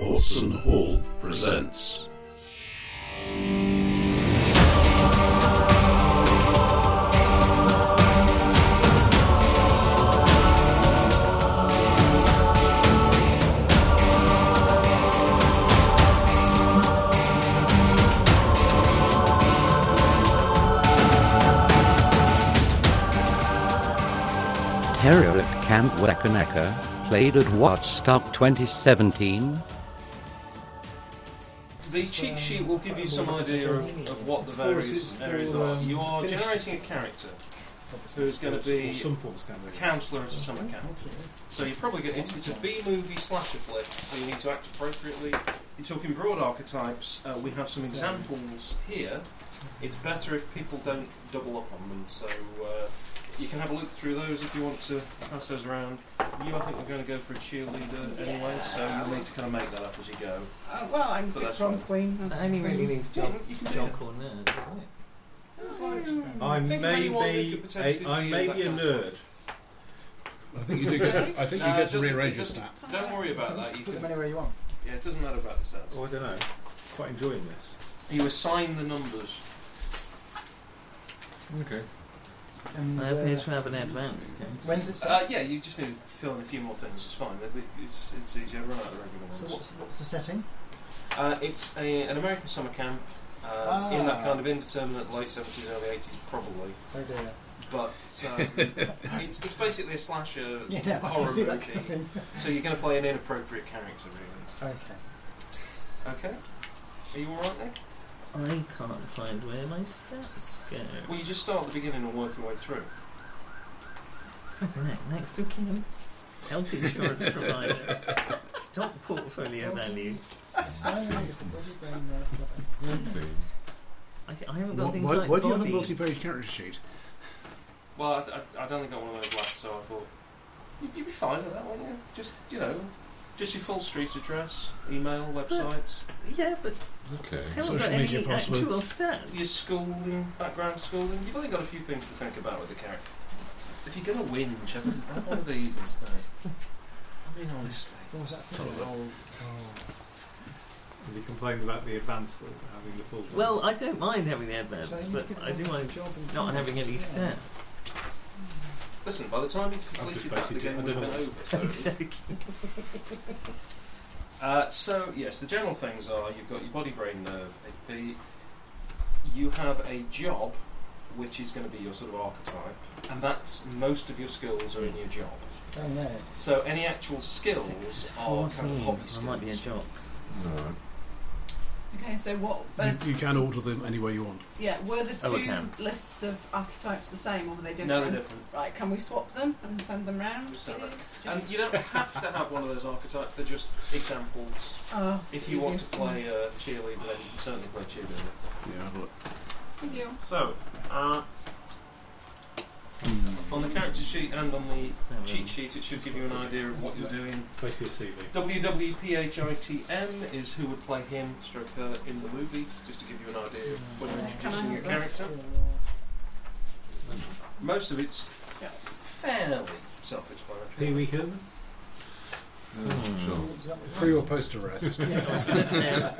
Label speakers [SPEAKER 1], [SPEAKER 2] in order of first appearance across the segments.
[SPEAKER 1] Hobson Hall presents.
[SPEAKER 2] Terrier at Camp Wakanaka, played at Watch Cup 2017.
[SPEAKER 3] The cheat sheet will give you some idea of, of what the various areas are. You are um, generating a character who's going to be a counsellor at a summer camp. So you probably get it's, it's a B movie slasher flick, so you need to act appropriately. You're talking broad archetypes. Uh, we have some examples here. It's better if people don't double up on them, so uh, you can have a look through those if you want to pass those around. You, I think, we're going to go for a cheerleader anyway, so you'll need to kind of make that up as you go.
[SPEAKER 4] Uh, well, I'm
[SPEAKER 3] But that's
[SPEAKER 4] prom
[SPEAKER 3] fine.
[SPEAKER 4] queen.
[SPEAKER 5] That
[SPEAKER 4] That's
[SPEAKER 5] only really
[SPEAKER 4] fine.
[SPEAKER 5] leaves
[SPEAKER 3] Yeah,
[SPEAKER 5] John,
[SPEAKER 3] you can do
[SPEAKER 5] John
[SPEAKER 3] that.
[SPEAKER 5] Corn nerd, doesn't it?
[SPEAKER 6] I
[SPEAKER 3] Think
[SPEAKER 6] may
[SPEAKER 3] of anyone who
[SPEAKER 6] be
[SPEAKER 3] could
[SPEAKER 6] a,
[SPEAKER 3] potentially
[SPEAKER 6] I
[SPEAKER 3] be
[SPEAKER 6] may
[SPEAKER 3] that
[SPEAKER 6] be a
[SPEAKER 3] kind of
[SPEAKER 6] nerd.
[SPEAKER 1] I think you do get. To, I think you
[SPEAKER 5] Uh,
[SPEAKER 3] No,
[SPEAKER 1] get
[SPEAKER 3] it
[SPEAKER 1] to
[SPEAKER 3] doesn't-
[SPEAKER 1] rearrange
[SPEAKER 3] it
[SPEAKER 1] your
[SPEAKER 3] doesn't-
[SPEAKER 1] stats.
[SPEAKER 3] Don't worry about that. You
[SPEAKER 4] Put them
[SPEAKER 3] can,
[SPEAKER 4] anywhere you want.
[SPEAKER 3] yeah, it doesn't matter about the stats.
[SPEAKER 6] Oh, I don't know. Quite enjoying this.
[SPEAKER 3] You assign the numbers.
[SPEAKER 6] Okay.
[SPEAKER 4] And,
[SPEAKER 5] I hope you
[SPEAKER 4] uh,
[SPEAKER 5] to have an advanced game.
[SPEAKER 4] when's it set?
[SPEAKER 3] Uh, yeah, you just need to fill in a few more things. It's fine. It- It's, it's easy. I run out of the regular
[SPEAKER 4] so
[SPEAKER 3] ones.
[SPEAKER 4] what's, what's the setting?
[SPEAKER 3] Uh, it's a, an American summer camp uh,
[SPEAKER 4] Ah.
[SPEAKER 3] in that kind of indeterminate late seventies, early eighties, probably.
[SPEAKER 4] Oh dear.
[SPEAKER 3] But um, it's, it's basically a slasher
[SPEAKER 4] Yeah, no, I can
[SPEAKER 3] horror
[SPEAKER 4] see that
[SPEAKER 3] movie.
[SPEAKER 4] coming.
[SPEAKER 3] So you're going to play an inappropriate character, really.
[SPEAKER 4] Okay.
[SPEAKER 3] Okay. Are you all right, Nick?
[SPEAKER 5] I can't find where my stats go.
[SPEAKER 3] Well, you just start at the beginning and work your way through.
[SPEAKER 5] Fucking heck, next to Kim. Health insurance provider. Stock portfolio value.
[SPEAKER 4] Simon is the bloody brain there, clever.
[SPEAKER 5] I, I haven't got
[SPEAKER 7] Why,
[SPEAKER 5] things
[SPEAKER 7] why,
[SPEAKER 5] like
[SPEAKER 7] why do you have a
[SPEAKER 5] body.
[SPEAKER 7] multi-page character sheet?
[SPEAKER 3] Well, I, I, I don't think I want one of those left, so I thought you, you'd be fine with that one. Yeah, just you know, just your full street address, email, website,
[SPEAKER 5] yeah, but
[SPEAKER 1] Okay.
[SPEAKER 5] I haven't
[SPEAKER 7] Social
[SPEAKER 5] got
[SPEAKER 7] media
[SPEAKER 5] any actual
[SPEAKER 7] passwords.
[SPEAKER 5] stats.
[SPEAKER 3] your schooling background, schooling. You've only got a few things to think about with the character. If you're gonna whinge, have, have one of these instead. I mean, honestly.
[SPEAKER 4] What was that?
[SPEAKER 6] Is he complaining about the advance of having the full?
[SPEAKER 5] Well, I don't mind having the
[SPEAKER 4] So
[SPEAKER 5] advanced,
[SPEAKER 4] you need
[SPEAKER 5] but
[SPEAKER 4] to give
[SPEAKER 5] I do
[SPEAKER 4] them
[SPEAKER 5] mind
[SPEAKER 4] to Jordan.
[SPEAKER 5] not having any
[SPEAKER 4] Yeah.
[SPEAKER 5] stats.
[SPEAKER 3] Listen, by the time you completed
[SPEAKER 6] just
[SPEAKER 3] that, the
[SPEAKER 6] basically
[SPEAKER 3] game would have been
[SPEAKER 6] done
[SPEAKER 3] over. So,
[SPEAKER 5] Exactly.
[SPEAKER 3] uh, so yes, the general things are: you've got your body, brain, nerve. The, you have a job, which is going to be your sort of archetype, and that's most of your skills are in your job.
[SPEAKER 4] Oh no.
[SPEAKER 3] So any actual skills
[SPEAKER 5] Six,
[SPEAKER 3] are kind of
[SPEAKER 5] 14.
[SPEAKER 3] hobby
[SPEAKER 5] I
[SPEAKER 3] skills.
[SPEAKER 5] might be a job.
[SPEAKER 8] Okay, so what? Uh,
[SPEAKER 7] you, you can order them any way you want.
[SPEAKER 8] yeah, were the
[SPEAKER 5] Oh, I
[SPEAKER 8] two
[SPEAKER 5] can.
[SPEAKER 8] lists of archetypes the same, or were they different?
[SPEAKER 3] no, they're different.
[SPEAKER 8] Right, can we swap them and send them round?
[SPEAKER 3] Just send
[SPEAKER 8] please? Just,
[SPEAKER 3] And you don't have to have one of those archetypes. They're just examples.
[SPEAKER 8] oh,
[SPEAKER 3] If you want to
[SPEAKER 8] easier.
[SPEAKER 3] play uh, cheerleader, then you can certainly play cheerleader.
[SPEAKER 7] Yeah, but
[SPEAKER 8] Thank you.
[SPEAKER 3] So, uh, on the character sheet and on the
[SPEAKER 5] Seven.
[SPEAKER 3] cheat sheet, it should give you an idea of what you're doing.
[SPEAKER 6] basically a CV.
[SPEAKER 3] WWPHITM is who would play him, stroke her, in the movie, just to give you an idea of when you're introducing your character. Most of it's yeah, fairly
[SPEAKER 6] Pee
[SPEAKER 3] self-explanatory.
[SPEAKER 6] Wee Herman.
[SPEAKER 7] Hmm.
[SPEAKER 1] Sure.
[SPEAKER 4] Is that what-
[SPEAKER 7] pre or post arrest?
[SPEAKER 4] Yeah, exactly.
[SPEAKER 5] Now,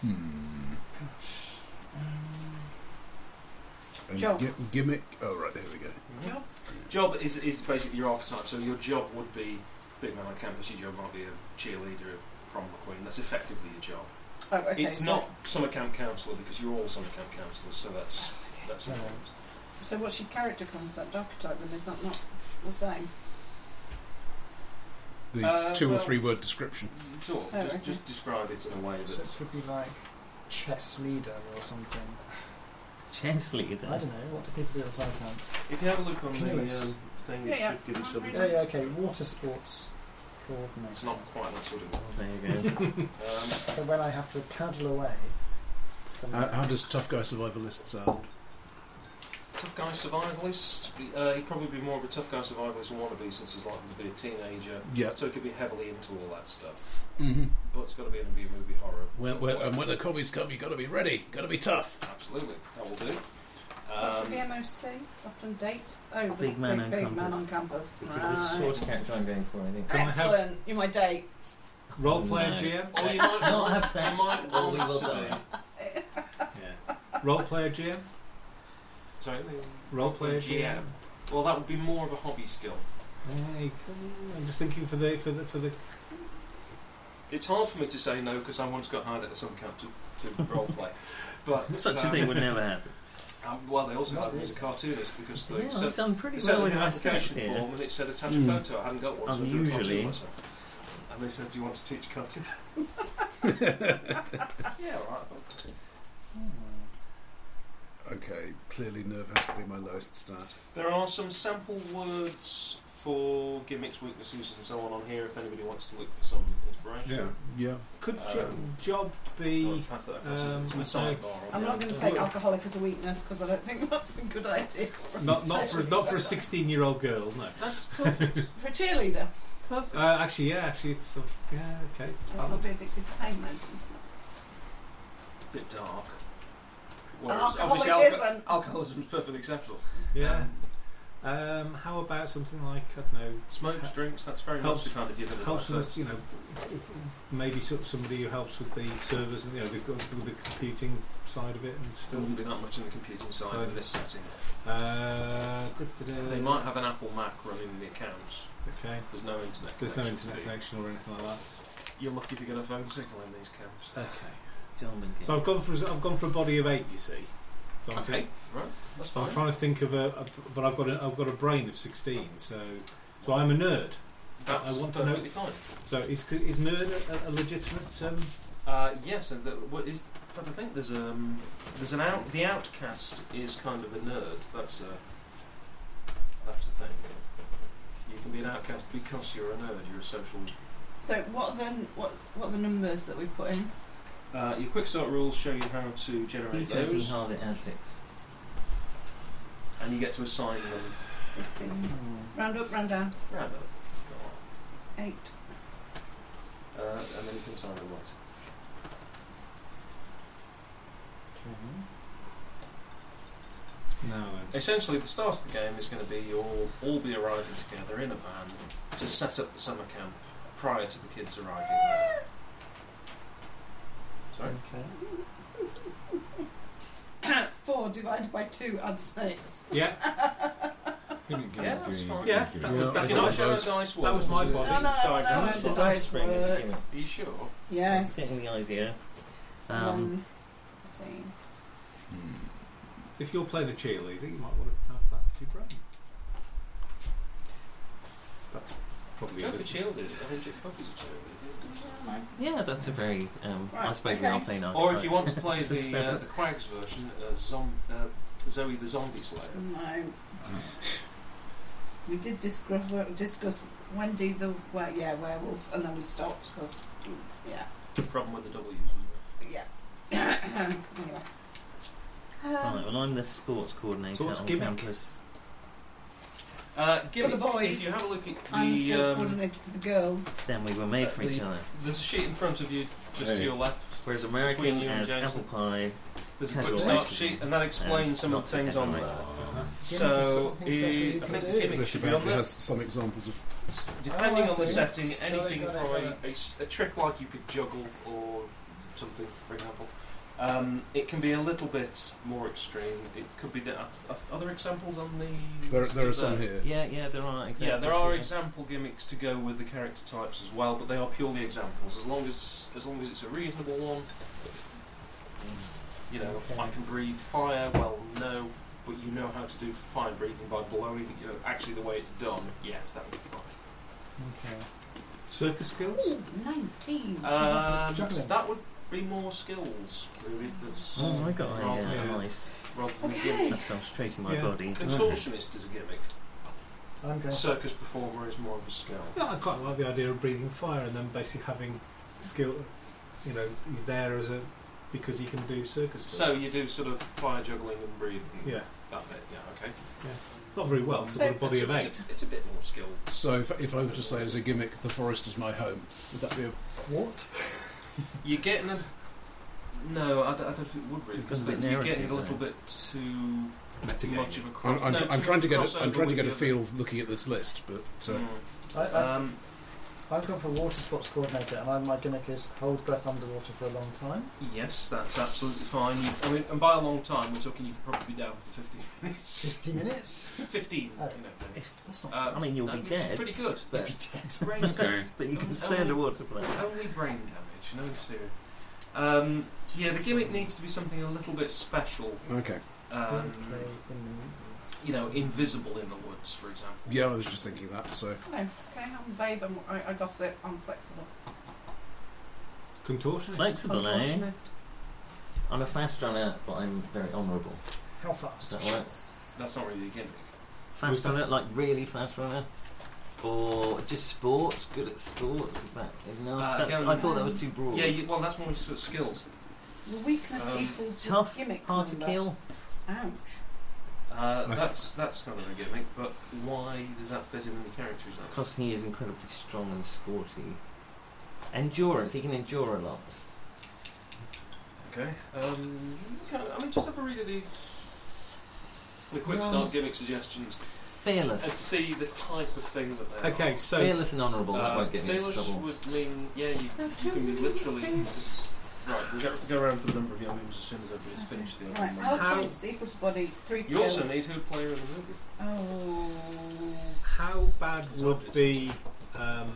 [SPEAKER 1] Hmm. And
[SPEAKER 8] Job.
[SPEAKER 7] gi- gimmick. Oh right, here we go.
[SPEAKER 3] Mm-hmm. Job. Job is, is basically your archetype, so your job would be big man on campus, your job might be a cheerleader, a prom queen. That's effectively your job.
[SPEAKER 8] Oh, okay.
[SPEAKER 3] it's
[SPEAKER 8] so,
[SPEAKER 3] not summer camp counsellor because you're all summer camp counsellors, so that's
[SPEAKER 8] Oh,
[SPEAKER 3] that's
[SPEAKER 4] No.
[SPEAKER 3] important.
[SPEAKER 8] So, what's your character concept archetype? Then is that not the same?
[SPEAKER 7] The
[SPEAKER 3] Uh,
[SPEAKER 7] two
[SPEAKER 3] well-
[SPEAKER 7] or three word description.
[SPEAKER 3] Sort of,
[SPEAKER 8] Oh,
[SPEAKER 3] just,
[SPEAKER 8] okay.
[SPEAKER 3] just describe it in a way
[SPEAKER 4] So
[SPEAKER 3] that
[SPEAKER 4] it could be like chess leader or something.
[SPEAKER 5] Chess leader.
[SPEAKER 4] I don't know. What do people do at side camps?
[SPEAKER 3] if you have a look on the um,
[SPEAKER 4] Canoeist.
[SPEAKER 3] thing,
[SPEAKER 8] Yeah,
[SPEAKER 3] it
[SPEAKER 8] yeah.
[SPEAKER 3] should give you some.
[SPEAKER 4] Yeah, yeah, okay. Water sports
[SPEAKER 3] It's
[SPEAKER 4] coordinator.
[SPEAKER 3] not quite that sort of.
[SPEAKER 5] Oh, there you go.
[SPEAKER 3] Um,
[SPEAKER 4] So when I have to paddle away. from
[SPEAKER 7] How, Uh, how
[SPEAKER 4] the-
[SPEAKER 7] does tough guy survivalist sound?
[SPEAKER 3] tough guy survivalist. Uh, he'd probably be more of a tough guy survivalist wannabe since he's likely to be a teenager,
[SPEAKER 7] Yeah.
[SPEAKER 3] so he could be heavily into all that stuff.
[SPEAKER 7] Mm-hmm.
[SPEAKER 3] But it's got to be in a movie horror.
[SPEAKER 7] When, when, and when the commies come, you got to be ready. Got to be tough.
[SPEAKER 3] Absolutely, that will do.
[SPEAKER 8] What's
[SPEAKER 3] Um,
[SPEAKER 8] the BMI MOC? Often dates? Oh, the
[SPEAKER 5] Big man on
[SPEAKER 8] big man
[SPEAKER 5] campus.
[SPEAKER 8] on campus.
[SPEAKER 9] Which is the
[SPEAKER 8] Right.
[SPEAKER 9] sort of character I'm going for, I think.
[SPEAKER 10] Can I have-
[SPEAKER 8] Excellent. You're my date.
[SPEAKER 10] Role player
[SPEAKER 5] No.
[SPEAKER 10] GM?
[SPEAKER 3] Or you might
[SPEAKER 5] Not
[SPEAKER 3] want-
[SPEAKER 5] have sex,
[SPEAKER 3] You might
[SPEAKER 5] or we
[SPEAKER 3] want
[SPEAKER 5] will
[SPEAKER 3] to
[SPEAKER 5] die.
[SPEAKER 10] Yeah. Role player GM?
[SPEAKER 3] be- Sorry.
[SPEAKER 10] Role player
[SPEAKER 3] Yeah.
[SPEAKER 10] GM?
[SPEAKER 3] Well, that would be more of a hobby skill.
[SPEAKER 10] Hey, come on. I'm just thinking for the for the for the
[SPEAKER 3] It's hard for me to say no because I once got hired at some camp to, to role play. But
[SPEAKER 5] Such a
[SPEAKER 3] um,
[SPEAKER 5] thing would never happen.
[SPEAKER 3] Um, well, they also
[SPEAKER 4] Not
[SPEAKER 3] hired me as a
[SPEAKER 4] these
[SPEAKER 3] cartoonist because they
[SPEAKER 5] Yeah, I've
[SPEAKER 3] sent,
[SPEAKER 5] done
[SPEAKER 3] they
[SPEAKER 5] pretty
[SPEAKER 3] sent
[SPEAKER 5] well
[SPEAKER 3] me
[SPEAKER 5] with
[SPEAKER 3] an
[SPEAKER 5] my stats
[SPEAKER 3] application
[SPEAKER 5] here.
[SPEAKER 3] form and it said attach a
[SPEAKER 7] Hmm.
[SPEAKER 3] photo. I hadn't got one, so I drew a
[SPEAKER 5] Unusually.
[SPEAKER 3] cartoon myself. And they said, "Do you want to teach cartoon?" yeah, all right.
[SPEAKER 4] Hmm,
[SPEAKER 7] Okay, clearly nerve has to be my lowest stat.
[SPEAKER 3] There are some sample words for gimmicks, weaknesses, and so on on here. If anybody wants to look for some inspiration,
[SPEAKER 7] Yeah. Uh,
[SPEAKER 10] could
[SPEAKER 3] Um,
[SPEAKER 10] jo- job
[SPEAKER 3] I'll
[SPEAKER 10] be
[SPEAKER 3] pass that across. It's in the
[SPEAKER 10] um,
[SPEAKER 3] sidebar on
[SPEAKER 8] I'm
[SPEAKER 3] the
[SPEAKER 8] not going to
[SPEAKER 3] other-
[SPEAKER 8] take alcoholic as a weakness because I don't think that's a good idea.
[SPEAKER 10] not not for not for a sixteen year old girl, no.
[SPEAKER 8] That's perfect. for a cheerleader. Perfect.
[SPEAKER 10] Uh, actually, yeah, actually, it's sort of, yeah, okay, it's
[SPEAKER 3] Um,
[SPEAKER 8] so I'll
[SPEAKER 10] valid.
[SPEAKER 8] be addicted to pain medicines.
[SPEAKER 3] bit dark.
[SPEAKER 8] And
[SPEAKER 3] Whereas
[SPEAKER 8] alcoholic
[SPEAKER 3] obviously alco-
[SPEAKER 8] isn't.
[SPEAKER 3] alcoholism is perfectly acceptable.
[SPEAKER 10] Yeah. Um, how about something like I don't know,
[SPEAKER 3] Smokes, drinks, that's very
[SPEAKER 10] Helps-
[SPEAKER 3] much the kind of you that
[SPEAKER 10] helps with you know, maybe sort of somebody who helps with the servers and you know the, with the computing side of it and
[SPEAKER 3] There
[SPEAKER 10] stuff.
[SPEAKER 3] wouldn't be that much in the computing side
[SPEAKER 10] Side.
[SPEAKER 3] in this setting.
[SPEAKER 10] Uh, da-da-da.
[SPEAKER 3] They might have an Apple Mac running the accounts.
[SPEAKER 10] Okay.
[SPEAKER 3] There's no internet.
[SPEAKER 10] There's no
[SPEAKER 3] connection to
[SPEAKER 10] internet
[SPEAKER 3] be-
[SPEAKER 10] connection or anything like that.
[SPEAKER 3] You're lucky if you get a phone signal in these camps.
[SPEAKER 10] Okay.
[SPEAKER 5] Gentlemen,
[SPEAKER 10] So I've gone for I've gone for a body of eight. You see. So I'm
[SPEAKER 3] Okay, right, that's
[SPEAKER 10] I'm
[SPEAKER 3] fine.
[SPEAKER 10] trying to think of a, a but I've got a, I've got a brain of sixteen. So so I'm a nerd.
[SPEAKER 3] That's
[SPEAKER 10] I want to know-
[SPEAKER 3] perfectly fine.
[SPEAKER 10] So is is nerd a, a legitimate? Um,
[SPEAKER 3] Uh, yes, and the, what is? in fact, I think there's um, there's an out. The outcast is kind of a nerd. That's a that's a thing. You can be an outcast because you're a nerd. You're a social.
[SPEAKER 8] So what are the what what are the numbers that we put in?
[SPEAKER 3] Uh, your quick start rules show you how to generate
[SPEAKER 5] D20
[SPEAKER 3] those,
[SPEAKER 5] hard at six.
[SPEAKER 3] and you get to assign them.
[SPEAKER 8] Fifteen. Round up, round down.
[SPEAKER 3] Round up.
[SPEAKER 8] Eight.
[SPEAKER 3] Uh, and then you can assign them right.
[SPEAKER 10] no.
[SPEAKER 3] Essentially, the start of the game is going to be you'll all be arriving together in a van to set up the summer camp prior to the kids arriving. Sorry.
[SPEAKER 8] Four divided by two and six.
[SPEAKER 10] Yeah.
[SPEAKER 9] Couldn't give a
[SPEAKER 3] Yeah, that's
[SPEAKER 9] green-
[SPEAKER 3] fine.
[SPEAKER 9] couldn't
[SPEAKER 10] Yeah,
[SPEAKER 9] give
[SPEAKER 10] that
[SPEAKER 9] a
[SPEAKER 10] was-
[SPEAKER 9] green.
[SPEAKER 10] that's
[SPEAKER 3] Did you not
[SPEAKER 10] not
[SPEAKER 3] show
[SPEAKER 10] those-
[SPEAKER 3] a dice
[SPEAKER 10] that was my
[SPEAKER 3] Oh,
[SPEAKER 10] body.
[SPEAKER 8] No, no,
[SPEAKER 5] Someone
[SPEAKER 8] no,
[SPEAKER 5] says
[SPEAKER 8] no, dice
[SPEAKER 5] offspring is a
[SPEAKER 8] work.
[SPEAKER 5] gimmick.
[SPEAKER 3] Are you sure?
[SPEAKER 8] Yes.
[SPEAKER 5] Getting the idea. Um,
[SPEAKER 8] One, thirteen.
[SPEAKER 7] Hmm.
[SPEAKER 10] If you're playing a cheerleader, you might want to have that for your brain. That's probably
[SPEAKER 3] Go
[SPEAKER 10] a
[SPEAKER 3] for
[SPEAKER 10] good
[SPEAKER 3] cheerleader. I think Jim Puffy's a cheerleader.
[SPEAKER 5] yeah, that's a very. Um, I
[SPEAKER 8] Right,
[SPEAKER 5] suppose
[SPEAKER 8] okay.
[SPEAKER 5] we are playing
[SPEAKER 3] Or if you want to play
[SPEAKER 5] That's
[SPEAKER 3] the
[SPEAKER 5] fair.
[SPEAKER 3] uh, the Quags version, uh, zom- uh, Zoe the Zombie Slayer.
[SPEAKER 8] No. We did discuss, discuss Wendy the were, yeah werewolf, and then we stopped because yeah
[SPEAKER 3] Problem with the W's.
[SPEAKER 8] yeah. anyway. Um,
[SPEAKER 5] Right, well, I'm the sports coordinator
[SPEAKER 10] So what's
[SPEAKER 5] on
[SPEAKER 10] gimmick?
[SPEAKER 5] campus.
[SPEAKER 3] Uh, give
[SPEAKER 8] For the boys,
[SPEAKER 3] If you have a look at
[SPEAKER 8] I'm the
[SPEAKER 3] the
[SPEAKER 8] sports
[SPEAKER 3] um,
[SPEAKER 8] coordinator for the girls.
[SPEAKER 5] Then we were made
[SPEAKER 3] Uh,
[SPEAKER 5] for
[SPEAKER 3] the-
[SPEAKER 5] each other.
[SPEAKER 3] there's a sheet in front of you, just to
[SPEAKER 9] Hey.
[SPEAKER 3] your left.
[SPEAKER 5] Whereas American
[SPEAKER 3] Between you and
[SPEAKER 5] has
[SPEAKER 3] Jason.
[SPEAKER 5] apple pie.
[SPEAKER 3] There's a
[SPEAKER 5] Casual
[SPEAKER 3] quick start
[SPEAKER 5] racism.
[SPEAKER 3] sheet, and that
[SPEAKER 5] And
[SPEAKER 3] explains some of
[SPEAKER 5] not
[SPEAKER 3] the things
[SPEAKER 5] the
[SPEAKER 3] on there.
[SPEAKER 5] casual
[SPEAKER 10] Uh-huh.
[SPEAKER 3] So, uh, I
[SPEAKER 4] Gimmicks is something special you
[SPEAKER 3] think
[SPEAKER 4] can do.
[SPEAKER 3] the gimmick
[SPEAKER 7] This
[SPEAKER 3] should be on
[SPEAKER 7] about
[SPEAKER 3] there.
[SPEAKER 7] has some examples of.
[SPEAKER 3] Depending
[SPEAKER 4] Oh, I
[SPEAKER 3] on the
[SPEAKER 4] see.
[SPEAKER 3] setting,
[SPEAKER 4] So they
[SPEAKER 3] anything
[SPEAKER 4] got it,
[SPEAKER 3] from
[SPEAKER 4] got
[SPEAKER 3] a, a s- a trick like you could juggle or something, for example, um, it can be a little bit more extreme. It could be that. Are are there examples on the.
[SPEAKER 7] There, there are some here.
[SPEAKER 5] Yeah, yeah, there are. Examples,
[SPEAKER 3] Yeah, there are example gimmicks to go with the character types as well, but they are purely examples. As long as as long as it's a reasonable one, you know, I can breathe fire. Well, no, but you know how to do fire breathing by blowing. You know, actually the way it's done. Yes, that would be fine.
[SPEAKER 10] circus skills.
[SPEAKER 8] Ooh, Nineteen.
[SPEAKER 3] Um,
[SPEAKER 4] Juggling.
[SPEAKER 3] that would be more skills, really. That's
[SPEAKER 5] Oh my god,
[SPEAKER 3] rather
[SPEAKER 5] yeah,
[SPEAKER 10] Yeah.
[SPEAKER 5] nice.
[SPEAKER 3] rather than a
[SPEAKER 8] Okay.
[SPEAKER 3] gimmick.
[SPEAKER 5] That's gone straight in my
[SPEAKER 10] Yeah.
[SPEAKER 5] body. Mm.
[SPEAKER 3] Contortionist is a gimmick.
[SPEAKER 4] I'm going.
[SPEAKER 3] Circus performer is more of a skill.
[SPEAKER 10] Yeah, I quite like the idea of breathing fire and then basically having skill. You know, he's there as a because he can do circus. Skills.
[SPEAKER 3] So you do sort of fire juggling and breathing.
[SPEAKER 10] yeah,
[SPEAKER 3] That bit. Yeah. Okay.
[SPEAKER 10] not very well. So,
[SPEAKER 8] So-
[SPEAKER 10] a body
[SPEAKER 3] it's,
[SPEAKER 10] of
[SPEAKER 3] a-
[SPEAKER 10] eight.
[SPEAKER 3] It's a, it's a bit more skill.
[SPEAKER 7] So if, if I were to say as a gimmick, the forest is my home, would that be a
[SPEAKER 4] What?
[SPEAKER 3] You're getting a No, I, don't- I don't think it would really
[SPEAKER 5] Becomes
[SPEAKER 3] because
[SPEAKER 5] a
[SPEAKER 3] then
[SPEAKER 5] bit
[SPEAKER 3] you're getting
[SPEAKER 5] narrative,
[SPEAKER 3] a little
[SPEAKER 5] doesn't
[SPEAKER 3] bit too much of a
[SPEAKER 7] I'm,
[SPEAKER 3] cross.
[SPEAKER 7] I'm,
[SPEAKER 3] no,
[SPEAKER 7] I'm
[SPEAKER 3] too
[SPEAKER 7] trying to get
[SPEAKER 3] much
[SPEAKER 7] a, I'm
[SPEAKER 3] crossover
[SPEAKER 7] trying to
[SPEAKER 3] with
[SPEAKER 7] get a
[SPEAKER 3] the
[SPEAKER 7] feel looking at this list, but
[SPEAKER 3] other-
[SPEAKER 7] uh,
[SPEAKER 3] Mm.
[SPEAKER 4] I, I,
[SPEAKER 3] Um,
[SPEAKER 4] I've gone for water sports coordinator, and I, my gimmick is hold breath underwater for a long time.
[SPEAKER 3] yes, that's absolutely fine. You- I mean, and by a long time, we're talking you could probably be down for 15 minutes.
[SPEAKER 4] Fifty minutes.
[SPEAKER 3] 15,
[SPEAKER 4] Oh.
[SPEAKER 3] you know.
[SPEAKER 4] That's
[SPEAKER 3] Uh,
[SPEAKER 4] not.
[SPEAKER 5] I mean, you'll
[SPEAKER 3] no,
[SPEAKER 5] be
[SPEAKER 3] which is
[SPEAKER 5] dead,
[SPEAKER 3] pretty good.
[SPEAKER 5] but-
[SPEAKER 3] Brain damage.
[SPEAKER 5] but you
[SPEAKER 3] Um,
[SPEAKER 5] can stand a
[SPEAKER 3] um,
[SPEAKER 5] water plane.
[SPEAKER 3] Only brain damage, no serious. Um, yeah, the gimmick needs to be something a little bit special.
[SPEAKER 7] okay.
[SPEAKER 3] Um,
[SPEAKER 4] Don't play in the movies.
[SPEAKER 3] you know, invisible in the woods, for example.
[SPEAKER 7] Yeah, I was just thinking that. So
[SPEAKER 8] No, okay, I'm a babe. I'm, I, I got it. I'm flexible.
[SPEAKER 6] Contortionist.
[SPEAKER 5] Flexible, eh?
[SPEAKER 8] Contortionist.
[SPEAKER 5] I'm a fast runner, but I'm very honourable.
[SPEAKER 4] How
[SPEAKER 5] Is
[SPEAKER 4] fast?
[SPEAKER 5] that right?
[SPEAKER 3] That's not really a gimmick.
[SPEAKER 6] Was
[SPEAKER 5] Fast
[SPEAKER 6] that-
[SPEAKER 5] runner, like really fast runner, or just sports? Good at sports? Is that
[SPEAKER 3] Uh,
[SPEAKER 5] enough? That's-
[SPEAKER 3] again,
[SPEAKER 5] I thought that was too broad.
[SPEAKER 3] Yeah, you, well, that's one of sort of skills.
[SPEAKER 8] The weakness
[SPEAKER 3] Um,
[SPEAKER 8] equals your
[SPEAKER 5] tough,
[SPEAKER 8] gimmick.
[SPEAKER 5] hard to
[SPEAKER 8] number.
[SPEAKER 5] kill.
[SPEAKER 8] Ouch.
[SPEAKER 3] Uh,
[SPEAKER 7] I-
[SPEAKER 3] that's that's not a gimmick, but why does that fit in with the character design?
[SPEAKER 5] Because he is incredibly strong and sporty. Endurance. He can endure a lot.
[SPEAKER 3] Okay. Um, can I, I mean, just have a read of the the quick
[SPEAKER 5] Well-
[SPEAKER 3] start gimmick suggestions and
[SPEAKER 5] Fearless.
[SPEAKER 3] see the type of thing that they
[SPEAKER 6] Okay,
[SPEAKER 3] are.
[SPEAKER 6] so
[SPEAKER 5] fearless and honourable. that
[SPEAKER 3] Uh,
[SPEAKER 5] won't get me into
[SPEAKER 3] fearless
[SPEAKER 5] trouble.
[SPEAKER 3] would mean yeah, you,
[SPEAKER 8] There are
[SPEAKER 3] you
[SPEAKER 8] too
[SPEAKER 3] can be
[SPEAKER 8] many
[SPEAKER 3] literally.
[SPEAKER 8] things.
[SPEAKER 3] Right, we'll go, go around for the number of young moves as soon as everybody's finished the
[SPEAKER 8] Right,
[SPEAKER 3] other
[SPEAKER 8] health
[SPEAKER 3] one.
[SPEAKER 8] points equal to body. Three
[SPEAKER 3] You
[SPEAKER 8] skills.
[SPEAKER 3] also need who player in the movie.
[SPEAKER 8] Oh.
[SPEAKER 6] how bad
[SPEAKER 3] It's
[SPEAKER 6] would
[SPEAKER 3] obvious.
[SPEAKER 6] be um,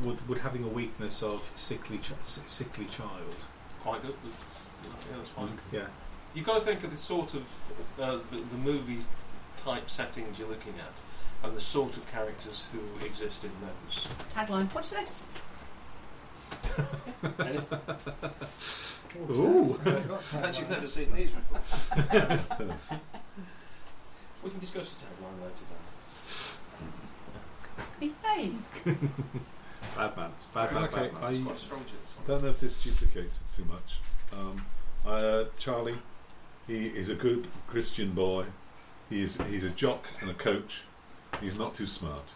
[SPEAKER 6] would would having a weakness of sickly ch- si- sickly child?
[SPEAKER 3] Quite good. Yeah, that's fine.
[SPEAKER 6] Yeah.
[SPEAKER 3] You've got to think of the sort of uh, the, the movie type settings you're looking at, and the sort of characters who exist in those.
[SPEAKER 8] Tagline. What's this?
[SPEAKER 4] Water.
[SPEAKER 6] Ooh.
[SPEAKER 4] I've got time
[SPEAKER 3] Actually, I've
[SPEAKER 4] left.
[SPEAKER 3] never seen these before. we can discuss the tagline later. Dan.
[SPEAKER 8] Behave.
[SPEAKER 6] Bad man. Bad man.
[SPEAKER 10] Okay,
[SPEAKER 6] Bad man.
[SPEAKER 10] I
[SPEAKER 3] It's quite a strong joke.
[SPEAKER 10] don't know if this duplicates it too much. Um, uh, Charlie, he is a good Christian boy. He's he's a jock and a coach. He's not too smart.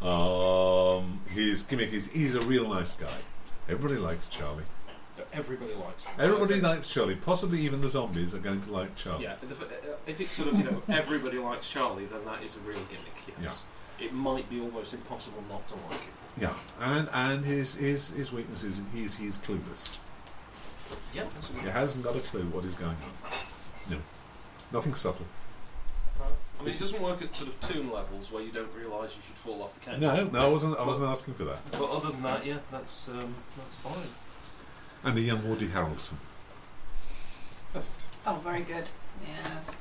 [SPEAKER 10] Um, his gimmick is he's a real nice guy. Everybody likes Charlie.
[SPEAKER 3] that Everybody likes. it.
[SPEAKER 10] Everybody likes Charlie. Possibly even the zombies are going to like
[SPEAKER 6] Oh.
[SPEAKER 10] Charlie.
[SPEAKER 3] Yeah, the f- uh, if it's sort of you know everybody likes Charlie, then that is a real gimmick. Yes. It might be almost impossible not to like it.
[SPEAKER 10] Yeah, and and his his his weakness is he's he's clueless.
[SPEAKER 3] Yeah.
[SPEAKER 10] He hasn't got a clue what is going on. No, nothing subtle.
[SPEAKER 3] I mean, it doesn't work at sort of tomb levels where you don't realise you should fall off the couch.
[SPEAKER 10] No, no, I wasn't I wasn't asking for that.
[SPEAKER 3] But other than that, yeah, that's um, that's fine.
[SPEAKER 10] And a young Woody Harrelson.
[SPEAKER 8] Oh, very good. Yes.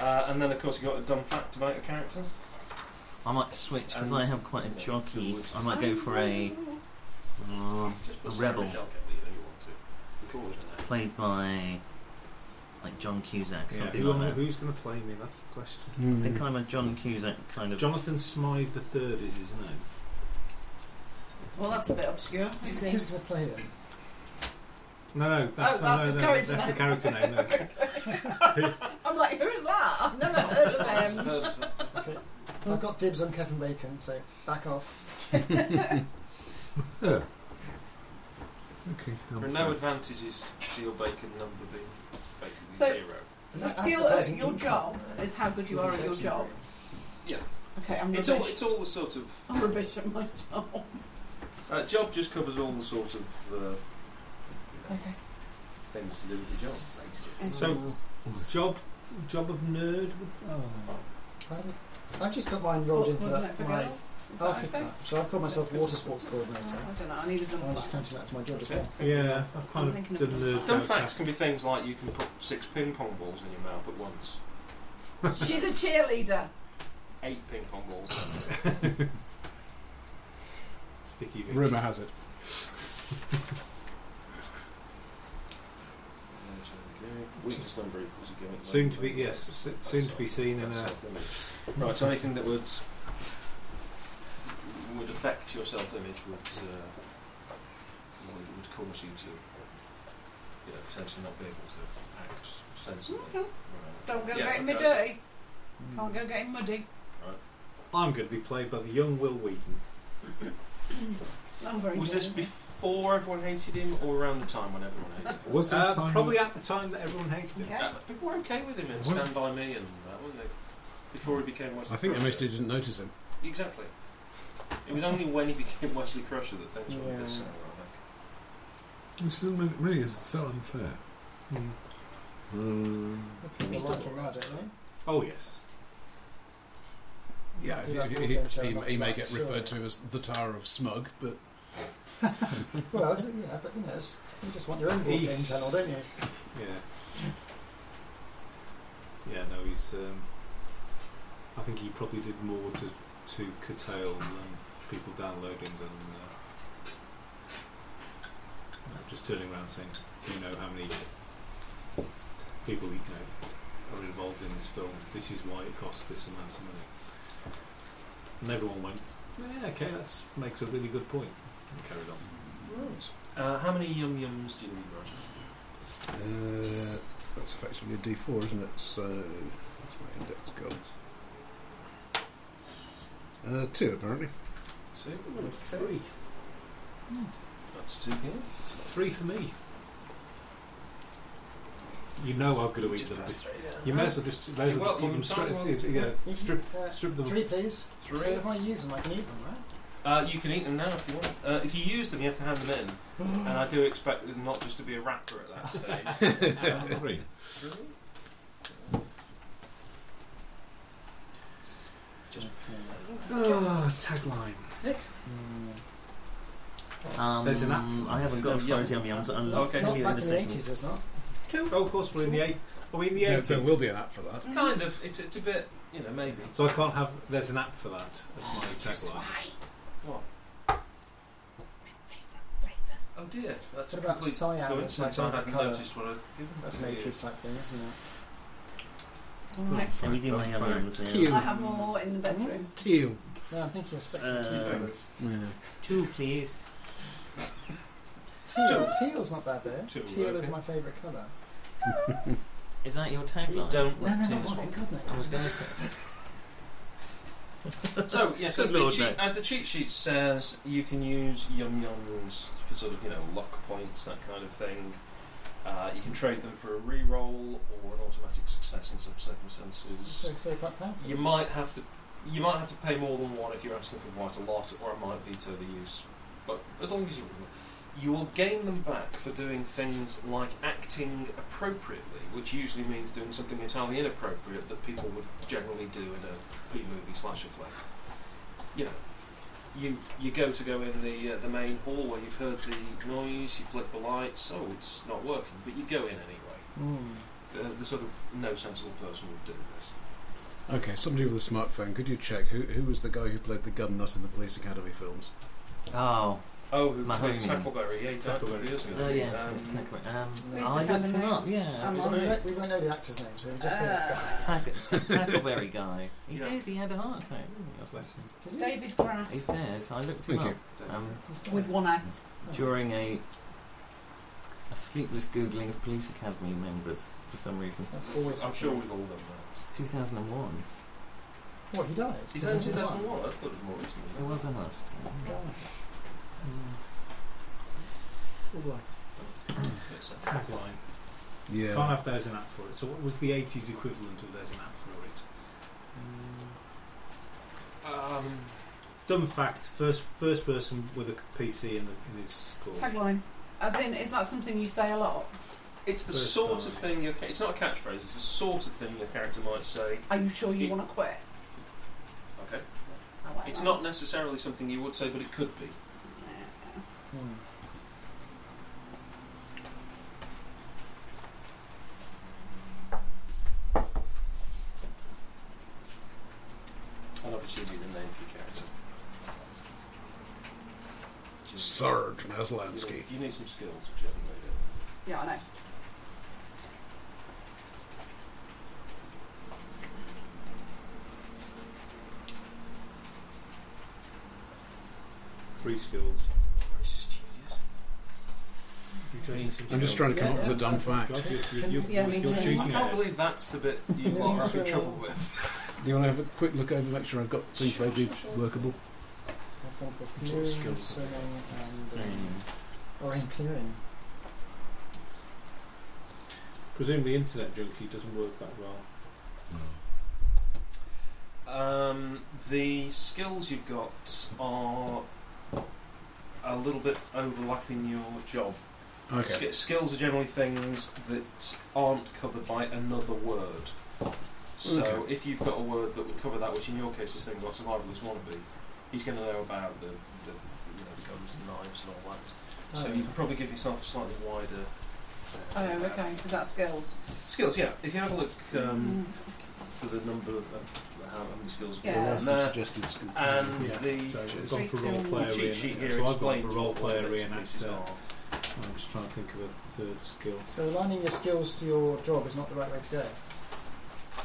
[SPEAKER 3] Uh, and then, of course, you got a dumb fact about your character.
[SPEAKER 5] I might switch because
[SPEAKER 3] And-
[SPEAKER 5] I have quite a jockey.
[SPEAKER 3] Good.
[SPEAKER 5] I might go for a um,
[SPEAKER 3] Just put
[SPEAKER 5] A
[SPEAKER 3] Sarah
[SPEAKER 5] rebel.
[SPEAKER 3] Michelle Gellar, you know you want to. We call her that.
[SPEAKER 5] played by like John Cusack,
[SPEAKER 10] Yeah.
[SPEAKER 5] something
[SPEAKER 6] Who am I-
[SPEAKER 5] like that.
[SPEAKER 6] who's going to play me? That's the question.
[SPEAKER 5] I think I'm a John Cusack kind of.
[SPEAKER 6] Jonathan Smythe the Third is his name.
[SPEAKER 8] Well, that's a bit obscure. Who's
[SPEAKER 4] Who's going
[SPEAKER 8] he?
[SPEAKER 4] to play him?
[SPEAKER 6] No, no, that's,
[SPEAKER 8] Oh,
[SPEAKER 6] no,
[SPEAKER 8] that's his
[SPEAKER 6] no, no,
[SPEAKER 8] character
[SPEAKER 6] That's the
[SPEAKER 8] name.
[SPEAKER 6] character name. No.
[SPEAKER 8] I'm like, who's that? I've never heard of him.
[SPEAKER 3] Heard of that.
[SPEAKER 4] Okay. I've got dibs on Kevin Bacon, so back off.
[SPEAKER 10] Okay.
[SPEAKER 3] There are no advantages to your bacon number being basically
[SPEAKER 8] So-
[SPEAKER 3] zero.
[SPEAKER 8] The skill at your job is how good you are at your job.
[SPEAKER 3] Yeah,
[SPEAKER 8] Okay, I'm
[SPEAKER 3] it's
[SPEAKER 8] rubbish.
[SPEAKER 3] all it's all the sort of
[SPEAKER 8] I'm rubbish at my job.
[SPEAKER 3] uh, job just covers all the sort of uh, you know,
[SPEAKER 8] Okay.
[SPEAKER 3] things to do with the job. basically.
[SPEAKER 6] So, job, job of nerd. Oh.
[SPEAKER 4] I'm- I've just got mine rolled
[SPEAKER 8] Sports
[SPEAKER 4] into
[SPEAKER 8] coordinator for
[SPEAKER 4] my
[SPEAKER 8] girls. Is that okay?
[SPEAKER 4] archetype, so I've called myself water sports
[SPEAKER 8] Oh,
[SPEAKER 4] coordinator.
[SPEAKER 8] I don't know. I need a
[SPEAKER 4] And I'm just
[SPEAKER 8] number.
[SPEAKER 4] counting that as my job as well.
[SPEAKER 6] Yeah, I've kind
[SPEAKER 8] I'm
[SPEAKER 6] of
[SPEAKER 8] thinking
[SPEAKER 6] done
[SPEAKER 8] of
[SPEAKER 6] the
[SPEAKER 8] dumb
[SPEAKER 3] Dumb
[SPEAKER 6] nerd
[SPEAKER 3] facts
[SPEAKER 6] test.
[SPEAKER 3] can be things like you can put six ping pong balls in your mouth at once,
[SPEAKER 8] She's a cheerleader.
[SPEAKER 3] eight ping pong balls.
[SPEAKER 6] Sticky bits.
[SPEAKER 7] rumor has it.
[SPEAKER 3] Weakness number equals a gimmick.
[SPEAKER 6] Soon to
[SPEAKER 3] number.
[SPEAKER 6] be yes, so- soon to be seen in uh, a.
[SPEAKER 3] Right, so anything that would would affect your self-image would uh, would, would cause you to, you know, potentially not be able to act sensibly.
[SPEAKER 8] Okay. Don't go
[SPEAKER 3] Yeah,
[SPEAKER 8] getting me
[SPEAKER 3] okay.
[SPEAKER 8] dirty. Can't go getting muddy.
[SPEAKER 6] I'm going to be played by the young Will Wheaton.
[SPEAKER 8] I'm very
[SPEAKER 3] Was
[SPEAKER 8] good.
[SPEAKER 3] this before before everyone hated him, or around the time when everyone hated him?
[SPEAKER 1] Was there
[SPEAKER 10] Uh,
[SPEAKER 1] a time
[SPEAKER 10] probably
[SPEAKER 1] at the time that everyone hated
[SPEAKER 8] him?
[SPEAKER 3] Uh, people were okay with him in
[SPEAKER 10] Wasn't-
[SPEAKER 3] Stand By Me and that, weren't they? Before he became Wesley
[SPEAKER 7] I think
[SPEAKER 3] Crusher.
[SPEAKER 7] MHD didn't notice him.
[SPEAKER 3] Exactly. It was only when he became Wesley Crusher that things went a
[SPEAKER 5] Yeah.
[SPEAKER 3] bit sour, I think.
[SPEAKER 10] Which is really- really is so unfair.
[SPEAKER 4] People like him now, don't they?
[SPEAKER 1] Oh yes.
[SPEAKER 7] Yeah,
[SPEAKER 4] Do that
[SPEAKER 7] he,
[SPEAKER 4] board
[SPEAKER 7] he-
[SPEAKER 4] game show,
[SPEAKER 7] he-
[SPEAKER 4] knock
[SPEAKER 7] he
[SPEAKER 4] him
[SPEAKER 7] may
[SPEAKER 4] out,
[SPEAKER 7] get
[SPEAKER 4] surely.
[SPEAKER 7] referred to as the Tower of Smug, but
[SPEAKER 4] Well, is it? yeah, but you know, it's, you just want your own board game
[SPEAKER 1] He's-
[SPEAKER 4] channel, don't you?
[SPEAKER 1] Yeah. Yeah. No, he's. Um, I think he probably did more to to curtail um, people downloading than uh, you know, just turning around saying, "Do you know how many people you know are involved in this film? This is why it costs this amount of money." And everyone went, "Yeah, okay, that makes a really good point." And carried on.
[SPEAKER 3] Uh, how many yum yums do you need, Roger?
[SPEAKER 7] uh, that's effectively a D4, isn't it? So that's my index goals. Uh, two apparently.
[SPEAKER 3] Two.
[SPEAKER 1] Three.
[SPEAKER 3] That's two here.
[SPEAKER 1] Three for me. You know I'm going to eat them. You may as well just, may as well
[SPEAKER 3] Well,
[SPEAKER 1] just keep
[SPEAKER 3] you
[SPEAKER 1] them straight.
[SPEAKER 3] might
[SPEAKER 1] yeah,
[SPEAKER 3] well-
[SPEAKER 1] yeah,
[SPEAKER 4] You can,
[SPEAKER 1] strip,
[SPEAKER 4] uh,
[SPEAKER 1] strip them.
[SPEAKER 4] Three P's. So
[SPEAKER 3] Three.
[SPEAKER 4] if I use them, I can eat them, right?
[SPEAKER 3] Uh, you can eat them now if you want. Uh, if you use them, you have to hand them in. And I do expect them not just to be a wrapper at that stage.
[SPEAKER 10] Three.
[SPEAKER 3] Really? Just
[SPEAKER 1] Ah, tagline.
[SPEAKER 5] Um,
[SPEAKER 1] There's an app for
[SPEAKER 5] I
[SPEAKER 1] that.
[SPEAKER 5] haven't got a
[SPEAKER 3] Yum
[SPEAKER 5] flow
[SPEAKER 3] yums.
[SPEAKER 5] yum yums
[SPEAKER 3] Okay.
[SPEAKER 5] unlocked.
[SPEAKER 4] Not
[SPEAKER 5] Maybe in
[SPEAKER 4] back
[SPEAKER 5] a
[SPEAKER 4] in the
[SPEAKER 5] second.
[SPEAKER 4] eighties, it's not.
[SPEAKER 1] Oh, of course, we're in the eight. Are we in the
[SPEAKER 7] There,
[SPEAKER 1] eighties?
[SPEAKER 7] there will be an app for that.
[SPEAKER 3] Mm-hmm. kind of. It's it's a bit. You know, maybe.
[SPEAKER 1] So I can't have. There's an app for that as my tagline.
[SPEAKER 3] What? Oh dear. That's
[SPEAKER 4] What
[SPEAKER 3] a
[SPEAKER 4] about
[SPEAKER 3] complete
[SPEAKER 4] cyan? That's my
[SPEAKER 3] coincidence. I
[SPEAKER 4] favourite
[SPEAKER 3] hadn't
[SPEAKER 4] colour.
[SPEAKER 3] noticed what I'd given.
[SPEAKER 4] That's
[SPEAKER 3] to
[SPEAKER 4] an
[SPEAKER 3] you.
[SPEAKER 4] eighties type thing, isn't it?
[SPEAKER 5] Are we doing my yum yums
[SPEAKER 7] Two.
[SPEAKER 5] now?
[SPEAKER 8] I have more in the bedroom.
[SPEAKER 7] Two.
[SPEAKER 4] No, I'm thinking of spectrum
[SPEAKER 5] Uh,
[SPEAKER 4] cucumbers.
[SPEAKER 5] Two, please.
[SPEAKER 4] Teal,
[SPEAKER 3] Uh,
[SPEAKER 4] teal's not bad though.
[SPEAKER 3] Teal,
[SPEAKER 4] Teal is
[SPEAKER 3] okay.
[SPEAKER 4] my favourite colour.
[SPEAKER 5] Is that your
[SPEAKER 3] You
[SPEAKER 5] tagline?
[SPEAKER 3] don't
[SPEAKER 4] No,
[SPEAKER 3] let
[SPEAKER 4] no, no,
[SPEAKER 3] teams
[SPEAKER 4] what?
[SPEAKER 3] walk.
[SPEAKER 4] God, no.
[SPEAKER 5] I was going to say.
[SPEAKER 3] So yes, as
[SPEAKER 5] Good
[SPEAKER 3] the,
[SPEAKER 5] lord,
[SPEAKER 3] cheat,
[SPEAKER 5] mate.
[SPEAKER 3] as the cheat sheet says, you can use yum yums for sort of you know luck points that kind of thing. Uh, you can trade them for a reroll or an automatic success in some circumstances.
[SPEAKER 4] So, so quite powerful.
[SPEAKER 3] You might have to you might have to pay more than one if you're asking for quite a lot, or I might veto the use. But as long as you you will gain them back for doing things like acting appropriately, which usually means doing something entirely inappropriate that people would generally do in a B movie slasher flick you know, you you go to go in the uh, the main hall where you've heard the noise, you flick the lights. Oh, it's not working, but you go in anyway. Uh,
[SPEAKER 4] Mm.
[SPEAKER 3] The, the sort of no sensible person would do this.
[SPEAKER 7] Okay, somebody with a smartphone, could you check who who was the guy who played the gun nut in the Police Academy films?
[SPEAKER 5] Oh,
[SPEAKER 3] Oh, who
[SPEAKER 5] Mahoney.
[SPEAKER 3] played Tackleberry? Yeah, he died a couple
[SPEAKER 1] Tackleberry.
[SPEAKER 3] of years ago.
[SPEAKER 5] oh yeah.
[SPEAKER 3] Um,
[SPEAKER 5] tag- tagline. Um,
[SPEAKER 8] Where's
[SPEAKER 5] I
[SPEAKER 8] the
[SPEAKER 5] looked him
[SPEAKER 8] fellow
[SPEAKER 5] up. Yeah,
[SPEAKER 8] Um, uh,
[SPEAKER 4] We,
[SPEAKER 3] Isn't it?
[SPEAKER 4] won't, we won't know the actor's name, so we just
[SPEAKER 8] Ah.
[SPEAKER 4] said.
[SPEAKER 5] Tag- t- Tackleberry guy. He
[SPEAKER 3] Yeah.
[SPEAKER 5] did. He had a heart attack. Didn't he? I was like,
[SPEAKER 4] Did you?
[SPEAKER 8] David Grant
[SPEAKER 5] He's dead. I looked him
[SPEAKER 7] Thank
[SPEAKER 5] up
[SPEAKER 7] you.
[SPEAKER 5] um,
[SPEAKER 4] He's dead.
[SPEAKER 8] with one eye.
[SPEAKER 5] during a a sleepless googling of police academy members for some reason.
[SPEAKER 4] That's always.
[SPEAKER 3] I'm sure we've all done that.
[SPEAKER 5] 2001.
[SPEAKER 4] What he died?
[SPEAKER 3] He died in
[SPEAKER 4] Did he die?
[SPEAKER 3] 2001. I thought it was more recent.
[SPEAKER 5] It was a heart attack.
[SPEAKER 4] God.
[SPEAKER 1] Tagline.
[SPEAKER 7] Yeah.
[SPEAKER 1] Can't have there's an app for it. So what was the eighties equivalent of there's an app for it?
[SPEAKER 3] Um,
[SPEAKER 1] Dumb fact. First first person with a PC in, the, in his score.
[SPEAKER 8] Tagline. As in, is that something you say a lot?
[SPEAKER 3] it's the
[SPEAKER 1] First
[SPEAKER 3] sort
[SPEAKER 1] time.
[SPEAKER 3] of thing. Your, ca- it's not a catchphrase. It's the sort of thing your character might say.
[SPEAKER 8] Are you sure you want to quit?
[SPEAKER 3] Okay.
[SPEAKER 8] I like
[SPEAKER 3] It's
[SPEAKER 8] that.
[SPEAKER 3] not necessarily something you would say, but it could be.
[SPEAKER 4] Hmm.
[SPEAKER 3] And obviously, be the name for your character.
[SPEAKER 7] Serge Maslansky.
[SPEAKER 3] You need some skills, which you haven't made yet.
[SPEAKER 8] Yeah, I know.
[SPEAKER 1] Three skills.
[SPEAKER 3] Very studious.
[SPEAKER 7] I'm just trying to come
[SPEAKER 4] Yeah,
[SPEAKER 7] up with a dumb fact.
[SPEAKER 1] God, you're, you're, you're,
[SPEAKER 8] Yeah, I mean,
[SPEAKER 1] you're
[SPEAKER 8] yeah.
[SPEAKER 3] I
[SPEAKER 1] shooting
[SPEAKER 3] can't
[SPEAKER 1] at it.
[SPEAKER 3] believe that's the bit you
[SPEAKER 4] Yeah,
[SPEAKER 3] lot are
[SPEAKER 4] he's
[SPEAKER 3] having
[SPEAKER 4] really-
[SPEAKER 3] trouble with.
[SPEAKER 7] Do you want to have a quick look over, make sure I've got things
[SPEAKER 3] Sure,
[SPEAKER 7] maybe
[SPEAKER 3] sure, sure.
[SPEAKER 7] workable?
[SPEAKER 4] I think of
[SPEAKER 7] Sort of
[SPEAKER 4] canoeing,
[SPEAKER 7] skills.
[SPEAKER 4] swimming, and um,
[SPEAKER 5] Mm.
[SPEAKER 4] orienteering.
[SPEAKER 1] Presumably, internet junkie doesn't work that well.
[SPEAKER 3] Um, the skills you've got are a little bit overlapping your job. Sk- skills are generally things that aren't covered by another word. So
[SPEAKER 7] Okay.
[SPEAKER 3] if you've got a word that would cover that, which in your case is things like survivalist wannabe, he's going to know about the, the you know, guns and knives and all that. So
[SPEAKER 4] Oh.
[SPEAKER 3] you can probably give yourself a slightly wider. uh,
[SPEAKER 8] Oh, okay. Is that skills?
[SPEAKER 3] Skills, yeah. If you have a look um, for the number of uh, how many skills
[SPEAKER 8] Mm. Yeah.
[SPEAKER 3] you've got
[SPEAKER 8] There
[SPEAKER 7] There
[SPEAKER 8] are
[SPEAKER 7] are
[SPEAKER 3] on
[SPEAKER 7] some
[SPEAKER 3] there,
[SPEAKER 7] suggested schools.
[SPEAKER 3] uh, and
[SPEAKER 1] Yeah.
[SPEAKER 3] the
[SPEAKER 1] So I've
[SPEAKER 8] Three,
[SPEAKER 1] gone for
[SPEAKER 8] two,
[SPEAKER 1] role
[SPEAKER 8] one.
[SPEAKER 1] player
[SPEAKER 3] cheat sheet here
[SPEAKER 1] reenactor. So I've gone
[SPEAKER 3] explains
[SPEAKER 1] for
[SPEAKER 3] what
[SPEAKER 1] role
[SPEAKER 3] the
[SPEAKER 1] player
[SPEAKER 3] bits and pieces
[SPEAKER 1] reenactor.
[SPEAKER 3] are.
[SPEAKER 1] I'm just trying to think of a third skill.
[SPEAKER 4] So aligning your skills to your job is not the right way to go.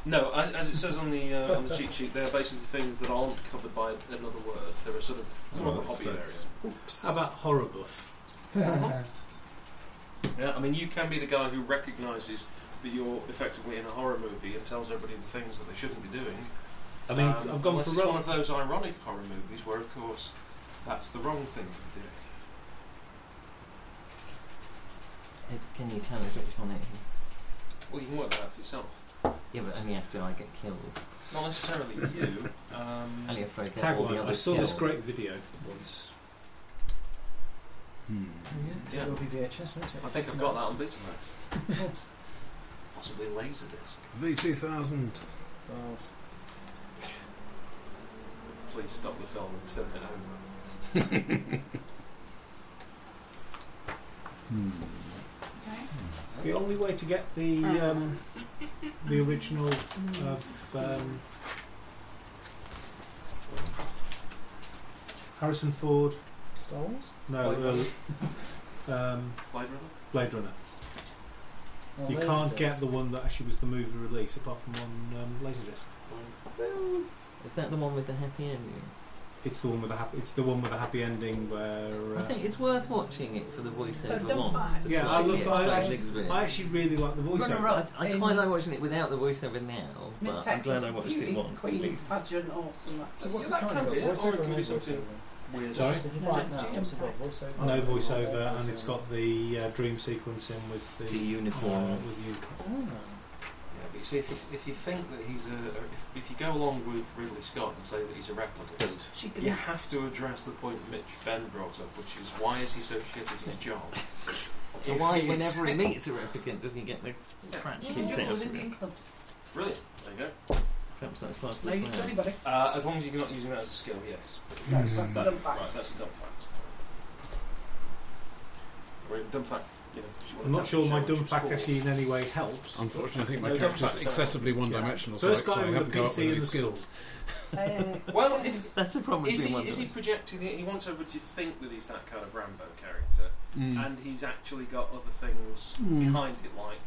[SPEAKER 3] No, as, as it says on the uh, on the cheat sheet, they're basically things that aren't covered by another word. They're a sort of more of a
[SPEAKER 10] Oh,
[SPEAKER 3] hobby
[SPEAKER 10] that's-
[SPEAKER 3] area.
[SPEAKER 1] How about horror buff?
[SPEAKER 3] Yeah, I mean, you can be the guy who recognises that you're effectively in a horror movie and tells everybody the things that they shouldn't be doing.
[SPEAKER 1] I mean,
[SPEAKER 3] Um,
[SPEAKER 1] I've gone
[SPEAKER 3] unless
[SPEAKER 1] for
[SPEAKER 3] it's
[SPEAKER 1] role.
[SPEAKER 3] one of those ironic horror movies where, of course, that's the wrong thing to be doing.
[SPEAKER 5] If- Can you tell us which one it is?
[SPEAKER 3] Well, you can work that out for yourself.
[SPEAKER 5] Yeah, but only after I get killed.
[SPEAKER 3] Not necessarily you. Um,
[SPEAKER 5] Only after I get all the
[SPEAKER 1] Tagline.
[SPEAKER 5] other
[SPEAKER 1] I saw
[SPEAKER 5] killed.
[SPEAKER 1] this great video once.
[SPEAKER 7] Hmm.
[SPEAKER 4] So it'll be VHS, won't it?
[SPEAKER 3] I think I've got that on Betamax.
[SPEAKER 4] Yes.
[SPEAKER 3] Possibly Laserdisc.
[SPEAKER 7] V2000.
[SPEAKER 4] God.
[SPEAKER 3] Please stop the film and turn it over.
[SPEAKER 7] Hmm.
[SPEAKER 8] Okay.
[SPEAKER 1] It's the only way to get
[SPEAKER 8] Mm.
[SPEAKER 1] the
[SPEAKER 8] Ah.
[SPEAKER 1] um, the original of um, Harrison Ford.
[SPEAKER 4] Star Wars?
[SPEAKER 1] No, uh, um,
[SPEAKER 3] Blade Runner?
[SPEAKER 1] Blade Runner.
[SPEAKER 4] Well,
[SPEAKER 1] You
[SPEAKER 4] those
[SPEAKER 1] can't
[SPEAKER 4] days.
[SPEAKER 1] get the one that actually was the movie release, apart from on um, Laserdisc.
[SPEAKER 5] Is that the one with the happy ending?
[SPEAKER 1] It's the one with a happy. It's the one with a happy ending where.
[SPEAKER 5] I
[SPEAKER 1] Uh,
[SPEAKER 5] think it's worth watching it for the
[SPEAKER 8] So
[SPEAKER 5] voiceover
[SPEAKER 8] don't
[SPEAKER 5] once.
[SPEAKER 8] fight.
[SPEAKER 5] to
[SPEAKER 1] yeah,
[SPEAKER 5] see
[SPEAKER 1] I
[SPEAKER 5] if it
[SPEAKER 1] love. I,
[SPEAKER 5] explains
[SPEAKER 1] actually-
[SPEAKER 5] things a bit.
[SPEAKER 1] I actually really like the voiceover.
[SPEAKER 5] I,
[SPEAKER 8] Runner-up
[SPEAKER 5] I
[SPEAKER 8] in
[SPEAKER 5] quite like watching it without the voiceover now. but
[SPEAKER 8] Miss
[SPEAKER 5] I'm
[SPEAKER 8] Texas
[SPEAKER 5] glad I watched
[SPEAKER 8] Beauty
[SPEAKER 5] it once. at
[SPEAKER 8] Queen
[SPEAKER 5] least.
[SPEAKER 8] pageant or something.
[SPEAKER 4] So what's
[SPEAKER 3] Yeah,
[SPEAKER 4] the
[SPEAKER 3] that can
[SPEAKER 4] kind of
[SPEAKER 3] be it, or it
[SPEAKER 4] voiceover
[SPEAKER 3] can be
[SPEAKER 4] and no
[SPEAKER 3] something-
[SPEAKER 4] voiceover?
[SPEAKER 3] Weird.
[SPEAKER 1] Sorry?
[SPEAKER 4] If you buy it now,
[SPEAKER 8] Yeah.
[SPEAKER 4] it's about voiceover.
[SPEAKER 1] No
[SPEAKER 4] and
[SPEAKER 1] voiceover, and
[SPEAKER 4] voiceover.
[SPEAKER 1] it's got the uh, dream sequence in with the,
[SPEAKER 5] The unicorn.
[SPEAKER 1] uh, with unicorn.
[SPEAKER 4] Oh.
[SPEAKER 3] Yeah, but you see, if, if, if you think that he's a. If, if you go along with Ridley Scott and say that he's a replicant,
[SPEAKER 8] She
[SPEAKER 3] you
[SPEAKER 8] can.
[SPEAKER 3] have to address the point Mitch Ben brought up, which is why is he so shit at his job?
[SPEAKER 5] So
[SPEAKER 3] If
[SPEAKER 5] why,
[SPEAKER 3] he is-
[SPEAKER 5] whenever he meets a replicant, doesn't he get the crap
[SPEAKER 8] She
[SPEAKER 5] kicked
[SPEAKER 8] can
[SPEAKER 5] out
[SPEAKER 8] was
[SPEAKER 5] of
[SPEAKER 8] in
[SPEAKER 5] him?
[SPEAKER 8] gay clubs.
[SPEAKER 3] Brilliant. There you go.
[SPEAKER 5] Perhaps that's part of the
[SPEAKER 8] Ladies to
[SPEAKER 5] plan.
[SPEAKER 8] anybody.
[SPEAKER 3] Uh, as long as you're not using that as a skill, yes. Mm.
[SPEAKER 8] That's that's a
[SPEAKER 3] That-
[SPEAKER 8] dumb fact.
[SPEAKER 3] Right, that's a dumb fact. Or a dumb fact. You know, if you want
[SPEAKER 1] I'm
[SPEAKER 3] to
[SPEAKER 1] not
[SPEAKER 3] tap
[SPEAKER 1] sure
[SPEAKER 3] the
[SPEAKER 1] my
[SPEAKER 3] shoulder,
[SPEAKER 1] dumb
[SPEAKER 3] it's
[SPEAKER 1] fact
[SPEAKER 3] four.
[SPEAKER 1] actually in any way helps.
[SPEAKER 7] Unfortunately, I think
[SPEAKER 3] No,
[SPEAKER 7] my
[SPEAKER 3] don't
[SPEAKER 7] character's
[SPEAKER 3] touch that.
[SPEAKER 7] excessively one-dimensional, so, I,
[SPEAKER 1] First
[SPEAKER 7] so
[SPEAKER 1] guy
[SPEAKER 7] I
[SPEAKER 1] with
[SPEAKER 7] haven't
[SPEAKER 1] the
[SPEAKER 7] come up with
[SPEAKER 1] PC and
[SPEAKER 7] any
[SPEAKER 1] the
[SPEAKER 7] skills.
[SPEAKER 8] Uh,
[SPEAKER 3] Well, if,
[SPEAKER 5] That's the problem with
[SPEAKER 3] Is
[SPEAKER 5] being
[SPEAKER 3] he,
[SPEAKER 5] one
[SPEAKER 3] is he
[SPEAKER 5] dimensional.
[SPEAKER 3] projecting it? He wants everybody to think that he's that kind of Rambo character,
[SPEAKER 7] Mm.
[SPEAKER 3] and he's actually got other things behind it, like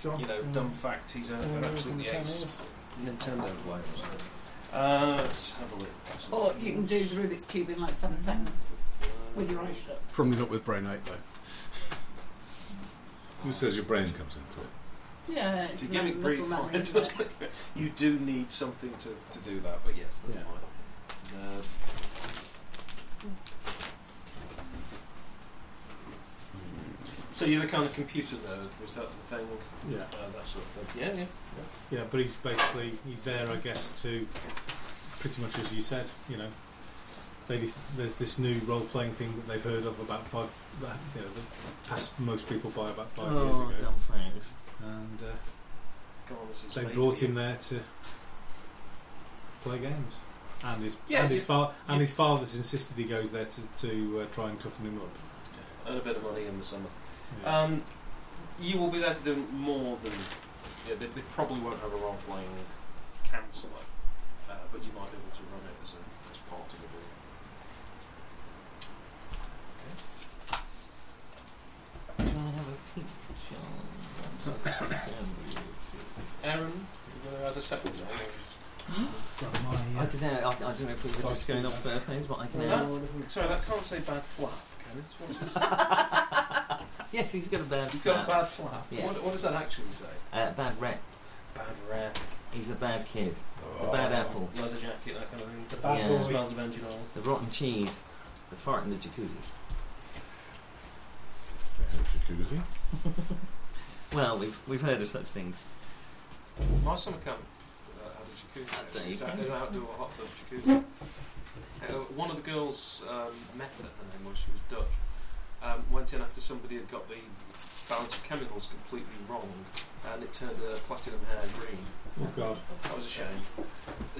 [SPEAKER 4] John,
[SPEAKER 3] you know,
[SPEAKER 4] mm.
[SPEAKER 3] dumb fact he's a,
[SPEAKER 4] Mm,
[SPEAKER 3] an absolutely
[SPEAKER 4] Nintendo
[SPEAKER 3] ace
[SPEAKER 4] is.
[SPEAKER 3] Nintendo player. or something. Uh, let's have a look.
[SPEAKER 8] Or Oh, you can do the Rubik's Cube in like seven seconds with your eyes shut.
[SPEAKER 7] Probably not with brain eight though.
[SPEAKER 10] Who says your brain comes into it?
[SPEAKER 8] Yeah,
[SPEAKER 3] It's
[SPEAKER 8] it's
[SPEAKER 3] a
[SPEAKER 8] no
[SPEAKER 3] gimmick brief.
[SPEAKER 8] muscle
[SPEAKER 3] fine.
[SPEAKER 8] memory. isn't it?
[SPEAKER 3] you do need something to, to do that, but yes, that's
[SPEAKER 1] Yeah.
[SPEAKER 3] fine. Uh, so you're the kind of computer nerd, was that the thing?
[SPEAKER 1] Yeah,
[SPEAKER 3] Uh, that sort of thing. Yeah, yeah.
[SPEAKER 1] yeah, but he's basically he's there, I guess, to pretty much as you said. You know, they, there's this new role-playing thing that they've heard of about five, that, you know, that passed most people by about five
[SPEAKER 5] Oh,
[SPEAKER 1] years ago,
[SPEAKER 5] dumb things.
[SPEAKER 1] and uh,
[SPEAKER 3] Go on, this is
[SPEAKER 1] they
[SPEAKER 3] made
[SPEAKER 1] brought
[SPEAKER 3] for you.
[SPEAKER 1] him there to play games. And his
[SPEAKER 3] Yeah,
[SPEAKER 1] and his
[SPEAKER 3] you-
[SPEAKER 1] fa- and
[SPEAKER 3] you-
[SPEAKER 1] his father's insisted he goes there to, to uh, try and toughen him up.
[SPEAKER 3] earn a bit of money in the summer.
[SPEAKER 1] Yeah.
[SPEAKER 3] Um, you will be there to do more than. Yeah, they, they probably won't have a role playing counsellor, uh, but you might be able to run it as, a, as part of the room.
[SPEAKER 5] Can I have a peek, John? I'm so sorry, John.
[SPEAKER 3] Aaron, you're going to add a second one.
[SPEAKER 1] Got my, uh,
[SPEAKER 5] I don't know. I, I don't know if we were just going off first names, but I can.
[SPEAKER 3] Yeah.
[SPEAKER 5] ask.
[SPEAKER 3] Sorry, that can't say bad flap, can it? What's this?
[SPEAKER 5] Yes, he's got a bad.
[SPEAKER 3] You've got a
[SPEAKER 5] rap.
[SPEAKER 3] bad flap.
[SPEAKER 5] Yeah.
[SPEAKER 3] What, what does that actually say?
[SPEAKER 5] uh, bad rep.
[SPEAKER 3] Bad rap,
[SPEAKER 5] He's a bad kid. The
[SPEAKER 3] Oh.
[SPEAKER 5] bad apple.
[SPEAKER 3] leather jacket, that kind of thing. The
[SPEAKER 5] bad Yeah. boy.
[SPEAKER 3] smells of engine oil.
[SPEAKER 5] The rotten cheese. The fart in the jacuzzi.
[SPEAKER 10] Oh, Jacuzzi.
[SPEAKER 5] Well, we've we've heard of such things.
[SPEAKER 3] My summer camp uh, had a jacuzzi.
[SPEAKER 5] Ah, there
[SPEAKER 3] actually.
[SPEAKER 5] you
[SPEAKER 3] It's out-
[SPEAKER 5] go.
[SPEAKER 3] an outdoor hot tub jacuzzi. Uh, one of the girls, um, Meta, her name was, she was Dutch, um, went in after somebody had got the balance of chemicals completely wrong and it turned her platinum hair green.
[SPEAKER 6] Oh god.
[SPEAKER 3] That was a shame.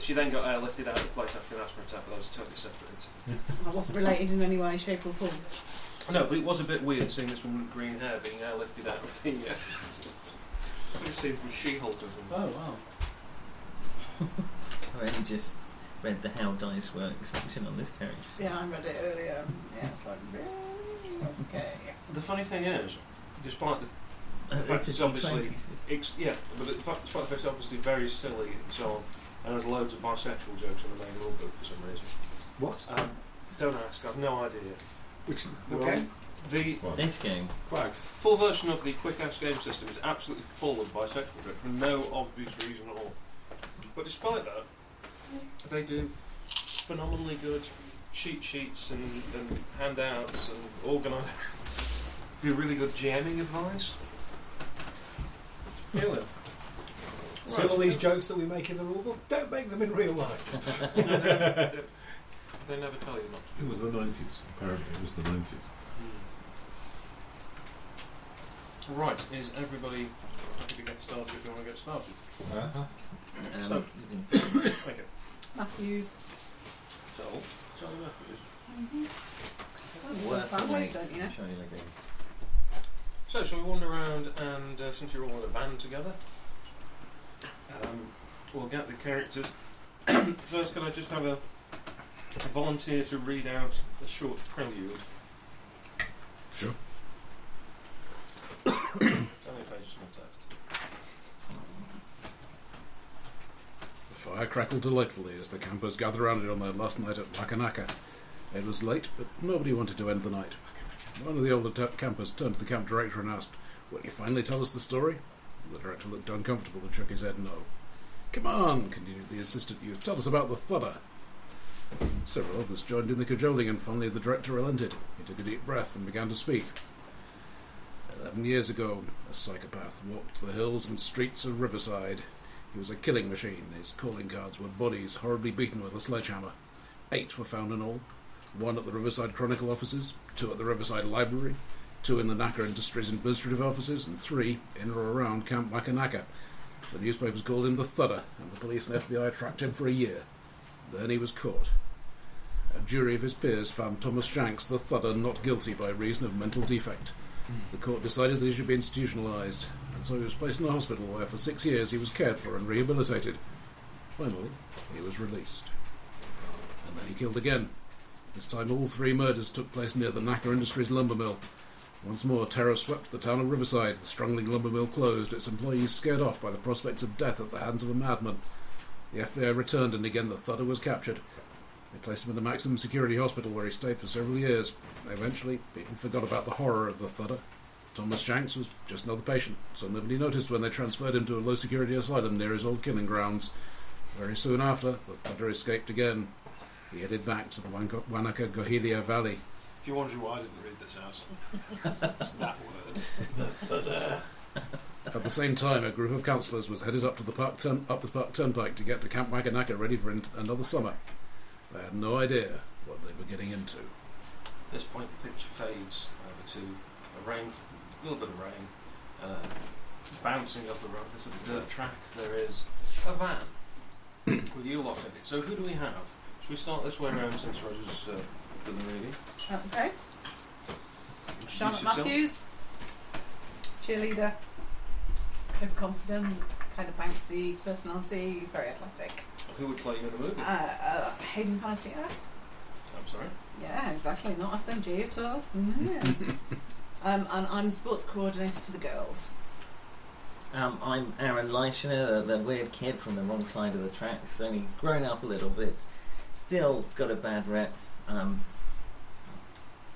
[SPEAKER 3] She then got airlifted out of the place after an asthma attack, but that was a totally separate incident.
[SPEAKER 8] I wasn't related in any way, shape, or form.
[SPEAKER 3] No, but it was a bit weird seeing this woman with green hair being airlifted out of the. Uh, it's like a scene from She-Hulk or something.
[SPEAKER 6] Oh wow.
[SPEAKER 5] I only just read the How Dice Work section on this carriage.
[SPEAKER 8] Yeah, I read it earlier. Yeah, it's like, really? Okay.
[SPEAKER 3] The funny thing is, despite the
[SPEAKER 5] Uh,
[SPEAKER 3] In fact,
[SPEAKER 5] it's a
[SPEAKER 3] it's obviously-
[SPEAKER 5] D20, says.
[SPEAKER 3] It's, yeah, but the fact, despite the fact it's obviously very silly and so on, and there's loads of bisexual jokes in the main rule book for some reason.
[SPEAKER 6] What?
[SPEAKER 3] Um, don't ask, I've no idea.
[SPEAKER 6] Which
[SPEAKER 3] Okay. The
[SPEAKER 5] This game.
[SPEAKER 6] Quags.
[SPEAKER 3] full version of the Quick Ass game system is absolutely full of bisexual jokes for no obvious reason at all. But despite that, they do phenomenally good cheat sheets and, and handouts and organise. do really good jamming advice. Anyway.
[SPEAKER 6] So all these jokes that we make in the rulebook, don't make them in real life.
[SPEAKER 3] No, they, never, they never tell you not
[SPEAKER 10] It was the 90s. Apparently, it was the 90s.
[SPEAKER 3] to. Right, is everybody happy to get started if you want to get started?
[SPEAKER 10] Uh-huh.
[SPEAKER 5] Um,
[SPEAKER 3] So-
[SPEAKER 5] you can-
[SPEAKER 3] Thank you.
[SPEAKER 8] Matthews.
[SPEAKER 3] So, Charlie Matthews.
[SPEAKER 8] Mm-hmm.
[SPEAKER 5] work
[SPEAKER 8] families,
[SPEAKER 5] relates
[SPEAKER 8] don't you know?
[SPEAKER 5] Charlie Legate.
[SPEAKER 3] So, shall we wander around and uh, since you're all in a van together, um, we'll get the characters. First, can I just have a, a volunteer to read out a short prelude?
[SPEAKER 1] Sure.
[SPEAKER 3] It's only a page of small text.
[SPEAKER 7] The fire crackled delightfully as the campers gathered around it on their last night at Lakanaka. It was late, but nobody wanted to end the night. One of the older t- campers turned to the camp director and asked, Will you finally tell us the story? The director looked uncomfortable and shook his head no. Come on, continued the assistant youth, tell us about the thudder. Several others joined in the cajoling, and finally the director relented. He took a deep breath and began to speak. Eleven years ago, a psychopath walked the hills and streets of Riverside. He was a killing machine. His calling cards were bodies horribly beaten with a sledgehammer. Eight were found in all one at the Riverside Chronicle offices, two at the Riverside Library, two in the Naka Industries administrative offices, and three in or around Camp Makanaka. The newspapers called him the Thudder, and the police and FBI tracked him for a year. Then he was caught. A jury of his peers found Thomas Shanks, the Thudder, not guilty by reason of mental defect. The court decided that he should be institutionalised, and so he was placed in a hospital where for six years he was cared for and rehabilitated. Finally, he was released. And then he killed again. This time all three murders took place near the Naka Industries lumber mill. Once more, terror swept the town of Riverside. The struggling lumber mill closed, its employees scared off by the prospects of death at the hands of a madman. The FBI returned, and again the Thudder was captured. They placed him in a maximum security hospital where he stayed for several years. Eventually, people forgot about the horror of the Thudder. Thomas Shanks was just another patient, so nobody noticed when they transferred him to a low security asylum near his old killing grounds. Very soon after, the Thudder escaped again. He headed back to the Wanko- Wanaka Gohelia Valley.
[SPEAKER 3] If you're wondering why I didn't read this out, it's that word.
[SPEAKER 7] At the same time, a group of councillors was headed up to the park turn- up the park turnpike to get to Camp Wakanaka ready for in- another summer. They had no idea what they were getting into.
[SPEAKER 3] At this point, the picture fades over to a rain, a little bit of rain, uh, bouncing up the road. There's a dirt track. There is a van with you lot in it. So who do we have? Should we start this way around since Roger's uh, done the reading?
[SPEAKER 8] Okay.
[SPEAKER 3] Introduce
[SPEAKER 8] Charlotte
[SPEAKER 3] yourself.
[SPEAKER 8] Matthews, cheerleader, overconfident, kind of bouncy personality, very athletic.
[SPEAKER 3] Who would play you in the movie?
[SPEAKER 8] Uh, uh, Hayden Panettiere.
[SPEAKER 3] I'm sorry.
[SPEAKER 8] Yeah, exactly. Not SMG at all.
[SPEAKER 3] Mm-hmm.
[SPEAKER 8] Mm. um, and I'm sports coordinator for the girls.
[SPEAKER 5] Um, I'm Aaron Leishner, the, the weird kid from the wrong side of the tracks. Only grown up a little bit, still got a bad rep. Um,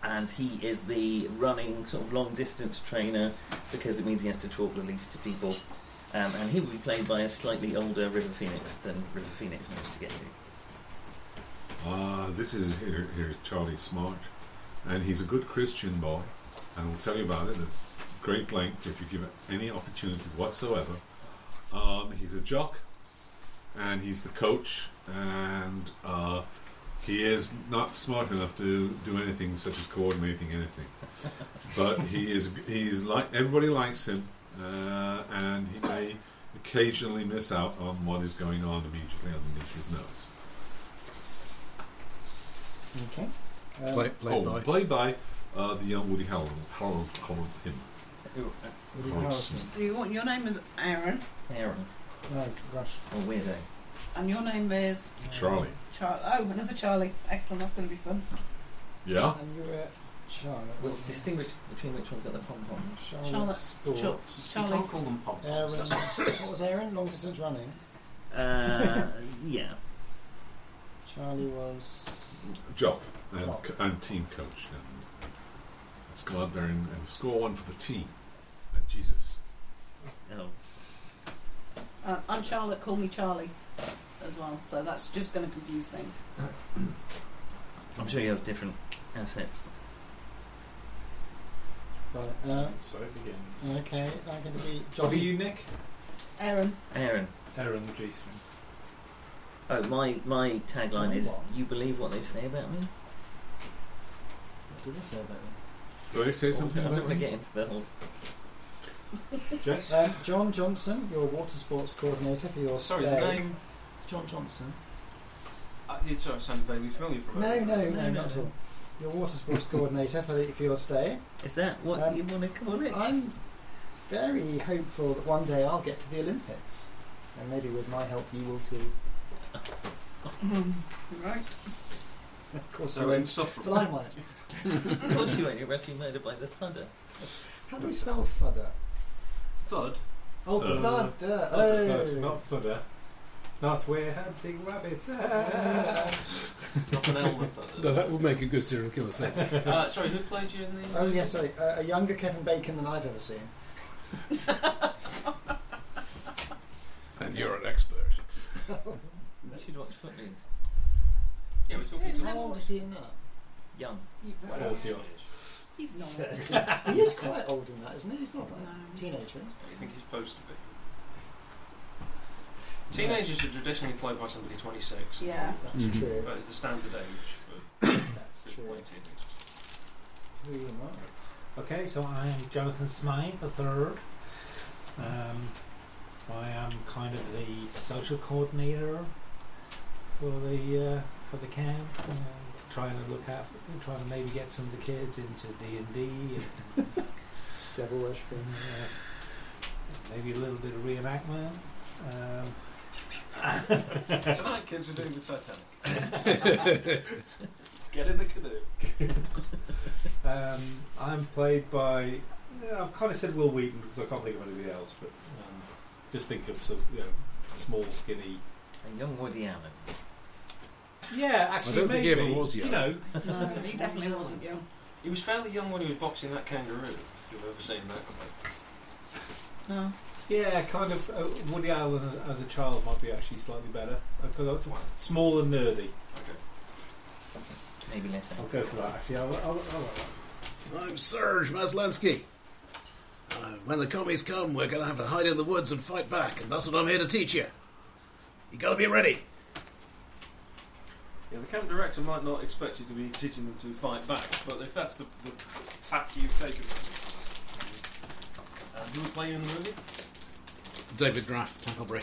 [SPEAKER 5] and he is the running sort of long distance trainer because it means he has to talk the least to people. Um, and he will be played by a slightly older River Phoenix than River Phoenix managed to get to.
[SPEAKER 10] Ah, this is here, here's Charlie Smart, and he's a good Christian boy. and we'll tell you about it at great length if you give it any opportunity whatsoever. Um, he's a jock, and he's the coach, and uh, he is not smart enough to do anything such as coordinating anything. but he is he's like everybody likes him, uh, and he may occasionally miss out on what is going on immediately underneath his nose.
[SPEAKER 4] Okay. Um,
[SPEAKER 7] Play, play
[SPEAKER 10] oh,
[SPEAKER 7] by.
[SPEAKER 10] played by uh, the young Woody Harrel- Harrel- Harrel- him.
[SPEAKER 5] Ooh,
[SPEAKER 4] uh, Woody
[SPEAKER 10] Oh,
[SPEAKER 4] Harrelson.
[SPEAKER 8] You want your name is Aaron,
[SPEAKER 5] Aaron,
[SPEAKER 4] Oh, gosh.
[SPEAKER 5] a weirdo.
[SPEAKER 8] and your name is
[SPEAKER 10] Charlie.
[SPEAKER 8] Charlie. Oh, another Charlie. Excellent. That's going to be fun.
[SPEAKER 10] Yeah?
[SPEAKER 4] And you're at Charlotte.
[SPEAKER 5] We'll distinguish between which one's got the pom poms.
[SPEAKER 4] Charlotte,
[SPEAKER 8] Charlotte.
[SPEAKER 4] Sports.
[SPEAKER 3] Oh, You
[SPEAKER 8] Charlie.
[SPEAKER 3] can't call them pom
[SPEAKER 4] Aaron,
[SPEAKER 3] poms. that's all.
[SPEAKER 4] what was Aaron? Long distance running.
[SPEAKER 5] Uh, yeah.
[SPEAKER 4] Charlie was.
[SPEAKER 10] Jock and,
[SPEAKER 4] Jock.
[SPEAKER 10] co- and team coach. And let's go out there and, and score one for the team. And Jesus.
[SPEAKER 5] Oh,
[SPEAKER 8] Uh, I'm Charlotte. Call me Charlie as well. So that's just going to confuse things.
[SPEAKER 5] I'm sure you have different assets.
[SPEAKER 4] Right. Uh,
[SPEAKER 1] so it begins.
[SPEAKER 4] okay, I'm going to be
[SPEAKER 1] What
[SPEAKER 4] John.
[SPEAKER 1] are you, Nick?
[SPEAKER 8] Aaron.
[SPEAKER 5] Aaron.
[SPEAKER 1] Aaron G.
[SPEAKER 5] Oh, my my tagline is:
[SPEAKER 4] What?
[SPEAKER 5] "You believe what they say about me."
[SPEAKER 4] Do this over then.
[SPEAKER 10] Do they say
[SPEAKER 5] I
[SPEAKER 10] something
[SPEAKER 5] don't
[SPEAKER 10] about
[SPEAKER 5] want to
[SPEAKER 10] me?
[SPEAKER 5] get into the whole.
[SPEAKER 1] Jess?
[SPEAKER 4] Um, John Johnson, your water sports coordinator for your
[SPEAKER 3] Sorry,
[SPEAKER 4] stay.
[SPEAKER 3] the name.
[SPEAKER 4] John Johnson.
[SPEAKER 3] Uh, it sort of sounded vaguely familiar from
[SPEAKER 4] No, no, no,
[SPEAKER 5] No, no,
[SPEAKER 4] not at
[SPEAKER 5] no.
[SPEAKER 4] all. Your water sports coordinator for, the, for your stay.
[SPEAKER 5] Is that what
[SPEAKER 4] Um,
[SPEAKER 5] you want to call it?
[SPEAKER 4] I'm very hopeful that one day I'll get to the Olympics. And maybe with my help, you will too.
[SPEAKER 8] right.
[SPEAKER 4] Of course, you
[SPEAKER 3] So
[SPEAKER 4] won't.
[SPEAKER 3] insufferable.
[SPEAKER 4] But I might.
[SPEAKER 5] of course you won't. You're actually murdered by the thunder.
[SPEAKER 4] How do we spell fudder?
[SPEAKER 3] Thud.
[SPEAKER 4] Oh,
[SPEAKER 10] Uh,
[SPEAKER 4] fudder.
[SPEAKER 1] Thud,
[SPEAKER 4] Oh.
[SPEAKER 1] not Fudder. Not we're hunting rabbits.
[SPEAKER 4] Uh,
[SPEAKER 3] Not an elder
[SPEAKER 7] No,
[SPEAKER 3] thud.
[SPEAKER 7] that would make a good serial killer thing.
[SPEAKER 3] uh, sorry, who played you in the?
[SPEAKER 4] Oh yeah, sorry. Uh, a younger Kevin Bacon than I've ever seen.
[SPEAKER 7] and you're an expert.
[SPEAKER 5] You should watch Footloose.
[SPEAKER 3] Yeah, we're talking to.
[SPEAKER 8] How old is
[SPEAKER 4] he in that?
[SPEAKER 5] Young.
[SPEAKER 8] You've
[SPEAKER 3] Wow.
[SPEAKER 1] Forty
[SPEAKER 3] Yeah.
[SPEAKER 1] odd.
[SPEAKER 8] He's not. no.
[SPEAKER 4] he is quite old in that, isn't he? He's not like a teenager.
[SPEAKER 3] You think he's supposed to be? Teenagers are traditionally played by somebody 26.
[SPEAKER 8] Yeah.
[SPEAKER 4] That's
[SPEAKER 2] Mm-hmm.
[SPEAKER 7] Mhm.
[SPEAKER 4] true.
[SPEAKER 3] That is the standard age
[SPEAKER 4] That's
[SPEAKER 3] for to
[SPEAKER 4] true.
[SPEAKER 3] play teenagers.
[SPEAKER 4] Who are you, Mark?
[SPEAKER 1] Okay, so I am Jonathan Smythe, the third. Um, I am kind of the social coordinator for the uh, for the camp, you know, trying to look after, trying to maybe get some of the kids into D and D,
[SPEAKER 4] Devil worshipping.
[SPEAKER 1] and uh, maybe a little bit of reenactment. Um,
[SPEAKER 3] Tonight, kids, we're doing the Titanic. Get in the canoe.
[SPEAKER 1] Um, I'm played by. Yeah, I've kind of said Will Wheaton because I can't think of anybody else, but um, just think of some you know, small, skinny.
[SPEAKER 5] A young Woody Allen.
[SPEAKER 1] Yeah, actually,
[SPEAKER 7] don't think
[SPEAKER 1] maybe.
[SPEAKER 7] he ever was
[SPEAKER 1] you
[SPEAKER 7] young.
[SPEAKER 1] know,
[SPEAKER 8] he definitely wasn't young.
[SPEAKER 3] He was fairly young when he was boxing that kangaroo. If you've ever seen that clip.
[SPEAKER 8] No.
[SPEAKER 1] yeah, kind of uh, Woody Allen as, as a child might be actually slightly better because I was
[SPEAKER 3] Wow.
[SPEAKER 1] small and nerdy.
[SPEAKER 3] Okay.
[SPEAKER 5] Maybe less.
[SPEAKER 3] Oh,
[SPEAKER 1] I'll go for that. Actually, I'll, I'll, I'll, I'll-
[SPEAKER 7] I'm Serge Maslansky. Uh, when the commies come, we're going to have to hide in the woods and fight back, and that's what I'm here to teach you. You got to be ready.
[SPEAKER 3] Yeah, the camp director might not expect you to be teaching them to fight back, but if that's the, the tack you've taken. Uh, who would play you in the movie?
[SPEAKER 7] David Graff, Tacklebury.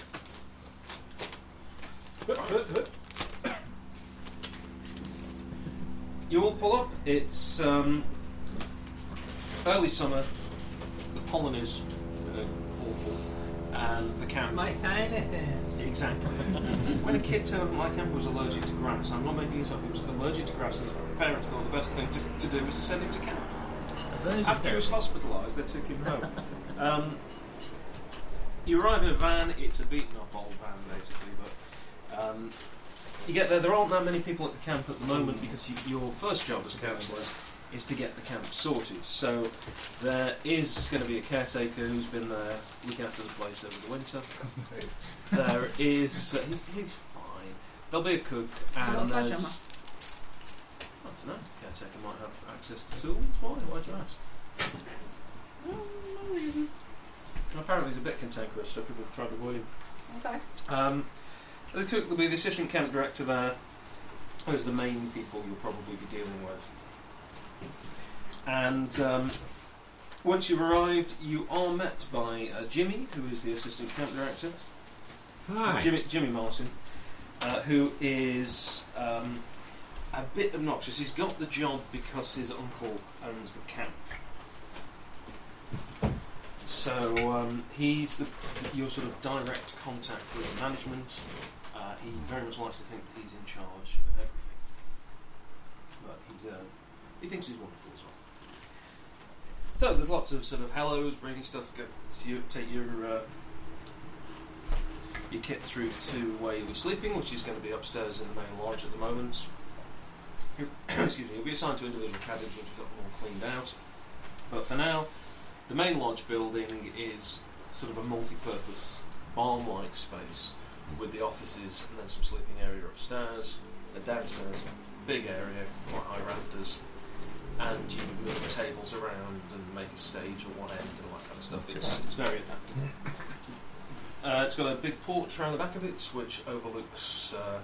[SPEAKER 3] You all pull up. It's um, early summer. The pollen is uh, awful, and the camp.
[SPEAKER 1] My sinuses.
[SPEAKER 3] Exactly. when a kid turned up at my camp he was allergic to grass, I'm not making this up. He was allergic to grass, and his parents thought the best thing to, to do was to send him to camp. After he was hospitalised, they took him home. Um, you arrive in a van. It's a beaten up old van, basically. But um, you get there. There aren't that many people at the camp at the moment because you, your first job as a counsellor is to get the camp sorted. So there is going to be a caretaker who's been there looking after the place over the winter. there is. Uh, he's, he's fine. There'll be a cook
[SPEAKER 8] Has he
[SPEAKER 3] and
[SPEAKER 8] got a
[SPEAKER 3] there's-
[SPEAKER 8] sledgehammer?
[SPEAKER 3] I don't know. Caretaker might have access to tools. Why? Why'd you ask?
[SPEAKER 8] No reason.
[SPEAKER 3] Apparently, he's a bit cantankerous, so people try to avoid him.
[SPEAKER 8] Okay.
[SPEAKER 3] Um, the cook will be the assistant camp director there. Those are the main people you'll probably be dealing with. And um, once you've arrived, you are met by uh, Jimmy, who is the assistant camp director. Jimmy, Jimmy Martin, uh, who is um, a bit obnoxious. He's got the job because his uncle owns the camp. So um, he's the, your sort of direct contact with management. Uh, he very much likes to think that he's in charge of everything. But he's, uh, he thinks he's wonderful as well. So there's lots of sort of hellos, bringing stuff, go to you, take your uh, your kit through to where you'll be sleeping, which is going to be upstairs in the main lodge at the moment. You- Excuse me, you'll be assigned to individual cabins once you've got them all cleaned out. But for now, the main lodge building is sort of a multi-purpose barn-like space with the offices and then some sleeping area upstairs. Then downstairs, big area, quite high rafters, and you would move the tables around and make a stage at one end and all that kind of stuff. It's, it's very adaptable. Uh, it's got a big porch around the back of it, which overlooks uh,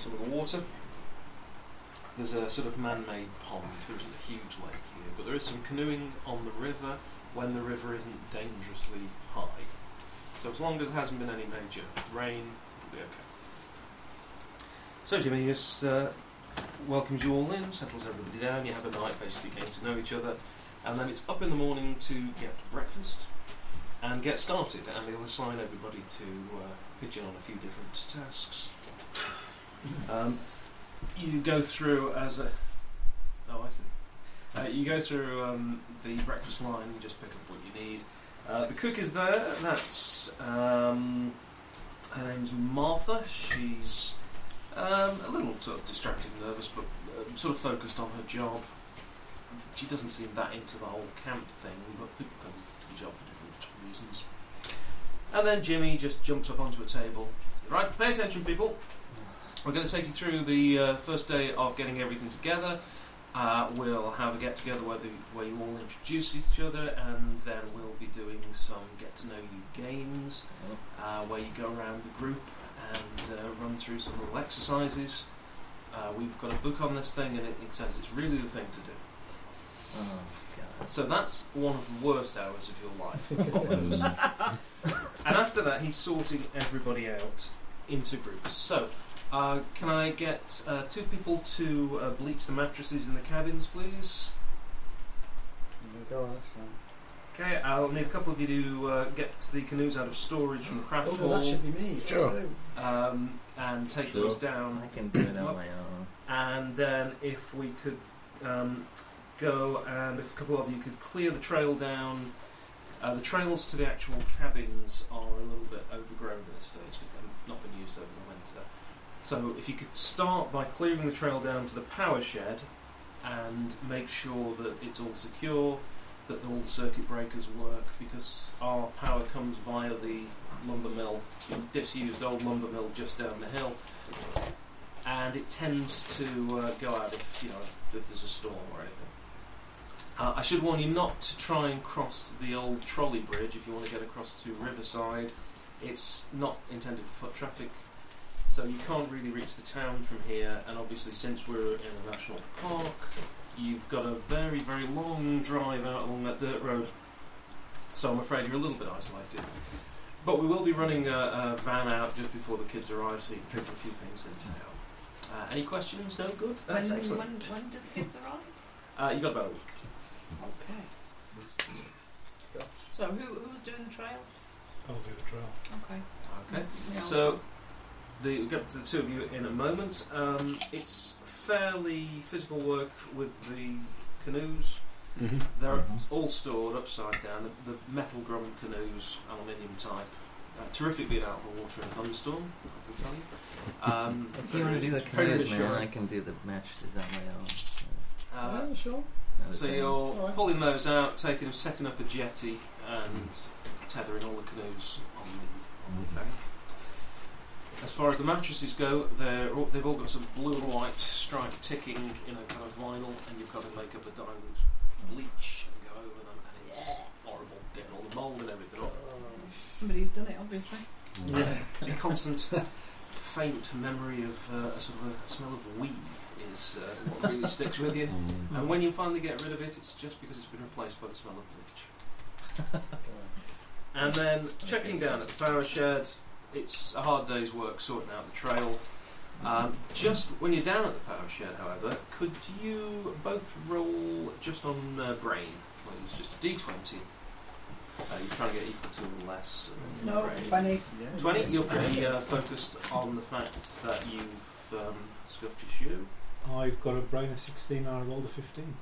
[SPEAKER 3] some of the water. There's a sort of man-made pond. There isn't a huge lake here, but there is some canoeing on the river when the river isn't dangerously high. So as long as there hasn't been any major rain, it'll be okay. So Jimmy just uh, welcomes you all in, settles everybody down. You have a night basically getting to know each other, and then it's up in the morning to get breakfast and get started. And he'll assign everybody to uh, pitch in on a few different tasks. Um, you go through as a oh I see. Uh, you go through um, the breakfast line. You just pick up what you need. Uh, the cook is there. That's um, her name's Martha. She's um, a little sort of distracted, and nervous, but um, sort of focused on her job. She doesn't seem that into the whole camp thing, but people come to the job for different reasons. And then Jimmy just jumps up onto a table. Right, pay attention, people. We're going to take you through the uh, first day of getting everything together. Uh, we'll have a get together where, the, where you all introduce each other, and then we'll be doing some get to know you games uh, where you go around the group and uh, run through some little exercises. Uh, we've got a book on this thing, and it, it says it's really the thing to do.
[SPEAKER 5] Oh, God.
[SPEAKER 3] So that's one of the worst hours of your life. that follows. and after that, he's sorting everybody out into groups. So, uh, can I get uh, two people to uh, bleach the mattresses in the cabins, please?
[SPEAKER 4] Go on, that's fine.
[SPEAKER 3] Okay, I'll need a couple of you to uh, get the canoes out of storage from the craft
[SPEAKER 4] Oh, that
[SPEAKER 3] hall
[SPEAKER 4] should be me.
[SPEAKER 7] Sure.
[SPEAKER 4] Oh,
[SPEAKER 3] um, and take
[SPEAKER 10] Sure.
[SPEAKER 3] those down.
[SPEAKER 5] I can do it on my own.
[SPEAKER 3] And then if we could um, go and if a couple of you could clear the trail down. Uh, the trails to the actual cabins are a little bit overgrown at this stage because they've not been used over the winter. So if you could start by clearing the trail down to the power shed and make sure that it's all secure, that all the circuit breakers work because our power comes via the lumber mill, the disused old lumber mill just down the hill and it tends to uh, go out if you know if there's a storm or anything. Uh, I should warn you not to try and cross the old trolley bridge if you want to get across to Riverside. It's not intended for foot traffic, so you can't really reach the town from here. And obviously, since we're in a national park, you've got a very very long drive out along that dirt road. So I'm afraid you're a little bit isolated. But we will be running a, a van out just before the kids arrive, so you can pick a few things in town. Uh, any questions? No good. That's
[SPEAKER 8] when,
[SPEAKER 3] excellent.
[SPEAKER 8] when, when did the kids arrive?
[SPEAKER 3] Uh, you got about a week.
[SPEAKER 8] Okay. So who, who was doing the trail?
[SPEAKER 6] I'll do the trial.
[SPEAKER 8] Okay.
[SPEAKER 3] Okay.
[SPEAKER 8] Yeah,
[SPEAKER 3] So, the, we'll get to the two of you in a moment. Um, it's fairly physical work with the canoes.
[SPEAKER 7] Mm-hmm.
[SPEAKER 3] They're all stored upside down. The, the metal grum canoes, aluminium type. Uh, terrific being out on the water in a thunderstorm, I can tell you. Um,
[SPEAKER 5] If you want to do the
[SPEAKER 3] it's very
[SPEAKER 5] canoes, man, I
[SPEAKER 3] reassuring.
[SPEAKER 5] can do the mattresses on my own.
[SPEAKER 3] Uh,
[SPEAKER 4] oh, sure.
[SPEAKER 5] Another
[SPEAKER 3] So
[SPEAKER 5] day.
[SPEAKER 3] you're
[SPEAKER 4] Alright.
[SPEAKER 3] pulling those out, taking them, setting up a jetty, and tethering all the canoes on the, on the bank. As far as the mattresses go, they're all, they've all got some blue and white stripe ticking in a kind of vinyl, and you've got to make up a dye with bleach and go over
[SPEAKER 8] Somebody who's done it, obviously.
[SPEAKER 3] Yeah, the constant faint memory of uh, a sort of a smell of wee is uh, what really sticks with you.
[SPEAKER 2] Mm-hmm.
[SPEAKER 10] Mm.
[SPEAKER 3] And when you finally get rid of it, it's just because it's been replaced by the smell of bleach. And then checking down at the power shed, it's a hard day's work sorting out the trail. Um, just when you're down at the power shed, however, could you both roll just on uh, brain? Well, it's just a d20. Uh, you're trying to get equal to or less. uh,
[SPEAKER 4] No,
[SPEAKER 3] brain.
[SPEAKER 4] 20.
[SPEAKER 3] 20, you're pretty uh, focused on the fact that you've um, scuffed your shoe.
[SPEAKER 6] I've got a brain of 16 and I rolled a 15.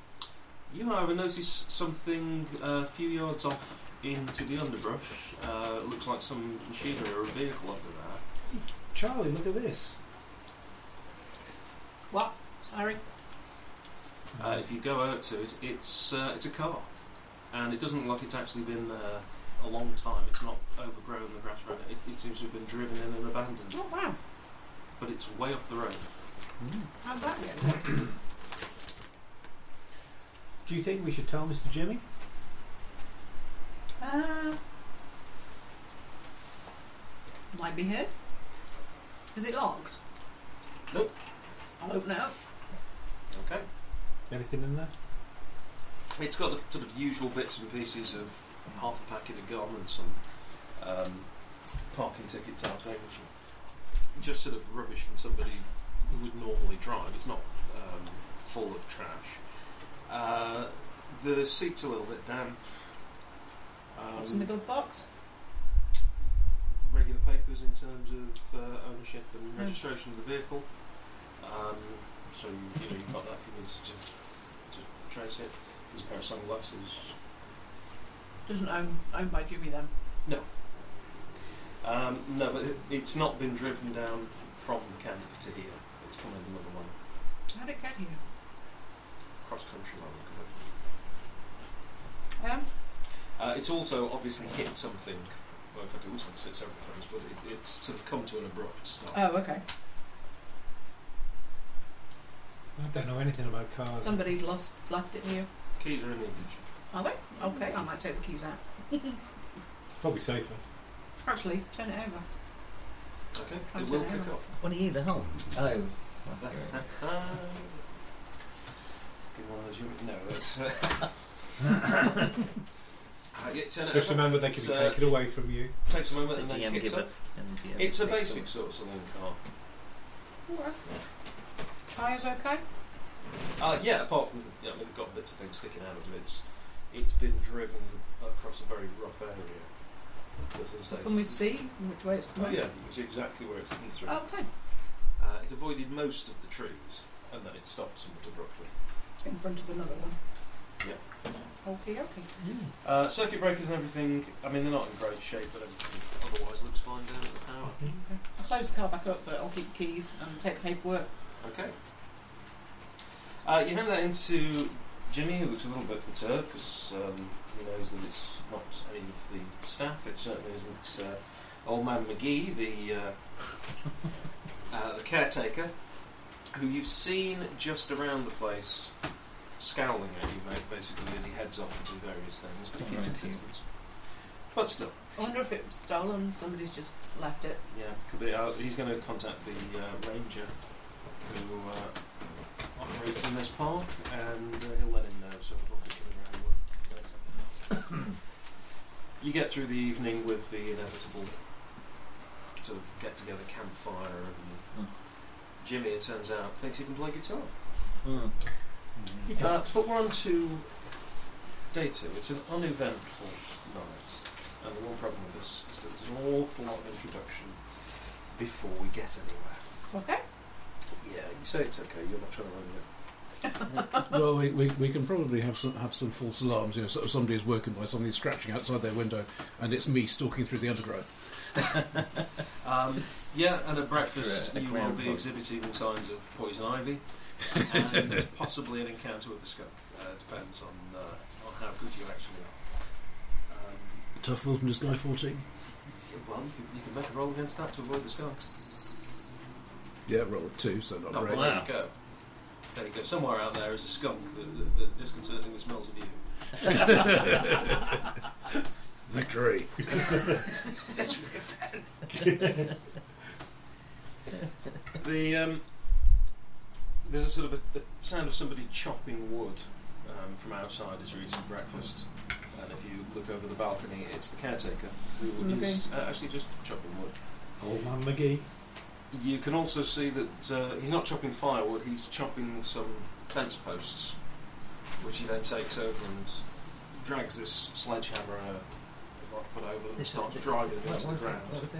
[SPEAKER 3] You, however, notice something uh, a few yards off into the underbrush. Uh, looks like some machinery or a vehicle under there.
[SPEAKER 6] Charlie, look at this.
[SPEAKER 8] What? Sorry.
[SPEAKER 3] Uh, if you go out to it, it's uh, it's a car, and it doesn't look like it's actually been there a long time. It's not overgrown the grass around it. It, it seems to have been driven in and abandoned,
[SPEAKER 8] Oh, wow.
[SPEAKER 3] but it's way off the road.
[SPEAKER 8] How'd that go?
[SPEAKER 6] Do you think we should tell Mr. Jimmy?
[SPEAKER 8] Uh, might be his. Is it locked? Oh,
[SPEAKER 3] Nope.
[SPEAKER 8] I don't know.
[SPEAKER 3] Okay,
[SPEAKER 6] Anything in there?
[SPEAKER 3] it's got the sort of usual bits and pieces of half a packet of gum and some um, parking ticket type thing. Just sort of rubbish from somebody who would normally drive. It's not um, full of trash. Uh, the seat's a little bit damp.
[SPEAKER 8] What's in the
[SPEAKER 3] Um,
[SPEAKER 8] glove box?
[SPEAKER 3] regular papers in terms of uh, ownership and
[SPEAKER 8] Mm.
[SPEAKER 3] registration of the vehicle. Um, so you, you know you've got that if you need to, to trace it. There's a pair of sunglasses,
[SPEAKER 8] Doesn't own owned by Jimmy then.
[SPEAKER 3] Um, no, but it, it's not been driven down from the camp to here. It's come in another one,
[SPEAKER 8] How'd it get here?
[SPEAKER 3] cross country one. look at it.
[SPEAKER 8] Um,
[SPEAKER 3] Uh, it's also obviously hit something. Well, in fact, it looks like it's hit several things, but it, it's sort of come to an abrupt stop.
[SPEAKER 8] oh, okay.
[SPEAKER 6] I don't know anything about cars.
[SPEAKER 8] Somebody's lost left it here.
[SPEAKER 3] Keys are in the ignition.
[SPEAKER 8] Are they? Okay, I might take the keys out.
[SPEAKER 6] Probably safer.
[SPEAKER 8] Actually, turn it over.
[SPEAKER 3] Okay,
[SPEAKER 8] I'll
[SPEAKER 3] it will
[SPEAKER 8] turn it
[SPEAKER 3] pick up.
[SPEAKER 5] What are you, the hole? Oh. That's
[SPEAKER 3] Uh,
[SPEAKER 5] great.
[SPEAKER 3] it's good one of those you no, it's. Uh, uh, yeah, turn it
[SPEAKER 6] Just
[SPEAKER 3] over.
[SPEAKER 6] remember they can be
[SPEAKER 3] So-
[SPEAKER 6] taken away from you.
[SPEAKER 3] Takes a moment and
[SPEAKER 5] The
[SPEAKER 3] then
[SPEAKER 5] GM
[SPEAKER 3] kicks
[SPEAKER 5] gives
[SPEAKER 3] up.
[SPEAKER 5] up. and the GM
[SPEAKER 3] It's a
[SPEAKER 5] takes
[SPEAKER 3] basic sort of saloon car.
[SPEAKER 8] Tyres okay?
[SPEAKER 3] Uh, yeah, apart from yeah, I mean, we've got bits of things sticking out of it. It's, it's been driven across a very rough area. This is-
[SPEAKER 8] So can we see Oh. which way it's
[SPEAKER 3] Oh
[SPEAKER 8] going?
[SPEAKER 3] yeah, you can see exactly where it's come through.
[SPEAKER 8] Okay.
[SPEAKER 3] Uh, it avoided most of the trees, and then it stopped somewhat abruptly.
[SPEAKER 8] In front of another one.
[SPEAKER 3] Yeah.
[SPEAKER 8] Okay, okay.
[SPEAKER 3] Uh, circuit breakers and everything. I mean, they're not in great shape, but everything otherwise looks fine down at the power.
[SPEAKER 8] I'll close the car back up, but I'll keep the keys and take the paperwork.
[SPEAKER 3] Okay. Uh, you hand that into Jimmy, who looks a little bit perturbed because um, he knows that it's not any of the staff. It certainly isn't uh, Old Man McGee, the uh, uh, the caretaker, who you've seen just around the place, scowling at you ba- basically as he heads off to do various things, but he keeps his
[SPEAKER 5] Alright.
[SPEAKER 3] distance. But still,
[SPEAKER 8] I wonder if it was stolen. Somebody's just left it.
[SPEAKER 3] yeah, could be. Uh, he's going to contact the uh, ranger who uh, operates in this park, and uh, he'll let him know. So we'll probably get around with later. you get through the evening with the inevitable sort of get-together campfire, and
[SPEAKER 5] Mm.
[SPEAKER 3] Jimmy, it turns out, thinks he can play guitar.
[SPEAKER 5] Mm.
[SPEAKER 3] Uh, but we're on to day two. It's an uneventful night. And the one problem with this is that there's an awful lot of introduction before we get anywhere.
[SPEAKER 8] It's okay.
[SPEAKER 3] Yeah, you say it's okay, you're not trying to ruin it.
[SPEAKER 7] well, we, we, we can probably have some have some false alarms. You know, sort of somebody is working by something scratching outside their window, and it's me stalking through the undergrowth.
[SPEAKER 3] Um, yeah, and at breakfast
[SPEAKER 5] After a- a
[SPEAKER 3] you will
[SPEAKER 5] ground
[SPEAKER 3] be
[SPEAKER 5] pod.
[SPEAKER 3] exhibiting signs of poison ivy and possibly an encounter with the skunk. Uh, depends on, uh, on how good you actually are. Um,
[SPEAKER 7] Tough wilderness guy fourteen.
[SPEAKER 3] well, you can, you can make a roll against that to avoid the skunk.
[SPEAKER 7] Yeah, roll a two, so not
[SPEAKER 3] Oh,
[SPEAKER 7] great.
[SPEAKER 3] well, there you go. There you go. Somewhere out there is a skunk that, that, that disconcertingly smells of you.
[SPEAKER 7] Victory.
[SPEAKER 3] The um, there's a sort of a, a sound of somebody chopping wood um, from outside as you're eating breakfast, and if you look over the balcony, it's the caretaker who
[SPEAKER 8] Okay.
[SPEAKER 3] is uh, actually just chopping wood.
[SPEAKER 6] Old man McGee.
[SPEAKER 3] You can also see that uh, he's not chopping firewood; he's chopping some fence posts, which he then takes over and drags this sledgehammer and a rock put over them and
[SPEAKER 5] This
[SPEAKER 3] starts
[SPEAKER 5] is-
[SPEAKER 3] driving them
[SPEAKER 5] what
[SPEAKER 3] into the
[SPEAKER 5] was it-
[SPEAKER 3] ground.
[SPEAKER 5] What was it?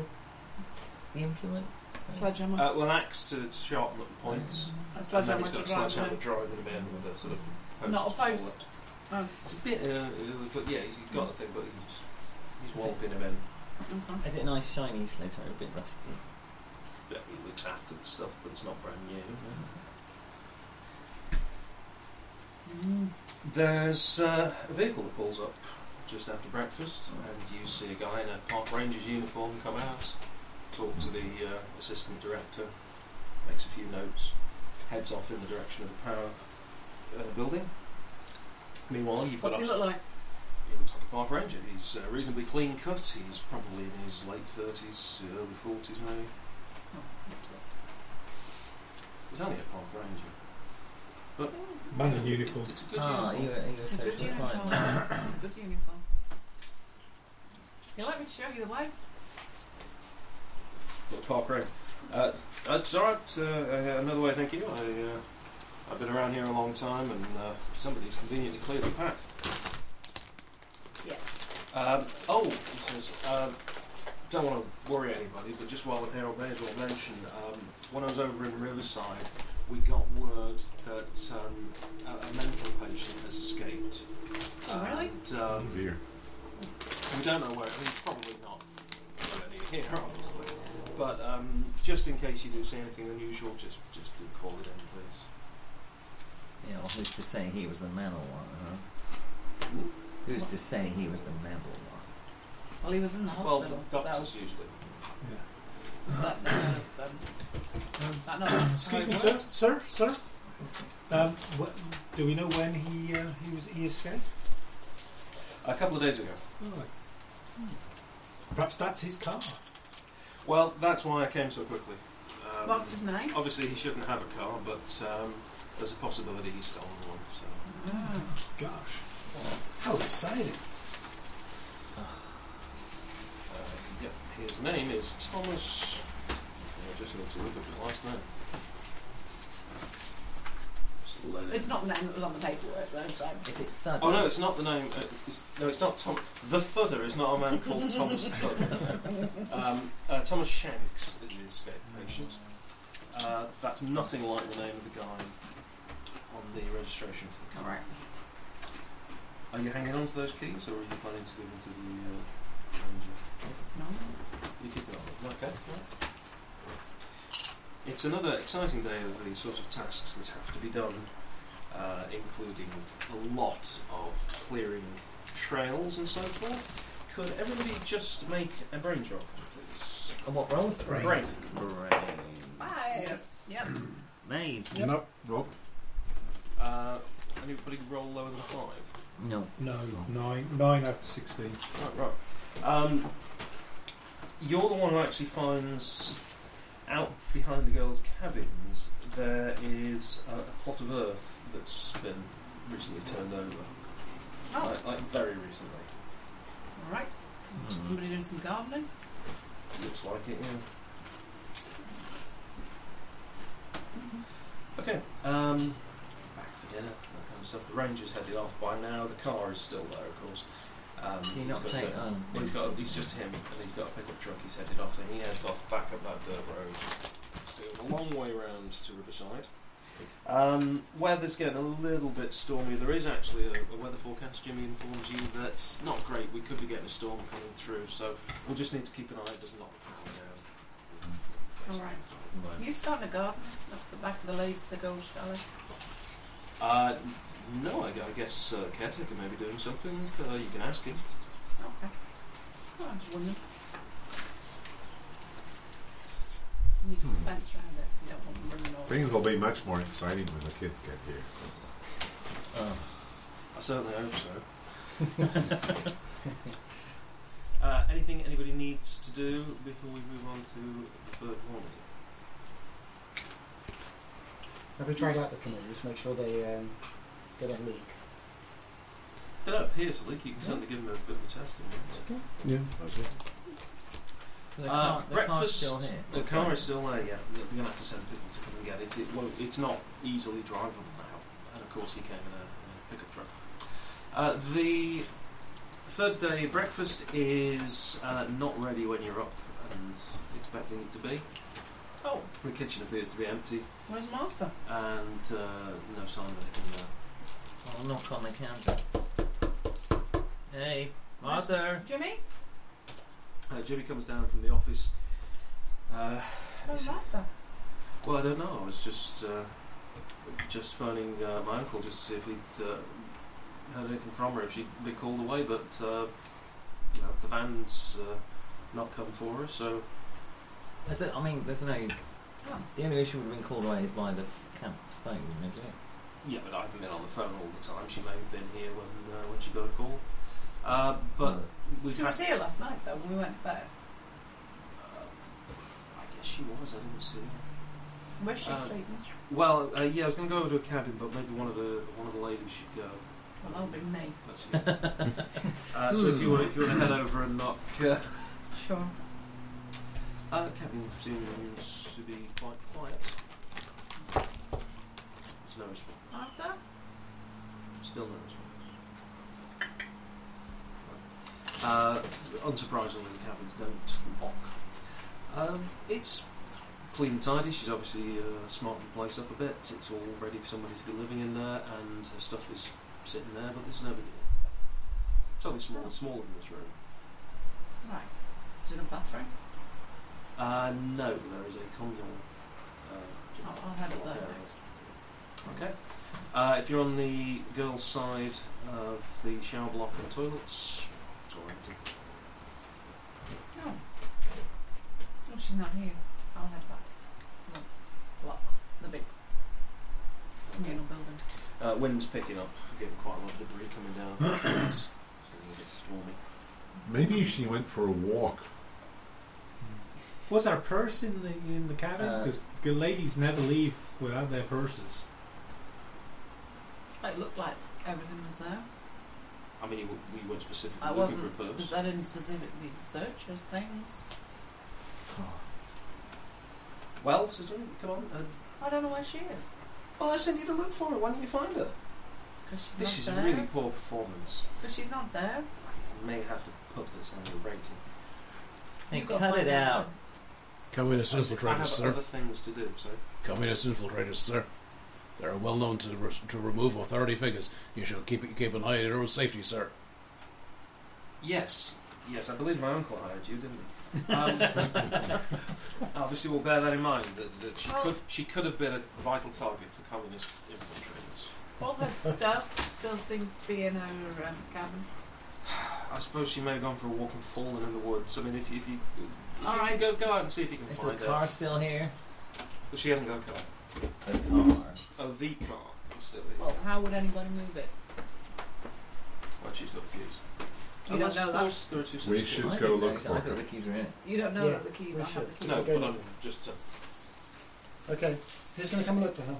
[SPEAKER 5] The implement?
[SPEAKER 8] Sledgehammer.
[SPEAKER 3] Uh, well, an axe to sharpen up the points. And then
[SPEAKER 8] Mm. sledgehammer
[SPEAKER 3] he's got
[SPEAKER 8] to
[SPEAKER 3] a
[SPEAKER 8] drive
[SPEAKER 3] sledgehammer
[SPEAKER 8] home.
[SPEAKER 3] driving him in with a sort of post.
[SPEAKER 8] Not a
[SPEAKER 3] forward.
[SPEAKER 8] post. Oh.
[SPEAKER 3] It's a bit, uh, uh, but yeah, he's, he's got a thing, but he's, he's warping him in.
[SPEAKER 8] Okay.
[SPEAKER 5] Is it a nice shiny sledgehammer? A bit rusty.
[SPEAKER 3] Yeah, he looks after the stuff, but it's not brand new.
[SPEAKER 8] Mm.
[SPEAKER 3] There's uh, a vehicle that pulls up just after breakfast, and you see a guy in a park ranger's uniform come out, talk to the uh, assistant director, makes a few notes, heads off in the direction of the power uh, building. Meanwhile, you've got
[SPEAKER 8] What's
[SPEAKER 3] a-
[SPEAKER 8] he look like?
[SPEAKER 3] He looks like a park ranger. He's uh, reasonably clean cut. He's probably in his late 30s, early 40s maybe. He's only a park ranger. But
[SPEAKER 6] Man in uniform.
[SPEAKER 3] It's a good
[SPEAKER 5] ah,
[SPEAKER 3] uniform.
[SPEAKER 5] you were, you were
[SPEAKER 8] It's a
[SPEAKER 5] so
[SPEAKER 8] good uniform.
[SPEAKER 5] refined.
[SPEAKER 8] it's a good uniform. You like me to show you the way?
[SPEAKER 3] Got a park ranger. Uh, that's alright. Uh, uh, another way, thank you. I, uh, I've been around here a long time and uh, somebody's conveniently cleared the path.
[SPEAKER 8] Yeah.
[SPEAKER 3] Um, oh, he says, um, don't want to worry anybody, but just while we're here, I may as well mention um, when I was over in Riverside, we got word that um, a, a mental patient has escaped.
[SPEAKER 8] Oh, really?
[SPEAKER 3] And, um,
[SPEAKER 10] Here.
[SPEAKER 3] we don't know where. He's probably not really here, obviously. But um, just in case you do see anything unusual, just just do call it in, please.
[SPEAKER 5] You know, who's to say he was the manor one, huh? Who's to say he was the manor one?
[SPEAKER 8] Well, he was in the hospital,
[SPEAKER 3] well, doctors
[SPEAKER 8] so
[SPEAKER 3] usually.
[SPEAKER 8] that, that, um, that not
[SPEAKER 6] Excuse
[SPEAKER 8] how
[SPEAKER 6] me,
[SPEAKER 8] it
[SPEAKER 6] sir,
[SPEAKER 8] works.
[SPEAKER 6] sir, sir. Um, what, do we know when he uh, he was he escaped?
[SPEAKER 3] A couple of days ago.
[SPEAKER 6] Oh. Perhaps that's his car.
[SPEAKER 3] Well, that's why I came so quickly. Um,
[SPEAKER 8] What's his name?
[SPEAKER 3] obviously, he shouldn't have a car, but um, there's a possibility he's stolen one. So.
[SPEAKER 6] Gosh, how exciting!
[SPEAKER 3] Uh, yep, his name is Thomas. I just need to look up his last name.
[SPEAKER 8] It's not the name that was on the paperwork, though, so.
[SPEAKER 5] Is it Thud?
[SPEAKER 3] Oh no, it's not the name. uh, It's, no, it's not Tom. The Thudder is not a man called Thomas Thudder. Um, uh, Thomas Shanks is his escape patient. Uh, that's nothing like the name of the guy on the registration for the car.
[SPEAKER 8] Alright.
[SPEAKER 3] Are you hanging on to those keys, or are you planning to give them to the uh, ranger?
[SPEAKER 8] No.
[SPEAKER 3] You keep it on. Okay. right. It's another exciting day of the sort of tasks that have to be done, uh, including a lot of clearing trails and so forth. Could everybody just make a brain drop, please?
[SPEAKER 5] And what role?
[SPEAKER 3] Brain.
[SPEAKER 5] Brain.
[SPEAKER 8] Bye. Yep.
[SPEAKER 5] Me.
[SPEAKER 7] No,
[SPEAKER 10] Rob?
[SPEAKER 3] Uh, anybody roll lower than a five?
[SPEAKER 5] No.
[SPEAKER 6] No, nine, nine out of sixteen.
[SPEAKER 3] Right, right. Um, you're the one who actually finds out behind the girls' cabins there is a plot of earth that's been recently turned over.
[SPEAKER 8] Oh,
[SPEAKER 3] Like, like very recently.
[SPEAKER 8] alright.
[SPEAKER 3] Mm-hmm.
[SPEAKER 5] Mm.
[SPEAKER 8] Somebody doing some gardening?
[SPEAKER 3] Looks like it, yeah. Okay, um, back for dinner, that kind of stuff. The ranger's headed off by now. The car is still there, of course. Um,
[SPEAKER 5] Can you
[SPEAKER 3] he's
[SPEAKER 5] not
[SPEAKER 3] got
[SPEAKER 5] play
[SPEAKER 3] the-
[SPEAKER 5] it on?
[SPEAKER 3] Well, he's got he's just him, and he's got a pickup truck. He's headed off, and he heads off back up that dirt road. So it's a long way round to Riverside. Um, weather's getting a little bit stormy. There is actually a, a weather forecast. Jimmy informs you that's not great. We could be getting a storm coming through, so we'll just need to keep an eye. It does not power down.
[SPEAKER 8] All right. You starting a garden up the back of the lake, the gold shallow?
[SPEAKER 3] Uh, no, I, gu- I guess uh, caretaker may be doing something. Uh, you can ask him.
[SPEAKER 8] Okay. Oh, I just wondered. You can
[SPEAKER 3] Hmm.
[SPEAKER 8] fence around it. You don't want them running all
[SPEAKER 10] Things will be much more exciting when the kids get here.
[SPEAKER 5] Oh.
[SPEAKER 3] I certainly hope so. Uh, anything anybody needs to do before we move on to the third warning?
[SPEAKER 4] Have we tried out the canoes? Make sure they um, they don't leak.
[SPEAKER 3] They don't appear to leak. You can certainly give them a bit of a test. if you want.
[SPEAKER 7] Yeah, that's it.
[SPEAKER 5] The
[SPEAKER 3] Uh,
[SPEAKER 5] car, the car's
[SPEAKER 3] breakfast-
[SPEAKER 5] still here.
[SPEAKER 3] The car is still there, yeah. We're going to have to send people to come and get it. it won't, it's not easily drivable now. And of course, he came in a, in a pickup truck. Uh, the third day breakfast is uh, not ready when you're up and expecting it to be. Oh, the kitchen appears to be empty
[SPEAKER 8] Where's Martha?
[SPEAKER 3] and uh, no sign of anything there.
[SPEAKER 5] I'll knock on the counter. Hey, Martha.
[SPEAKER 8] Jimmy?
[SPEAKER 3] Uh, Jimmy comes down from the office. Uh,
[SPEAKER 8] Where's Martha?
[SPEAKER 3] Well, I don't know. I was just uh, just phoning uh, my uncle just to see if he'd uh, heard anything from her, if she'd been called away. But uh, you know, the van's uh, not come for her, so
[SPEAKER 5] That's it. I mean, there's no. The only issue we've been called away is by the f- camp phone, isn't it?
[SPEAKER 3] yeah. But I haven't been on the phone all the time. She may have been here when uh, when she got a call. Uh, but we've
[SPEAKER 8] Mm. She
[SPEAKER 3] had.
[SPEAKER 8] was here last night, though, when we went to bed.
[SPEAKER 3] uh, I guess she was. I didn't see. her.
[SPEAKER 8] Where's she
[SPEAKER 3] Uh,
[SPEAKER 8] sleeping?
[SPEAKER 3] Well, uh, yeah, I was going to go over to a cabin, but maybe one of the one of the ladies should go.
[SPEAKER 8] Well, that'll be me.
[SPEAKER 3] That's good. uh, so if you want, if you want to head over and knock. Uh,
[SPEAKER 8] Sure.
[SPEAKER 3] Uh, cabin seems to be quite quiet. There's no response.
[SPEAKER 8] Martha?
[SPEAKER 3] Still no response. Uh, unsurprisingly, the cabins don't lock. Um, it's clean and tidy. She's obviously uh, smartened the place up a bit. It's all ready for somebody to be living in there, and her stuff is sitting there, but there's nobody there. It's only small, smaller than this room.
[SPEAKER 8] Right. Is it a bathroom?
[SPEAKER 3] Uh, no, there is a communal. Uh,
[SPEAKER 8] I'll, I'll have it
[SPEAKER 3] Yeah,
[SPEAKER 8] there.
[SPEAKER 3] yeah. Okay. Uh, if you're on the girls' side of the shower block and toilets, it's all empty.
[SPEAKER 8] No. No, she's not here. I'll head back. No. Block. The big communal building.
[SPEAKER 3] Uh, wind's picking up, getting quite a lot of debris coming down. the trees. It's getting a bit stormy.
[SPEAKER 10] Maybe if she went for a walk.
[SPEAKER 6] Was our purse in the in the cabin?
[SPEAKER 5] Uh,
[SPEAKER 6] Because the ladies never leave without their purses.
[SPEAKER 8] It looked like everything was there.
[SPEAKER 3] I mean, you, w- you weren't specifically
[SPEAKER 8] I
[SPEAKER 3] looking
[SPEAKER 8] wasn't.
[SPEAKER 3] for a purse.
[SPEAKER 8] Spe- I didn't specifically search as things.
[SPEAKER 5] Oh
[SPEAKER 3] Well, so don't- come on. Uh,
[SPEAKER 8] I don't know where she is
[SPEAKER 3] well, I sent you to look for her. Why don't you find her?
[SPEAKER 8] because she's
[SPEAKER 3] This is
[SPEAKER 8] not there.
[SPEAKER 3] really poor performance.
[SPEAKER 8] Because she's not there.
[SPEAKER 3] I may have to put this on your rating.
[SPEAKER 5] Hey,
[SPEAKER 8] You've got
[SPEAKER 5] cut it
[SPEAKER 8] one
[SPEAKER 5] out.
[SPEAKER 8] other.
[SPEAKER 7] Communist
[SPEAKER 3] I have
[SPEAKER 7] infiltrators, sir.
[SPEAKER 3] other things to do, so.
[SPEAKER 7] Communist infiltrators, sir. They are well known to re- to remove authority figures. You shall keep keep an eye on your own safety, sir.
[SPEAKER 3] Yes, yes, I believe my uncle hired you, didn't he? Um, obviously, we'll bear that in mind that, that she,
[SPEAKER 8] Well-
[SPEAKER 3] could, she could have been a vital target for communist infiltrators.
[SPEAKER 8] All her stuff still seems to be in her um, cabin.
[SPEAKER 3] I suppose she may have gone for a walk and fallen in the woods. I mean, if you, if you, if
[SPEAKER 8] All
[SPEAKER 3] you
[SPEAKER 8] right.
[SPEAKER 3] can go, go out and see if you can
[SPEAKER 5] Is the
[SPEAKER 3] find
[SPEAKER 5] car
[SPEAKER 3] her.
[SPEAKER 5] still here?
[SPEAKER 3] Well, she hasn't got a car.
[SPEAKER 5] The car.
[SPEAKER 3] Oh, the car is still here.
[SPEAKER 8] Well, how would anybody move it?
[SPEAKER 3] Well, she's got the keys.
[SPEAKER 8] You
[SPEAKER 3] Unless,
[SPEAKER 8] don't know
[SPEAKER 3] of
[SPEAKER 8] that.
[SPEAKER 3] course, there are two
[SPEAKER 10] We
[SPEAKER 3] sisters.
[SPEAKER 10] should-
[SPEAKER 5] I
[SPEAKER 10] go
[SPEAKER 5] didn't
[SPEAKER 10] look
[SPEAKER 5] notice-
[SPEAKER 10] for
[SPEAKER 5] I thought
[SPEAKER 10] her.
[SPEAKER 5] the keys were in it.
[SPEAKER 8] You don't know
[SPEAKER 4] Yeah,
[SPEAKER 8] that the keys.
[SPEAKER 4] we
[SPEAKER 8] I have
[SPEAKER 4] should.
[SPEAKER 8] the keys.
[SPEAKER 3] No,
[SPEAKER 4] Okay.
[SPEAKER 3] but I'm just. Uh,
[SPEAKER 4] Okay, who's going to come and look for her?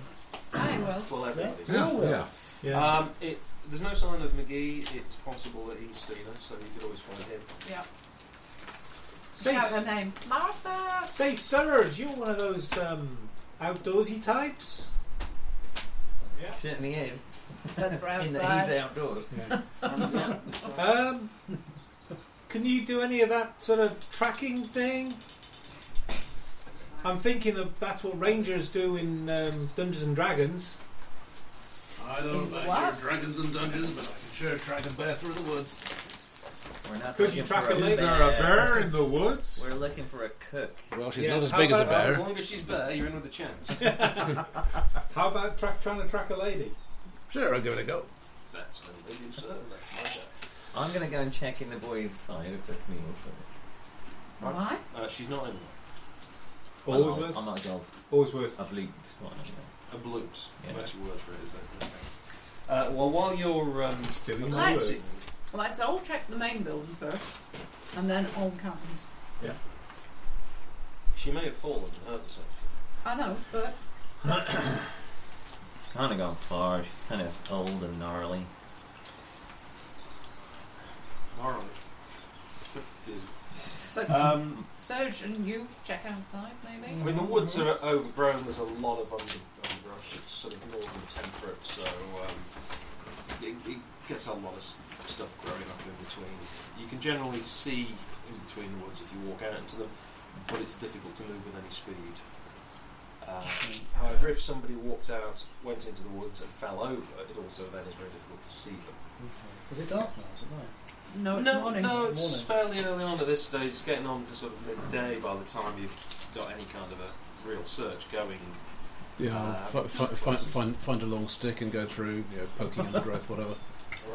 [SPEAKER 8] I will.
[SPEAKER 3] well, everybody.
[SPEAKER 4] Yeah, well.
[SPEAKER 3] Um, it, there's no sign of McGee. It's possible that he's seen her, so you could always find him.
[SPEAKER 8] Yeah.
[SPEAKER 6] Say,
[SPEAKER 8] Shout
[SPEAKER 6] s-
[SPEAKER 8] her name, Martha.
[SPEAKER 6] say, Serge, you're one of those um, outdoorsy types. Yeah.
[SPEAKER 5] Certainly is.
[SPEAKER 8] Said for
[SPEAKER 5] In that he's
[SPEAKER 8] outside.
[SPEAKER 5] outdoors.
[SPEAKER 3] Um, yeah,
[SPEAKER 10] Oh.
[SPEAKER 6] Um, can you do any of that sort of tracking thing? I'm thinking that that's what rangers do in um, Dungeons and Dragons.
[SPEAKER 7] I
[SPEAKER 8] don't like What? your
[SPEAKER 7] dragons and dungeons, but I can sure track a bear through the woods.
[SPEAKER 5] We're not
[SPEAKER 6] Could
[SPEAKER 5] looking
[SPEAKER 6] you track
[SPEAKER 5] for
[SPEAKER 6] a lady?
[SPEAKER 10] Is there a bear in the woods?
[SPEAKER 5] We're looking for a cook.
[SPEAKER 7] Well, she's
[SPEAKER 6] Yeah,
[SPEAKER 7] not as
[SPEAKER 6] how
[SPEAKER 7] big as a
[SPEAKER 6] about-
[SPEAKER 3] Well, as
[SPEAKER 7] bear.
[SPEAKER 3] long as she's there, you're in with a chance.
[SPEAKER 6] How about track, trying to track a lady?
[SPEAKER 7] Sure, I'll give it a go.
[SPEAKER 3] That's no legal, sir. That's
[SPEAKER 5] I'm going to go and check in the boys' side of the communal toilet.
[SPEAKER 8] Why?
[SPEAKER 3] my guy. Uh, she's not in
[SPEAKER 5] I'm
[SPEAKER 6] Always
[SPEAKER 5] not-
[SPEAKER 6] worth.
[SPEAKER 5] I'm not a gold.
[SPEAKER 6] Always worth.
[SPEAKER 5] I've leaked. Well, anyway.
[SPEAKER 3] a bloot.
[SPEAKER 5] Yeah.
[SPEAKER 3] That's your word for it, is it? Okay. Uh, well, while you're um,
[SPEAKER 6] Still
[SPEAKER 8] Let's-
[SPEAKER 6] in
[SPEAKER 8] Well, I'd say I'll check the main building first, and then on campus.
[SPEAKER 3] She may have fallen and hurt herself.
[SPEAKER 8] I know, but
[SPEAKER 5] She's kind of gone far. She's kind of old and gnarly.
[SPEAKER 3] Morally. Dude.
[SPEAKER 8] but
[SPEAKER 3] Um,
[SPEAKER 8] surgeon, you check outside maybe.
[SPEAKER 3] I mean, the woods are overgrown. There's a lot of under, underbrush. It's sort of northern temperate, so um, it, it gets a lot of s- stuff growing up in between. You can generally see in between the woods if you walk out into them, but it's difficult to move with any speed. Um, however, if somebody walked out, went into the woods, and fell over, it also then is very difficult to see them.
[SPEAKER 4] Is it dark now? Is it night?
[SPEAKER 8] No, it's
[SPEAKER 3] no,
[SPEAKER 8] morning.
[SPEAKER 3] no, it's
[SPEAKER 4] Morning.
[SPEAKER 3] fairly early on at this stage. It's getting on to sort of midday by the time you've got any kind of a real search going.
[SPEAKER 7] Yeah, I'll
[SPEAKER 3] Uh,
[SPEAKER 7] fi- fi- fi- find, find a long stick and go through, you know, poking undergrowth, whatever.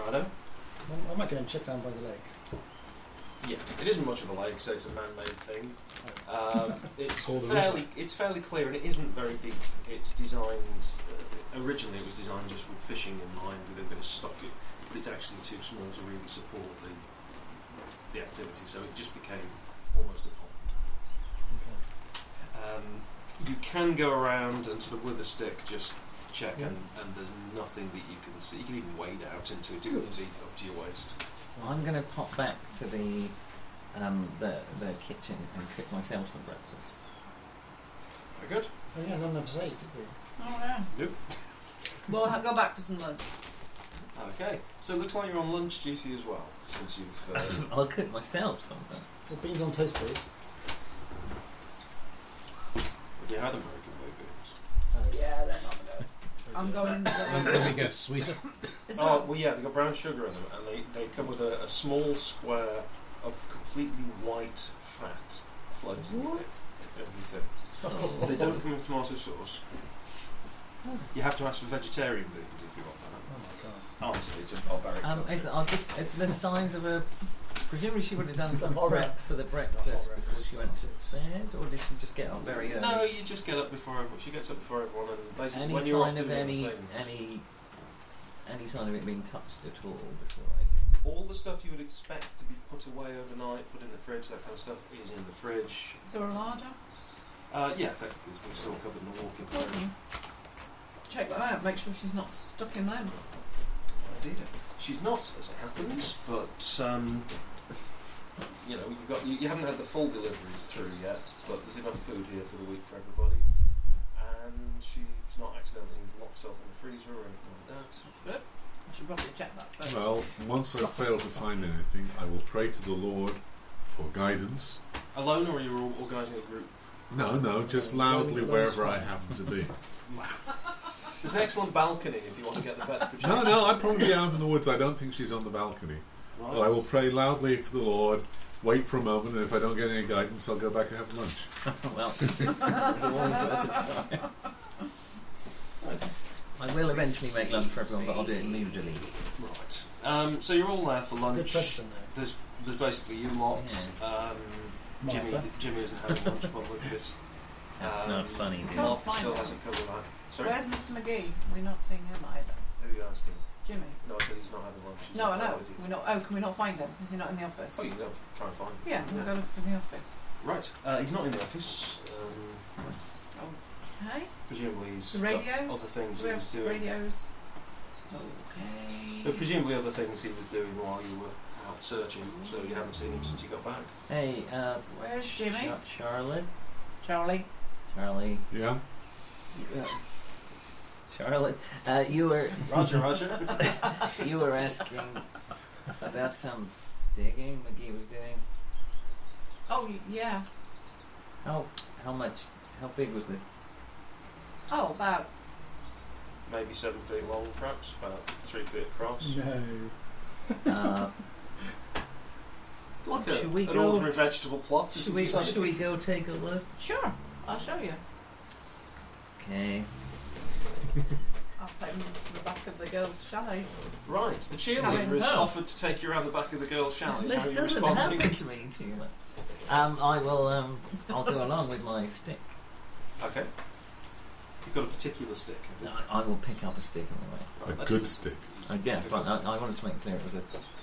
[SPEAKER 3] Righto.
[SPEAKER 4] I- I might go and check down by the lake.
[SPEAKER 3] Yeah, it isn't much of a lake, so it's a man-made thing. Um, it's
[SPEAKER 7] Call the
[SPEAKER 3] fairly, it's fairly clear, and it isn't very deep. It's designed uh, originally. It was designed just with fishing in mind, with a bit of stocking, but it's actually too small to really support the the activity. So it just became almost a pond. Um, you can go around and sort of with a stick just check, and, and there's nothing that you can see. You can even wade out into it. It goes e- up to your waist.
[SPEAKER 5] I'm going to pop back to the um, the the kitchen and cook myself some breakfast.
[SPEAKER 3] Very good.
[SPEAKER 4] Oh yeah, none of us ate, did we?
[SPEAKER 8] Oh yeah.
[SPEAKER 3] Nope.
[SPEAKER 8] Well, I'll go back for some lunch.
[SPEAKER 3] Okay, so it looks like you're on lunch duty as well, since you've. Uh,
[SPEAKER 5] I'll cook myself something.
[SPEAKER 4] Well, beans on toast, please.
[SPEAKER 3] you had American movies.
[SPEAKER 8] Yeah, they're not gonna. I'm going in
[SPEAKER 7] There we
[SPEAKER 8] the
[SPEAKER 7] go, sweeter.
[SPEAKER 8] Is there-
[SPEAKER 3] Oh, well, yeah, they got brown sugar in them, and they, they come with a, a small square of completely white fat floating in it. Everything.
[SPEAKER 5] Oh.
[SPEAKER 3] They don't come with tomato sauce. You have to ask for vegetarian movies if you want
[SPEAKER 4] Oh
[SPEAKER 3] that.
[SPEAKER 4] my god.
[SPEAKER 3] Honestly, it's a barbaric.
[SPEAKER 5] Um,
[SPEAKER 3] culture.
[SPEAKER 5] it's, I'll just, it's the signs of a. Presumably she would have done
[SPEAKER 4] It's a
[SPEAKER 5] some
[SPEAKER 4] horror.
[SPEAKER 5] prep for the breakfast
[SPEAKER 4] horror
[SPEAKER 5] before she went to bed, or did she just get up very early?
[SPEAKER 3] no, you just get up before everyone. She gets up before everyone, and basically
[SPEAKER 5] any
[SPEAKER 3] when you're off
[SPEAKER 5] sign of
[SPEAKER 3] doing
[SPEAKER 5] any
[SPEAKER 3] other things-
[SPEAKER 5] any any sign of it being touched at all before I
[SPEAKER 3] all the stuff you would expect to be put away overnight, put in the fridge, that kind of stuff, is in the fridge.
[SPEAKER 8] is there a larder?
[SPEAKER 3] Uh, yeah, effectively, it's been still covered in a walk-in fridge.
[SPEAKER 8] Check that out. Make sure she's not stuck in them.
[SPEAKER 3] Indeed. She's not, as it happens, but um, you know, you've got you, you haven't had the full deliveries through yet, but there's enough food here for the week for everybody, and she's not accidentally locked herself in the freezer or anything like that.
[SPEAKER 8] I should probably check that first.
[SPEAKER 10] Well, once I fail to find anything, I will pray to the Lord for guidance.
[SPEAKER 3] Alone, or you're all organising a group.
[SPEAKER 10] No, no, just loudly wherever I happen to be.
[SPEAKER 3] There's an excellent balcony if you want to get the best.
[SPEAKER 10] No, no, I'd probably be out in the woods. I don't think she's on the balcony.
[SPEAKER 1] Oh.
[SPEAKER 10] But I
[SPEAKER 3] Right.
[SPEAKER 10] will pray loudly for the Lord, wait for a moment, and if I don't get any guidance, I'll go back and have lunch.
[SPEAKER 5] did. well, I will eventually make lunch for everyone, but I'll do it moodily.
[SPEAKER 3] Right. Um, so you're all there for
[SPEAKER 4] It's a good
[SPEAKER 3] lunch.
[SPEAKER 4] precedent there.
[SPEAKER 3] There's, there's basically you lot. Um, Jimmy,
[SPEAKER 4] Martha.
[SPEAKER 3] Jimmy isn't having lunch, but look at it.
[SPEAKER 5] That's
[SPEAKER 3] Um,
[SPEAKER 5] not funny, dude.
[SPEAKER 8] Can't
[SPEAKER 3] Martha still
[SPEAKER 8] find
[SPEAKER 3] hasn't covered that. Sorry,
[SPEAKER 8] Where's Mr. McGee? We're not seeing him either.
[SPEAKER 3] who are you asking?
[SPEAKER 8] Jimmy.
[SPEAKER 3] No, I said he's not having lunch. He's
[SPEAKER 8] No, I
[SPEAKER 3] not there
[SPEAKER 8] know.
[SPEAKER 3] with you.
[SPEAKER 8] We're not. Oh, can we not find him? Is he not in the office?
[SPEAKER 3] Oh, you can go try and find him.
[SPEAKER 8] yeah, we've got him from the office.
[SPEAKER 3] Right, uh, he's not in the office. Um,
[SPEAKER 8] Okay.
[SPEAKER 3] presumably he's
[SPEAKER 8] The
[SPEAKER 3] got
[SPEAKER 8] radios?
[SPEAKER 3] other things
[SPEAKER 8] Do we
[SPEAKER 3] he was
[SPEAKER 8] have
[SPEAKER 3] oh, doing.
[SPEAKER 8] radios?
[SPEAKER 3] But
[SPEAKER 8] Okay.
[SPEAKER 3] presumably other things he was doing while you were out searching, so you haven't seen him since you got back.
[SPEAKER 5] Hey, uh,
[SPEAKER 8] Where's Jimmy?
[SPEAKER 5] Char- Charlotte,
[SPEAKER 8] Charlie.
[SPEAKER 5] Charlie,
[SPEAKER 10] Yeah?
[SPEAKER 5] Charlotte. Uh, you were
[SPEAKER 3] Roger, Roger.
[SPEAKER 5] you were asking about some digging McGee was doing.
[SPEAKER 8] Oh y- yeah.
[SPEAKER 5] How how much? How big was the?
[SPEAKER 8] Oh, about
[SPEAKER 3] Maybe seven feet long, perhaps about three feet across.
[SPEAKER 4] No.
[SPEAKER 5] Uh,
[SPEAKER 3] Like a,
[SPEAKER 5] Should we
[SPEAKER 3] an
[SPEAKER 5] go-
[SPEAKER 3] ordinary vegetable plot.
[SPEAKER 5] should
[SPEAKER 3] isn't
[SPEAKER 5] we
[SPEAKER 3] it?
[SPEAKER 5] should we go take a look?
[SPEAKER 8] sure. I'll show you.
[SPEAKER 5] Okay.
[SPEAKER 8] I'll put him to the back of the girls' chalets.
[SPEAKER 3] Right, the cheerleader
[SPEAKER 8] Having
[SPEAKER 3] is
[SPEAKER 5] fun.
[SPEAKER 3] offered to take you around the back of the girls' challenge.
[SPEAKER 5] This
[SPEAKER 3] How are you
[SPEAKER 5] doesn't
[SPEAKER 3] responding?
[SPEAKER 5] happen to me too much. Um, I will. Um, I'll go along with my stick.
[SPEAKER 3] Okay. You've got a particular stick. have you?
[SPEAKER 5] I, I will pick up a stick on the way.
[SPEAKER 10] A
[SPEAKER 3] Right, let's
[SPEAKER 10] good
[SPEAKER 3] see.
[SPEAKER 10] stick.
[SPEAKER 5] I yeah, but I, I wanted to make clear it was a,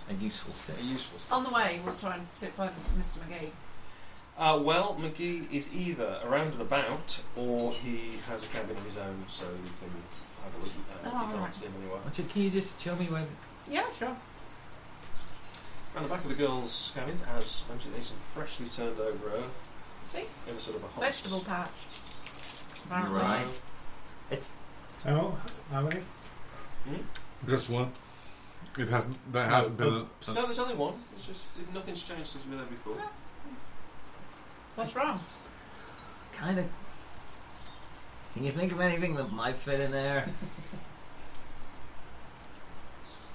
[SPEAKER 5] a useful sip.
[SPEAKER 3] A useful stuff.
[SPEAKER 8] On the way, we'll try and sit by Mr. McGee.
[SPEAKER 3] Uh, well, McGee is either around and about, or he has a cabin of his own, so you can have a look at
[SPEAKER 8] Oh,
[SPEAKER 3] if you can't
[SPEAKER 8] alright.
[SPEAKER 3] see him anywhere.
[SPEAKER 5] Actually, Can you just show me where?
[SPEAKER 8] Yeah, sure.
[SPEAKER 3] Around the back of the girls' cabin, as mentioned, is some freshly turned over earth
[SPEAKER 8] See?
[SPEAKER 3] in a sort of a hot
[SPEAKER 8] Vegetable patch.
[SPEAKER 3] Right.
[SPEAKER 8] Apparently.
[SPEAKER 5] Right.
[SPEAKER 1] How,
[SPEAKER 6] Oh,
[SPEAKER 1] how many?
[SPEAKER 3] Hmm?
[SPEAKER 10] Just one. It hasn't. There
[SPEAKER 1] No,
[SPEAKER 10] hasn't been. A,
[SPEAKER 3] No, there's only one. It's just nothing's changed since we were there before.
[SPEAKER 8] What's wrong?
[SPEAKER 5] Kind of. Can you think of anything that might fit in there?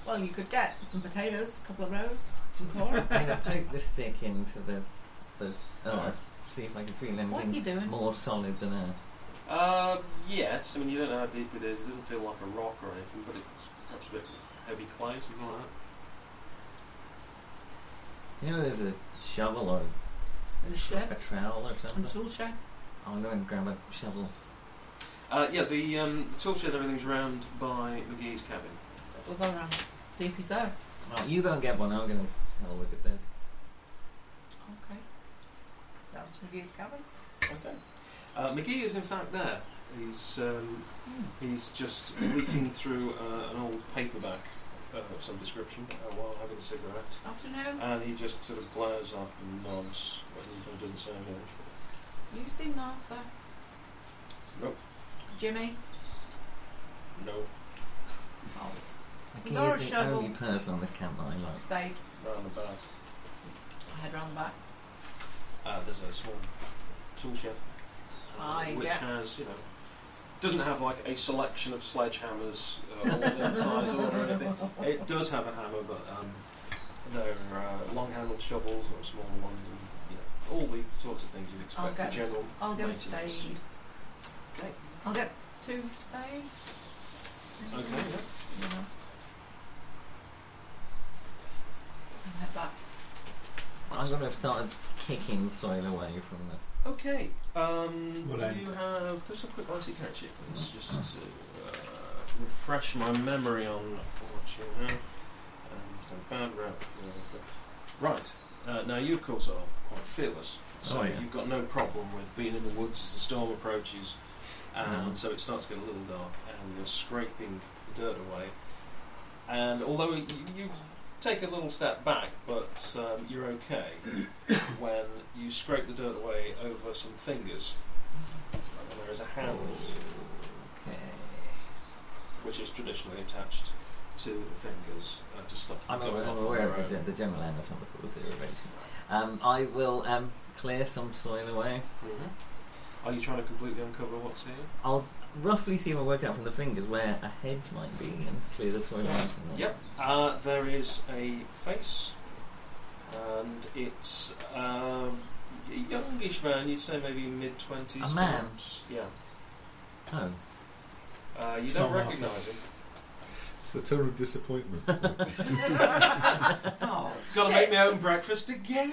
[SPEAKER 8] Well, you could get some potatoes, a couple of rows, some corn.
[SPEAKER 5] I'm gonna poke the stick into the the
[SPEAKER 3] Alright.
[SPEAKER 5] earth, see if I can feel
[SPEAKER 8] what are you
[SPEAKER 5] anything
[SPEAKER 8] doing?
[SPEAKER 5] more solid than earth.
[SPEAKER 3] Uh, yes. I mean, you don't know how deep it is. It doesn't feel like a rock or anything, but it's perhaps a bit heavy clay, something like that.
[SPEAKER 5] You know, there's a shovel or
[SPEAKER 8] And a shed.
[SPEAKER 5] a trowel or
[SPEAKER 8] And a
[SPEAKER 5] something.
[SPEAKER 8] tool shed.
[SPEAKER 5] I'm going to grab a shovel.
[SPEAKER 3] Uh, yeah, the, um, the tool shed, everything's round by McGee's cabin.
[SPEAKER 8] We'll go around. See if he's there.
[SPEAKER 5] Well, you go and get one. I'm going to have a look at this.
[SPEAKER 8] Okay. Down to McGee's cabin.
[SPEAKER 3] Okay. Uh, McGee is in fact there. He's um, he's just leafing through uh, an old paperback uh, of some description uh, while having a cigarette,
[SPEAKER 8] Afternoon.
[SPEAKER 3] and he just sort of glares up and nods, but he doesn't say anything.
[SPEAKER 8] You seen Martha?
[SPEAKER 3] Nope.
[SPEAKER 8] Jimmy?
[SPEAKER 3] No.
[SPEAKER 8] Oh,
[SPEAKER 5] Like, he
[SPEAKER 8] Nor a
[SPEAKER 5] is the
[SPEAKER 8] shovel.
[SPEAKER 5] only person on this camp that I like.
[SPEAKER 8] spade.
[SPEAKER 3] Round the back.
[SPEAKER 8] Head round the back.
[SPEAKER 3] Uh, there's a small tool shed, uh,
[SPEAKER 8] Aye,
[SPEAKER 3] which
[SPEAKER 8] yeah.
[SPEAKER 3] has you know doesn't have like a selection of sledgehammers uh, all in size or anything. It does have a hammer, but um, they're uh, long-handled shovels or smaller ones, and you know, all the sorts of things you'd
[SPEAKER 8] I'll
[SPEAKER 3] expect
[SPEAKER 8] get,
[SPEAKER 3] for
[SPEAKER 8] a s-
[SPEAKER 3] general.
[SPEAKER 8] I'll get a spade.
[SPEAKER 3] maintenance. Okay.
[SPEAKER 8] I'll get two spades.
[SPEAKER 3] Okay. Yeah.
[SPEAKER 8] You know. And head back.
[SPEAKER 5] I'm going to have started kicking soil away from the.
[SPEAKER 3] Okay. Um,
[SPEAKER 1] Well
[SPEAKER 3] do
[SPEAKER 1] then.
[SPEAKER 3] you have just a quick RC catch here, please, just to uh, refresh my memory on what you have. Um, just a bad rap. you know, but- Right. Uh, now you, of course, are quite fearless, so
[SPEAKER 5] Oh, yeah.
[SPEAKER 3] you've got no problem with being in the woods as the storm approaches, and
[SPEAKER 5] No.
[SPEAKER 3] so it starts to get a little dark, and you're scraping the dirt away. And although you, you take a little step back, but um, you're okay when you scrape the dirt away over some fingers. And there is a hand
[SPEAKER 5] Okay.
[SPEAKER 3] which is traditionally attached to the fingers uh, to stop
[SPEAKER 5] I'm
[SPEAKER 3] them going
[SPEAKER 5] aware,
[SPEAKER 3] off on
[SPEAKER 5] I'm aware
[SPEAKER 3] their
[SPEAKER 5] of the,
[SPEAKER 3] own.
[SPEAKER 5] gen- the general anatomical derivation. Um, I will um, clear some soil away.
[SPEAKER 3] Mhm. Are you trying to completely uncover what's here?
[SPEAKER 5] I'll roughly see if I work out from the fingers where a head might be and clear the soil away from there.
[SPEAKER 3] Yep. Uh, there is a face, and it's um, a youngish man. You'd say maybe mid twenties.
[SPEAKER 5] A man?
[SPEAKER 3] Yeah.
[SPEAKER 5] Oh,
[SPEAKER 3] Uh, you
[SPEAKER 1] It's
[SPEAKER 3] don't
[SPEAKER 1] not Martha.
[SPEAKER 3] recognise him.
[SPEAKER 10] it's the tour of disappointment.
[SPEAKER 3] Oh, gotta make my own breakfast again.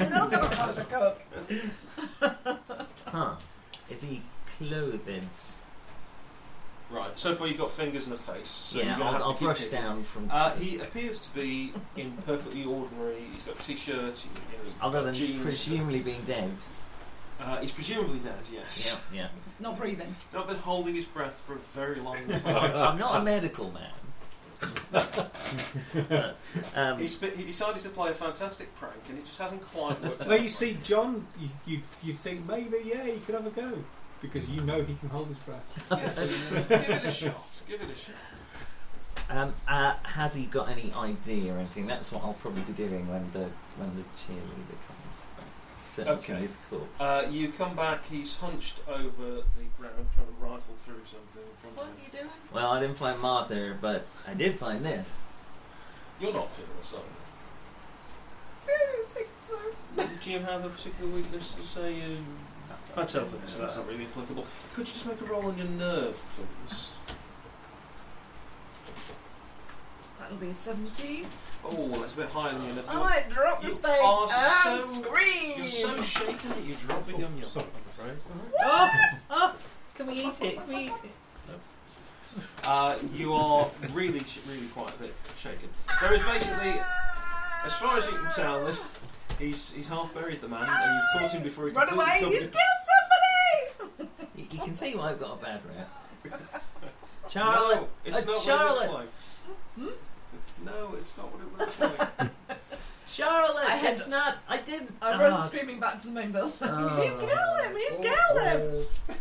[SPEAKER 5] huh. Is he clothed?
[SPEAKER 3] right. So far, you've got fingers and a face. So you're
[SPEAKER 5] yeah,
[SPEAKER 3] gonna have
[SPEAKER 5] I'll, I'll
[SPEAKER 3] to keep
[SPEAKER 5] brush
[SPEAKER 3] digging.
[SPEAKER 5] down from.
[SPEAKER 3] Uh, he appears to be in perfectly ordinary. He's got a t-shirt. You know,
[SPEAKER 5] other than
[SPEAKER 3] jeans.
[SPEAKER 5] presumably being dead.
[SPEAKER 3] uh, he's presumably dead. Yes.
[SPEAKER 5] Yeah, yeah.
[SPEAKER 8] Not breathing.
[SPEAKER 3] Not been holding his breath for a very long time.
[SPEAKER 5] I'm not a medical man. But, um,
[SPEAKER 3] He, sp- he decided to play a fantastic prank, and it just hasn't quite worked.
[SPEAKER 1] Well,
[SPEAKER 3] out
[SPEAKER 1] you
[SPEAKER 3] for
[SPEAKER 1] see,
[SPEAKER 3] him.
[SPEAKER 1] John, you, you, you think maybe, yeah, he could have a go. Because you know he can hold his breath.
[SPEAKER 3] Yeah, just give it a shot. Give it a shot.
[SPEAKER 5] um, uh, has he got any ID or anything? That's what I'll probably be doing when the when the cheerleader comes. back. Searching
[SPEAKER 3] Okay.
[SPEAKER 5] his corpse.
[SPEAKER 3] Uh, you come back. He's hunched over the ground, trying to rifle through something in front
[SPEAKER 8] What are
[SPEAKER 3] of him.
[SPEAKER 8] you doing?
[SPEAKER 5] Well, I didn't find Martha, but I did find this.
[SPEAKER 3] You're not fearless, are
[SPEAKER 8] I don't think so.
[SPEAKER 3] you? Do you have a particular weakness to say? Um,
[SPEAKER 8] That's
[SPEAKER 3] I tell them, so that's not really applicable. Could you just make a roll on your nerve, please?
[SPEAKER 8] That'll be 17.
[SPEAKER 3] Oh, that's a bit higher than your nerve.
[SPEAKER 8] I might drop the
[SPEAKER 3] You
[SPEAKER 8] spade
[SPEAKER 3] are
[SPEAKER 8] and
[SPEAKER 3] so-
[SPEAKER 8] scream.
[SPEAKER 3] You're so shaken that you're dropping
[SPEAKER 1] Oh,
[SPEAKER 3] on your
[SPEAKER 1] sorry.
[SPEAKER 3] right?
[SPEAKER 5] Oh, oh, can we eat it? Can we eat it?
[SPEAKER 3] Uh, you are really, sh- really quite a bit shaken. There is basically As far as you can tell, there's- he's he's half buried the man, and you've caught him before he
[SPEAKER 8] Run
[SPEAKER 3] completely
[SPEAKER 8] away,
[SPEAKER 3] covered
[SPEAKER 8] he's
[SPEAKER 3] in-
[SPEAKER 8] killed somebody!
[SPEAKER 5] You, you can see why I've got a bad rep.
[SPEAKER 3] No,
[SPEAKER 5] Charlotte,
[SPEAKER 3] it's
[SPEAKER 5] a
[SPEAKER 3] not
[SPEAKER 5] Charlotte.
[SPEAKER 3] what it
[SPEAKER 8] Hmm?
[SPEAKER 3] looks like. No, it's not what it looks like.
[SPEAKER 5] Charlotte,
[SPEAKER 8] I had-
[SPEAKER 5] it's not. I didn't.
[SPEAKER 8] I
[SPEAKER 5] Ah,
[SPEAKER 8] run screaming back to the main building.
[SPEAKER 5] Oh.
[SPEAKER 8] he's killed him, he's
[SPEAKER 4] Oh,
[SPEAKER 8] killed him!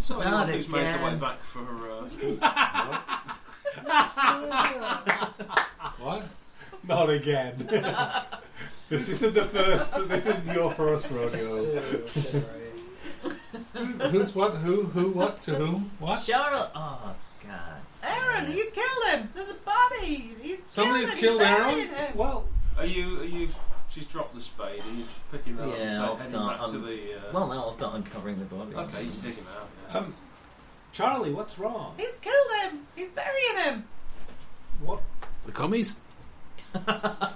[SPEAKER 3] So
[SPEAKER 5] Not
[SPEAKER 3] anyone who's made the way
[SPEAKER 5] again.
[SPEAKER 3] back for uh,
[SPEAKER 10] What?
[SPEAKER 1] Not again. this isn't the first. This isn't your first rodeo.
[SPEAKER 10] Who's what? Who? Who? What? To whom? What?
[SPEAKER 5] Charlotte. Oh God.
[SPEAKER 8] Aaron, he's killed him! There's a body! He's
[SPEAKER 10] Somebody's killed
[SPEAKER 8] killed him!
[SPEAKER 10] Aaron?
[SPEAKER 8] he's buried him.
[SPEAKER 3] Well, are you? Are you? She's dropped the spade. Are you picking that
[SPEAKER 5] Yeah, I'll
[SPEAKER 3] up and taking- heading
[SPEAKER 5] start,
[SPEAKER 3] back to
[SPEAKER 5] um,
[SPEAKER 3] the? Uh,
[SPEAKER 5] Well, now I'll start uncovering the body.
[SPEAKER 3] okay, you can dig him out. Yeah.
[SPEAKER 1] Um, Charlie, what's wrong?
[SPEAKER 8] He's killed him! He's burying him!
[SPEAKER 1] What?
[SPEAKER 7] The commies?
[SPEAKER 8] I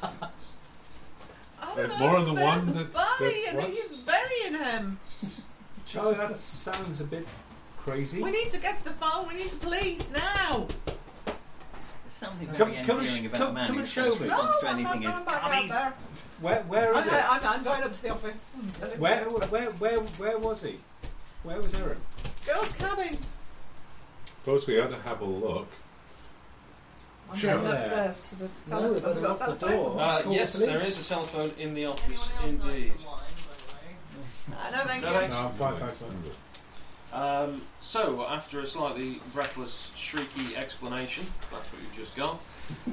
[SPEAKER 8] don't
[SPEAKER 10] There's
[SPEAKER 8] know,
[SPEAKER 10] more than
[SPEAKER 8] there's
[SPEAKER 10] one
[SPEAKER 8] a
[SPEAKER 10] that-
[SPEAKER 8] body
[SPEAKER 10] that-
[SPEAKER 8] and
[SPEAKER 10] what?
[SPEAKER 8] he's burying him!
[SPEAKER 1] Charlie, that sounds a bit crazy.
[SPEAKER 8] We need to get the phone, we need the police now!
[SPEAKER 5] There's something
[SPEAKER 1] Come-
[SPEAKER 5] very
[SPEAKER 1] come and
[SPEAKER 5] endearing
[SPEAKER 1] sh-
[SPEAKER 5] about
[SPEAKER 1] come-
[SPEAKER 5] a man
[SPEAKER 1] come
[SPEAKER 5] whose
[SPEAKER 1] and show
[SPEAKER 5] first
[SPEAKER 1] me.
[SPEAKER 5] response to
[SPEAKER 8] I'm not
[SPEAKER 5] anything is
[SPEAKER 8] going back out
[SPEAKER 5] "Commies."
[SPEAKER 8] there.
[SPEAKER 1] Where? Where
[SPEAKER 8] I'm,
[SPEAKER 1] is it?
[SPEAKER 8] I'm, I'm going up to the office.
[SPEAKER 1] Where? Where? Where? Where was he? Where was Aaron?
[SPEAKER 8] Girls' cabins.
[SPEAKER 10] Suppose we ought to have a look.
[SPEAKER 4] I'm
[SPEAKER 7] Sure.
[SPEAKER 8] Heading upstairs to the
[SPEAKER 4] No,
[SPEAKER 8] telephone.
[SPEAKER 4] but
[SPEAKER 8] We've got
[SPEAKER 4] lock the
[SPEAKER 8] telephone.
[SPEAKER 4] door.
[SPEAKER 3] Uh,
[SPEAKER 4] Call the
[SPEAKER 3] yes, there
[SPEAKER 4] police.
[SPEAKER 3] is a cell phone in the office, indeed.
[SPEAKER 8] I know, thank
[SPEAKER 3] No,
[SPEAKER 8] you.
[SPEAKER 3] thanks.
[SPEAKER 1] No, I'm fine, thanks, mate.
[SPEAKER 3] Um, so, after a slightly reckless, shrieky explanation, that's what you've just got,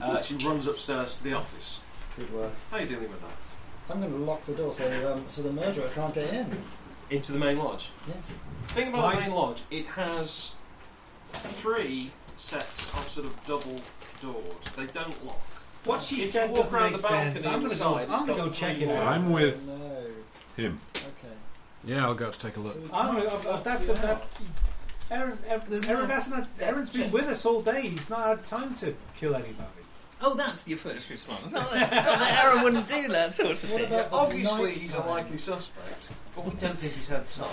[SPEAKER 3] uh, she runs upstairs to the office.
[SPEAKER 4] Good work.
[SPEAKER 3] How are you dealing with that?
[SPEAKER 4] I'm going to lock the door so um, so the murderer can't get in.
[SPEAKER 3] Into the main lodge.
[SPEAKER 4] Yeah.
[SPEAKER 3] Thing about the main lodge, it has three sets of sort of double doors. They don't lock.
[SPEAKER 1] What she
[SPEAKER 3] If
[SPEAKER 1] said
[SPEAKER 3] you walk
[SPEAKER 1] doesn't
[SPEAKER 3] around
[SPEAKER 1] make
[SPEAKER 3] the balcony
[SPEAKER 1] sense. I'm gonna go.
[SPEAKER 3] inside,
[SPEAKER 1] I'm
[SPEAKER 3] it's
[SPEAKER 1] gonna
[SPEAKER 3] got
[SPEAKER 1] go check
[SPEAKER 3] three
[SPEAKER 1] it out.
[SPEAKER 10] I'm with
[SPEAKER 4] No.
[SPEAKER 10] him.
[SPEAKER 4] Okay.
[SPEAKER 7] Yeah, I'll go to take a look.
[SPEAKER 1] I'm gonna. I've- I've- That. That. that Aaron, Aaron,
[SPEAKER 8] There's
[SPEAKER 1] Aaron
[SPEAKER 8] no-
[SPEAKER 1] hasn't had, Aaron's been with us all day. He's not had time to kill anybody.
[SPEAKER 5] Oh, that's your first response. Oh, that, that Aaron wouldn't do that sort of
[SPEAKER 4] What
[SPEAKER 5] thing.
[SPEAKER 4] about the
[SPEAKER 3] Obviously,
[SPEAKER 4] night
[SPEAKER 3] he's
[SPEAKER 4] time?
[SPEAKER 3] a likely suspect, but we don't think he's had time.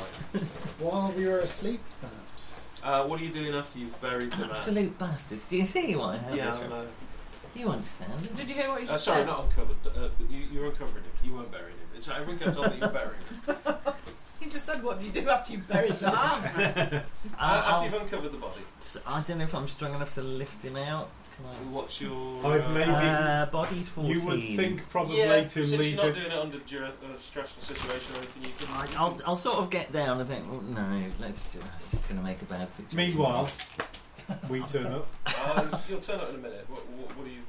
[SPEAKER 4] While we were asleep, perhaps.
[SPEAKER 3] Uh, what are you doing after you've buried the man?
[SPEAKER 5] Absolute bastards. Do you see why I have
[SPEAKER 3] Yeah,
[SPEAKER 5] this?
[SPEAKER 3] I know.
[SPEAKER 5] You understand?
[SPEAKER 8] Did you hear what you
[SPEAKER 3] Uh,
[SPEAKER 8] just
[SPEAKER 3] sorry,
[SPEAKER 8] said?
[SPEAKER 3] not uncovered. Uh, you, you're uncovering him. You weren't burying him. It's, everyone kept on that you're burying him.
[SPEAKER 8] He just said, what do you do after you bury the man?
[SPEAKER 5] Uh,
[SPEAKER 3] Uh, after
[SPEAKER 5] I'll-
[SPEAKER 3] you've uncovered the body,
[SPEAKER 5] I don't know if I'm strong enough to lift him out. Can I?
[SPEAKER 3] what's your?
[SPEAKER 1] I've made- Maybe.
[SPEAKER 5] Uh, body's 14.
[SPEAKER 1] You would think probably
[SPEAKER 3] yeah,
[SPEAKER 1] to
[SPEAKER 3] since
[SPEAKER 1] leave
[SPEAKER 3] you're not
[SPEAKER 1] it.
[SPEAKER 3] doing it under dura- uh, stressful situation or anything, you can.
[SPEAKER 5] I- I'll, I'll sort of get down and think, well, no, let's just, it's just going to make a bad situation.
[SPEAKER 1] Meanwhile, we turn up.
[SPEAKER 3] Uh, you'll turn up in a minute. What, what, what are you?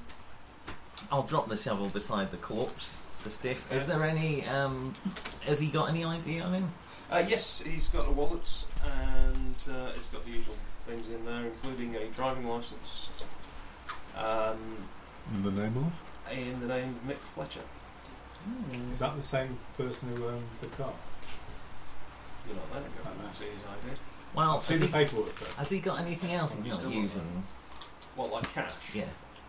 [SPEAKER 5] I'll drop the shovel beside the corpse, the stiff. Is there any, um, has he got any ID on him?
[SPEAKER 3] Uh, yes, he's got a wallet and uh, it's got the usual things in there, including a driving license. Um,
[SPEAKER 10] In the name of?
[SPEAKER 3] in the name of Mick Fletcher.
[SPEAKER 1] Is that the same person who um, owned the car?
[SPEAKER 3] You're not there. You
[SPEAKER 1] I know.
[SPEAKER 3] haven't seen his ID.
[SPEAKER 5] Well,
[SPEAKER 1] See
[SPEAKER 5] has
[SPEAKER 1] the
[SPEAKER 5] he,
[SPEAKER 1] paperwork. first.
[SPEAKER 5] has he got anything else he's
[SPEAKER 3] He's
[SPEAKER 5] not
[SPEAKER 3] still got
[SPEAKER 5] using?
[SPEAKER 3] What, like cash?
[SPEAKER 5] Yeah.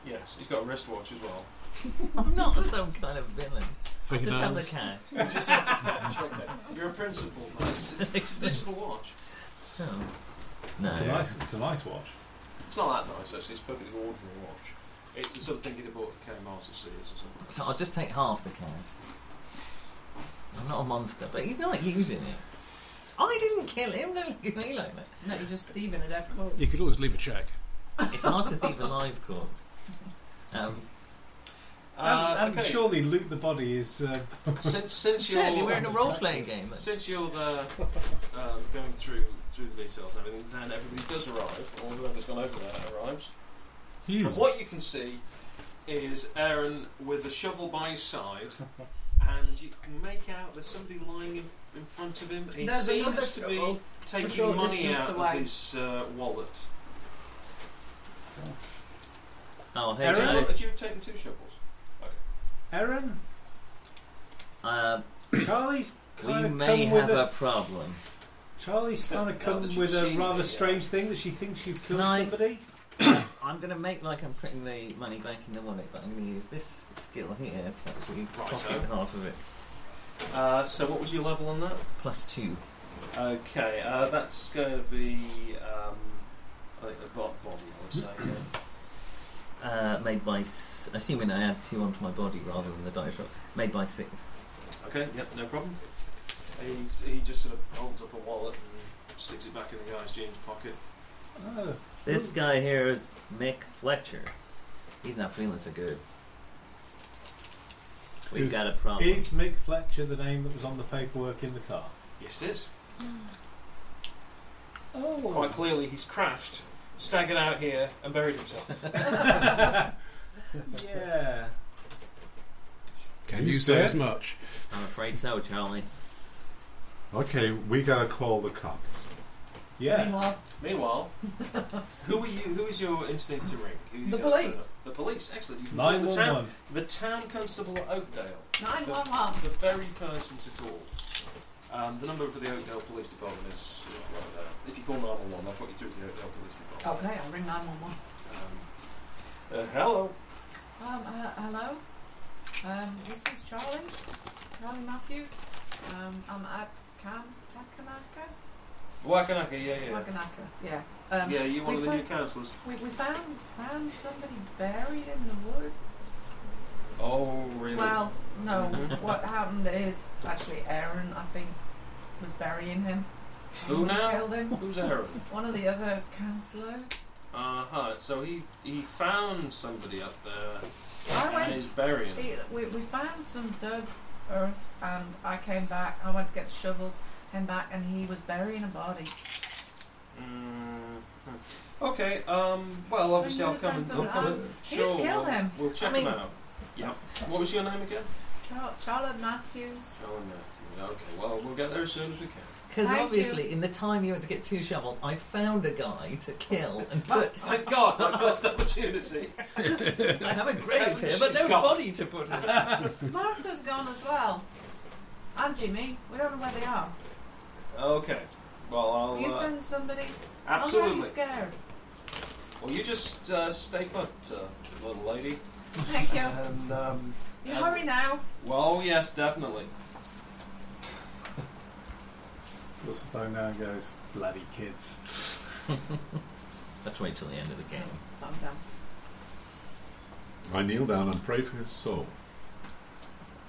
[SPEAKER 3] Yes, he's got a wristwatch as well.
[SPEAKER 5] I'm not some kind of villain.
[SPEAKER 7] Fingernails.
[SPEAKER 5] Just have the cash.
[SPEAKER 3] You just have to watch, okay. You're a principal, man. It's, it's a digital watch.
[SPEAKER 5] Oh. No.
[SPEAKER 1] It's a nice. It's a nice watch.
[SPEAKER 3] It's not that nice, actually. It's a perfectly ordinary watch. It's the sort of thing you'd have bought at Kmart or Sears or something.
[SPEAKER 5] So I'll just take half the cash. I'm not a monster, but he's not using it. I didn't kill him, don't look at me like that.
[SPEAKER 8] no, you're just thieving a dead corpse.
[SPEAKER 7] You could always leave a check.
[SPEAKER 5] It's hard to thieve a live corpse. Um,
[SPEAKER 3] Uh,
[SPEAKER 1] and, and
[SPEAKER 3] okay.
[SPEAKER 1] surely loot the body is. Uh,
[SPEAKER 3] Since, since you're
[SPEAKER 5] yeah, we're in a role playing game.
[SPEAKER 3] since you're there um, going through through the details and everything, then everybody does arrive, or whoever's gone over there arrives.
[SPEAKER 10] He
[SPEAKER 3] And what you can see is Aaron with a shovel by his side, and you can make out there's somebody lying in, in front of him. He
[SPEAKER 8] There's another
[SPEAKER 3] seems to be
[SPEAKER 8] trouble.
[SPEAKER 3] taking
[SPEAKER 8] short
[SPEAKER 3] money
[SPEAKER 8] distance
[SPEAKER 3] out
[SPEAKER 8] away.
[SPEAKER 3] of his uh, wallet.
[SPEAKER 5] Oh, hey,
[SPEAKER 1] Aaron?
[SPEAKER 5] Joe.
[SPEAKER 3] Well, had you taken two shovels?
[SPEAKER 1] Aaron,
[SPEAKER 5] Uh,
[SPEAKER 1] Charlie's kind
[SPEAKER 5] we
[SPEAKER 1] of
[SPEAKER 5] may
[SPEAKER 1] come with
[SPEAKER 5] have a problem.
[SPEAKER 1] Charlie's kind of
[SPEAKER 3] Now
[SPEAKER 1] come
[SPEAKER 3] that you've
[SPEAKER 1] with a
[SPEAKER 3] seen
[SPEAKER 1] rather
[SPEAKER 3] the, uh,
[SPEAKER 1] strange thing that she thinks you've killed
[SPEAKER 5] No, I-
[SPEAKER 1] somebody.
[SPEAKER 5] I'm going to make like I'm putting the money back in the wallet, but I'm going to use this skill here to actually pocket
[SPEAKER 3] Righto.
[SPEAKER 5] half of it.
[SPEAKER 3] Uh, so what was your level on that?
[SPEAKER 5] Plus two.
[SPEAKER 3] Okay, uh, that's going to be um, a, a bot body, I would say. yeah.
[SPEAKER 5] Uh, made by, s- assuming I add two onto my body rather than the dice roll, made by six.
[SPEAKER 3] Okay, yep, no problem. He's, he just sort of holds up a wallet and sticks it back in the guy's jeans pocket. Oh.
[SPEAKER 5] This guy here is Mick Fletcher. He's not feeling so good. We've
[SPEAKER 1] Is-
[SPEAKER 5] got a problem.
[SPEAKER 1] Is Mick Fletcher the name that was on the paperwork in the car?
[SPEAKER 3] Yes, it is.
[SPEAKER 1] Oh,
[SPEAKER 3] Quite clearly, he's crashed, staggered out here, and buried himself.
[SPEAKER 1] yeah.
[SPEAKER 7] Can
[SPEAKER 10] He's
[SPEAKER 7] you say
[SPEAKER 10] dead?
[SPEAKER 7] as much?
[SPEAKER 5] I'm afraid so, Charlie.
[SPEAKER 10] Okay, we gotta call the cops.
[SPEAKER 1] Yeah.
[SPEAKER 8] Meanwhile,
[SPEAKER 3] Meanwhile, who are you? Who is your instinct to ring? Who
[SPEAKER 8] The
[SPEAKER 3] knows
[SPEAKER 8] police.
[SPEAKER 3] better? The police. Excellent. You can call the town,
[SPEAKER 1] 911.
[SPEAKER 3] the town constable at Oakdale.
[SPEAKER 8] 911.
[SPEAKER 3] The very person to call. Um, the number for the Oakdale Police Department is is right there. If you call 911, they'll put you through to the Oakdale Police Department.
[SPEAKER 8] Okay, I'll ring 911.
[SPEAKER 3] Um, uh, hello.
[SPEAKER 8] Um, uh, hello. Um, this is Charlie. Charlie Matthews. Um, I'm at Cam Takanaka.
[SPEAKER 3] Wakanaka, yeah, yeah.
[SPEAKER 8] Takanaka, yeah. Um,
[SPEAKER 3] yeah, you're one of
[SPEAKER 8] we
[SPEAKER 3] the new
[SPEAKER 8] found-
[SPEAKER 3] councillors.
[SPEAKER 8] We, we found found somebody buried in the wood.
[SPEAKER 3] Oh, really?
[SPEAKER 8] Well, no. what happened is actually Aaron, I think, was burying him.
[SPEAKER 3] Who now?
[SPEAKER 8] Killed him.
[SPEAKER 3] Who's Aaron?
[SPEAKER 8] One of the other councillors.
[SPEAKER 3] Uh huh. So he he found somebody up there
[SPEAKER 8] I
[SPEAKER 3] and
[SPEAKER 8] went.
[SPEAKER 3] is burying. him.
[SPEAKER 8] he- We, we found some dug earth, and I came back. I went to get shovels. Came back, and he was burying a body.
[SPEAKER 3] Mm, Okay. Um. Well, obviously I'll
[SPEAKER 8] you
[SPEAKER 3] come and
[SPEAKER 8] send
[SPEAKER 3] I'll
[SPEAKER 8] someone
[SPEAKER 3] come
[SPEAKER 8] out?
[SPEAKER 3] and
[SPEAKER 8] He's
[SPEAKER 3] sure,
[SPEAKER 8] killed
[SPEAKER 3] we'll,
[SPEAKER 8] him.
[SPEAKER 3] We'll check
[SPEAKER 8] I mean-
[SPEAKER 3] him out. Yeah. What was your name again?
[SPEAKER 8] Char- Charlotte Matthews.
[SPEAKER 3] Oh, Matthew. Okay. Well, we'll get there as soon as we can.
[SPEAKER 5] Because
[SPEAKER 8] Thank
[SPEAKER 5] obviously, in the time you went to get two shovels, I found a guy to kill and
[SPEAKER 3] But
[SPEAKER 5] put.
[SPEAKER 3] thank God, my first opportunity.
[SPEAKER 5] I have a grave here, but
[SPEAKER 3] She's
[SPEAKER 5] no
[SPEAKER 3] got-
[SPEAKER 5] body to put in.
[SPEAKER 8] Martha's gone as well. And Jimmy. We don't know where they are.
[SPEAKER 3] Okay. Well,
[SPEAKER 8] Will
[SPEAKER 3] I'll
[SPEAKER 8] you
[SPEAKER 3] uh,
[SPEAKER 8] send somebody? I'm
[SPEAKER 3] absolutely.
[SPEAKER 8] really scared.
[SPEAKER 3] Well, you just uh, stay put, uh, little lady.
[SPEAKER 8] Thank you.
[SPEAKER 3] And um,
[SPEAKER 8] You
[SPEAKER 3] Um,
[SPEAKER 8] hurry now.
[SPEAKER 3] well, yes, definitely.
[SPEAKER 1] What's the phone now and goes, bloody kids.
[SPEAKER 5] Let's wait till the end of the game.
[SPEAKER 8] Calm down.
[SPEAKER 10] I kneel down and pray for his soul.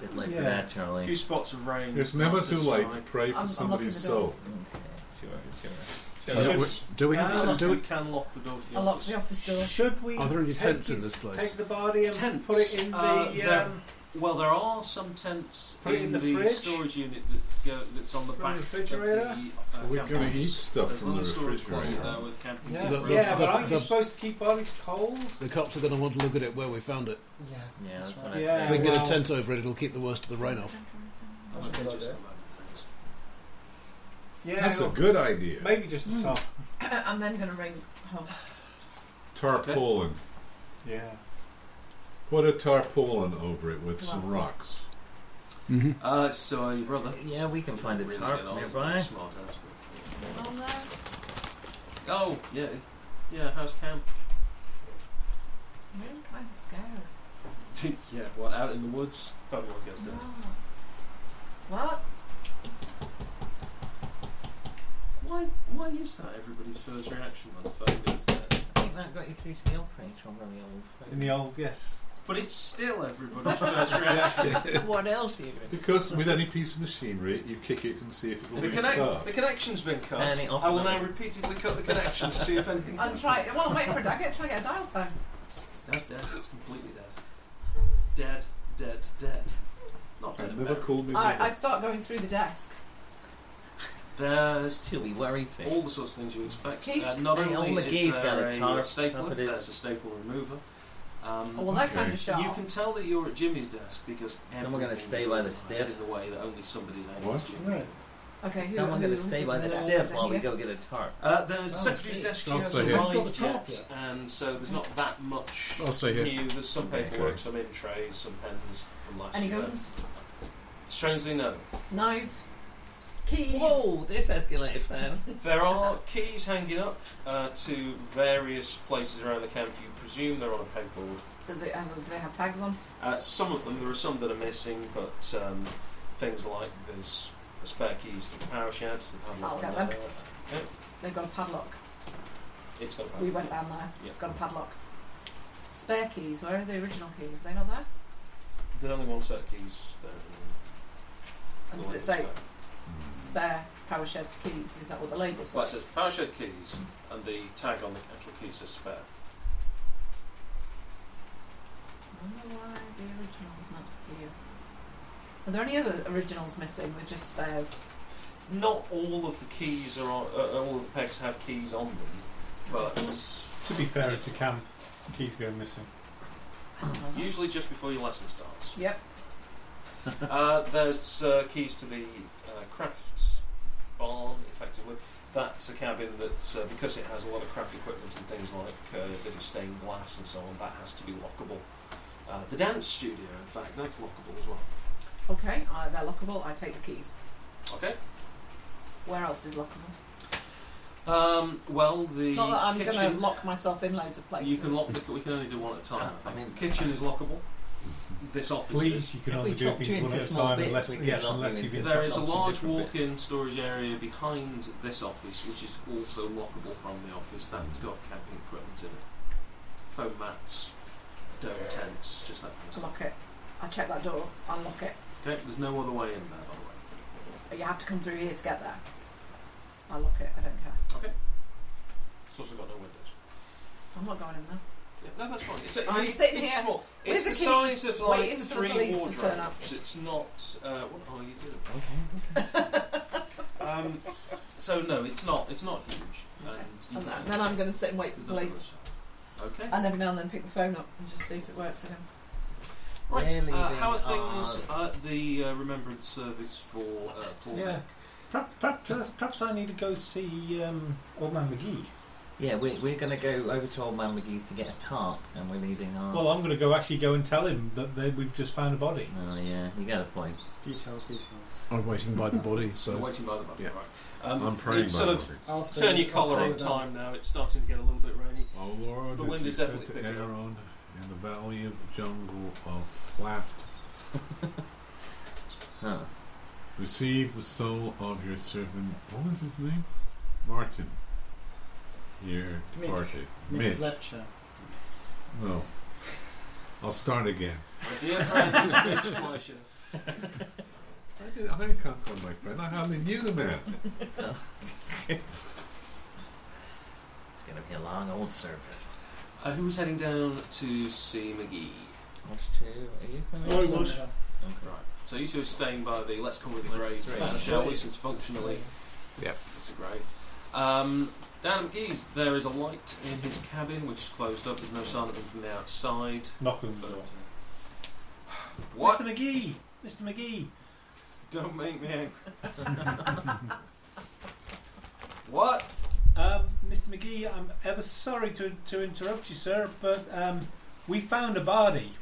[SPEAKER 5] bit late
[SPEAKER 1] Yeah.
[SPEAKER 5] for that,
[SPEAKER 3] A few
[SPEAKER 5] Charlie.
[SPEAKER 3] spots of rain.
[SPEAKER 10] It's never
[SPEAKER 3] started
[SPEAKER 10] too
[SPEAKER 3] to
[SPEAKER 10] late to
[SPEAKER 3] shine.
[SPEAKER 10] pray for
[SPEAKER 8] I'm- I'm
[SPEAKER 10] somebody's
[SPEAKER 8] locking the door.
[SPEAKER 10] soul.
[SPEAKER 5] Okay, sure, sure.
[SPEAKER 7] Do we- Do we have
[SPEAKER 1] Uh,
[SPEAKER 7] to do
[SPEAKER 3] We
[SPEAKER 7] it?
[SPEAKER 3] can lock the door. to the
[SPEAKER 8] I locked
[SPEAKER 3] office.
[SPEAKER 8] the office door.
[SPEAKER 1] Should we
[SPEAKER 7] Are there any
[SPEAKER 1] take
[SPEAKER 7] tents in
[SPEAKER 1] his-
[SPEAKER 7] this place?
[SPEAKER 1] Take the body and
[SPEAKER 3] Tents,
[SPEAKER 1] put it in the.
[SPEAKER 3] uh, they're-
[SPEAKER 1] um,
[SPEAKER 3] Well, there are some tents
[SPEAKER 1] Put it in the fridge?
[SPEAKER 3] storage unit that go, that's on the
[SPEAKER 1] From
[SPEAKER 3] back
[SPEAKER 1] the refrigerator?
[SPEAKER 3] of the uh,
[SPEAKER 10] Are we
[SPEAKER 3] camp
[SPEAKER 10] gonna
[SPEAKER 3] office.
[SPEAKER 10] eat stuff
[SPEAKER 3] There's a
[SPEAKER 10] from the
[SPEAKER 3] little storage closet
[SPEAKER 10] refrigerator?
[SPEAKER 3] there with camping
[SPEAKER 4] Yeah.
[SPEAKER 7] The-
[SPEAKER 3] gear.
[SPEAKER 1] yeah,
[SPEAKER 7] the-
[SPEAKER 1] but aren't you
[SPEAKER 7] the-
[SPEAKER 1] supposed to keep bodies cold?
[SPEAKER 7] The cops are going to want to look at it where we found it.
[SPEAKER 4] Yeah.
[SPEAKER 5] Yeah, that's what
[SPEAKER 4] right.
[SPEAKER 5] I
[SPEAKER 1] Yeah.
[SPEAKER 7] If we
[SPEAKER 5] said.
[SPEAKER 7] can get
[SPEAKER 1] well-
[SPEAKER 7] a tent over it, it'll keep the worst of the rain off.
[SPEAKER 4] That's a good idea.
[SPEAKER 1] Yeah,
[SPEAKER 10] That's a
[SPEAKER 1] well,
[SPEAKER 10] good idea.
[SPEAKER 1] maybe just the top.
[SPEAKER 8] I'm then going to ring home.
[SPEAKER 10] Tarpaulin.
[SPEAKER 1] Yeah.
[SPEAKER 10] Put a tarpaulin over it with some
[SPEAKER 8] Glasses.
[SPEAKER 10] rocks.
[SPEAKER 7] Mm-hmm.
[SPEAKER 3] Uh, so your brother.
[SPEAKER 5] Yeah, we can find a
[SPEAKER 3] Really
[SPEAKER 5] tarp
[SPEAKER 3] get on,
[SPEAKER 5] nearby.
[SPEAKER 3] smart ass.
[SPEAKER 8] Home there.
[SPEAKER 3] Oh yeah, yeah. How's camp?
[SPEAKER 8] I'm really kind of scared.
[SPEAKER 3] yeah, what out in the woods? Probably won't get us there.
[SPEAKER 8] Oh. What?
[SPEAKER 3] Why? Why is that everybody's first reaction when the phone goes there?
[SPEAKER 5] I think that got you through to the operator on the old phone.
[SPEAKER 1] In the old, yes.
[SPEAKER 3] But it's still everybody's first reaction.
[SPEAKER 5] what else are you going to
[SPEAKER 10] Because with any piece of machinery, you kick it and see if it will
[SPEAKER 3] The, connect,
[SPEAKER 10] restart.
[SPEAKER 3] the connection's been cut.
[SPEAKER 5] Turn it off
[SPEAKER 3] I will
[SPEAKER 5] a
[SPEAKER 3] now
[SPEAKER 5] little.
[SPEAKER 3] repeatedly cut the connection to see if anything.
[SPEAKER 8] I'm trying. Well, wait for it. I get try to get a dial tone.
[SPEAKER 3] That's dead. It's completely dead. Dead, dead, dead. Not dead.
[SPEAKER 10] And never
[SPEAKER 3] dead.
[SPEAKER 10] call me.
[SPEAKER 8] I, I
[SPEAKER 10] mother.
[SPEAKER 8] start going through the desk.
[SPEAKER 3] There's
[SPEAKER 5] She'll be worried too.
[SPEAKER 3] all the sorts of things you expect.
[SPEAKER 8] Jeez.
[SPEAKER 3] Uh, not
[SPEAKER 5] Hey, old
[SPEAKER 3] only is
[SPEAKER 5] McGee's
[SPEAKER 3] there
[SPEAKER 5] got a tarp.
[SPEAKER 3] stapler,
[SPEAKER 5] Up it is.
[SPEAKER 3] there's a staple remover. Um,
[SPEAKER 8] Oh, well, that kind
[SPEAKER 10] Okay.
[SPEAKER 8] of sharp.
[SPEAKER 3] You can tell that you're at Jimmy's desk because
[SPEAKER 5] Someone gonna
[SPEAKER 3] everything
[SPEAKER 5] stay
[SPEAKER 3] is
[SPEAKER 5] by the
[SPEAKER 3] organised
[SPEAKER 5] stiff.
[SPEAKER 3] in the way that only somebody's able
[SPEAKER 10] What?
[SPEAKER 3] to Jimmy.
[SPEAKER 4] Right.
[SPEAKER 8] okay, who,
[SPEAKER 5] Someone
[SPEAKER 8] who,
[SPEAKER 5] going to stay by the
[SPEAKER 8] who's
[SPEAKER 5] stairs
[SPEAKER 8] in
[SPEAKER 5] while we
[SPEAKER 8] here?
[SPEAKER 5] go get a tarp.
[SPEAKER 3] Uh,
[SPEAKER 8] Oh,
[SPEAKER 3] the
[SPEAKER 4] see.
[SPEAKER 3] secretary's desk
[SPEAKER 7] I'll
[SPEAKER 3] hasn't
[SPEAKER 7] stay here.
[SPEAKER 4] I've got
[SPEAKER 3] arrived
[SPEAKER 4] the tarp
[SPEAKER 3] yet, and so there's not that much
[SPEAKER 7] I'll stay here.
[SPEAKER 3] new. There's some
[SPEAKER 5] Okay.
[SPEAKER 3] paperwork, some in trays, some pens from last
[SPEAKER 8] Any
[SPEAKER 3] year.
[SPEAKER 8] guns?
[SPEAKER 3] Strangely, no.
[SPEAKER 8] Knives? Keys?
[SPEAKER 5] Whoa, this escalated fast.
[SPEAKER 3] There are keys hanging up uh, to various places around the camp. You presume they're on a pegboard.
[SPEAKER 8] Does it have, do they have tags on?
[SPEAKER 3] Uh, some of them, there are some that are missing, but um, things like there's a spare keys to the power shed. The padlock
[SPEAKER 8] I'll get
[SPEAKER 3] on
[SPEAKER 8] them.
[SPEAKER 3] there.
[SPEAKER 8] They've got a padlock.
[SPEAKER 3] It's got a padlock.
[SPEAKER 8] We went down there.
[SPEAKER 3] Yeah.
[SPEAKER 8] It's got a padlock. Spare keys, where are the original keys? Are they not there?
[SPEAKER 3] The only one set of keys there.
[SPEAKER 8] And
[SPEAKER 3] The
[SPEAKER 8] does it
[SPEAKER 3] label's
[SPEAKER 8] say
[SPEAKER 3] there.
[SPEAKER 8] spare power shed keys? Is that what the label
[SPEAKER 3] Well, it says
[SPEAKER 8] says?
[SPEAKER 3] power shed keys, and the tag on the actual key says spare.
[SPEAKER 8] I wonder why the original's not here. Are there any other originals missing with just spares?
[SPEAKER 3] Not all of the keys are on. Uh, all of the pegs have keys on them, but
[SPEAKER 1] To be fair, it's a camp. Keys go missing.
[SPEAKER 8] I don't know.
[SPEAKER 3] usually just before your lesson starts.
[SPEAKER 8] Yep.
[SPEAKER 3] Uh, there's uh, keys to the uh, craft barn, effectively. That's a cabin that, uh, because it has a lot of craft equipment and things like uh, a bit of stained glass and so on, that has to be lockable. Uh, the dance studio, in fact, that's lockable as well.
[SPEAKER 8] Okay, uh, they're lockable. I take the keys.
[SPEAKER 3] Okay.
[SPEAKER 8] Where else is lockable?
[SPEAKER 3] Um, well, the
[SPEAKER 8] Not that I'm going
[SPEAKER 3] kitchen-
[SPEAKER 8] to lock myself in loads of places.
[SPEAKER 3] You can lock the. We can only do one at a time.
[SPEAKER 5] Uh,
[SPEAKER 3] I
[SPEAKER 5] I
[SPEAKER 3] think.
[SPEAKER 5] mean-
[SPEAKER 3] kitchen is lockable. This office.
[SPEAKER 1] Please, you can
[SPEAKER 5] If we
[SPEAKER 1] only do
[SPEAKER 5] chopped you into
[SPEAKER 1] things one at a
[SPEAKER 5] small
[SPEAKER 1] time
[SPEAKER 5] bits,
[SPEAKER 1] unless,
[SPEAKER 5] we could
[SPEAKER 1] yes,
[SPEAKER 5] knock
[SPEAKER 1] unless
[SPEAKER 5] them
[SPEAKER 1] you've
[SPEAKER 5] into-
[SPEAKER 1] been
[SPEAKER 3] There is a
[SPEAKER 1] chopped into
[SPEAKER 3] large
[SPEAKER 1] different bits.
[SPEAKER 3] walk-in storage area behind this office, which is also lockable from the office. That's got camping equipment in it, foam mats, dome tents, just that kind of stuff.
[SPEAKER 8] Lock it. I check that door. I lock it.
[SPEAKER 3] Okay, there's no other way in there, by the way.
[SPEAKER 8] But you have to come through here to get there. I lock it. I don't care.
[SPEAKER 3] It's also got no windows.
[SPEAKER 8] I'm not going in there.
[SPEAKER 3] Yeah, no, that's fine. It's, a,
[SPEAKER 8] I'm
[SPEAKER 3] it's,
[SPEAKER 8] sitting
[SPEAKER 3] it's
[SPEAKER 8] here
[SPEAKER 3] small.
[SPEAKER 8] with
[SPEAKER 3] It's
[SPEAKER 8] the
[SPEAKER 3] the
[SPEAKER 8] keys,
[SPEAKER 3] size of like
[SPEAKER 8] waiting for the
[SPEAKER 3] three
[SPEAKER 8] police to
[SPEAKER 3] wardrobes.
[SPEAKER 8] turn up.
[SPEAKER 3] It's not. Uh, what are you doing?
[SPEAKER 5] Okay.
[SPEAKER 3] Um, so no, it's not. It's not huge. And, you
[SPEAKER 8] And
[SPEAKER 3] can-
[SPEAKER 8] that, then I'm going to sit and wait for the
[SPEAKER 3] there's no
[SPEAKER 8] police.
[SPEAKER 3] rush. Okay.
[SPEAKER 8] And every now and then pick the phone up and just see if it works again.
[SPEAKER 3] Right.
[SPEAKER 5] Really,
[SPEAKER 3] Uh, how
[SPEAKER 5] they
[SPEAKER 3] are things at the uh, remembrance service for uh, Paul?
[SPEAKER 1] Yeah. Perhaps, perhaps, perhaps I need to go see um, Old Man McGee.
[SPEAKER 5] Yeah, we're, we're going to go over to Old Man McGee's to get a tarp, and we're leaving our.
[SPEAKER 1] Well, I'm going to go actually go and tell him that they, we've just found a body.
[SPEAKER 5] oh yeah, you got a point.
[SPEAKER 4] Details, details.
[SPEAKER 7] I'm waiting by the body, so
[SPEAKER 3] You're waiting by the body,
[SPEAKER 7] Yeah.
[SPEAKER 3] right? Um,
[SPEAKER 10] I'm praying.
[SPEAKER 3] It's
[SPEAKER 10] by
[SPEAKER 3] sort
[SPEAKER 10] the
[SPEAKER 3] of
[SPEAKER 10] way.
[SPEAKER 4] I'll
[SPEAKER 3] turn your collar
[SPEAKER 4] I'll um,
[SPEAKER 3] on time now. It's starting to get a little bit rainy.
[SPEAKER 10] Oh Lord,
[SPEAKER 3] The
[SPEAKER 10] as
[SPEAKER 3] wind
[SPEAKER 10] you
[SPEAKER 3] is
[SPEAKER 10] said
[SPEAKER 3] definitely
[SPEAKER 10] to
[SPEAKER 3] picking up.
[SPEAKER 10] Aaron, in the valley of the jungle of flat.
[SPEAKER 5] Huh.
[SPEAKER 10] Receive the soul of your servant. What was his name? Martin. Here
[SPEAKER 4] Mitch.
[SPEAKER 10] departed.
[SPEAKER 4] Nick
[SPEAKER 10] Mitch.
[SPEAKER 4] Fletcher.
[SPEAKER 10] No. I'll start again.
[SPEAKER 3] My dear friend, Mitch Fleischer.
[SPEAKER 10] I, did, I can't call my friend. I hardly knew the man.
[SPEAKER 5] It's going to be a long old service.
[SPEAKER 3] Uh, who was heading down to see McGee?
[SPEAKER 5] Which two are you coming?
[SPEAKER 4] Something like that.
[SPEAKER 3] Right. So you two are staying by the let's come with the
[SPEAKER 5] One,
[SPEAKER 3] grave,
[SPEAKER 5] three.
[SPEAKER 3] plan,
[SPEAKER 4] That's
[SPEAKER 3] shall we?
[SPEAKER 4] great.
[SPEAKER 3] Since functionally
[SPEAKER 7] Yep.
[SPEAKER 3] It's a grave. Um, down at McGee's, there is a light in his cabin which is closed up. There's no sign of him from the outside.
[SPEAKER 1] Knock on the
[SPEAKER 3] But
[SPEAKER 1] door.
[SPEAKER 3] what?
[SPEAKER 1] Mr. McGee! Mr. McGee!
[SPEAKER 3] Don't make me angry. what?
[SPEAKER 1] Um, Mr. McGee, I'm ever sorry to, to interrupt you, sir, but um, we found a body.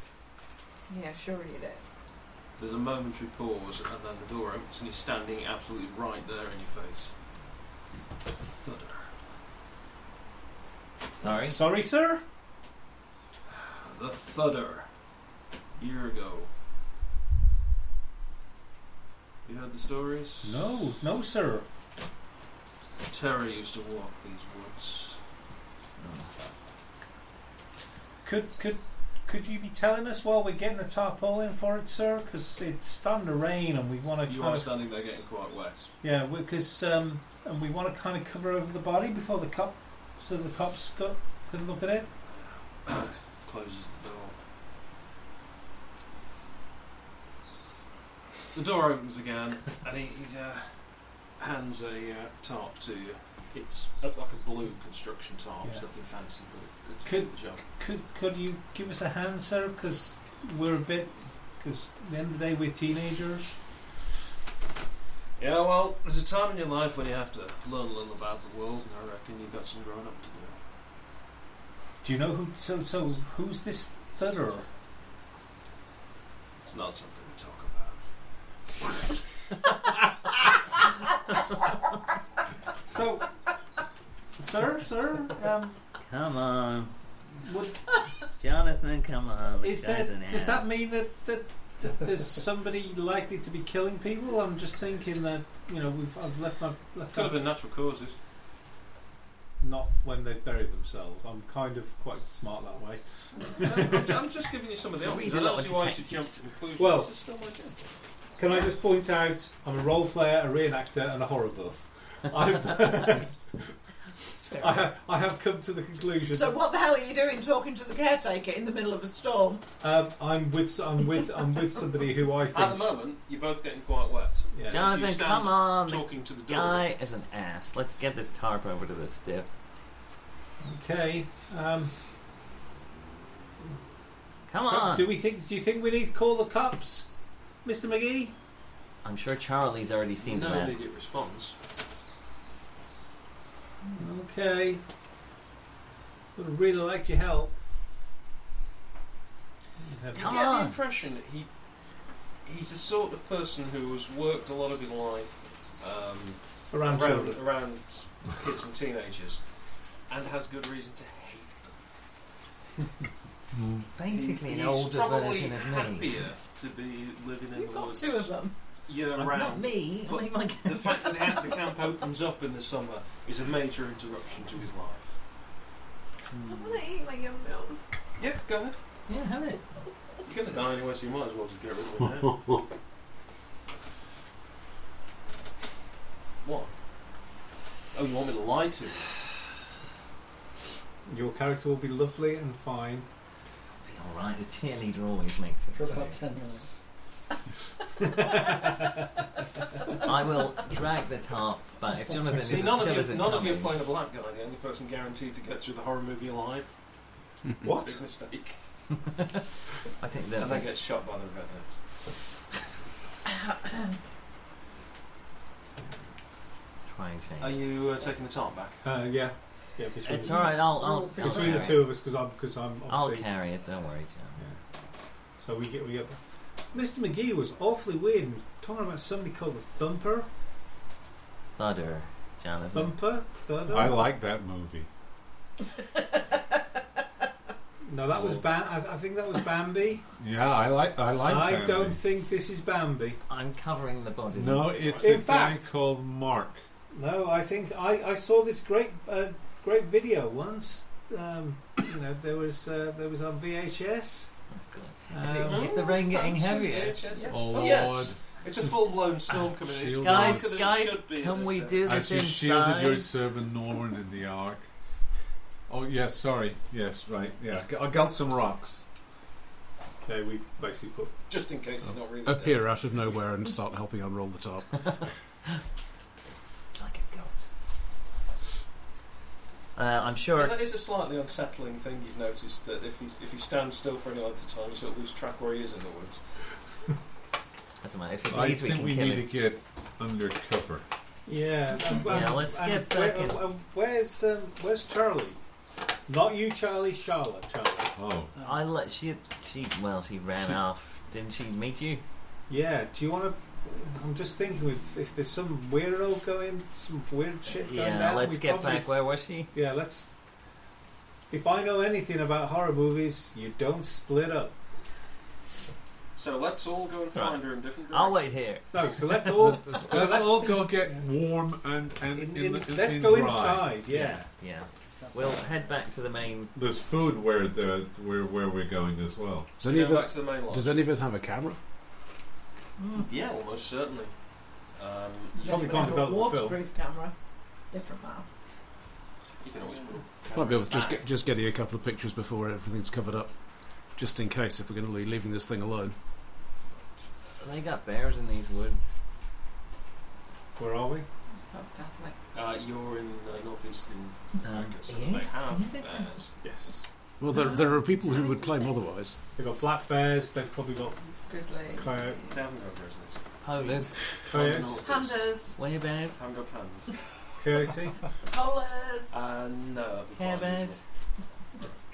[SPEAKER 8] Yeah, sure you did.
[SPEAKER 3] There's a momentary pause, and then the door opens, and he's standing absolutely right there in your face. Thudder.
[SPEAKER 5] Sorry.
[SPEAKER 1] Sorry, sir?
[SPEAKER 3] The Thudder. Year ago. You heard the stories?
[SPEAKER 1] No, no, sir.
[SPEAKER 3] Terror used to walk these woods.
[SPEAKER 1] Could could could you be telling us while we're getting a tarpaulin for it, sir? Because it's starting to rain, and we want to
[SPEAKER 3] You
[SPEAKER 1] kind
[SPEAKER 3] are
[SPEAKER 1] of
[SPEAKER 3] standing there getting quite wet.
[SPEAKER 1] yeah, because um, and we want to kind of cover over the body before the cop, so the cops got can look at it.
[SPEAKER 3] Closes the door. The door opens again, and he, he uh, hands a uh, tarp to you. It's uh, like a blue construction tarp,
[SPEAKER 1] Yeah.
[SPEAKER 3] so nothing fancy, but it's
[SPEAKER 1] Could-
[SPEAKER 3] good job.
[SPEAKER 1] Could could you give us a hand, sir? Because we're a bit. Because at the end of the day, we're teenagers.
[SPEAKER 3] Yeah, well, there's a time in your life when you have to learn a little about the world, and I reckon you've got some growing up to do.
[SPEAKER 1] Do you know who? So so who's this thudder?
[SPEAKER 3] It's not something we talk about.
[SPEAKER 1] So, sir, sir, um,
[SPEAKER 5] Come on,
[SPEAKER 1] would,
[SPEAKER 5] Jonathan. Come on. the
[SPEAKER 1] is
[SPEAKER 5] guy's
[SPEAKER 1] that
[SPEAKER 5] an
[SPEAKER 1] does that
[SPEAKER 5] ass.
[SPEAKER 1] mean that, that that there's somebody likely to be killing people? I'm just thinking that you know we've I've left my left
[SPEAKER 3] Could have
[SPEAKER 1] my,
[SPEAKER 3] been natural causes.
[SPEAKER 1] not when they've buried themselves. I'm kind of quite smart that way.
[SPEAKER 3] I'm just giving you some of the options. I don't see why you should jump to conclusions.
[SPEAKER 1] Well-
[SPEAKER 3] It's still my job.
[SPEAKER 1] Can I just point out I'm a role player, a reenactor, and a horror buff. I've, I, ha- I have come to the conclusion.
[SPEAKER 8] So what the hell are you doing talking to the caretaker in the middle of a storm?
[SPEAKER 1] um, I'm with I'm with I'm with somebody who I
[SPEAKER 3] at
[SPEAKER 8] Um,
[SPEAKER 3] the
[SPEAKER 1] think.
[SPEAKER 3] moment, you're both getting quite wet.
[SPEAKER 1] Yeah.
[SPEAKER 3] As you
[SPEAKER 5] Jonathan,
[SPEAKER 3] stand
[SPEAKER 5] come on. The
[SPEAKER 3] Talking to the door.
[SPEAKER 5] guy is an ass. Let's get this tarp over to this stiff.
[SPEAKER 1] Okay. Um,
[SPEAKER 5] Come on.
[SPEAKER 1] Do we think? Do you think we need to call the cops, Mr. McGee?
[SPEAKER 5] I'm sure Charlie's already seen
[SPEAKER 3] no
[SPEAKER 5] that.
[SPEAKER 3] immediate response.
[SPEAKER 1] Okay. Would really like your help.
[SPEAKER 5] Come
[SPEAKER 3] you get
[SPEAKER 5] on.
[SPEAKER 3] the impression that he he's the sort of person who has worked a lot of his life um,
[SPEAKER 1] Around
[SPEAKER 3] around,
[SPEAKER 1] children.
[SPEAKER 3] around kids and teenagers and has good reason to hate them.
[SPEAKER 5] Basically,
[SPEAKER 3] He- he's
[SPEAKER 5] an older
[SPEAKER 3] probably
[SPEAKER 5] version of me.
[SPEAKER 3] happier to be living in
[SPEAKER 8] You've
[SPEAKER 3] the
[SPEAKER 8] got
[SPEAKER 3] woods
[SPEAKER 8] two of them.
[SPEAKER 3] year
[SPEAKER 5] I'm
[SPEAKER 3] round.
[SPEAKER 5] not me.
[SPEAKER 3] But
[SPEAKER 5] I mean, my
[SPEAKER 3] The fact that the, ha- the camp opens up in the summer is a major interruption to his life.
[SPEAKER 8] I want to eat my yum yum.
[SPEAKER 3] Yeah, go ahead.
[SPEAKER 5] yeah, have it.
[SPEAKER 3] You're going to die anyway, so you might as well just get rid of it now. what? Oh, you want me to lie to you?
[SPEAKER 1] Your character will be lovely and fine.
[SPEAKER 5] Be all right. The cheerleader always makes
[SPEAKER 4] for
[SPEAKER 5] it.
[SPEAKER 4] about
[SPEAKER 5] so.
[SPEAKER 4] ten minutes.
[SPEAKER 5] I will drag the tarp back. If Jonathan
[SPEAKER 3] See,
[SPEAKER 5] is
[SPEAKER 3] none
[SPEAKER 5] still
[SPEAKER 3] of you,
[SPEAKER 5] isn't
[SPEAKER 3] none of you are
[SPEAKER 5] coming,
[SPEAKER 3] playing a black guy. The only person guaranteed to get through the horror movie alive.
[SPEAKER 1] What?
[SPEAKER 3] Big mistake.
[SPEAKER 5] I think
[SPEAKER 3] And then
[SPEAKER 5] that
[SPEAKER 3] gets shot by the rednecks.
[SPEAKER 5] try and change.
[SPEAKER 3] Are you uh, taking the tarp back?
[SPEAKER 1] Uh, yeah. Yeah. Between
[SPEAKER 5] It's
[SPEAKER 1] the,
[SPEAKER 5] all right. I'll, I'll, I'll
[SPEAKER 1] Between the
[SPEAKER 5] carry
[SPEAKER 1] two
[SPEAKER 5] it.
[SPEAKER 1] of us, because I'm because I'm
[SPEAKER 5] I'll
[SPEAKER 1] obviously.
[SPEAKER 5] carry it. Don't worry, John.
[SPEAKER 1] So we get we get. Mr. McGee was awfully weird. and Talking about somebody called the Thumper,
[SPEAKER 5] Thudder, Jonathan.
[SPEAKER 1] Thumper, Thudder.
[SPEAKER 10] I like that movie.
[SPEAKER 1] No, that was Bam. I, I think that was Bambi.
[SPEAKER 10] Yeah, I like. I like.
[SPEAKER 1] I
[SPEAKER 10] that
[SPEAKER 1] don't
[SPEAKER 10] movie.
[SPEAKER 1] think this is Bambi.
[SPEAKER 5] I'm covering the body.
[SPEAKER 10] No, it's
[SPEAKER 1] In
[SPEAKER 10] a guy
[SPEAKER 1] fact-
[SPEAKER 10] called Mark.
[SPEAKER 1] No, I think I, I saw this great uh, great video once. Um, you know, there was uh, there was on VHS.
[SPEAKER 5] Oh, God.
[SPEAKER 1] Um,
[SPEAKER 5] Is it- Is the rain getting
[SPEAKER 3] Fancy
[SPEAKER 5] heavier?
[SPEAKER 3] VHS.
[SPEAKER 8] Yeah.
[SPEAKER 10] Oh
[SPEAKER 3] yes.
[SPEAKER 10] Lord!
[SPEAKER 3] It's a full-blown storm coming in. It's
[SPEAKER 10] Shield
[SPEAKER 5] Guys,
[SPEAKER 3] darker than it
[SPEAKER 5] guys,
[SPEAKER 3] should be in
[SPEAKER 5] can
[SPEAKER 3] this
[SPEAKER 5] we
[SPEAKER 3] area.
[SPEAKER 5] do
[SPEAKER 10] As
[SPEAKER 5] this
[SPEAKER 10] you shielded your
[SPEAKER 5] inside?
[SPEAKER 10] servant Norman in the ark. Oh yes, sorry. Yes, right. Yeah, I got some rocks.
[SPEAKER 1] Okay, we basically put
[SPEAKER 3] Just in case it's not really dead.
[SPEAKER 7] Appear out of nowhere and start helping unroll the tarp.
[SPEAKER 5] It's like a ghost. Uh,
[SPEAKER 3] Yeah,
[SPEAKER 5] I'm sure.
[SPEAKER 3] that is a slightly unsettling thing you've noticed that if he if he stands still for any length of time, he sort of lose track where he is in the woods.
[SPEAKER 5] Doesn't matter. If it
[SPEAKER 10] I
[SPEAKER 5] leads, we
[SPEAKER 10] think
[SPEAKER 5] can
[SPEAKER 10] we
[SPEAKER 5] kill
[SPEAKER 10] need to
[SPEAKER 5] him.
[SPEAKER 10] get undercover.
[SPEAKER 1] Yeah. and-
[SPEAKER 5] Yeah,
[SPEAKER 1] and-
[SPEAKER 5] let's
[SPEAKER 1] and
[SPEAKER 5] get
[SPEAKER 1] where-
[SPEAKER 5] back in.
[SPEAKER 1] uh, where's um, where's Charlie? Not you, Charlie. Charlotte, Charlie.
[SPEAKER 10] Oh,
[SPEAKER 5] I let she she well she ran off. Didn't she meet you?
[SPEAKER 1] Yeah. Do you want to? I'm just thinking with if there's some weirdo going, some weird shit going
[SPEAKER 5] yeah.
[SPEAKER 1] down.
[SPEAKER 5] Let's
[SPEAKER 1] we
[SPEAKER 5] get
[SPEAKER 1] probably-
[SPEAKER 5] back. Where was she?
[SPEAKER 1] Yeah. Let's. If I know anything about horror movies, you don't split up.
[SPEAKER 3] So let's all go and
[SPEAKER 5] Right.
[SPEAKER 3] find her in different directions.
[SPEAKER 5] I'll wait here.
[SPEAKER 1] No. So let's all
[SPEAKER 10] let's
[SPEAKER 1] that's-
[SPEAKER 10] all go get warm and and
[SPEAKER 1] in,
[SPEAKER 10] in,
[SPEAKER 1] in,
[SPEAKER 10] the, in,
[SPEAKER 1] let's
[SPEAKER 10] in
[SPEAKER 1] go
[SPEAKER 10] dry.
[SPEAKER 1] inside. Yeah.
[SPEAKER 5] Yeah. yeah.
[SPEAKER 4] That's
[SPEAKER 5] We'll
[SPEAKER 4] it.
[SPEAKER 5] head back to the main.
[SPEAKER 10] There's food where the where where we're going as well.
[SPEAKER 7] Does any, of
[SPEAKER 3] Go back
[SPEAKER 7] us,
[SPEAKER 3] to the main line.
[SPEAKER 7] does any of us have a camera?
[SPEAKER 5] Hmm.
[SPEAKER 3] Yeah, almost certainly. Um,
[SPEAKER 8] Does
[SPEAKER 1] Probably
[SPEAKER 8] anybody
[SPEAKER 1] can't
[SPEAKER 8] have a
[SPEAKER 1] develop a film.
[SPEAKER 8] waterproof camera. Different map.
[SPEAKER 3] you can always put
[SPEAKER 7] Might be able to just get, just getting a couple of pictures before everything's covered up, just in case if we're going to be leaving this thing alone.
[SPEAKER 5] They got bears in these woods.
[SPEAKER 1] Where are we?
[SPEAKER 8] It's quite Catholic.
[SPEAKER 3] Uh, you're in uh, northeastern
[SPEAKER 5] Um,
[SPEAKER 3] America, so they
[SPEAKER 5] yes.
[SPEAKER 3] have
[SPEAKER 5] Is it?
[SPEAKER 3] bears.
[SPEAKER 1] Yes.
[SPEAKER 7] Well, there, there are people who would claim otherwise.
[SPEAKER 1] They've got black bears. They've probably got
[SPEAKER 8] Grizzly.
[SPEAKER 1] Coyote.
[SPEAKER 3] They haven't got grizzlies.
[SPEAKER 5] Polos,
[SPEAKER 1] coyote,
[SPEAKER 8] Pandas.
[SPEAKER 5] bears,
[SPEAKER 3] Haven't got pandas.
[SPEAKER 1] coyote,
[SPEAKER 8] Polars.
[SPEAKER 3] Uh, no. that'd be
[SPEAKER 5] care
[SPEAKER 3] quite
[SPEAKER 5] bears.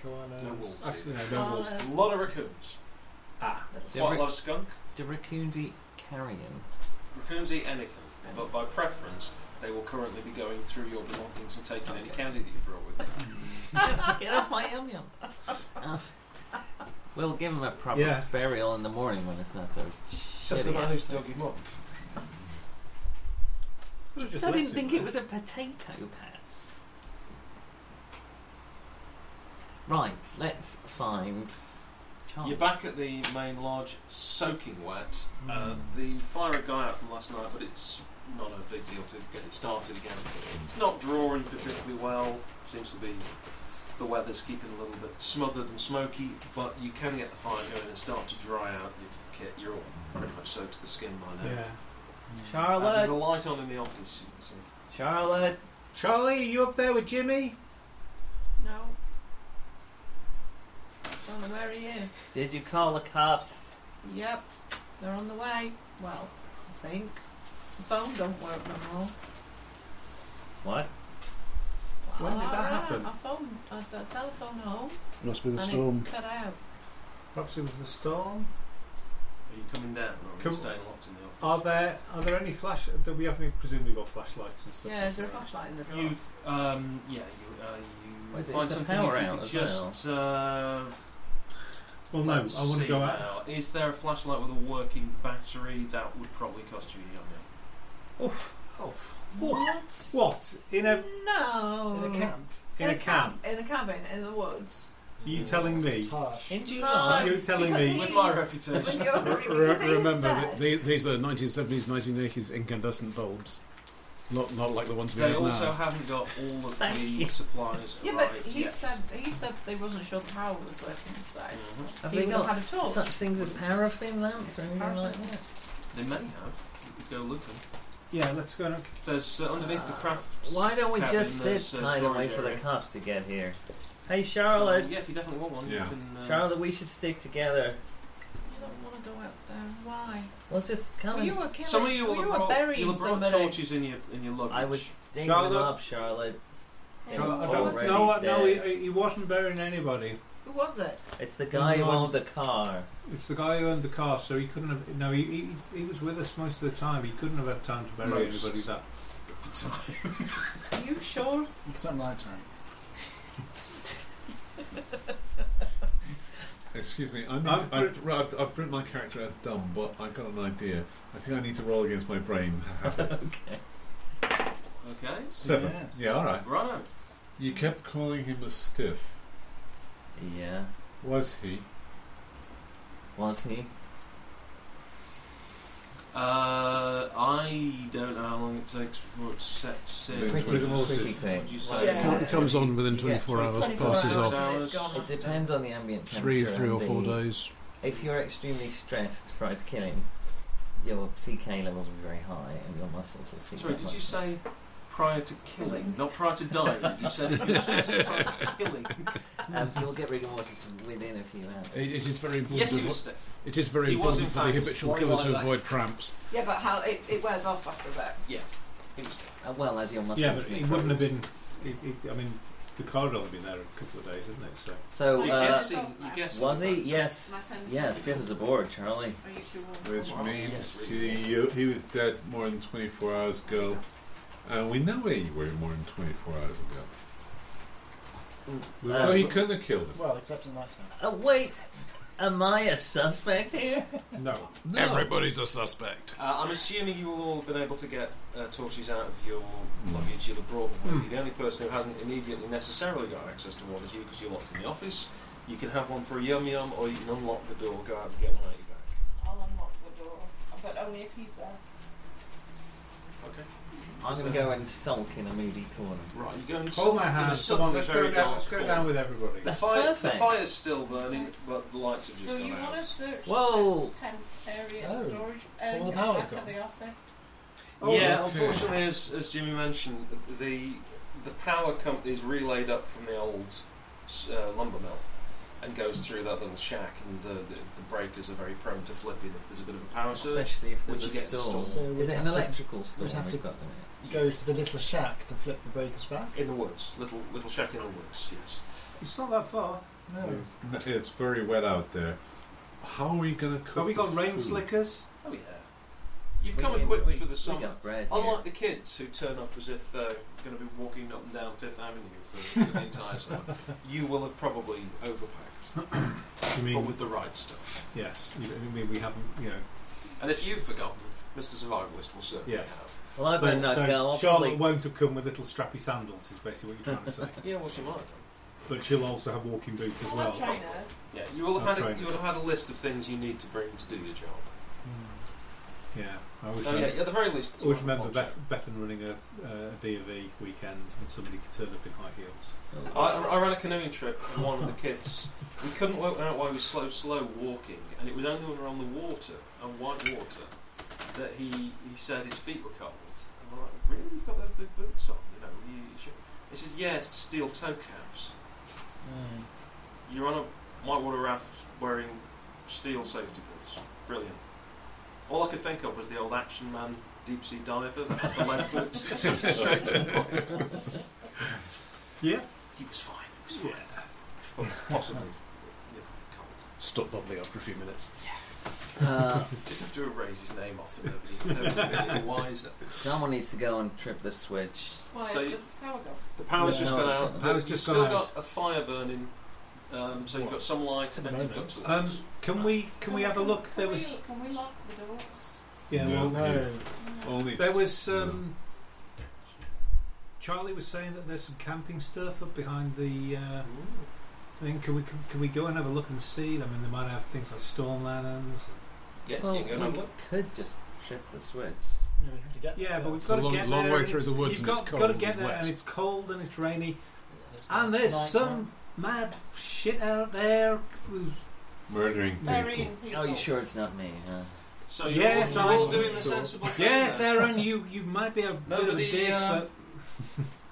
[SPEAKER 1] koalas.
[SPEAKER 3] No wolves.
[SPEAKER 1] Actually, no, no wolves.
[SPEAKER 3] unusual.
[SPEAKER 8] Koalas.
[SPEAKER 3] A lot of raccoons.
[SPEAKER 1] Ah,
[SPEAKER 5] Yeah,
[SPEAKER 3] Quite
[SPEAKER 5] rac-
[SPEAKER 3] a lot of skunk.
[SPEAKER 5] Do raccoons eat carrion?
[SPEAKER 3] Raccoons eat anything, but by preference, they will currently be going through your belongings and taking any candy that you brought with you.
[SPEAKER 5] Get off my yum yum. Uh, we'll give him a proper
[SPEAKER 1] Yeah.
[SPEAKER 5] burial in the morning when it's not so.
[SPEAKER 3] Says the
[SPEAKER 5] shitty
[SPEAKER 3] man who's
[SPEAKER 5] outside.
[SPEAKER 3] dug him up.
[SPEAKER 1] Could've just
[SPEAKER 5] I
[SPEAKER 1] left
[SPEAKER 5] didn't think
[SPEAKER 1] there.
[SPEAKER 5] it was a potato pat. Right, let's find Charlie.
[SPEAKER 3] You're back at the main lodge, soaking wet. Uh, the fire had gone out from last night, but it's not a big deal to get it started again. It's not drawing particularly well. Seems to be the weather's keeping a little bit smothered and smoky, but you can get the fire going and start to dry out your kit. You're all pretty much soaked to the skin by now. Uh, there's a
[SPEAKER 5] Charlotte!
[SPEAKER 3] light on in the office. You can see.
[SPEAKER 5] Charlotte!
[SPEAKER 6] Charlie, are you up there with Jimmy?
[SPEAKER 8] No. Don't know where he is.
[SPEAKER 5] Did you call the cops?
[SPEAKER 8] Yep, they're on the way. Well, I think. The phone don't work no more.
[SPEAKER 5] What?
[SPEAKER 6] When did that
[SPEAKER 8] Alright,
[SPEAKER 6] happen?
[SPEAKER 8] I phoned, I, I telephoned uh, home
[SPEAKER 7] Must be the
[SPEAKER 8] and
[SPEAKER 7] storm.
[SPEAKER 8] it cut out.
[SPEAKER 6] Perhaps it was the storm.
[SPEAKER 3] Are you coming down or are
[SPEAKER 6] Come-
[SPEAKER 3] you staying locked in the office?
[SPEAKER 6] Are there are there any flash? Do we have any? Presumably, we've got flashlights and stuff.
[SPEAKER 8] Yeah, is there a flashlight in the drawer?
[SPEAKER 3] You've, um, yeah, you, uh,
[SPEAKER 5] Why
[SPEAKER 3] you
[SPEAKER 5] is it
[SPEAKER 3] find
[SPEAKER 5] the
[SPEAKER 3] something
[SPEAKER 5] power
[SPEAKER 3] if you
[SPEAKER 5] out
[SPEAKER 3] could
[SPEAKER 5] as
[SPEAKER 3] just. Uh,
[SPEAKER 6] Well, no, I
[SPEAKER 3] let's
[SPEAKER 6] want to
[SPEAKER 3] see
[SPEAKER 6] go out.
[SPEAKER 3] now. Is there a flashlight with a working battery? That would probably cost you a yummy.
[SPEAKER 6] Oh,
[SPEAKER 8] what?
[SPEAKER 6] what in a
[SPEAKER 8] No.
[SPEAKER 4] In a camp.
[SPEAKER 6] in a camp?
[SPEAKER 8] In the cabin, in the woods.
[SPEAKER 6] So you telling me?
[SPEAKER 4] It's harsh.
[SPEAKER 5] In
[SPEAKER 8] July?
[SPEAKER 5] July?
[SPEAKER 6] You telling
[SPEAKER 8] Because
[SPEAKER 6] me?
[SPEAKER 8] he-
[SPEAKER 3] With my reputation.
[SPEAKER 8] With your-
[SPEAKER 7] Re-
[SPEAKER 8] because he
[SPEAKER 7] remember, that
[SPEAKER 8] said-
[SPEAKER 7] the, these are 1970s, 1980s incandescent bulbs. Not not like the ones we
[SPEAKER 3] They
[SPEAKER 7] have
[SPEAKER 3] also
[SPEAKER 7] now.
[SPEAKER 3] haven't got all of
[SPEAKER 5] Thank
[SPEAKER 3] the
[SPEAKER 5] you.
[SPEAKER 3] supplies
[SPEAKER 8] Yeah, but
[SPEAKER 5] Oh,
[SPEAKER 3] arrived
[SPEAKER 8] he
[SPEAKER 3] yet.
[SPEAKER 8] said he said they wasn't sure the power was working inside.
[SPEAKER 3] Mhm.
[SPEAKER 5] Have
[SPEAKER 8] he
[SPEAKER 5] they
[SPEAKER 8] would have
[SPEAKER 5] got
[SPEAKER 8] had a torch.
[SPEAKER 5] such things as paraffin lamps or anything like
[SPEAKER 8] Paraffin.
[SPEAKER 5] that?
[SPEAKER 3] They may have. You could go looking.
[SPEAKER 6] Yeah, let's go. And,
[SPEAKER 3] There's uh, underneath the craft.
[SPEAKER 5] Why don't we
[SPEAKER 3] cabin,
[SPEAKER 5] just sit
[SPEAKER 3] there's, uh,
[SPEAKER 5] tied away
[SPEAKER 3] storage
[SPEAKER 5] for the
[SPEAKER 3] area.
[SPEAKER 5] cops to get here? Hey,
[SPEAKER 3] Um,
[SPEAKER 5] Charlotte.
[SPEAKER 3] yeah, if you definitely want one,
[SPEAKER 10] Yeah.
[SPEAKER 3] you can. Uh,
[SPEAKER 5] Charlotte, we should stick together.
[SPEAKER 8] You don't want to go out there. Why?
[SPEAKER 5] We'll just come
[SPEAKER 8] Well, you
[SPEAKER 5] and
[SPEAKER 8] were killing.
[SPEAKER 3] Some of you will
[SPEAKER 8] well, you
[SPEAKER 3] have
[SPEAKER 8] were
[SPEAKER 3] brought,
[SPEAKER 8] burying
[SPEAKER 3] you'll have brought
[SPEAKER 8] somebody.
[SPEAKER 3] torches in your in your luggage.
[SPEAKER 5] I would- dig them
[SPEAKER 6] Charlotte.
[SPEAKER 5] up, Charlotte.
[SPEAKER 8] Hey,
[SPEAKER 5] Charlotte,
[SPEAKER 8] who
[SPEAKER 5] I
[SPEAKER 6] no,
[SPEAKER 5] don't-
[SPEAKER 8] was it?
[SPEAKER 5] Already
[SPEAKER 6] no, no,
[SPEAKER 5] dead.
[SPEAKER 6] he, he wasn't burying anybody.
[SPEAKER 8] Who was it?
[SPEAKER 5] It's the guy who
[SPEAKER 6] Right.
[SPEAKER 5] owned the car.
[SPEAKER 6] It's the guy who owned the car, so he couldn't have. No, he, he, he was with us most of the time. He couldn't have had time to bury
[SPEAKER 10] Most.
[SPEAKER 6] anybody. That
[SPEAKER 8] Are you sure?
[SPEAKER 4] It's not night time.
[SPEAKER 10] Excuse me, I need
[SPEAKER 6] I've
[SPEAKER 10] I've, I've, I've, I've written my character as dumb, but I've got an idea. I think I need to roll against my brain.
[SPEAKER 3] Okay.
[SPEAKER 10] Seven.
[SPEAKER 4] Yes.
[SPEAKER 10] Yeah, all right.
[SPEAKER 3] Right.
[SPEAKER 10] You kept calling him a stiff.
[SPEAKER 5] Yeah.
[SPEAKER 10] Was he?
[SPEAKER 5] Was he?
[SPEAKER 3] Uh, I don't know how long it takes before it sets in.
[SPEAKER 10] Pretty-
[SPEAKER 5] Pretty,
[SPEAKER 10] Twenty-
[SPEAKER 5] pretty quick.
[SPEAKER 3] Would you
[SPEAKER 5] Well,
[SPEAKER 3] say-
[SPEAKER 8] Yeah.
[SPEAKER 7] It comes on within
[SPEAKER 5] Yeah,
[SPEAKER 7] 24 hours,
[SPEAKER 8] 24
[SPEAKER 7] passes
[SPEAKER 8] hours
[SPEAKER 7] off
[SPEAKER 8] and it's gone.
[SPEAKER 5] It depends on the ambient temperature.
[SPEAKER 7] three, three or
[SPEAKER 5] and
[SPEAKER 7] four
[SPEAKER 5] the-
[SPEAKER 7] days.
[SPEAKER 5] If you're extremely stressed, try to kill him. Your CK levels will be very high, and your muscles will see.
[SPEAKER 3] Sorry, did you say prior to killing, not prior to dying? You said if you said prior to killing.
[SPEAKER 5] Um, you'll get rigor mortis within a few hours.
[SPEAKER 7] It, it is very important.
[SPEAKER 3] Yes, he
[SPEAKER 7] to
[SPEAKER 3] was.
[SPEAKER 7] avo-
[SPEAKER 3] Stiff.
[SPEAKER 7] it is very
[SPEAKER 3] he was,
[SPEAKER 7] important
[SPEAKER 3] in
[SPEAKER 7] for the
[SPEAKER 3] fact,
[SPEAKER 7] habitual
[SPEAKER 3] one
[SPEAKER 7] killer to
[SPEAKER 3] life.
[SPEAKER 7] avoid cramps.
[SPEAKER 8] Yeah, but how it, it wears off after that.
[SPEAKER 3] He was stiff.
[SPEAKER 5] Uh, well, as your muscles.
[SPEAKER 6] yeah, but he
[SPEAKER 5] necrose.
[SPEAKER 6] wouldn't have been. He, he, I mean, the car had only been there a couple of days, hadn't it? So
[SPEAKER 5] So
[SPEAKER 3] You're
[SPEAKER 5] uh,
[SPEAKER 3] guessing. You're guessing.
[SPEAKER 5] was he?
[SPEAKER 3] right?
[SPEAKER 5] Yes.
[SPEAKER 8] My turn to
[SPEAKER 5] Yeah,
[SPEAKER 8] talk.
[SPEAKER 5] stiff as a board, Charlie.
[SPEAKER 8] Are you two
[SPEAKER 10] Which means
[SPEAKER 3] Yes.
[SPEAKER 10] he, he was dead more than 24 hours ago. And we know where you were more than 24 hours ago.
[SPEAKER 5] Uh,
[SPEAKER 10] so he couldn't have killed him.
[SPEAKER 4] Well, except in night time.
[SPEAKER 5] uh, wait, am I a suspect here?
[SPEAKER 6] no,
[SPEAKER 10] No.
[SPEAKER 7] Everybody's a suspect.
[SPEAKER 3] Uh, I'm assuming you all have been able to get uh, torches out of your luggage. You'll have brought them with you. The only person who hasn't immediately necessarily got access to one is you because you're locked in the office. You can have one for a yum yum, or you can unlock the door, go out and get one out your
[SPEAKER 8] I'll unlock the door, but only if he's there.
[SPEAKER 3] bag. Okay.
[SPEAKER 5] I'm going to go and sulk in a moody corner.
[SPEAKER 3] Right, you go and
[SPEAKER 6] hold my
[SPEAKER 3] in a
[SPEAKER 6] hand. Come
[SPEAKER 3] suddenly
[SPEAKER 6] on, let's go
[SPEAKER 3] very
[SPEAKER 6] down.
[SPEAKER 3] dark
[SPEAKER 6] Let's go
[SPEAKER 3] corner.
[SPEAKER 6] down with everybody.
[SPEAKER 3] The
[SPEAKER 5] That's
[SPEAKER 3] fire, the
[SPEAKER 5] perfect.
[SPEAKER 3] fire's still burning, but the lights have just
[SPEAKER 8] Do
[SPEAKER 3] gone
[SPEAKER 8] you
[SPEAKER 3] out.
[SPEAKER 8] want to search
[SPEAKER 5] Whoa.
[SPEAKER 8] the tent area,
[SPEAKER 4] Oh.
[SPEAKER 8] the storage area,
[SPEAKER 4] All the power's
[SPEAKER 8] back of
[SPEAKER 4] gone.
[SPEAKER 8] the office?
[SPEAKER 6] Oh,
[SPEAKER 3] yeah,
[SPEAKER 6] okay.
[SPEAKER 3] unfortunately, as, as Jimmy mentioned, the the power company's relayed up from the old s- uh, lumber mill and goes through that little shack, and the, the, the breakers are very prone to flipping if there's a bit of a power surge.
[SPEAKER 5] Especially if there's
[SPEAKER 3] Which
[SPEAKER 5] a
[SPEAKER 3] gets
[SPEAKER 5] storm.
[SPEAKER 3] stolen.
[SPEAKER 4] So
[SPEAKER 5] Is
[SPEAKER 4] we'd
[SPEAKER 5] it an
[SPEAKER 4] have to
[SPEAKER 5] electrical storm?
[SPEAKER 4] have
[SPEAKER 5] we've
[SPEAKER 4] to-
[SPEAKER 5] got them in?
[SPEAKER 4] go to the little shack to flip the breakers back?
[SPEAKER 3] In the woods, little little shack in the woods. Yes.
[SPEAKER 6] It's not that far.
[SPEAKER 4] No.
[SPEAKER 10] It's, it's very wet out there. How are we going to cook?
[SPEAKER 6] Have we got
[SPEAKER 10] the
[SPEAKER 6] rain
[SPEAKER 10] food?
[SPEAKER 6] slickers?
[SPEAKER 3] Oh yeah. You've
[SPEAKER 5] We-
[SPEAKER 3] come
[SPEAKER 5] we-
[SPEAKER 3] equipped
[SPEAKER 5] we-
[SPEAKER 3] for the
[SPEAKER 5] We
[SPEAKER 3] summer.
[SPEAKER 5] got bread. here.
[SPEAKER 3] Unlike the kids who turn up as if they're going to be walking up and down Fifth Avenue for, for the entire summer, you will have probably overpacked,
[SPEAKER 6] You
[SPEAKER 3] but
[SPEAKER 6] mean
[SPEAKER 3] with the right stuff.
[SPEAKER 6] yes? You I mean we haven't? You know,
[SPEAKER 3] And if you've forgotten, Mr. Survivalist will certainly
[SPEAKER 6] Yes.
[SPEAKER 3] have.
[SPEAKER 5] Well, I've
[SPEAKER 6] so,
[SPEAKER 5] been not
[SPEAKER 6] so
[SPEAKER 5] go. I'll
[SPEAKER 6] Charlotte
[SPEAKER 5] probably-
[SPEAKER 6] won't have come with little strappy sandals. Is basically what you're trying to say.
[SPEAKER 3] Yeah, well, she might.
[SPEAKER 1] but she'll also have walking boots as
[SPEAKER 8] I'll
[SPEAKER 1] well.
[SPEAKER 8] have trainers.
[SPEAKER 3] Yeah, you will have
[SPEAKER 1] I'll
[SPEAKER 3] had a,
[SPEAKER 1] try.
[SPEAKER 3] you will have had a list of things you need to bring to do your job.
[SPEAKER 1] Yeah, I always
[SPEAKER 3] So yeah,
[SPEAKER 1] remember,
[SPEAKER 3] at the very least,
[SPEAKER 1] always
[SPEAKER 3] you'll have a
[SPEAKER 1] remember
[SPEAKER 3] poncho.
[SPEAKER 1] Beth, Bethan running a, uh, a D of E weekend and somebody could turn up in high heels.
[SPEAKER 3] I, I ran a canoeing trip with one of the kids. We couldn't work out why we were slow, slow walking, and it was only when we were on the water, on white water, that he, he said his feet were cold. And we're like, really? You've got those big boots on? You know, you, you should. He says, yes, steel toe caps. You're on a whitewater raft wearing steel safety boots. Brilliant. All I could think of was the old action man deep sea diver that had the lead boots that took you straight to the bottom.
[SPEAKER 1] Yeah.
[SPEAKER 3] He was fine. He was fine. Possibly. Yeah, cold.
[SPEAKER 7] Stop bubbling after a few minutes.
[SPEAKER 5] Uh,
[SPEAKER 3] Just have to erase his name off and nobody, nobody will be any wiser.
[SPEAKER 5] someone needs to go and trip the switch.
[SPEAKER 8] Why
[SPEAKER 3] So
[SPEAKER 8] is
[SPEAKER 3] you-
[SPEAKER 8] the power gone?
[SPEAKER 3] The power's
[SPEAKER 5] Yeah.
[SPEAKER 3] just
[SPEAKER 5] No,
[SPEAKER 3] gone
[SPEAKER 5] it's
[SPEAKER 3] out.
[SPEAKER 5] gone.
[SPEAKER 1] Power's
[SPEAKER 3] You've
[SPEAKER 1] just
[SPEAKER 3] still
[SPEAKER 1] gone
[SPEAKER 3] got a fire burning, um, so you've got some light and then you've got torches.
[SPEAKER 1] Um, can we can we have a look?
[SPEAKER 8] Can
[SPEAKER 1] There
[SPEAKER 8] we,
[SPEAKER 1] was
[SPEAKER 8] Can we lock the doors?
[SPEAKER 1] yeah,
[SPEAKER 10] No.
[SPEAKER 1] well,
[SPEAKER 4] No.
[SPEAKER 10] Only
[SPEAKER 1] there was um, Charlie was saying that there's some camping stuff up behind the uh,
[SPEAKER 3] Ooh.
[SPEAKER 1] thing. Can we can, can we go and have a look and see? I mean, they might have things like storm lanterns.
[SPEAKER 3] yeah,
[SPEAKER 5] Well,
[SPEAKER 3] you can go and have a
[SPEAKER 5] we
[SPEAKER 3] look.
[SPEAKER 5] could just trip the switch.
[SPEAKER 4] No, we have to get
[SPEAKER 1] Yeah, but we've
[SPEAKER 7] It's
[SPEAKER 1] got
[SPEAKER 7] a
[SPEAKER 1] to
[SPEAKER 7] long-
[SPEAKER 1] get
[SPEAKER 7] long
[SPEAKER 1] there.
[SPEAKER 7] way
[SPEAKER 1] and
[SPEAKER 7] through
[SPEAKER 1] it's-
[SPEAKER 7] the woods
[SPEAKER 1] You've
[SPEAKER 7] and it's
[SPEAKER 1] got, got to
[SPEAKER 7] cold
[SPEAKER 1] get
[SPEAKER 7] and
[SPEAKER 1] there,
[SPEAKER 7] wet.
[SPEAKER 1] and it's cold and it's rainy,
[SPEAKER 4] It's
[SPEAKER 1] and there's
[SPEAKER 4] night
[SPEAKER 1] some mad shit out there.
[SPEAKER 10] murdering people.
[SPEAKER 8] Burying people.
[SPEAKER 5] Oh, you sure it's not me? Huh?
[SPEAKER 3] So you're,
[SPEAKER 1] Yes,
[SPEAKER 3] all, you're all
[SPEAKER 1] I'm
[SPEAKER 3] doing the
[SPEAKER 1] sure.
[SPEAKER 3] sensible thing.
[SPEAKER 1] Yes,
[SPEAKER 3] there.
[SPEAKER 1] Aaron, you you might be a bit of a
[SPEAKER 3] Nobody,
[SPEAKER 1] dick,
[SPEAKER 3] uh,
[SPEAKER 1] but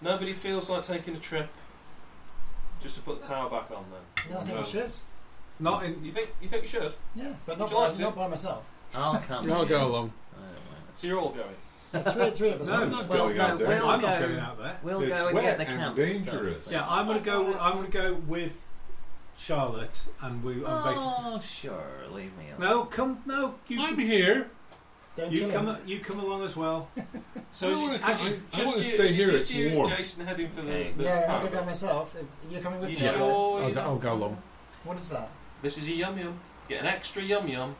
[SPEAKER 3] Nobody feels like taking a trip just to put the power back on then.
[SPEAKER 4] now. No, I think
[SPEAKER 3] No.
[SPEAKER 4] we should.
[SPEAKER 1] not in.
[SPEAKER 3] You think you think you should?
[SPEAKER 4] Yeah, but
[SPEAKER 3] Would
[SPEAKER 4] not
[SPEAKER 3] you
[SPEAKER 4] by,
[SPEAKER 3] like to?
[SPEAKER 4] not by myself.
[SPEAKER 5] I'll come.
[SPEAKER 7] I'll
[SPEAKER 5] in.
[SPEAKER 7] go along.
[SPEAKER 5] I don't mind.
[SPEAKER 3] So you're all going.
[SPEAKER 4] The three, three of us.
[SPEAKER 1] No,
[SPEAKER 4] aren't we?
[SPEAKER 10] not
[SPEAKER 5] Well,
[SPEAKER 10] going
[SPEAKER 5] no,
[SPEAKER 10] out there.
[SPEAKER 5] we'll
[SPEAKER 1] I'm
[SPEAKER 5] go.
[SPEAKER 1] not going out there.
[SPEAKER 5] We'll
[SPEAKER 10] It's
[SPEAKER 5] go and
[SPEAKER 10] wet
[SPEAKER 5] get the
[SPEAKER 10] and
[SPEAKER 5] camp
[SPEAKER 10] dangerous.
[SPEAKER 5] Stuff.
[SPEAKER 1] Yeah, I'm gonna go. I'm gonna go with Charlotte, and we. I'm basically.
[SPEAKER 5] Oh, sure. Leave me alone.
[SPEAKER 1] No, come. No, you.
[SPEAKER 10] I'm here.
[SPEAKER 4] Don't
[SPEAKER 1] you
[SPEAKER 4] kill
[SPEAKER 1] come.
[SPEAKER 4] him.
[SPEAKER 1] You come along as well.
[SPEAKER 3] So
[SPEAKER 10] I
[SPEAKER 3] is
[SPEAKER 10] wanna-
[SPEAKER 3] it actually
[SPEAKER 10] I- I
[SPEAKER 3] just
[SPEAKER 10] wanna
[SPEAKER 3] you,
[SPEAKER 10] stay
[SPEAKER 3] is it
[SPEAKER 10] here,
[SPEAKER 3] Just
[SPEAKER 10] it's
[SPEAKER 3] you, and
[SPEAKER 10] warm.
[SPEAKER 3] Jason, heading for the,
[SPEAKER 5] Okay.
[SPEAKER 3] the
[SPEAKER 4] No, I'm
[SPEAKER 3] power
[SPEAKER 4] going by
[SPEAKER 3] bit?
[SPEAKER 4] myself. You're coming with
[SPEAKER 3] You
[SPEAKER 4] me.
[SPEAKER 3] sure?
[SPEAKER 4] Aaron?
[SPEAKER 3] you're
[SPEAKER 7] I'll, go-
[SPEAKER 3] not-
[SPEAKER 7] I'll go along.
[SPEAKER 4] What is that?
[SPEAKER 3] This is a yum yum. Get an extra yum yum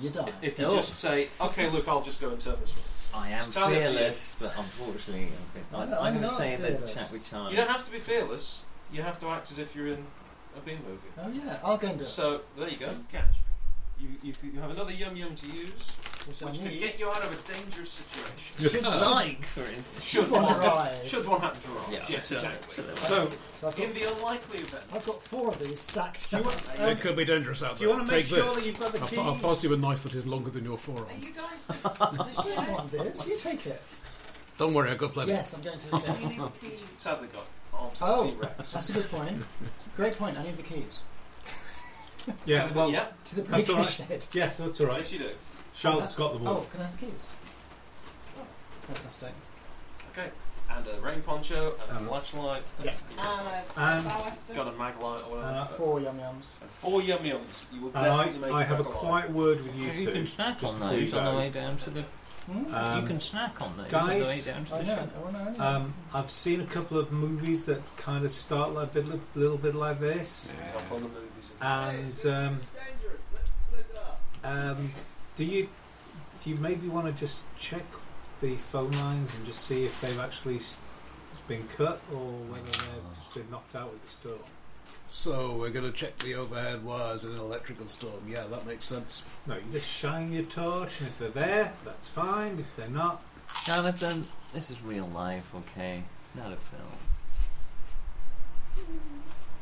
[SPEAKER 4] You die.
[SPEAKER 3] if you
[SPEAKER 5] Oh.
[SPEAKER 3] just say, "Okay, look, I'll just go and turn this one."
[SPEAKER 5] I am
[SPEAKER 3] Charlie, up to you.
[SPEAKER 5] fearless, but unfortunately, I'm, bit-
[SPEAKER 4] No,
[SPEAKER 5] I'm,
[SPEAKER 4] no,
[SPEAKER 5] I'm going to
[SPEAKER 4] not
[SPEAKER 5] stay in the
[SPEAKER 4] fearless.
[SPEAKER 5] chat with
[SPEAKER 3] You
[SPEAKER 5] Charlie.
[SPEAKER 3] don't have to be fearless. You have to act as if you're in a B movie.
[SPEAKER 4] Oh yeah, I'll go and do it.
[SPEAKER 3] So there you go, catch. You, you, c- you have another yum yum to use,
[SPEAKER 4] Which I
[SPEAKER 3] which can
[SPEAKER 4] need.
[SPEAKER 3] get you out of a dangerous situation.
[SPEAKER 7] Yes.
[SPEAKER 5] like, for instance.
[SPEAKER 3] Should
[SPEAKER 4] One
[SPEAKER 3] one happen?
[SPEAKER 4] arise.
[SPEAKER 3] Should one happen to
[SPEAKER 5] Yeah,
[SPEAKER 3] arise? Yes,
[SPEAKER 5] sure,
[SPEAKER 3] exactly.
[SPEAKER 5] sure.
[SPEAKER 1] So,
[SPEAKER 4] So I've got,
[SPEAKER 3] In the unlikely event, oh,
[SPEAKER 4] I've got four of these stacked.
[SPEAKER 1] Do you
[SPEAKER 4] up.
[SPEAKER 1] want-
[SPEAKER 4] There you
[SPEAKER 7] It could be dangerous out
[SPEAKER 1] do
[SPEAKER 7] there.
[SPEAKER 1] you want to make
[SPEAKER 7] Take
[SPEAKER 1] sure
[SPEAKER 7] this.
[SPEAKER 1] that you've got the
[SPEAKER 7] I'll,
[SPEAKER 1] keys?
[SPEAKER 7] pa- I'll pass you a knife that is longer than your
[SPEAKER 8] Are
[SPEAKER 7] forearm.
[SPEAKER 8] you going to the
[SPEAKER 4] go. I
[SPEAKER 8] shed?
[SPEAKER 4] want this. You take it.
[SPEAKER 7] Don't worry, I've got plenty.
[SPEAKER 4] Yes, I'm going to the
[SPEAKER 8] you
[SPEAKER 4] shed.
[SPEAKER 8] need the keys.
[SPEAKER 3] sadly got arms
[SPEAKER 4] Oh.
[SPEAKER 3] T Rex.
[SPEAKER 4] That's a good point. Great point. I need the keys
[SPEAKER 1] Yeah. Well.
[SPEAKER 3] yep,
[SPEAKER 4] to the
[SPEAKER 1] That's
[SPEAKER 4] breaker
[SPEAKER 1] all right.
[SPEAKER 4] shed.
[SPEAKER 1] Yes, that's all
[SPEAKER 3] yes
[SPEAKER 1] right.
[SPEAKER 3] you do.
[SPEAKER 1] Charlotte's got them all.
[SPEAKER 4] Oh, can I have the keys? Oh. Fantastic.
[SPEAKER 3] Okay, and a rain poncho, and a
[SPEAKER 1] Um,
[SPEAKER 3] flashlight,
[SPEAKER 4] yeah.
[SPEAKER 3] and
[SPEAKER 8] And a
[SPEAKER 1] Um,
[SPEAKER 8] sou'wester.
[SPEAKER 3] got a mag light or whatever.
[SPEAKER 1] Uh,
[SPEAKER 4] Four yum yums.
[SPEAKER 3] and four yum yums. You will
[SPEAKER 1] And I,
[SPEAKER 3] definitely make
[SPEAKER 1] I
[SPEAKER 3] it
[SPEAKER 1] have a
[SPEAKER 3] back alive.
[SPEAKER 1] quiet word with you
[SPEAKER 5] You
[SPEAKER 1] two.
[SPEAKER 5] can snack
[SPEAKER 1] just
[SPEAKER 5] on
[SPEAKER 1] before you
[SPEAKER 5] those on
[SPEAKER 1] go.
[SPEAKER 5] the way down to the.
[SPEAKER 4] Hmm?
[SPEAKER 1] Um,
[SPEAKER 5] you can snack on those on the way
[SPEAKER 1] guys,
[SPEAKER 5] down to
[SPEAKER 4] I
[SPEAKER 5] the.
[SPEAKER 4] know.
[SPEAKER 5] shop.
[SPEAKER 4] I want to know.
[SPEAKER 1] Um, I've seen a couple of movies that kind of start like a bit, little bit like this.
[SPEAKER 3] Because I'm from the movies.
[SPEAKER 1] And um,
[SPEAKER 3] dangerous. Let's split it up.
[SPEAKER 1] um, do you do you maybe want to just check the phone lines and just see if they've actually s- been cut or whether they've just been knocked out with the storm?
[SPEAKER 7] So we're going to check the overhead wires in an electrical storm. Yeah, that makes sense.
[SPEAKER 1] No, you just shine your torch, and if they're there, that's fine. If they're not,
[SPEAKER 5] Jonathan, this is real life, okay? It's not a film.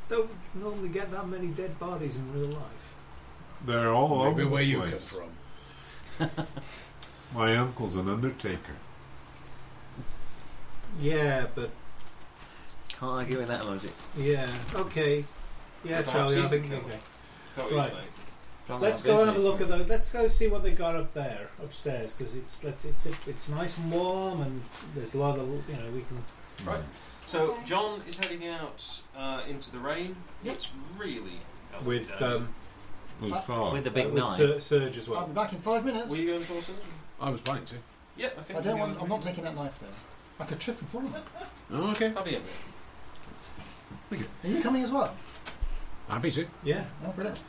[SPEAKER 1] don't normally get that many dead bodies in real life.
[SPEAKER 10] They're all
[SPEAKER 7] Maybe
[SPEAKER 10] over
[SPEAKER 7] where
[SPEAKER 10] the
[SPEAKER 7] you
[SPEAKER 10] place.
[SPEAKER 7] come from.
[SPEAKER 10] My uncle's an undertaker.
[SPEAKER 1] Yeah, but
[SPEAKER 5] Can't argue with that logic.
[SPEAKER 1] yeah, okay, yeah,
[SPEAKER 3] So
[SPEAKER 1] Charlie, I
[SPEAKER 3] perhaps he's the
[SPEAKER 1] think
[SPEAKER 3] killer.
[SPEAKER 1] okay.
[SPEAKER 3] Is that what you're
[SPEAKER 1] Right.
[SPEAKER 3] saying?
[SPEAKER 5] John Love
[SPEAKER 1] Let's go
[SPEAKER 5] is
[SPEAKER 1] and have a look at
[SPEAKER 5] making-
[SPEAKER 1] those. Let's go see what they got up there upstairs because it's let's- it's it's nice and warm and there's a lot of you know we can.
[SPEAKER 3] Right. So John is heading out uh, into the rain. It's really healthy
[SPEAKER 1] With
[SPEAKER 3] day.
[SPEAKER 1] um,
[SPEAKER 10] Who's
[SPEAKER 4] Uh,
[SPEAKER 10] thought?
[SPEAKER 5] With the big
[SPEAKER 1] with
[SPEAKER 5] knife.
[SPEAKER 1] Sur- Surge as
[SPEAKER 8] Um,
[SPEAKER 4] I'll be
[SPEAKER 1] well.
[SPEAKER 4] back in five minutes.
[SPEAKER 3] Were you going for something?
[SPEAKER 7] I was planning to.
[SPEAKER 3] Yeah. Okay.
[SPEAKER 4] I don't want.
[SPEAKER 3] Yeah.
[SPEAKER 4] I'm not taking that knife though. I could trip and fall. on it.
[SPEAKER 7] Oh, okay.
[SPEAKER 3] That'd be it.
[SPEAKER 4] Are you coming as well?
[SPEAKER 7] Happy to.
[SPEAKER 1] Yeah,
[SPEAKER 4] Oh, brilliant.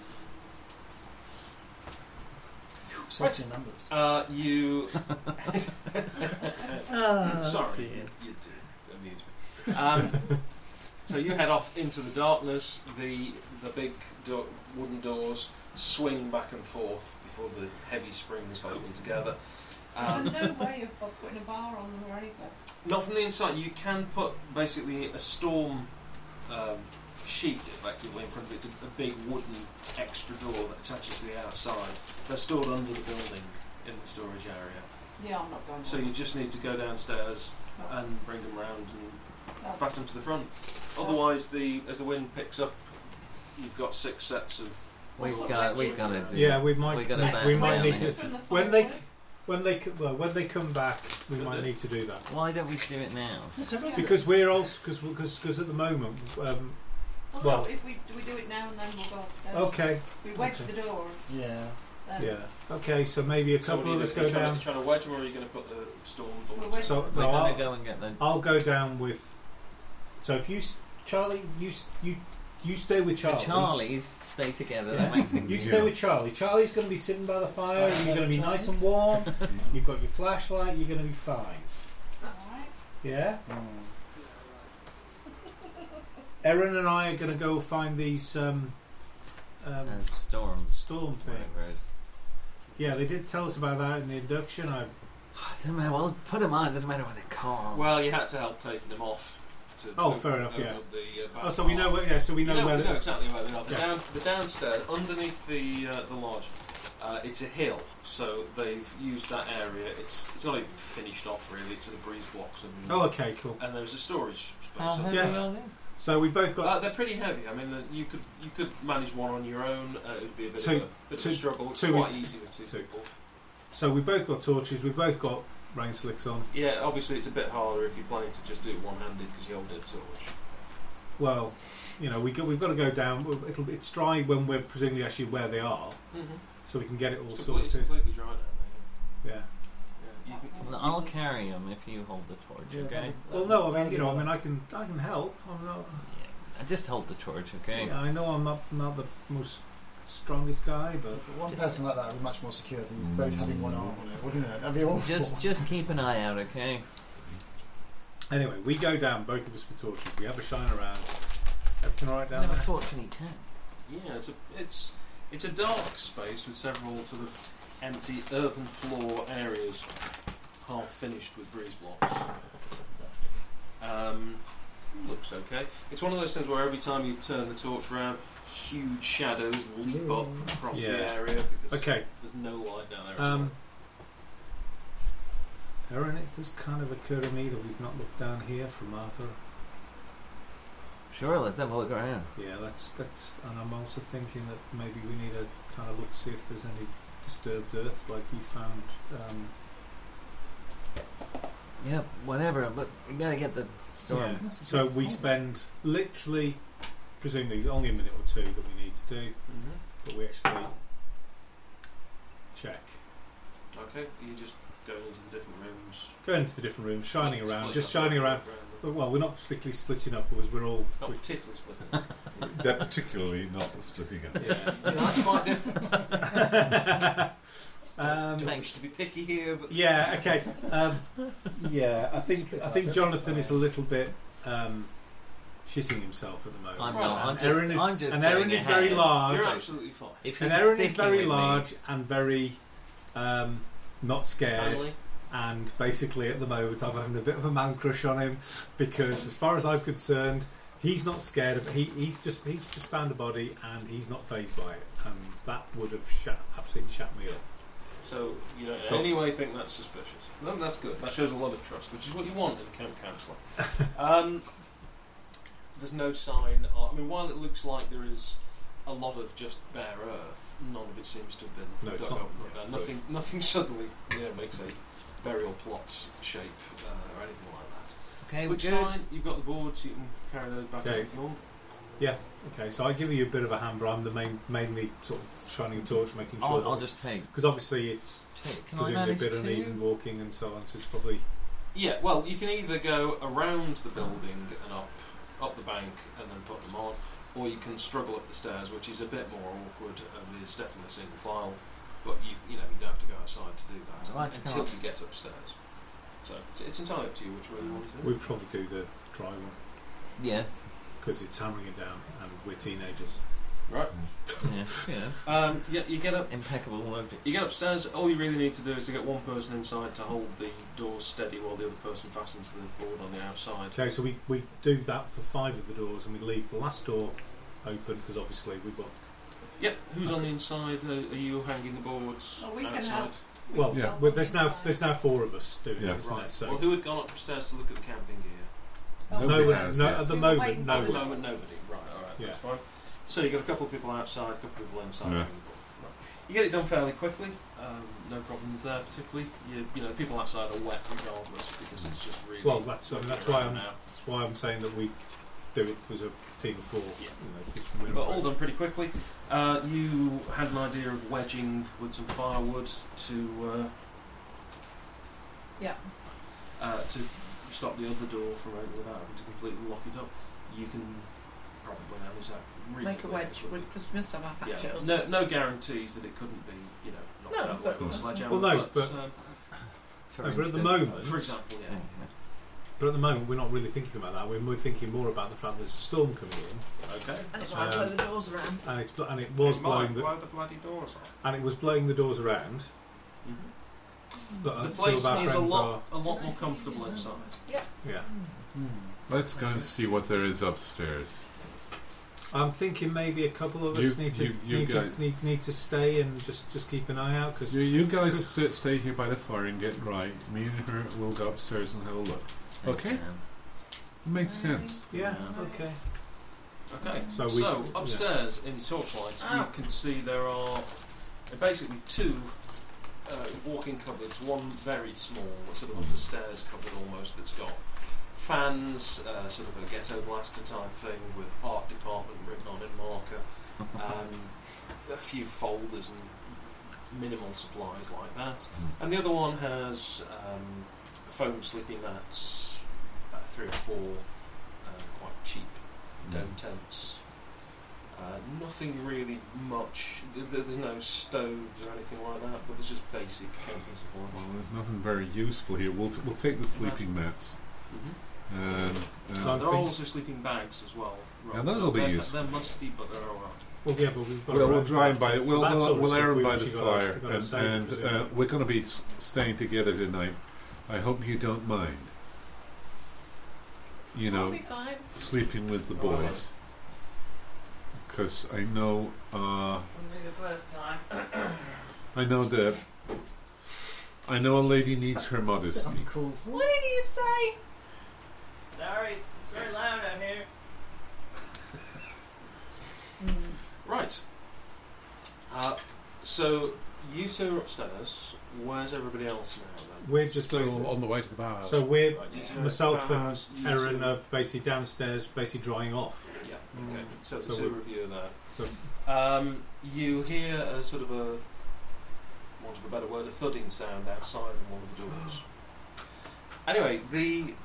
[SPEAKER 4] Sorting numbers.
[SPEAKER 3] Uh, you. Sorry,
[SPEAKER 5] see
[SPEAKER 3] you,
[SPEAKER 5] it.
[SPEAKER 3] you did amuse me. Um, So you head off into the darkness. The the big do- wooden doors swing back and forth before the heavy springs hold them together. Um,
[SPEAKER 8] There's no way of of putting a bar on them or anything.
[SPEAKER 3] not from the inside. You can put basically a storm um, sheet effectively in front of it. It's a, a big wooden extra door that attaches to the outside. They're stored under the building in the storage area.
[SPEAKER 8] Yeah, I'm not going.
[SPEAKER 3] So
[SPEAKER 8] there.
[SPEAKER 3] you just need to go downstairs
[SPEAKER 8] No,
[SPEAKER 3] and bring them round and
[SPEAKER 8] no.
[SPEAKER 3] fasten them to the front. Otherwise, the as the wind picks up, you've got six sets of.
[SPEAKER 5] We've got, we've got to do.
[SPEAKER 1] Yeah, we
[SPEAKER 5] we
[SPEAKER 1] might.
[SPEAKER 5] got to
[SPEAKER 8] Next
[SPEAKER 5] back
[SPEAKER 1] we might
[SPEAKER 8] one
[SPEAKER 1] need
[SPEAKER 8] is
[SPEAKER 1] to-
[SPEAKER 8] from the
[SPEAKER 1] when they-
[SPEAKER 8] fireplace.
[SPEAKER 1] When they co- well, when they come back, we might need to do that
[SPEAKER 5] Why don't we do it now?
[SPEAKER 8] Yeah.
[SPEAKER 1] because we're also because because because at the moment. Um,
[SPEAKER 8] Well,
[SPEAKER 1] well-
[SPEAKER 8] no, if we do we do it now and then we'll go upstairs.
[SPEAKER 1] okay.
[SPEAKER 8] We wedge
[SPEAKER 1] Okay.
[SPEAKER 8] the doors.
[SPEAKER 4] Yeah.
[SPEAKER 8] Then
[SPEAKER 1] Yeah. Okay. So maybe a
[SPEAKER 3] So what
[SPEAKER 1] couple
[SPEAKER 3] are
[SPEAKER 1] of
[SPEAKER 3] you
[SPEAKER 1] us
[SPEAKER 3] gonna-
[SPEAKER 1] go
[SPEAKER 3] you trying,
[SPEAKER 1] down.
[SPEAKER 3] to- trying to wedge them, or are you going to put the storm
[SPEAKER 8] We'll
[SPEAKER 3] board?
[SPEAKER 8] wedge
[SPEAKER 1] So
[SPEAKER 5] We're
[SPEAKER 1] no,
[SPEAKER 5] going
[SPEAKER 1] I'll,
[SPEAKER 5] to go and get the.
[SPEAKER 1] I'll go down with. So if you, s- Charlie, you s- you you stay with
[SPEAKER 5] The
[SPEAKER 1] Charlie.
[SPEAKER 5] Charlies stay together.
[SPEAKER 1] Yeah.
[SPEAKER 5] That makes things
[SPEAKER 1] You
[SPEAKER 5] easier.
[SPEAKER 1] stay with Charlie. Charlie's going to be sitting by the fire.
[SPEAKER 4] Fire
[SPEAKER 1] You're going to be nice and warm. You've got your flashlight. You're going to be fine.
[SPEAKER 8] Alright.
[SPEAKER 1] Yeah.
[SPEAKER 4] Mm.
[SPEAKER 1] Erin and I are going to go find these um, um,
[SPEAKER 5] And storms.
[SPEAKER 1] storm
[SPEAKER 5] Uh, whatever it
[SPEAKER 1] things.
[SPEAKER 5] is.
[SPEAKER 1] Yeah, they did tell us about that in the induction. I
[SPEAKER 5] doesn't matter. Well, put them on. It doesn't matter when they're calm.
[SPEAKER 3] Well, you had to help taking them off. To
[SPEAKER 1] Oh,
[SPEAKER 3] open-
[SPEAKER 1] fair enough,
[SPEAKER 3] open
[SPEAKER 1] yeah.
[SPEAKER 3] up the, uh, back
[SPEAKER 1] oh, so we know
[SPEAKER 3] half.
[SPEAKER 1] where. Yeah, so we know
[SPEAKER 3] you know,
[SPEAKER 1] where.
[SPEAKER 3] you
[SPEAKER 1] they-
[SPEAKER 3] know exactly where they are. The,
[SPEAKER 1] Yeah.
[SPEAKER 3] down, the downstairs, underneath the uh, the lodge, uh, it's a hill, so they've used that area. It's it's not even finished off really. It's the breeze blocks and
[SPEAKER 1] Oh, okay, cool.
[SPEAKER 3] and there's a storage space.
[SPEAKER 5] How
[SPEAKER 3] up
[SPEAKER 5] heavy
[SPEAKER 1] Yeah.
[SPEAKER 3] there.
[SPEAKER 5] are they?
[SPEAKER 1] So we both got
[SPEAKER 3] Uh, they're pretty heavy. I mean, uh, you could you could manage one on your own. Uh, it would be a bit,
[SPEAKER 1] Two-
[SPEAKER 3] of, a, bit
[SPEAKER 1] two-
[SPEAKER 3] of a struggle. It's
[SPEAKER 1] two-
[SPEAKER 3] quite easy with two,
[SPEAKER 1] two.
[SPEAKER 3] people.
[SPEAKER 1] So we both got torches. We both got rain slicks on.
[SPEAKER 3] Yeah, obviously it's a bit harder if you're planning to just do it one-handed because you hold it so much.
[SPEAKER 1] Well, you know, we go, we've got to go down. It'll, it's dry when we're presumably actually where they are,
[SPEAKER 3] Mm-hmm.
[SPEAKER 1] so we can get it all
[SPEAKER 3] It's, completely, it's
[SPEAKER 1] sorted.
[SPEAKER 3] completely dry down there.
[SPEAKER 1] Yeah.
[SPEAKER 3] Yeah, you can,
[SPEAKER 5] Well, I'll carry them if you hold the torch,
[SPEAKER 4] Yeah,
[SPEAKER 5] okay?
[SPEAKER 4] that'd-
[SPEAKER 1] Well, no, I mean, you know, I mean, I can, I can help. I'm not.
[SPEAKER 5] Yeah. Just hold the torch, okay?
[SPEAKER 1] I know I'm not, not the most strongest guy, but
[SPEAKER 4] One
[SPEAKER 5] Just-
[SPEAKER 4] person like that would be much more secure than you both having one arm on it, wouldn't it? That'd be awful.
[SPEAKER 5] Just just keep an eye out, okay?
[SPEAKER 1] anyway, we go down. Both of us with torches. We have a shine around. Everything all right down
[SPEAKER 5] Never
[SPEAKER 1] there?
[SPEAKER 5] torch in each hand.
[SPEAKER 3] yeah, it's a it's it's a dark space with several sort of empty urban floor areas, half finished with breeze blocks. Um, looks okay. It's one of those things where every time you turn the torch round, huge shadows leap up across
[SPEAKER 1] Mm. Yeah.
[SPEAKER 3] the area because
[SPEAKER 1] Okay,
[SPEAKER 3] there's no light down there. at
[SPEAKER 1] Um,
[SPEAKER 3] all.
[SPEAKER 1] Erin, it does kind of occur to me that we've not looked down here for Martha.
[SPEAKER 5] Sure, let's have a look around.
[SPEAKER 1] Yeah, that's that's, and I'm also thinking that maybe we need to kind of look see if there's any disturbed earth like you found. Um,
[SPEAKER 5] Yep, whatever, but we gotta get the storm.
[SPEAKER 1] yeah. So we spend literally, presumably only a minute or two that we need to do,
[SPEAKER 3] Mhm.
[SPEAKER 1] but we actually check.
[SPEAKER 3] Okay, you just go into the different rooms,
[SPEAKER 1] Go into the different rooms, shining
[SPEAKER 3] Split
[SPEAKER 1] around, just
[SPEAKER 3] up
[SPEAKER 1] shining around. But, well, we're not particularly splitting up because we're all.
[SPEAKER 3] Not
[SPEAKER 1] we-
[SPEAKER 3] particularly split.
[SPEAKER 10] That particularly not slipping up.
[SPEAKER 1] yeah.
[SPEAKER 3] That's quite different.
[SPEAKER 1] um,
[SPEAKER 3] Don't wish to be picky here, but
[SPEAKER 1] Yeah. Okay. Um, yeah. I think I think Jonathan is a little bit um, shitting himself at the moment.
[SPEAKER 5] I'm
[SPEAKER 3] Right,
[SPEAKER 5] not, I'm
[SPEAKER 1] And
[SPEAKER 5] just,
[SPEAKER 1] Erin is,
[SPEAKER 5] I'm just
[SPEAKER 1] and Erin
[SPEAKER 5] going
[SPEAKER 1] is very
[SPEAKER 5] ahead.
[SPEAKER 1] large.
[SPEAKER 3] you're absolutely fine.
[SPEAKER 5] If
[SPEAKER 1] And
[SPEAKER 5] you're
[SPEAKER 1] Erin is
[SPEAKER 5] sticking
[SPEAKER 1] very
[SPEAKER 5] with me-
[SPEAKER 1] large and very um, not scared.
[SPEAKER 3] Family.
[SPEAKER 1] And basically, at the moment, I'm having a bit of a man crush on him because, as far as I'm concerned, he's not scared of. He, he's just he's just found a body and he's not phased by it, and that would have shat, absolutely shat me up.
[SPEAKER 3] So you don't
[SPEAKER 1] So-
[SPEAKER 3] in any way think that's suspicious. No, that's good. That shows a lot of trust, which is what you want in a camp counselor. um, there's no sign. Of, I mean, while it looks like there is a lot of just bare earth, none of it seems to have been
[SPEAKER 1] No, it's
[SPEAKER 3] dug
[SPEAKER 1] not,
[SPEAKER 3] up.
[SPEAKER 1] yeah,
[SPEAKER 3] Uh, nothing. Nothing suddenly you know, makes a burial plot shape uh, or anything like that.
[SPEAKER 5] Okay, we're
[SPEAKER 3] Which
[SPEAKER 5] good.
[SPEAKER 3] fine. You've got the boards. You can carry those back
[SPEAKER 1] Okay.
[SPEAKER 3] if you want.
[SPEAKER 1] Okay, so I give you a bit of a hand, but I'm the main, mainly sort of shining a torch, making sure.
[SPEAKER 5] I'll, I'll just take.
[SPEAKER 1] because obviously it's
[SPEAKER 5] take. Can I
[SPEAKER 1] presumably a
[SPEAKER 5] manage
[SPEAKER 1] bit uneven
[SPEAKER 5] to?
[SPEAKER 1] walking and so on, so it's probably
[SPEAKER 3] Yeah, well, you can either go around the building and up up the bank and then put them on, or you can struggle up the stairs, which is a bit more awkward and is definitely single file. But you you know you don't have to go outside to do that
[SPEAKER 5] Well, that's
[SPEAKER 3] until
[SPEAKER 5] cool.
[SPEAKER 3] you get upstairs. So it's- it's entirely up to you which way you want to. do
[SPEAKER 1] we
[SPEAKER 3] it.
[SPEAKER 1] probably do the dry one
[SPEAKER 5] Yeah.
[SPEAKER 1] because it's hammering it down, and we're teenagers.
[SPEAKER 3] Right.
[SPEAKER 5] yeah, yeah.
[SPEAKER 3] Um, yeah, you get up.
[SPEAKER 5] Impeccable work.
[SPEAKER 3] You get upstairs. All you really need to do is to get one person inside to hold the door steady while the other person fastens the board on the outside.
[SPEAKER 1] Okay, so we, we do that for five of the doors, and we leave the last door open because obviously we've got.
[SPEAKER 3] Yep. Who's on the inside? Uh, are you hanging the boards
[SPEAKER 8] Well, we can
[SPEAKER 3] outside?
[SPEAKER 8] help.
[SPEAKER 1] Well,
[SPEAKER 7] Yeah.
[SPEAKER 1] well, there's now there's now four of us doing
[SPEAKER 10] Yeah.
[SPEAKER 1] it, isn't there?
[SPEAKER 3] Right.
[SPEAKER 1] So
[SPEAKER 3] Well, who had gone upstairs to look at the camping gear?
[SPEAKER 1] no,
[SPEAKER 10] Nobody
[SPEAKER 1] one,
[SPEAKER 10] has,
[SPEAKER 1] no,
[SPEAKER 10] yeah.
[SPEAKER 1] at
[SPEAKER 8] We
[SPEAKER 1] the
[SPEAKER 8] were
[SPEAKER 1] moment,
[SPEAKER 8] waiting
[SPEAKER 1] no
[SPEAKER 8] for
[SPEAKER 3] At the
[SPEAKER 8] them.
[SPEAKER 1] one.
[SPEAKER 3] moment, nobody. Right, all right,
[SPEAKER 1] Yeah.
[SPEAKER 3] that's fine. So you got a couple of people outside, a couple of people inside.
[SPEAKER 10] Yeah.
[SPEAKER 3] Right. You get it done fairly quickly. Um, no problems there, particularly. You, you know, people outside are wet regardless because it's just really.
[SPEAKER 1] Well, that's I mean, that's why I'm
[SPEAKER 3] now.
[SPEAKER 1] that's why I'm saying that we do it as a team of four.
[SPEAKER 3] Yeah.
[SPEAKER 1] You know, 'cause we're
[SPEAKER 3] But
[SPEAKER 1] not-
[SPEAKER 3] all done pretty quickly. Uh, you had an idea of wedging with some firewood to
[SPEAKER 8] Yeah.
[SPEAKER 3] uh, uh, to stop the other door from opening without having to completely lock it up. You can probably manage that.
[SPEAKER 8] Make a
[SPEAKER 3] reasonably
[SPEAKER 8] wedge
[SPEAKER 3] quickly.
[SPEAKER 8] because we must have our hatchet
[SPEAKER 3] Yeah.
[SPEAKER 8] or
[SPEAKER 3] No,
[SPEAKER 8] something.
[SPEAKER 3] no guarantees that it couldn't be, you know, knocked
[SPEAKER 8] No,
[SPEAKER 3] out
[SPEAKER 8] but
[SPEAKER 3] like a
[SPEAKER 8] that's-
[SPEAKER 3] sledgehammer.
[SPEAKER 1] Well, no, but-
[SPEAKER 3] um,
[SPEAKER 5] For
[SPEAKER 1] No, but at the
[SPEAKER 5] instance.
[SPEAKER 1] moment-
[SPEAKER 3] for example,
[SPEAKER 5] Yeah,
[SPEAKER 3] yeah.
[SPEAKER 5] yeah.
[SPEAKER 1] But at the moment, we're not really thinking about that. We're more thinking more about the fact there's a storm coming in,
[SPEAKER 3] Okay.
[SPEAKER 8] And it
[SPEAKER 1] Um,
[SPEAKER 8] might blow the doors around.
[SPEAKER 1] and it's bl- and it was blowing the,
[SPEAKER 3] the bloody doors
[SPEAKER 1] and it was blowing the doors around.
[SPEAKER 8] Mm-hmm.
[SPEAKER 1] But uh,
[SPEAKER 3] Mm. The place
[SPEAKER 1] two of our
[SPEAKER 3] is
[SPEAKER 1] friends
[SPEAKER 3] a lot,
[SPEAKER 1] are
[SPEAKER 3] a lot more comfortable inside.
[SPEAKER 1] yeah.
[SPEAKER 4] Hmm.
[SPEAKER 10] Let's go and see what there is upstairs.
[SPEAKER 1] I'm thinking maybe a couple of us
[SPEAKER 10] You-
[SPEAKER 1] need to
[SPEAKER 10] you- you
[SPEAKER 1] need to
[SPEAKER 10] guys-
[SPEAKER 1] need, need to stay and just just keep an eye out because
[SPEAKER 10] You, you guys sit, stay here by the fire and get right. Me and her will go upstairs and have a look. Okay.
[SPEAKER 5] Yeah.
[SPEAKER 10] Makes sense.
[SPEAKER 1] yeah,
[SPEAKER 5] Yeah.
[SPEAKER 1] okay.
[SPEAKER 3] Okay.
[SPEAKER 1] So we
[SPEAKER 3] So
[SPEAKER 1] yeah.
[SPEAKER 3] upstairs in the torchlight, you
[SPEAKER 8] Ow.
[SPEAKER 3] can see there are basically two uh, walk-in cupboards. One very small, sort of up the
[SPEAKER 1] Mm.
[SPEAKER 3] stairs cupboard almost. That's got fans, uh, sort of a ghetto blaster type thing with art department written on in marker, um, a few folders and minimal supplies like that. And the other one has um, foam sleeping mats, uh, three or four, uh, quite cheap no tents. Uh, nothing really much. Th- th- There's no stoves or anything like that, but there's just basic camping
[SPEAKER 10] Well,
[SPEAKER 3] supply.
[SPEAKER 10] there's nothing very useful here. We'll, t- we'll take the sleeping mats.
[SPEAKER 3] Mm-hmm.
[SPEAKER 10] And,
[SPEAKER 1] I
[SPEAKER 10] uh,
[SPEAKER 3] There are
[SPEAKER 1] think-
[SPEAKER 3] also sleeping bags as well.
[SPEAKER 10] Yeah, those'll be
[SPEAKER 3] they're,
[SPEAKER 10] useful.
[SPEAKER 3] They're musty, but they're alright.
[SPEAKER 1] Well, yeah, but we've got
[SPEAKER 10] Well,
[SPEAKER 1] our
[SPEAKER 10] we'll
[SPEAKER 1] own
[SPEAKER 10] try and
[SPEAKER 1] plans.
[SPEAKER 10] buy it. We'll,
[SPEAKER 1] That
[SPEAKER 10] we'll,
[SPEAKER 1] sort of
[SPEAKER 10] we'll
[SPEAKER 1] stuff
[SPEAKER 10] iron
[SPEAKER 1] we
[SPEAKER 10] by the
[SPEAKER 1] actually gotta-
[SPEAKER 10] fire.
[SPEAKER 1] gotta
[SPEAKER 10] And,
[SPEAKER 1] save,
[SPEAKER 10] and
[SPEAKER 1] isn't it?
[SPEAKER 10] uh, we're going to be s- staying together tonight. I hope you don't mind. You
[SPEAKER 8] We'll
[SPEAKER 10] know,
[SPEAKER 8] be fine.
[SPEAKER 10] sleeping with the
[SPEAKER 3] Oh, I
[SPEAKER 10] boys. Because I know, uh,
[SPEAKER 5] Wouldn't be the first time.
[SPEAKER 10] I know that, I know a lady needs her modesty.
[SPEAKER 4] Uncool.
[SPEAKER 8] What did you say?
[SPEAKER 5] Sorry, it's, it's very loud out here.
[SPEAKER 8] Mm.
[SPEAKER 3] Right. Uh, so you two are upstairs. Where's everybody else now then?
[SPEAKER 1] We're just
[SPEAKER 7] Just still on the way to the powerhouse.
[SPEAKER 1] so we're
[SPEAKER 3] Right, you two are at
[SPEAKER 1] myself
[SPEAKER 3] the
[SPEAKER 1] and
[SPEAKER 3] house, you two-
[SPEAKER 1] Erin are basically downstairs, basically drying off.
[SPEAKER 3] Yeah. Okay.
[SPEAKER 4] Mm. Hmm.
[SPEAKER 3] So,
[SPEAKER 1] So
[SPEAKER 3] so
[SPEAKER 1] we're-
[SPEAKER 3] review of that.
[SPEAKER 1] so-
[SPEAKER 3] um, you hear a sort of a, want of a better word, a thudding sound outside of one of the doors. Anyway, the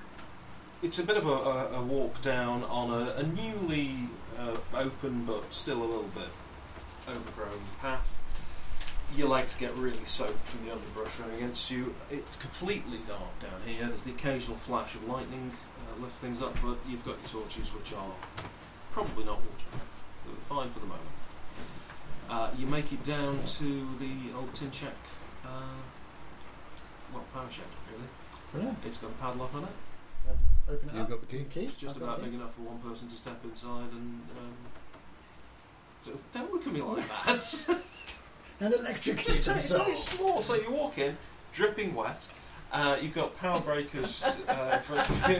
[SPEAKER 3] it's a bit of a, a, a walk down on a, a newly uh, open but still a little bit overgrown path. Your legs get really soaked from the underbrush running against you. It's completely dark down here. There's the occasional flash of lightning uh, lift things up, but you've got your torches, which are probably not waterproof. They're fine for the moment. Uh, you make it down to the old tin shack, uh, well, power shed, really.
[SPEAKER 4] Brilliant.
[SPEAKER 3] It's got a padlock on it.
[SPEAKER 4] Open it
[SPEAKER 7] You've
[SPEAKER 4] up.
[SPEAKER 7] got the key.
[SPEAKER 4] Key.
[SPEAKER 3] It's just
[SPEAKER 4] I've got
[SPEAKER 3] about
[SPEAKER 4] the
[SPEAKER 3] big
[SPEAKER 4] key.
[SPEAKER 3] enough for one person to step inside and. Um, so don't look at me like that.
[SPEAKER 4] And electrocute
[SPEAKER 3] Just take, it's only
[SPEAKER 4] themselves.
[SPEAKER 3] small, so you walk in, dripping wet. Uh, you've got power breakers. Uh, for,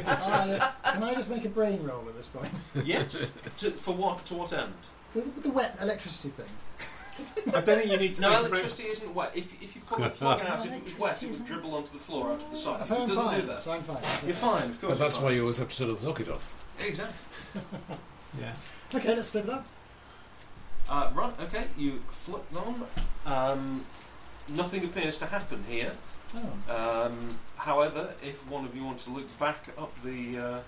[SPEAKER 4] Uh, can I just make a brain roll at this point?
[SPEAKER 3] yes. To, for what? To what end?
[SPEAKER 4] The, the wet electricity thing.
[SPEAKER 1] I don't think you need to.
[SPEAKER 3] No,
[SPEAKER 1] make a
[SPEAKER 3] electricity isn't wet. If, if you pull the plug out, if it was wet,
[SPEAKER 4] Electricity
[SPEAKER 3] it would
[SPEAKER 4] isn't-
[SPEAKER 3] dribble onto the floor out of the socket.
[SPEAKER 4] So
[SPEAKER 3] Oh, it
[SPEAKER 4] I'm
[SPEAKER 3] doesn't
[SPEAKER 4] fine.
[SPEAKER 3] do that.
[SPEAKER 4] So I'm fine. so-
[SPEAKER 3] You're fine, of course.
[SPEAKER 7] But that's
[SPEAKER 3] you're
[SPEAKER 7] why you always have to turn the socket off.
[SPEAKER 3] fine. Exactly.
[SPEAKER 1] break- Yeah.
[SPEAKER 4] Okay, let's flip it up.
[SPEAKER 3] Uh, right, okay, you flip on. Um, nothing appears to happen here.
[SPEAKER 4] Oh.
[SPEAKER 3] Um, however, if one of you wants to look back up the, uh,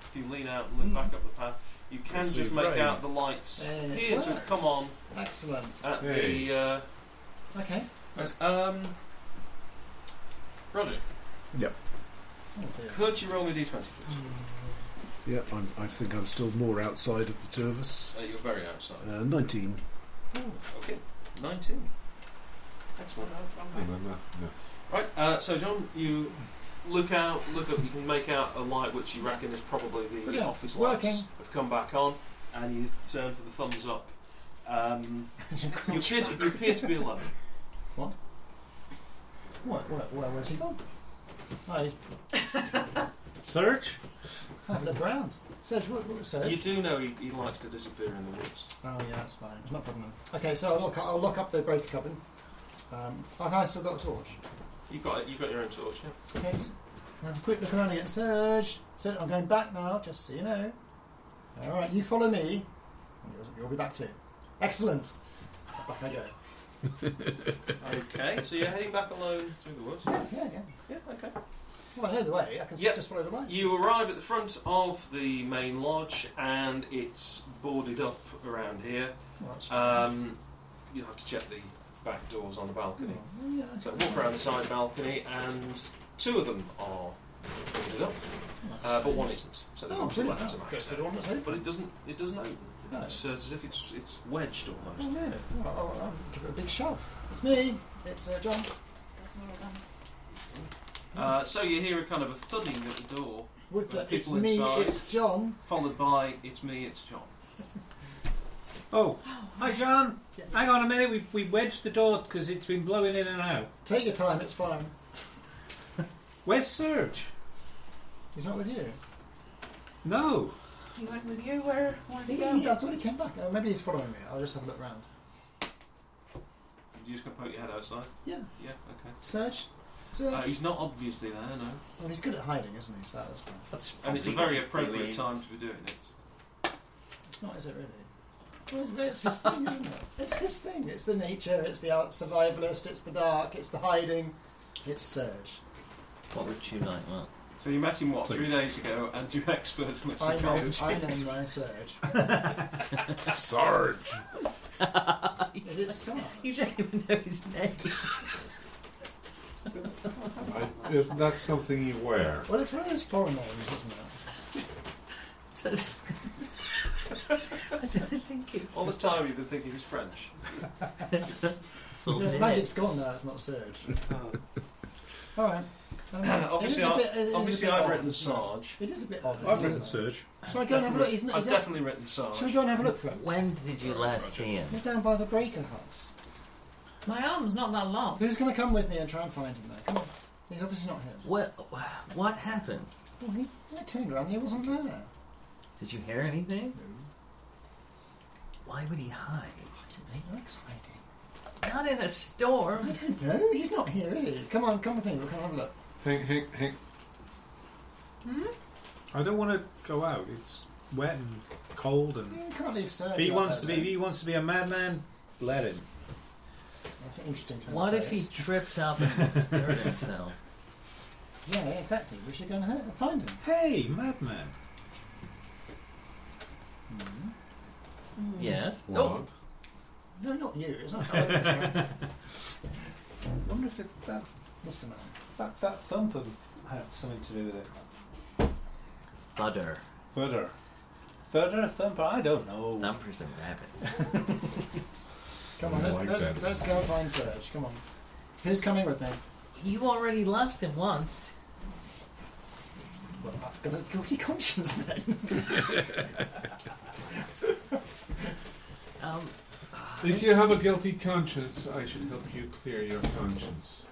[SPEAKER 3] if you lean out and look
[SPEAKER 4] Hmm.
[SPEAKER 3] back up the path, you can
[SPEAKER 7] It's
[SPEAKER 3] just
[SPEAKER 7] a
[SPEAKER 3] make
[SPEAKER 7] rain.
[SPEAKER 3] out the lights
[SPEAKER 4] Hey, it's
[SPEAKER 3] here to have
[SPEAKER 4] worked.
[SPEAKER 3] come on
[SPEAKER 4] Excellent.
[SPEAKER 3] at
[SPEAKER 10] Hey.
[SPEAKER 3] the.
[SPEAKER 4] Okay.
[SPEAKER 3] Uh, um, Roger,
[SPEAKER 4] Oh, dear. Oh,
[SPEAKER 3] could you roll me a d20?
[SPEAKER 4] Hmm.
[SPEAKER 7] Yeah, I'm, I think I'm still more outside of the two of us.
[SPEAKER 3] Uh, you're very outside.
[SPEAKER 7] Uh, 19.
[SPEAKER 3] Okay, 19. Excellent.
[SPEAKER 10] No, no, no, no.
[SPEAKER 3] Right, uh, so John, you look out, look up, you can make out a light which you reckon is probably the
[SPEAKER 4] Yeah,
[SPEAKER 3] office
[SPEAKER 4] working.
[SPEAKER 3] lights have come back on, and you turn to the thumbs up. Um,
[SPEAKER 4] Oh.
[SPEAKER 3] you, appear to, you appear to be alone.
[SPEAKER 4] Where, where, where was he gone? Oh, he's
[SPEAKER 1] Search.
[SPEAKER 4] having a look around. Serge, what, what, Serge?
[SPEAKER 3] You do know he, he likes to disappear in the woods.
[SPEAKER 4] Oh yeah, that's fine. It's not a problem. Okay, so I'll look. I'll look up the breaker cabin. Um, have I still got a torch?
[SPEAKER 3] You've got, you've got your own torch, yeah?
[SPEAKER 4] Yes. Now, quick look around again, Serge. So I'm going back now, just so you know. All right, you follow me, and you'll, you'll be back too. Excellent. Back I go.
[SPEAKER 3] Okay, so you're heading back alone through the woods?
[SPEAKER 4] Yeah, yeah, yeah.
[SPEAKER 3] Yeah, okay.
[SPEAKER 4] Well, I know the way. I can s-
[SPEAKER 3] Yep.
[SPEAKER 4] just follow the lights.
[SPEAKER 3] You arrive at the front of the main lodge, and it's boarded up around here.
[SPEAKER 4] Well, that's
[SPEAKER 3] Um, you'll have to check the back doors on the balcony.
[SPEAKER 4] Oh, yeah,
[SPEAKER 3] So walk around the side balcony, and two of them are boarded up, uh, but one isn't. So they're
[SPEAKER 4] Oh,
[SPEAKER 3] obviously
[SPEAKER 4] brilliant.
[SPEAKER 3] left to
[SPEAKER 4] Go
[SPEAKER 3] max
[SPEAKER 4] to the one that's open.
[SPEAKER 3] But it doesn't. It doesn't open.
[SPEAKER 4] No.
[SPEAKER 3] It's, uh, as if it's it's wedged
[SPEAKER 4] Oh,
[SPEAKER 3] almost.
[SPEAKER 4] no. Well, I'll, I'll give it a big shove. It's me. It's uh, John. Oh.
[SPEAKER 3] Uh, so you hear a kind of a thudding at the door,
[SPEAKER 4] With the,
[SPEAKER 3] There's
[SPEAKER 4] it's
[SPEAKER 3] people
[SPEAKER 4] me.
[SPEAKER 3] inside.
[SPEAKER 4] It's John.
[SPEAKER 3] followed by "It's me, it's John."
[SPEAKER 1] Oh, hi John. Hang on a minute. We we wedged the door because it's been blowing in and out.
[SPEAKER 4] Take your time. It's fine.
[SPEAKER 1] Where's Serge?
[SPEAKER 4] He's not with you.
[SPEAKER 1] No.
[SPEAKER 8] He went with you. Where? Where did he
[SPEAKER 4] Yeah,
[SPEAKER 8] go?
[SPEAKER 4] I thought he came back. Uh, maybe he's following me. I'll just have a look round.
[SPEAKER 3] You just go poke your head outside.
[SPEAKER 4] Yeah.
[SPEAKER 3] Yeah. Okay.
[SPEAKER 4] Serge? Serge?
[SPEAKER 3] Uh, he's not obviously there, no.
[SPEAKER 4] well, he's good at hiding, isn't he? So that's fine.
[SPEAKER 5] That's
[SPEAKER 3] And it's a
[SPEAKER 5] probably
[SPEAKER 3] very
[SPEAKER 5] the way-
[SPEAKER 3] appropriate time to be doing it.
[SPEAKER 4] It's not, is it really? Well, it's his thing, isn't it? It's his thing. It's the nature, it's the out survivalist, it's the dark, it's the hiding, it's Serge.
[SPEAKER 5] What would you like, Mark?
[SPEAKER 3] So you met him what three
[SPEAKER 7] Please.
[SPEAKER 3] days ago, and you're experts in
[SPEAKER 4] I know,
[SPEAKER 3] psychology.
[SPEAKER 4] I know my Serge.
[SPEAKER 7] Sarge!
[SPEAKER 4] Is it Sarge?
[SPEAKER 5] You don't even know his name.
[SPEAKER 10] I, isn't that something you wear?
[SPEAKER 4] Well, it's one of those foreign names, isn't it?
[SPEAKER 5] I think it's
[SPEAKER 3] All this time you've been thinking he's French.
[SPEAKER 5] sort
[SPEAKER 4] No,
[SPEAKER 5] of
[SPEAKER 4] the magic's gone now, it's not Serge. All right. Um,
[SPEAKER 3] obviously,
[SPEAKER 4] it Uh, is a
[SPEAKER 3] I,
[SPEAKER 4] bit- it is a
[SPEAKER 3] obviously
[SPEAKER 4] bit
[SPEAKER 3] I've
[SPEAKER 4] odd,
[SPEAKER 3] written
[SPEAKER 4] isn't it?
[SPEAKER 3] Sarge.
[SPEAKER 4] It is a bit odd.
[SPEAKER 1] I've
[SPEAKER 4] isn't
[SPEAKER 1] written
[SPEAKER 4] it?
[SPEAKER 1] Serge.
[SPEAKER 4] Shall I go and have a look? Isn't,
[SPEAKER 3] I've
[SPEAKER 4] is that,
[SPEAKER 3] definitely written Sarge.
[SPEAKER 4] shall we go and have a look for him?
[SPEAKER 5] When did you last see him?
[SPEAKER 4] We're down by the breaker hut.
[SPEAKER 8] My arm's not that long.
[SPEAKER 4] Who's going to come with me and try and find him there? Come on. He's obviously not here.
[SPEAKER 5] What, what happened?
[SPEAKER 4] Well, he, I turned around and he wasn't there.
[SPEAKER 5] Did you hear anything? Why would he hide?
[SPEAKER 4] How exciting.
[SPEAKER 5] Not in a
[SPEAKER 4] I
[SPEAKER 5] storm.
[SPEAKER 4] don't know. He's not here, is he? Come on, come with me. We'll come have a look.
[SPEAKER 10] Hank, Hank, Hank.
[SPEAKER 1] I don't want to go out. It's wet and cold, and
[SPEAKER 4] Mm, can't leave Serge.
[SPEAKER 1] if he
[SPEAKER 4] out
[SPEAKER 1] wants
[SPEAKER 4] there,
[SPEAKER 1] to be,
[SPEAKER 4] though.
[SPEAKER 1] if he wants to be a madman. Let him.
[SPEAKER 4] That's an interesting turn of
[SPEAKER 5] What if he
[SPEAKER 4] phrase.
[SPEAKER 5] tripped up and hurt himself?
[SPEAKER 4] Yeah, exactly. We should go and ha- find him.
[SPEAKER 1] Hey, madman.
[SPEAKER 5] Yes.
[SPEAKER 10] What?
[SPEAKER 5] Oh,
[SPEAKER 4] No, not you. It's not Serge.
[SPEAKER 1] I wonder if it, that,
[SPEAKER 4] Mr. Man.
[SPEAKER 1] that that thumper had something to do with it.
[SPEAKER 5] butter.
[SPEAKER 1] Thudder. Thudder, thumper. I don't know.
[SPEAKER 5] Numbers of rabbit.
[SPEAKER 4] Come on,
[SPEAKER 10] I
[SPEAKER 4] let's,
[SPEAKER 10] like
[SPEAKER 4] let's,
[SPEAKER 10] that.
[SPEAKER 4] let's go and find Serge. Come on. Who's coming with me?
[SPEAKER 5] You already lost him once.
[SPEAKER 4] Well, I've got a guilty conscience then.
[SPEAKER 5] Um,
[SPEAKER 6] If you have a guilty conscience, I should help you clear your conscience.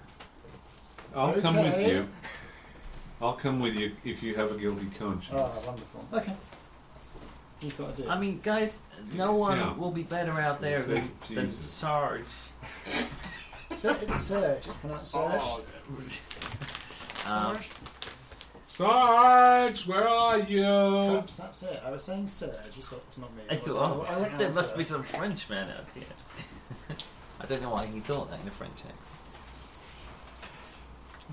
[SPEAKER 10] I'll come with
[SPEAKER 4] Okay.
[SPEAKER 10] you. I'll come with you if you have a guilty conscience.
[SPEAKER 4] oh, wonderful. Okay. You've got to do it.
[SPEAKER 5] I mean, guys, no one
[SPEAKER 10] Yeah.
[SPEAKER 5] will be better out there
[SPEAKER 10] Say
[SPEAKER 5] than, than
[SPEAKER 10] Jesus.
[SPEAKER 5] Sarge.
[SPEAKER 4] Ser- it's Serge. It's pronounced Serge.
[SPEAKER 5] Um,
[SPEAKER 6] Sarge, where are you?
[SPEAKER 4] Perhaps that's it. I was saying Serge. You thought it's not me.
[SPEAKER 5] I thought, oh,
[SPEAKER 4] I went
[SPEAKER 5] there
[SPEAKER 4] out,
[SPEAKER 5] must be
[SPEAKER 4] Serge.
[SPEAKER 5] some French man out here. I don't know why he thought that in a French accent.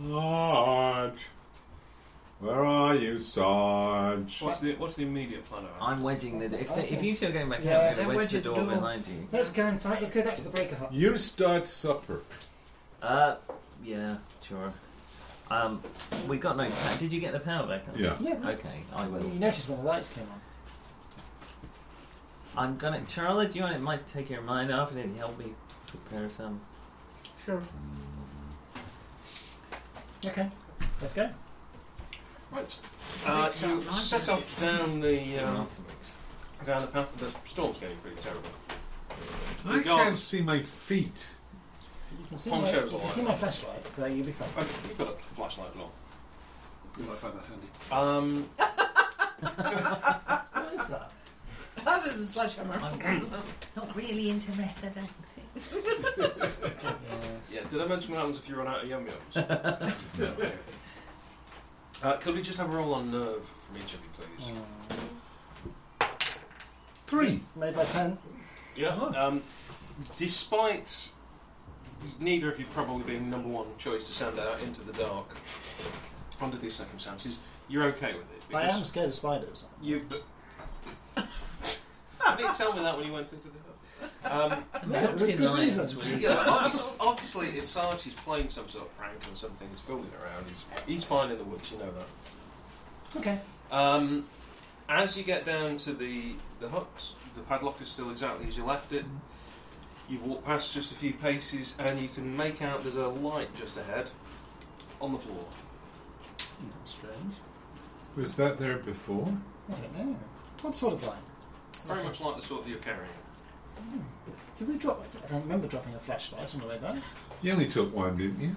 [SPEAKER 10] Sarge. Where are you, Sarge?
[SPEAKER 3] What's the, what's the immediate plan around?
[SPEAKER 5] I'm wedging the. If, the, if you two are going back
[SPEAKER 4] Yeah,
[SPEAKER 5] out, I'm
[SPEAKER 4] then
[SPEAKER 5] going to wedge
[SPEAKER 4] wedge
[SPEAKER 5] the
[SPEAKER 4] the
[SPEAKER 5] door,
[SPEAKER 4] door.
[SPEAKER 5] behind you.
[SPEAKER 4] Let's go and find. Let's go back to the breaker hut.
[SPEAKER 10] You start supper.
[SPEAKER 5] Uh, yeah, sure. Um, we got no. pa- Did you get the power back on?
[SPEAKER 10] Yeah.
[SPEAKER 4] Yeah, but
[SPEAKER 5] Okay, I will.
[SPEAKER 4] you noticed when the lights came on.
[SPEAKER 5] I'm gonna. Charlotte, do you want it? Might take your mind off and it help me prepare some.
[SPEAKER 4] Sure. Okay, let's go.
[SPEAKER 3] Right. Uh, you set off down the um, down the path. The storm's getting pretty terrible.
[SPEAKER 10] I
[SPEAKER 3] Regard-
[SPEAKER 10] can't see my feet.
[SPEAKER 4] You can see,
[SPEAKER 3] Poncho's
[SPEAKER 4] my, you
[SPEAKER 3] all
[SPEAKER 4] can
[SPEAKER 3] right.
[SPEAKER 4] see my flashlight, so you'll be fine.
[SPEAKER 3] Oh, you've got a flashlight along.
[SPEAKER 7] You might find that handy.
[SPEAKER 3] Um,
[SPEAKER 4] What is that?
[SPEAKER 8] That is a sledgehammer.
[SPEAKER 5] I'm not really into method acting.
[SPEAKER 3] yeah. Did I mention what happens if you run out of yum yums?
[SPEAKER 10] No.
[SPEAKER 3] uh, could we just have a roll on nerve from each of you, please?
[SPEAKER 10] Three.
[SPEAKER 4] Oh. Made by 10.
[SPEAKER 3] Yeah.
[SPEAKER 4] Oh.
[SPEAKER 3] Um, despite neither of you probably being number one choice to send out into the dark under these circumstances, you're okay with it.
[SPEAKER 4] I
[SPEAKER 3] because
[SPEAKER 4] am scared of spiders.
[SPEAKER 3] You. you didn't tell me that when you went into the. Um,
[SPEAKER 4] No,
[SPEAKER 5] Mountain
[SPEAKER 4] good
[SPEAKER 5] lions
[SPEAKER 4] reason.
[SPEAKER 5] will-
[SPEAKER 3] yeah, obviously, obviously it's Sarge. He's playing some sort of prank or something. He's fooling around. He's, he's fine in the woods. You know that.
[SPEAKER 4] Okay.
[SPEAKER 3] Um, as you get down to the the hut, the padlock is still exactly as you left it. You walk past just a few paces, and you can make out there's a light just ahead on the floor.
[SPEAKER 4] That's strange.
[SPEAKER 10] Was that there before?
[SPEAKER 4] I don't know. What sort of light?
[SPEAKER 3] Very much like the sort that you're carrying.
[SPEAKER 4] Did we drop I don't remember dropping a flashlight on the way back.
[SPEAKER 10] You only took one, didn't you?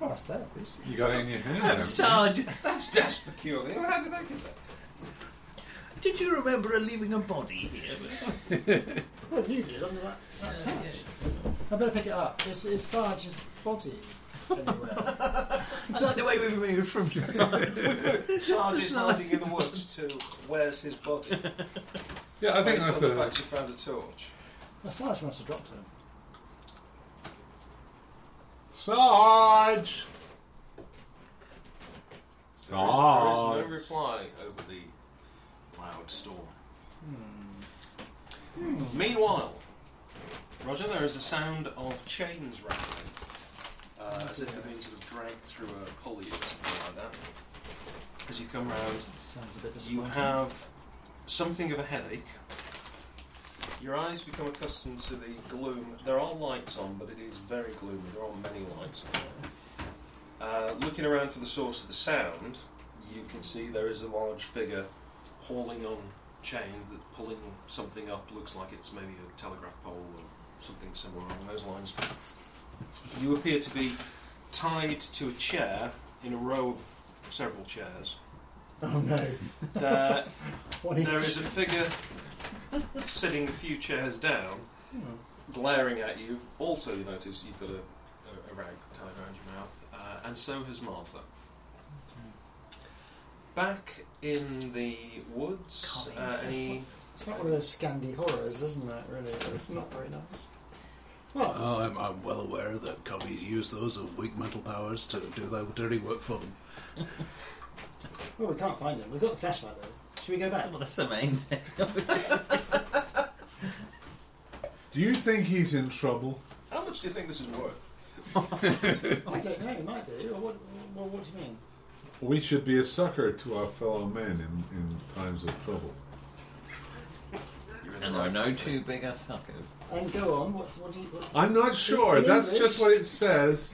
[SPEAKER 4] Well, I suppose. It's
[SPEAKER 10] You got it in your hand. haven't you?
[SPEAKER 5] Sarge,
[SPEAKER 3] That's just peculiar. How did that get there?
[SPEAKER 5] did you remember leaving a body here?
[SPEAKER 4] What you did on the that, that patch. I better pick it up. It's, it's Sarge's body. Anywhere.
[SPEAKER 5] I like the way we've moved from
[SPEAKER 3] Sarge is hiding in the woods to where's his body?
[SPEAKER 10] Yeah, I think
[SPEAKER 3] Based
[SPEAKER 10] that's
[SPEAKER 3] on the
[SPEAKER 10] a.
[SPEAKER 3] fact you found a torch.
[SPEAKER 4] well, Sarge must have dropped him.
[SPEAKER 10] Sarge!
[SPEAKER 3] So there is-
[SPEAKER 11] Ah.
[SPEAKER 3] There is
[SPEAKER 10] Sarge.
[SPEAKER 3] no reply over the loud storm. Hmm.
[SPEAKER 4] Hmm.
[SPEAKER 3] Meanwhile, Roger, there is a sound of chains rattling, uh, as if they're being sort of dragged through a pulley or something like that. As you come round,
[SPEAKER 4] Sounds a bit
[SPEAKER 3] you
[SPEAKER 4] disappointing.
[SPEAKER 3] have something of a headache. Your eyes become accustomed to the gloom. There are lights on, but it is very gloomy. There are many lights on. Uh, looking around for the source of the sound, you can see there is a large figure hauling on chains that pulling something up. Looks like it's maybe a telegraph pole or something somewhere along those lines. You appear to be tied to a chair in a row of several chairs.
[SPEAKER 4] Oh no.
[SPEAKER 3] There
[SPEAKER 4] What
[SPEAKER 3] there is a figure sitting a few chairs down,
[SPEAKER 4] Hmm.
[SPEAKER 3] glaring at you. Also, you notice you've got a, a, a rag tied around your mouth, uh, and so has Martha. Back in the woods,
[SPEAKER 5] Can't
[SPEAKER 3] uh,
[SPEAKER 5] use this
[SPEAKER 3] any,
[SPEAKER 5] one.
[SPEAKER 4] It's not one of those Scandi horrors, isn't it? Really, it's not very nice. Well,
[SPEAKER 7] Oh, I'm, I'm well aware that copies use those of weak mental powers to do their dirty work for them.
[SPEAKER 4] well, we can't find him. We've got the flashlight though. Should we go back?
[SPEAKER 5] Well, that's the main thing.
[SPEAKER 10] Do you think he's in trouble?
[SPEAKER 3] how much do you think this is worth?
[SPEAKER 4] I don't know. It might be. Or what? Well, what do you mean?
[SPEAKER 10] We should be a succor to our fellow men in, in times of trouble.
[SPEAKER 3] You're in the
[SPEAKER 5] And
[SPEAKER 3] right
[SPEAKER 5] I'm no
[SPEAKER 3] country.
[SPEAKER 5] too big a sucker.
[SPEAKER 4] And go on. What? What do you? What,
[SPEAKER 10] I'm not sure.
[SPEAKER 4] In
[SPEAKER 10] That's
[SPEAKER 4] English?
[SPEAKER 10] just what it says.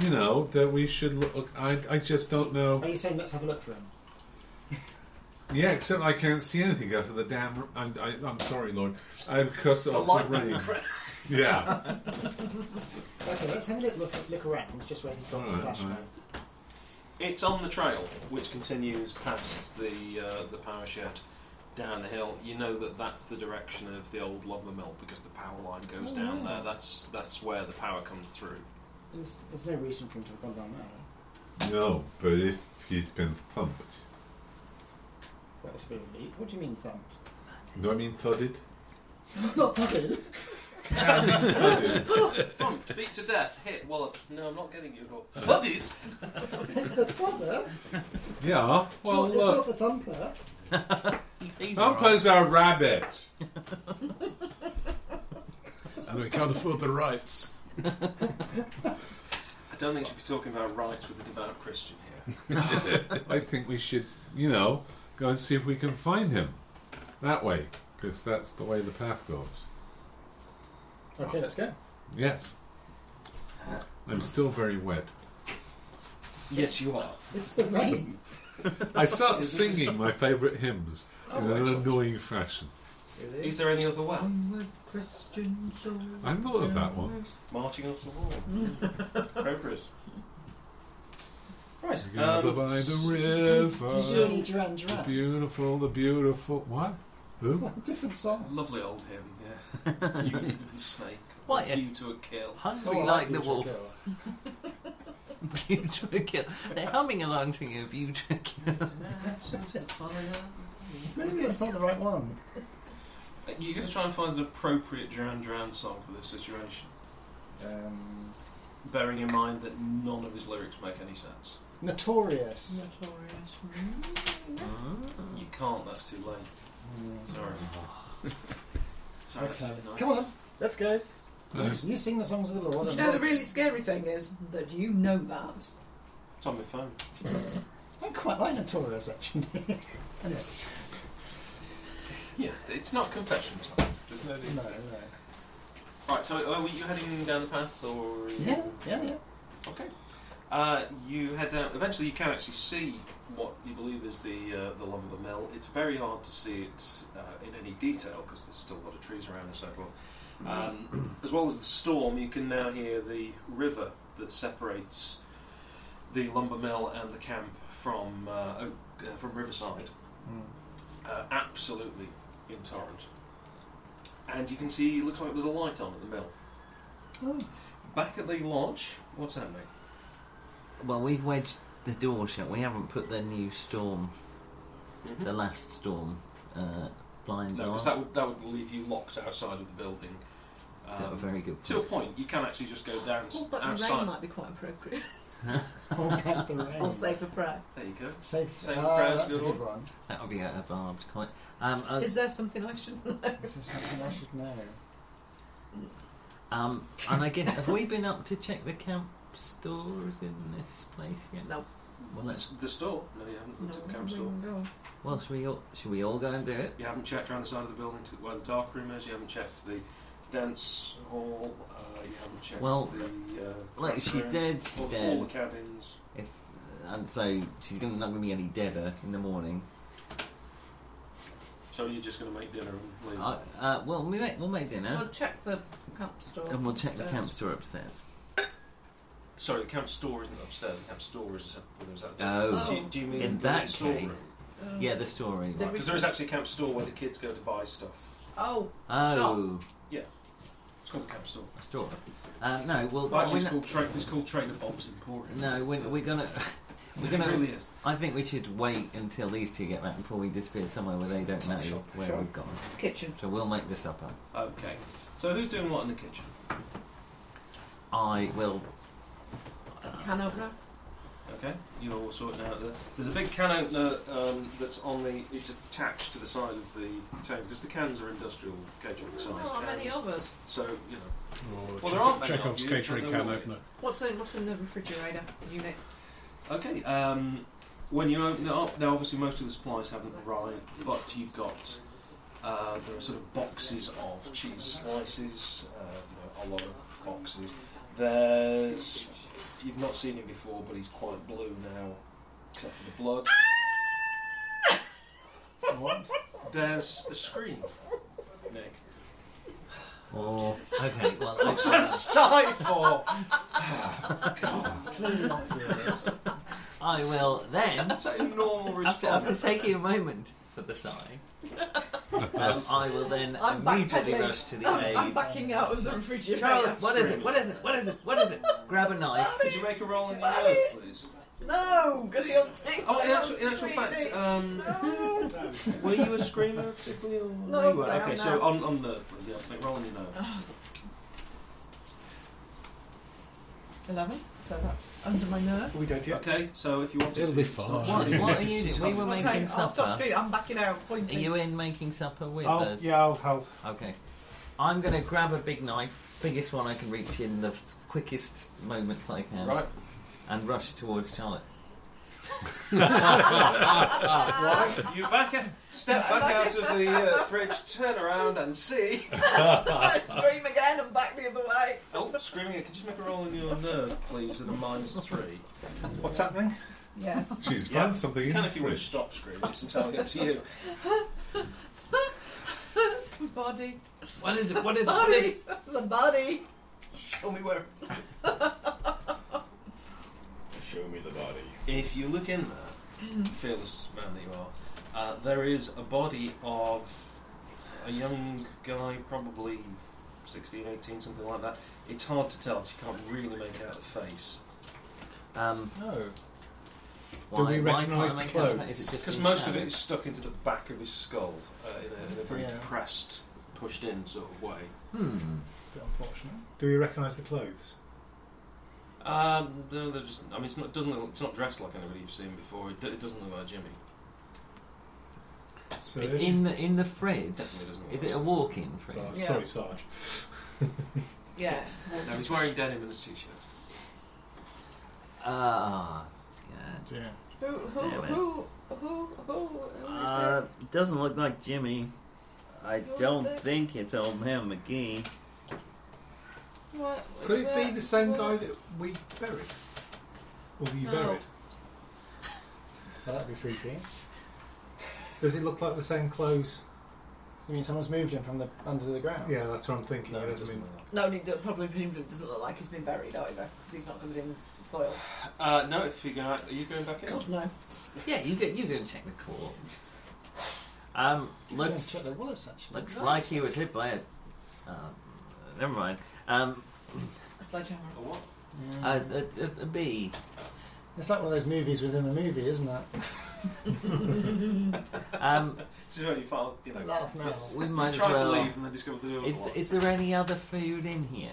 [SPEAKER 10] You know, that we should look. I, I just don't know.
[SPEAKER 4] are you saying? Let's have a look for him.
[SPEAKER 10] Yeah, except I can't see anything because of the damn. I'm, I, I'm sorry, Lord. I, because
[SPEAKER 3] The
[SPEAKER 10] of the
[SPEAKER 3] lightning
[SPEAKER 10] rain.
[SPEAKER 3] crack.
[SPEAKER 10] Yeah.
[SPEAKER 4] Okay, let's have a look. Look, look around. Just where he's got the
[SPEAKER 10] Alright,
[SPEAKER 4] flashlight.
[SPEAKER 10] alright.
[SPEAKER 3] It's on the trail, which continues past the uh, the power shed down the hill. You know that that's the direction of the old lumber mill because the power line goes
[SPEAKER 4] Oh,
[SPEAKER 3] down
[SPEAKER 4] yeah.
[SPEAKER 3] there. That's that's where the power comes through.
[SPEAKER 4] There's, there's no reason for him to have gone down there.
[SPEAKER 10] No, but if he's been thumped.
[SPEAKER 4] That was a bit of a leap. What do you mean thumped?
[SPEAKER 10] Do I mean thudded?
[SPEAKER 4] Not thumped.
[SPEAKER 10] Thudded.
[SPEAKER 3] Thumped, beat to death, hit, wallop. No, I'm not getting you. Or thudded.
[SPEAKER 4] It's the thumper.
[SPEAKER 10] yeah. Well,
[SPEAKER 4] it's, not, it's not
[SPEAKER 10] look.
[SPEAKER 4] the thumper.
[SPEAKER 5] He's all right.
[SPEAKER 10] Thumpers are rabbits.
[SPEAKER 7] And we can't afford the rights.
[SPEAKER 3] don't think you should be talking about rights with a devout Christian here.
[SPEAKER 10] I think we should, you know, go and see if we can find him that way, because that's the way the path goes.
[SPEAKER 4] Okay, let's go.
[SPEAKER 10] Yes. I'm still very wet.
[SPEAKER 3] Yes, you are.
[SPEAKER 12] It's the rain.
[SPEAKER 10] I start singing my favourite hymns
[SPEAKER 1] Oh,
[SPEAKER 10] in an annoying fashion.
[SPEAKER 3] Is there any other way?
[SPEAKER 12] I'm a Christian soldier.
[SPEAKER 10] I thought
[SPEAKER 1] Mm.
[SPEAKER 10] of that
[SPEAKER 1] Um,
[SPEAKER 10] one.
[SPEAKER 3] Marching off the wall. Appropriate. Right.
[SPEAKER 10] Together
[SPEAKER 3] Um,
[SPEAKER 10] by the
[SPEAKER 4] Did you do any
[SPEAKER 10] river.
[SPEAKER 4] Duran
[SPEAKER 10] The
[SPEAKER 4] Duran?
[SPEAKER 10] beautiful, the beautiful. What? Who?
[SPEAKER 4] Different song.
[SPEAKER 3] lovely old hymn, yeah. you with the snake.
[SPEAKER 5] Why,
[SPEAKER 3] you
[SPEAKER 5] yes.
[SPEAKER 3] to a kill.
[SPEAKER 5] Hungry
[SPEAKER 4] Oh, I
[SPEAKER 5] like the
[SPEAKER 4] Beautiful
[SPEAKER 5] wolf,
[SPEAKER 4] Girl.
[SPEAKER 5] you to a kill. They're humming along singing of you to a kill.
[SPEAKER 4] Maybe that's not the right one.
[SPEAKER 3] You're going to try and find an appropriate Duran Duran song for this situation,
[SPEAKER 4] Um,
[SPEAKER 3] bearing in mind that none of his lyrics make any sense.
[SPEAKER 4] Notorious.
[SPEAKER 12] Notorious.
[SPEAKER 4] Mm.
[SPEAKER 3] You can't, that's too late. Sorry. Sorry, that's
[SPEAKER 4] Okay.
[SPEAKER 3] nice.
[SPEAKER 4] Come on, let's go.
[SPEAKER 10] Uh,
[SPEAKER 4] You sing the songs of the Lord.
[SPEAKER 12] Do you
[SPEAKER 4] and-
[SPEAKER 12] know the really scary thing is that you know that.
[SPEAKER 3] It's on my phone.
[SPEAKER 4] I quite like Notorious actually.
[SPEAKER 3] Yeah, it's not confession time. There's no need.
[SPEAKER 4] no, no.
[SPEAKER 3] Right, so are you heading down the path or.
[SPEAKER 4] Yeah, yeah, yeah.
[SPEAKER 3] Okay. Uh, you head down. Eventually, you can actually see what you believe is the uh, the lumber mill. It's very hard to see it uh, in any detail because there's still a lot of trees around and so forth. Um, as well as the storm, you can now hear the river that separates the lumber mill and the camp from uh, Oak, uh, from Riverside. Uh, absolutely in torrent. And you can see, looks like there's a light on at the mill. Back at the lodge, what's happening?
[SPEAKER 5] Well, we've wedged the door shut. We haven't put the new storm, the last storm, uh, blinds
[SPEAKER 3] No,
[SPEAKER 5] on.
[SPEAKER 3] because that would, that would leave you locked outside of the building.
[SPEAKER 5] Is that a
[SPEAKER 3] Um,
[SPEAKER 5] very good
[SPEAKER 3] to a
[SPEAKER 5] point?
[SPEAKER 3] point, you can actually just go down
[SPEAKER 12] Well, but the rain
[SPEAKER 3] outside.
[SPEAKER 12] might be quite appropriate.
[SPEAKER 4] All back the
[SPEAKER 12] I'll
[SPEAKER 4] rain.
[SPEAKER 12] save a prayer.
[SPEAKER 3] There you go.
[SPEAKER 4] Safe.
[SPEAKER 3] Save
[SPEAKER 4] ah,
[SPEAKER 3] prayers,
[SPEAKER 4] that's a
[SPEAKER 3] good
[SPEAKER 4] good one.
[SPEAKER 5] That would be a, a barbed coin. Um, uh,
[SPEAKER 12] Is there something I should know?
[SPEAKER 4] Is there something I should know?
[SPEAKER 5] um, and I guess, have we been up to check the camp stores in this place yet?
[SPEAKER 12] No.
[SPEAKER 5] Well, let's,
[SPEAKER 3] The store. No, you haven't looked at the camp store.
[SPEAKER 12] no.
[SPEAKER 5] well should, we all, should we all go and do it?
[SPEAKER 3] You haven't checked around the side of the building to where the dark room is. You haven't checked the dance hall. Uh, you haven't checked
[SPEAKER 5] Well,
[SPEAKER 3] the. Uh,
[SPEAKER 5] Like, if she's
[SPEAKER 3] room,
[SPEAKER 5] dead,
[SPEAKER 3] all,
[SPEAKER 5] she's
[SPEAKER 3] all
[SPEAKER 5] dead.
[SPEAKER 3] the cabins.
[SPEAKER 5] And so she's gonna, not going to be any deader in the morning.
[SPEAKER 3] So you're just going to make dinner and leave.
[SPEAKER 5] I, uh, well, we make, we'll make dinner.
[SPEAKER 12] We'll check the camp store.
[SPEAKER 5] and we'll check the
[SPEAKER 8] uh,
[SPEAKER 12] upstairs.
[SPEAKER 5] camp store upstairs.
[SPEAKER 3] Sorry, the camp store isn't upstairs. The camp store is up. Well, there's that
[SPEAKER 5] Oh.
[SPEAKER 3] Do, you, do you mean
[SPEAKER 5] In
[SPEAKER 3] the
[SPEAKER 5] that
[SPEAKER 3] store
[SPEAKER 5] case-
[SPEAKER 3] room?
[SPEAKER 12] Um,
[SPEAKER 5] Yeah, the story.
[SPEAKER 12] Did we-
[SPEAKER 3] Because there is actually a camp store where the kids go to buy stuff.
[SPEAKER 12] Oh,
[SPEAKER 5] Oh,
[SPEAKER 3] It's called the camp store.
[SPEAKER 5] a store. Um, no, well,
[SPEAKER 3] Well, actually,
[SPEAKER 5] we're
[SPEAKER 3] it's
[SPEAKER 5] not-
[SPEAKER 3] called, tra- it's called Trainer Bob's Emporium.
[SPEAKER 5] no, we're,
[SPEAKER 3] So-
[SPEAKER 5] we're gonna. We're gonna.
[SPEAKER 3] It really is.
[SPEAKER 5] I think we should wait until these two get back before we disappear somewhere where they don't know
[SPEAKER 4] Shop,
[SPEAKER 5] where
[SPEAKER 4] shop.
[SPEAKER 5] we've gone.
[SPEAKER 12] kitchen.
[SPEAKER 5] So we'll make this up.
[SPEAKER 3] Okay. So who's doing what in the kitchen?
[SPEAKER 5] I will.
[SPEAKER 12] Can opener.
[SPEAKER 3] Okay, you're all sorting out there. There's a big can opener um, that's on the. It's attached to the side of the table because the cans are industrial catering size.
[SPEAKER 12] Oh, how many
[SPEAKER 3] cans.
[SPEAKER 12] of us?
[SPEAKER 3] So you know.
[SPEAKER 7] Or
[SPEAKER 3] Well, there aren't many
[SPEAKER 7] Chekhov's
[SPEAKER 3] of you,
[SPEAKER 7] catering
[SPEAKER 3] but there
[SPEAKER 7] can
[SPEAKER 3] will be.
[SPEAKER 7] opener.
[SPEAKER 12] What's in What's in the refrigerator unit?
[SPEAKER 3] Okay, um, when you open it up, now obviously most of the supplies haven't arrived, but you've got uh, there are sort of boxes of cheese slices, uh, you know, a lot of boxes. There's you've not seen him before, but he's quite blue now, except for the blood.
[SPEAKER 4] What?
[SPEAKER 3] There's a screen, Nick.
[SPEAKER 10] Or
[SPEAKER 5] Okay. Well,
[SPEAKER 3] What's that sigh for?
[SPEAKER 4] It's clearly not fearless.
[SPEAKER 5] I, I will then.
[SPEAKER 3] That's a normal
[SPEAKER 5] After, after
[SPEAKER 3] response.
[SPEAKER 5] taking a moment for the sigh, um, I will then
[SPEAKER 12] I'm
[SPEAKER 5] immediately
[SPEAKER 12] backpedaling.
[SPEAKER 5] rush to the
[SPEAKER 12] I'm
[SPEAKER 5] aid.
[SPEAKER 12] backing out of the refrigerator.
[SPEAKER 5] Charles, what is it? What is it? What is it? What is it? Grab a knife.
[SPEAKER 3] Could you make a roll in your nerve, please?
[SPEAKER 12] No, because you'll take.
[SPEAKER 3] Oh, in
[SPEAKER 12] my
[SPEAKER 3] actual, in actual
[SPEAKER 12] sweet
[SPEAKER 3] fact,
[SPEAKER 12] thing.
[SPEAKER 3] um,
[SPEAKER 12] No.
[SPEAKER 3] Were you a screamer particularly? Or
[SPEAKER 12] No,
[SPEAKER 3] you were.
[SPEAKER 12] I
[SPEAKER 3] Okay,
[SPEAKER 12] am
[SPEAKER 3] so
[SPEAKER 12] now.
[SPEAKER 3] on, on nerve, please. Yeah, make roll on your nerve.
[SPEAKER 12] Eleven. So that's under my nerve.
[SPEAKER 1] We don't yet.
[SPEAKER 3] Okay, so if you want to.
[SPEAKER 7] It'll be
[SPEAKER 3] it's not
[SPEAKER 7] fine.
[SPEAKER 5] What,
[SPEAKER 3] really-
[SPEAKER 5] what are you
[SPEAKER 3] it's
[SPEAKER 5] doing? We
[SPEAKER 3] not-
[SPEAKER 5] were
[SPEAKER 12] Okay,
[SPEAKER 5] making
[SPEAKER 12] I'll stop
[SPEAKER 5] supper.
[SPEAKER 12] screaming. I'm backing out,
[SPEAKER 5] Are
[SPEAKER 12] pointing.
[SPEAKER 5] you in making supper with
[SPEAKER 1] I'll,
[SPEAKER 5] us?
[SPEAKER 1] Oh, yeah, I'll help.
[SPEAKER 5] Okay. I'm going to grab a big knife, biggest one I can reach in the f- quickest moments I can
[SPEAKER 3] Right.
[SPEAKER 5] and rush towards Charlotte.
[SPEAKER 3] Why? You back a, step back out of the uh, fridge, turn around and see.
[SPEAKER 12] Scream again and back the other way.
[SPEAKER 3] Oh, screaming! Could you just make a roll on your nerve, please, at a minus three?
[SPEAKER 1] What's happening?
[SPEAKER 12] Yes.
[SPEAKER 10] She's
[SPEAKER 3] Yeah.
[SPEAKER 10] found something
[SPEAKER 3] You
[SPEAKER 10] in
[SPEAKER 3] can
[SPEAKER 10] the
[SPEAKER 3] if you want to
[SPEAKER 10] fridge.
[SPEAKER 3] stop screaming. It's entirely up to you.
[SPEAKER 12] Body.
[SPEAKER 5] What is it? What is
[SPEAKER 12] Body. There's a body.
[SPEAKER 3] Show me where.
[SPEAKER 11] Show me the body.
[SPEAKER 3] If you look in there, fearless man that you are, uh, there is a body of a young guy, probably 16, 18, something like that. It's hard to tell 'cause you can't really make out the face.
[SPEAKER 5] Um,
[SPEAKER 4] No.
[SPEAKER 5] why,
[SPEAKER 1] we
[SPEAKER 5] why
[SPEAKER 1] recognise
[SPEAKER 5] can't I
[SPEAKER 1] the
[SPEAKER 5] make out that?
[SPEAKER 1] clothes?
[SPEAKER 5] Is it just
[SPEAKER 3] Because
[SPEAKER 5] in
[SPEAKER 3] most of
[SPEAKER 5] shadow?
[SPEAKER 3] it is stuck into the back of his skull uh, in, a, in a very
[SPEAKER 4] Yeah.
[SPEAKER 3] depressed, pushed in sort of way.
[SPEAKER 5] Hmm.
[SPEAKER 4] Bit unfortunate.
[SPEAKER 1] Do we recognise the clothes?
[SPEAKER 3] Um, no, they're just. I mean, it's not. Doesn't look, it's not dressed like anybody you've seen before. It, do- it doesn't look like Jimmy.
[SPEAKER 1] Serge?
[SPEAKER 5] It- in the in the fridge.
[SPEAKER 3] It definitely doesn't. Look
[SPEAKER 5] Is
[SPEAKER 3] like
[SPEAKER 5] it a walk-in fridge?
[SPEAKER 1] Sarge.
[SPEAKER 12] Yeah.
[SPEAKER 1] Sorry, Sarge.
[SPEAKER 12] Yeah.
[SPEAKER 3] No, he's wearing denim and a t-shirt.
[SPEAKER 5] Ah, yeah.
[SPEAKER 4] Yeah.
[SPEAKER 12] Who? Who?
[SPEAKER 13] Damn it.
[SPEAKER 12] Who? Who? Who? who is
[SPEAKER 13] Uh, doesn't look like Jimmy. I
[SPEAKER 12] Who is
[SPEAKER 13] don't
[SPEAKER 12] it?
[SPEAKER 13] think it's old man McGee.
[SPEAKER 12] it? What,
[SPEAKER 1] Could it be
[SPEAKER 12] where-
[SPEAKER 1] the same
[SPEAKER 12] where-
[SPEAKER 1] guy that we buried? Or were you
[SPEAKER 12] No.
[SPEAKER 1] buried?
[SPEAKER 4] Well, that'd be freaky.
[SPEAKER 1] Does it look like the same clothes?
[SPEAKER 4] You mean someone's moved him from the under the ground?
[SPEAKER 1] Yeah, that's what I'm thinking.
[SPEAKER 3] No,
[SPEAKER 1] you know
[SPEAKER 3] it
[SPEAKER 1] what I
[SPEAKER 3] doesn't
[SPEAKER 1] mean?
[SPEAKER 3] look like.
[SPEAKER 12] No, and he do- probably presumably doesn't look like he's been buried either, because he's not covered in soil.
[SPEAKER 3] Uh, no, if you're going, out, are you going back in?
[SPEAKER 12] God no.
[SPEAKER 5] Yeah, you go, you go and check the core. Um,
[SPEAKER 4] We're gonna
[SPEAKER 5] looks
[SPEAKER 4] check their wallets actually.
[SPEAKER 5] looks like he was hit by a. Um, never mind. Um,
[SPEAKER 12] A sledgehammer.
[SPEAKER 3] Or what?
[SPEAKER 5] a, a, a, a bee.
[SPEAKER 4] It's like one of those movies within a movie, isn't it?
[SPEAKER 5] Um,
[SPEAKER 3] This is when you file, you know.
[SPEAKER 4] Laugh now.
[SPEAKER 5] we might as
[SPEAKER 3] tries to
[SPEAKER 5] well.
[SPEAKER 3] leave and then discover the door.
[SPEAKER 5] Is, is there any other food in here?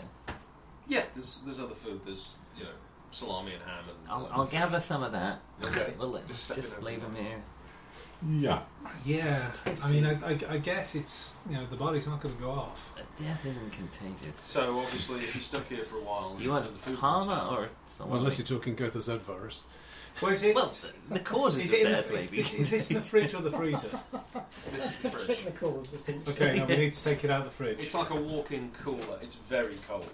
[SPEAKER 3] yeah, there's there's other food. There's you know salami and ham and.
[SPEAKER 5] I'll, I'll gather some of that.
[SPEAKER 3] Okay.
[SPEAKER 5] Well, let's
[SPEAKER 3] Just
[SPEAKER 5] just,
[SPEAKER 3] step it over.
[SPEAKER 5] leave them here.
[SPEAKER 10] Yeah.
[SPEAKER 1] Yeah, I
[SPEAKER 12] Tasty.
[SPEAKER 1] mean, I, I, I guess it's you know the body's not going to go off.
[SPEAKER 5] But death isn't contagious.
[SPEAKER 3] So obviously, if you're stuck here for a while,
[SPEAKER 5] You want
[SPEAKER 3] the food.
[SPEAKER 5] Palmer or someone?
[SPEAKER 7] unless
[SPEAKER 5] like-
[SPEAKER 7] you're talking Gotha Z virus.
[SPEAKER 1] Well, is it?
[SPEAKER 5] well, the- the causes
[SPEAKER 1] is
[SPEAKER 5] of
[SPEAKER 1] it in
[SPEAKER 5] death,
[SPEAKER 1] the, is,
[SPEAKER 5] maybe.
[SPEAKER 1] is, is this in the fridge or the freezer?
[SPEAKER 3] This is the fridge.
[SPEAKER 4] Technical, just think.
[SPEAKER 1] Okay, no, we need to take it out of the fridge.
[SPEAKER 3] It's like a walk-in cooler. It's very cold.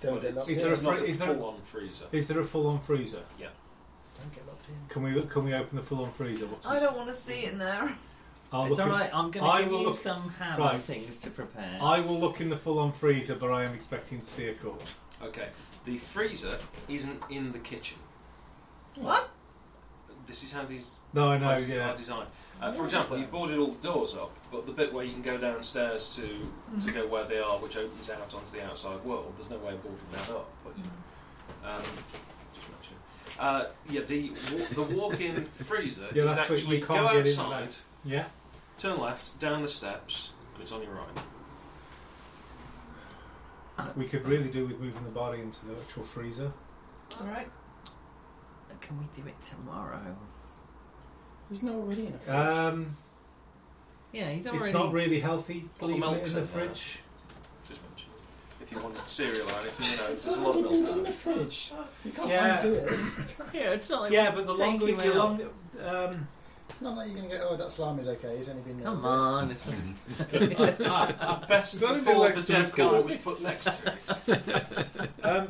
[SPEAKER 4] Don't
[SPEAKER 3] but
[SPEAKER 4] get
[SPEAKER 3] it's,
[SPEAKER 4] locked
[SPEAKER 1] Is
[SPEAKER 4] in.
[SPEAKER 1] there a
[SPEAKER 3] it's not
[SPEAKER 1] fri- is there-
[SPEAKER 3] full-on freezer.
[SPEAKER 1] Is there a full-on freezer?
[SPEAKER 4] Don't get locked in.
[SPEAKER 1] Can we can we open the full-on freezer? What's
[SPEAKER 12] I don't want to see it in there.
[SPEAKER 1] I'll
[SPEAKER 5] It's
[SPEAKER 1] look
[SPEAKER 5] all
[SPEAKER 1] in-
[SPEAKER 5] right. I'm
[SPEAKER 1] I
[SPEAKER 5] going to give
[SPEAKER 1] will
[SPEAKER 5] you
[SPEAKER 1] look-
[SPEAKER 5] some ham
[SPEAKER 1] right.
[SPEAKER 5] things to prepare.
[SPEAKER 1] I will look in the full-on freezer, but I am expecting to see a corpse.
[SPEAKER 3] Okay, the freezer isn't in the kitchen.
[SPEAKER 12] What?
[SPEAKER 3] This is how these
[SPEAKER 1] No, I know.
[SPEAKER 3] places
[SPEAKER 1] Yeah,
[SPEAKER 3] are designed. Uh, for example, you've boarded all the doors up, but the bit where you can go downstairs to to go where they are, which opens out onto the outside world, there's no way of boarding that up. But you know, um, just mention. Uh, yeah, the wa- the walk-in freezer
[SPEAKER 1] Yeah,
[SPEAKER 3] is
[SPEAKER 1] that's what
[SPEAKER 3] actually
[SPEAKER 1] you
[SPEAKER 3] go
[SPEAKER 1] can't get in and
[SPEAKER 3] outside,
[SPEAKER 1] out. yeah.
[SPEAKER 3] turn left, down the steps, and it's on your right.
[SPEAKER 1] We could really do with moving the body into the actual freezer.
[SPEAKER 12] All right.
[SPEAKER 5] Can we do it tomorrow?
[SPEAKER 4] Isn't there already in a fridge?
[SPEAKER 1] Um,
[SPEAKER 5] Yeah, he's already.
[SPEAKER 1] it's not really healthy
[SPEAKER 3] Put the
[SPEAKER 1] leaving it
[SPEAKER 3] milks
[SPEAKER 1] in the
[SPEAKER 3] in there.
[SPEAKER 1] fridge.
[SPEAKER 3] Just mention. If you want cereal, and if you you know,
[SPEAKER 4] it's
[SPEAKER 3] there's a lot
[SPEAKER 4] already
[SPEAKER 3] of
[SPEAKER 4] been in
[SPEAKER 3] milk.
[SPEAKER 4] the fridge. You can't
[SPEAKER 1] Yeah.
[SPEAKER 4] undo it.
[SPEAKER 5] Yeah, it's not. Like
[SPEAKER 1] yeah, but the
[SPEAKER 5] take
[SPEAKER 1] longer
[SPEAKER 5] you
[SPEAKER 1] you
[SPEAKER 5] out.
[SPEAKER 1] long, um,
[SPEAKER 4] It's not like you're going to go, oh, that salami's okay. It's only been there.
[SPEAKER 5] Come on, it's
[SPEAKER 3] Best
[SPEAKER 1] It's gotta be
[SPEAKER 3] before the
[SPEAKER 1] next to the
[SPEAKER 3] dead guy
[SPEAKER 1] corpse.
[SPEAKER 3] was put next to it.
[SPEAKER 1] um,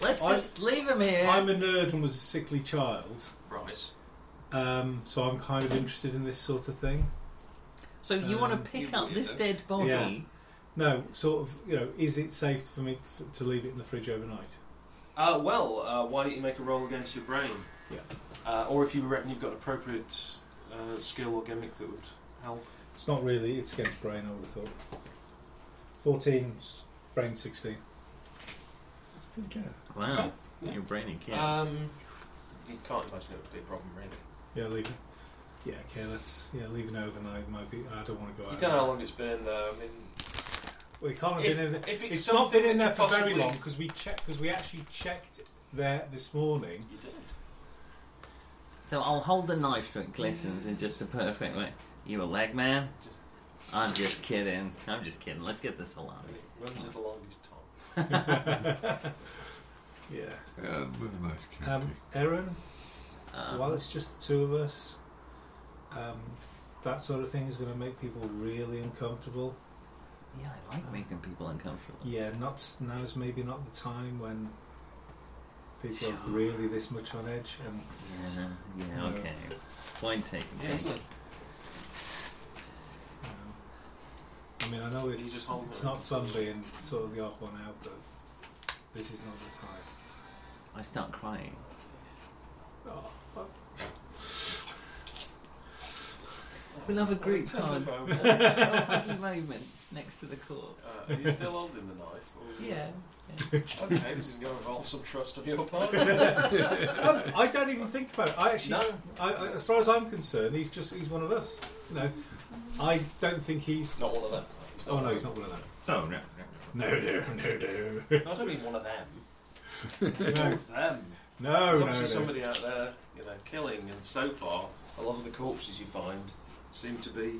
[SPEAKER 5] let's
[SPEAKER 1] I'm-
[SPEAKER 5] just leave him here.
[SPEAKER 1] I'm a nerd and was a sickly child,
[SPEAKER 3] Right.
[SPEAKER 1] um, so I'm kind of interested in this sort of thing.
[SPEAKER 5] so you
[SPEAKER 1] um,
[SPEAKER 5] want to pick
[SPEAKER 3] you
[SPEAKER 5] up this
[SPEAKER 3] weirdo.
[SPEAKER 5] dead body?
[SPEAKER 1] Yeah. No, sort of, you know, is it safe for me f- to leave it in the fridge overnight?
[SPEAKER 3] Uh, well, uh, why don't you make a roll against your brain?
[SPEAKER 1] Yeah.
[SPEAKER 3] Uh, or if you reckon you've got an appropriate uh, skill or gimmick that would help.
[SPEAKER 1] It's not really, it's against brain, I would have thought. 14, s- brain 16.
[SPEAKER 4] Pretty good.
[SPEAKER 5] Wow, you're a brainy kid.
[SPEAKER 3] Um, you can't imagine it would be a problem, really.
[SPEAKER 1] Yeah, leave it. Yeah, okay, let's, yeah, leave it overnight. Might be, I don't want to go out.
[SPEAKER 3] You don't know how long it's been in there. I mean,
[SPEAKER 1] We can't have
[SPEAKER 3] If-
[SPEAKER 1] been in there.
[SPEAKER 3] if it's
[SPEAKER 1] it's not been
[SPEAKER 3] something
[SPEAKER 1] in there
[SPEAKER 3] that
[SPEAKER 1] for
[SPEAKER 3] could
[SPEAKER 1] very
[SPEAKER 3] possibly-
[SPEAKER 1] long because we checked because we actually checked there this morning.
[SPEAKER 3] you did.
[SPEAKER 5] so I'll hold the knife so it glistens in just the perfect way. You a leg man? I'm just kidding. I'm just kidding. Let's get the salami.
[SPEAKER 3] When was it the longest time?
[SPEAKER 1] Yeah.
[SPEAKER 10] And with a nice candy.
[SPEAKER 1] Um, Aaron,
[SPEAKER 3] Uh-huh.
[SPEAKER 5] Um,
[SPEAKER 1] while it's just the two of us, um, that sort of thing is going to make people really uncomfortable.
[SPEAKER 5] Yeah, I like making people uncomfortable.
[SPEAKER 1] Yeah, not now is maybe not the time when people are really this much on edge. And
[SPEAKER 5] Yeah, yeah,
[SPEAKER 1] No.
[SPEAKER 5] okay. Point taken.
[SPEAKER 3] Yeah,
[SPEAKER 5] thank you.
[SPEAKER 3] look,
[SPEAKER 1] um, I mean, I know
[SPEAKER 3] You just
[SPEAKER 1] it's,
[SPEAKER 3] hold
[SPEAKER 1] it's
[SPEAKER 3] it.
[SPEAKER 1] not fun being sort of the odd one out, but this is not the time.
[SPEAKER 5] I start crying. We'll have a group
[SPEAKER 3] Tender
[SPEAKER 5] card.
[SPEAKER 3] moment.
[SPEAKER 5] A happy moment next to the court.
[SPEAKER 3] Uh, are you still holding the knife? Or
[SPEAKER 5] Yeah.
[SPEAKER 3] okay, this is going to involve some trust on your part.
[SPEAKER 1] Um, I don't even think about it. I actually,
[SPEAKER 3] No.
[SPEAKER 1] I, I, as far as I'm concerned, he's just he's one of us. You know, I don't think he's.
[SPEAKER 3] Not one of them. He's not
[SPEAKER 1] Oh
[SPEAKER 3] one
[SPEAKER 1] no,
[SPEAKER 3] of
[SPEAKER 1] he's
[SPEAKER 3] them.
[SPEAKER 1] not one of them.
[SPEAKER 11] No, no, no.
[SPEAKER 1] No, no, no, no.
[SPEAKER 3] I don't mean one of them. One
[SPEAKER 1] No,
[SPEAKER 3] of them.
[SPEAKER 1] no,
[SPEAKER 3] There's
[SPEAKER 1] no.
[SPEAKER 3] obviously
[SPEAKER 1] no.
[SPEAKER 3] somebody out there, you know, killing, and so far, a lot of the corpses you find seem to be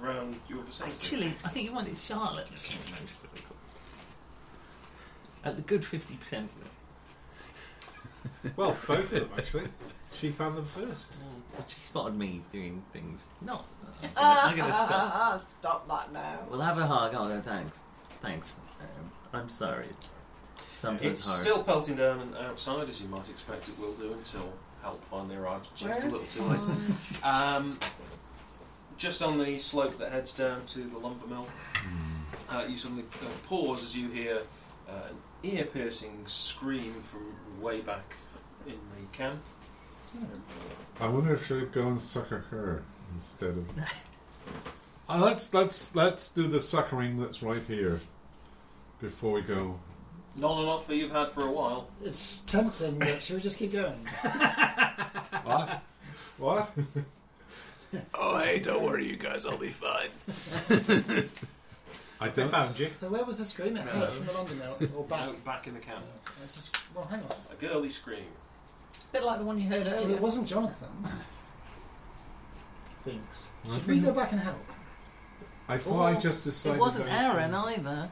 [SPEAKER 3] around your vicinity.
[SPEAKER 5] Actually, I think you wanted Charlotte. to kill most of the court. At the good 50% of it.
[SPEAKER 1] Well, both of them actually. She found them first.
[SPEAKER 5] But she spotted me doing things. No.
[SPEAKER 12] Ah,
[SPEAKER 5] I'm going to stop.
[SPEAKER 12] Stop that now.
[SPEAKER 5] We'll have a hug. I'll go, thanks. Thanks. Um, I'm sorry. Sometimes
[SPEAKER 3] It's
[SPEAKER 5] hard.
[SPEAKER 3] still pelting down and outside, as you might expect it will do until help finally arrives. Just a little
[SPEAKER 12] Where's
[SPEAKER 3] too late. Um, just on the slope that heads down to the lumber mill, uh, you suddenly uh, pause as you hear uh, an ear piercing scream from way back in the camp.
[SPEAKER 10] I wonder if she'd go and sucker her instead of. Uh, let's let's let's do the suckering that's right here before we go.
[SPEAKER 3] Not an offer you've had for a while.
[SPEAKER 4] It's tempting, but should we just keep going?
[SPEAKER 10] What? what?
[SPEAKER 11] Oh, hey, don't worry, you guys. I'll be fine.
[SPEAKER 10] I
[SPEAKER 1] They
[SPEAKER 10] don't.
[SPEAKER 1] found you.
[SPEAKER 4] So where was the scream? It
[SPEAKER 3] No.
[SPEAKER 4] heard from the London Mill or back?
[SPEAKER 3] No, back in the camp.
[SPEAKER 4] It's just, well, hang on.
[SPEAKER 3] A girly scream.
[SPEAKER 12] bit like the one you heard
[SPEAKER 4] Well,
[SPEAKER 12] earlier.
[SPEAKER 4] it wasn't Jonathan. Thinks.
[SPEAKER 10] I
[SPEAKER 4] Should we
[SPEAKER 10] think-
[SPEAKER 4] go back and help?
[SPEAKER 10] I thought I just decided.
[SPEAKER 5] It wasn't
[SPEAKER 10] I was
[SPEAKER 5] Aaron
[SPEAKER 10] gonna-
[SPEAKER 5] either.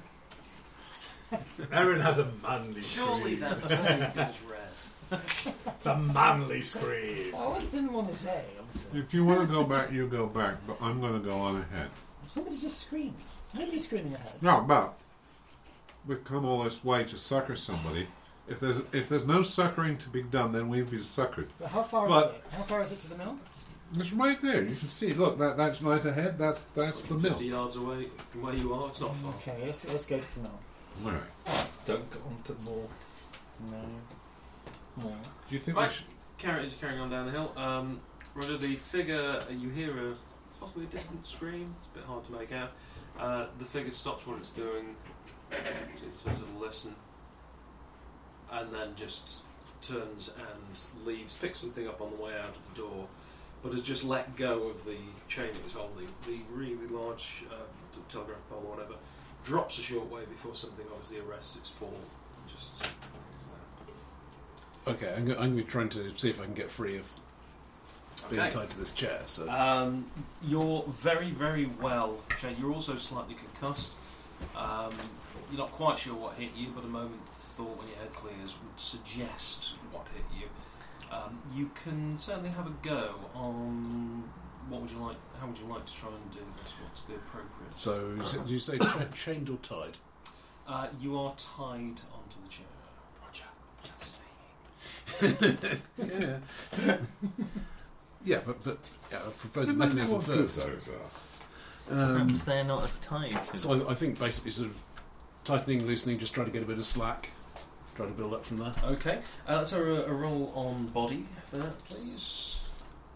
[SPEAKER 1] Aaron has a manly
[SPEAKER 3] Surely
[SPEAKER 1] scream.
[SPEAKER 3] that's taken as red.
[SPEAKER 1] It's a manly scream.
[SPEAKER 4] Oh, I always didn't want to say. Honestly.
[SPEAKER 10] If you want to go back, you go back. But I'm going to go on ahead.
[SPEAKER 4] Somebody just screamed. Nobody's screaming ahead.
[SPEAKER 10] No, but we've come all this way to sucker somebody. If there's if there's no suckering to be done, then we've been suckered.
[SPEAKER 4] But how far
[SPEAKER 10] But-
[SPEAKER 4] is it? How far is it to the mill?
[SPEAKER 10] It's right there. You can see. Look, that that's right ahead. That's that's the mill.
[SPEAKER 3] 50 yards away from where you are, it's not far.
[SPEAKER 4] Okay, let's, let's go to the mill.
[SPEAKER 10] All right.
[SPEAKER 1] Don't go onto the wall.
[SPEAKER 4] No. No.
[SPEAKER 10] Do you think
[SPEAKER 3] Right.
[SPEAKER 10] we should?
[SPEAKER 3] Carriages are carrying on down the hill. Um, Roger, the figure uh, you hear a possibly a distant scream. It's a bit hard to make out. Uh, the figure stops what it's doing, it sort of listen, and then just turns and leaves. Picks something up on the way out of the door, but has just let go of the chain it was holding. The really large uh, t- telegraph pole or whatever drops a short way before something obviously arrests its fall. and Just. is there.
[SPEAKER 7] Okay, I'm, go- I'm gonna be trying to see if I can get free of being tied to this chair. So
[SPEAKER 3] Um, you're very, very well, Shane. You're also slightly concussed. Um, you're not quite sure what hit you, but a moment thought when your head clears would suggest what hit you. Um, you can certainly have a go on what would you like. How would you like to try and do this? What's the appropriate?
[SPEAKER 7] so is it- did you say cha- chained or tied?
[SPEAKER 3] Uh, you are tied onto the chair. Roger.
[SPEAKER 4] Just saying.
[SPEAKER 7] yeah. yeah, but but yeah, I propose the
[SPEAKER 10] Remind me
[SPEAKER 7] mechanism
[SPEAKER 10] what good
[SPEAKER 7] first.
[SPEAKER 10] those are.
[SPEAKER 7] Um,
[SPEAKER 5] Perhaps they're not as tight. as-
[SPEAKER 7] so I, I think basically sort of tightening, loosening, just try to get a bit of slack, try to build up from there.
[SPEAKER 3] Okay. Uh, let's have a, a roll on body for that, please.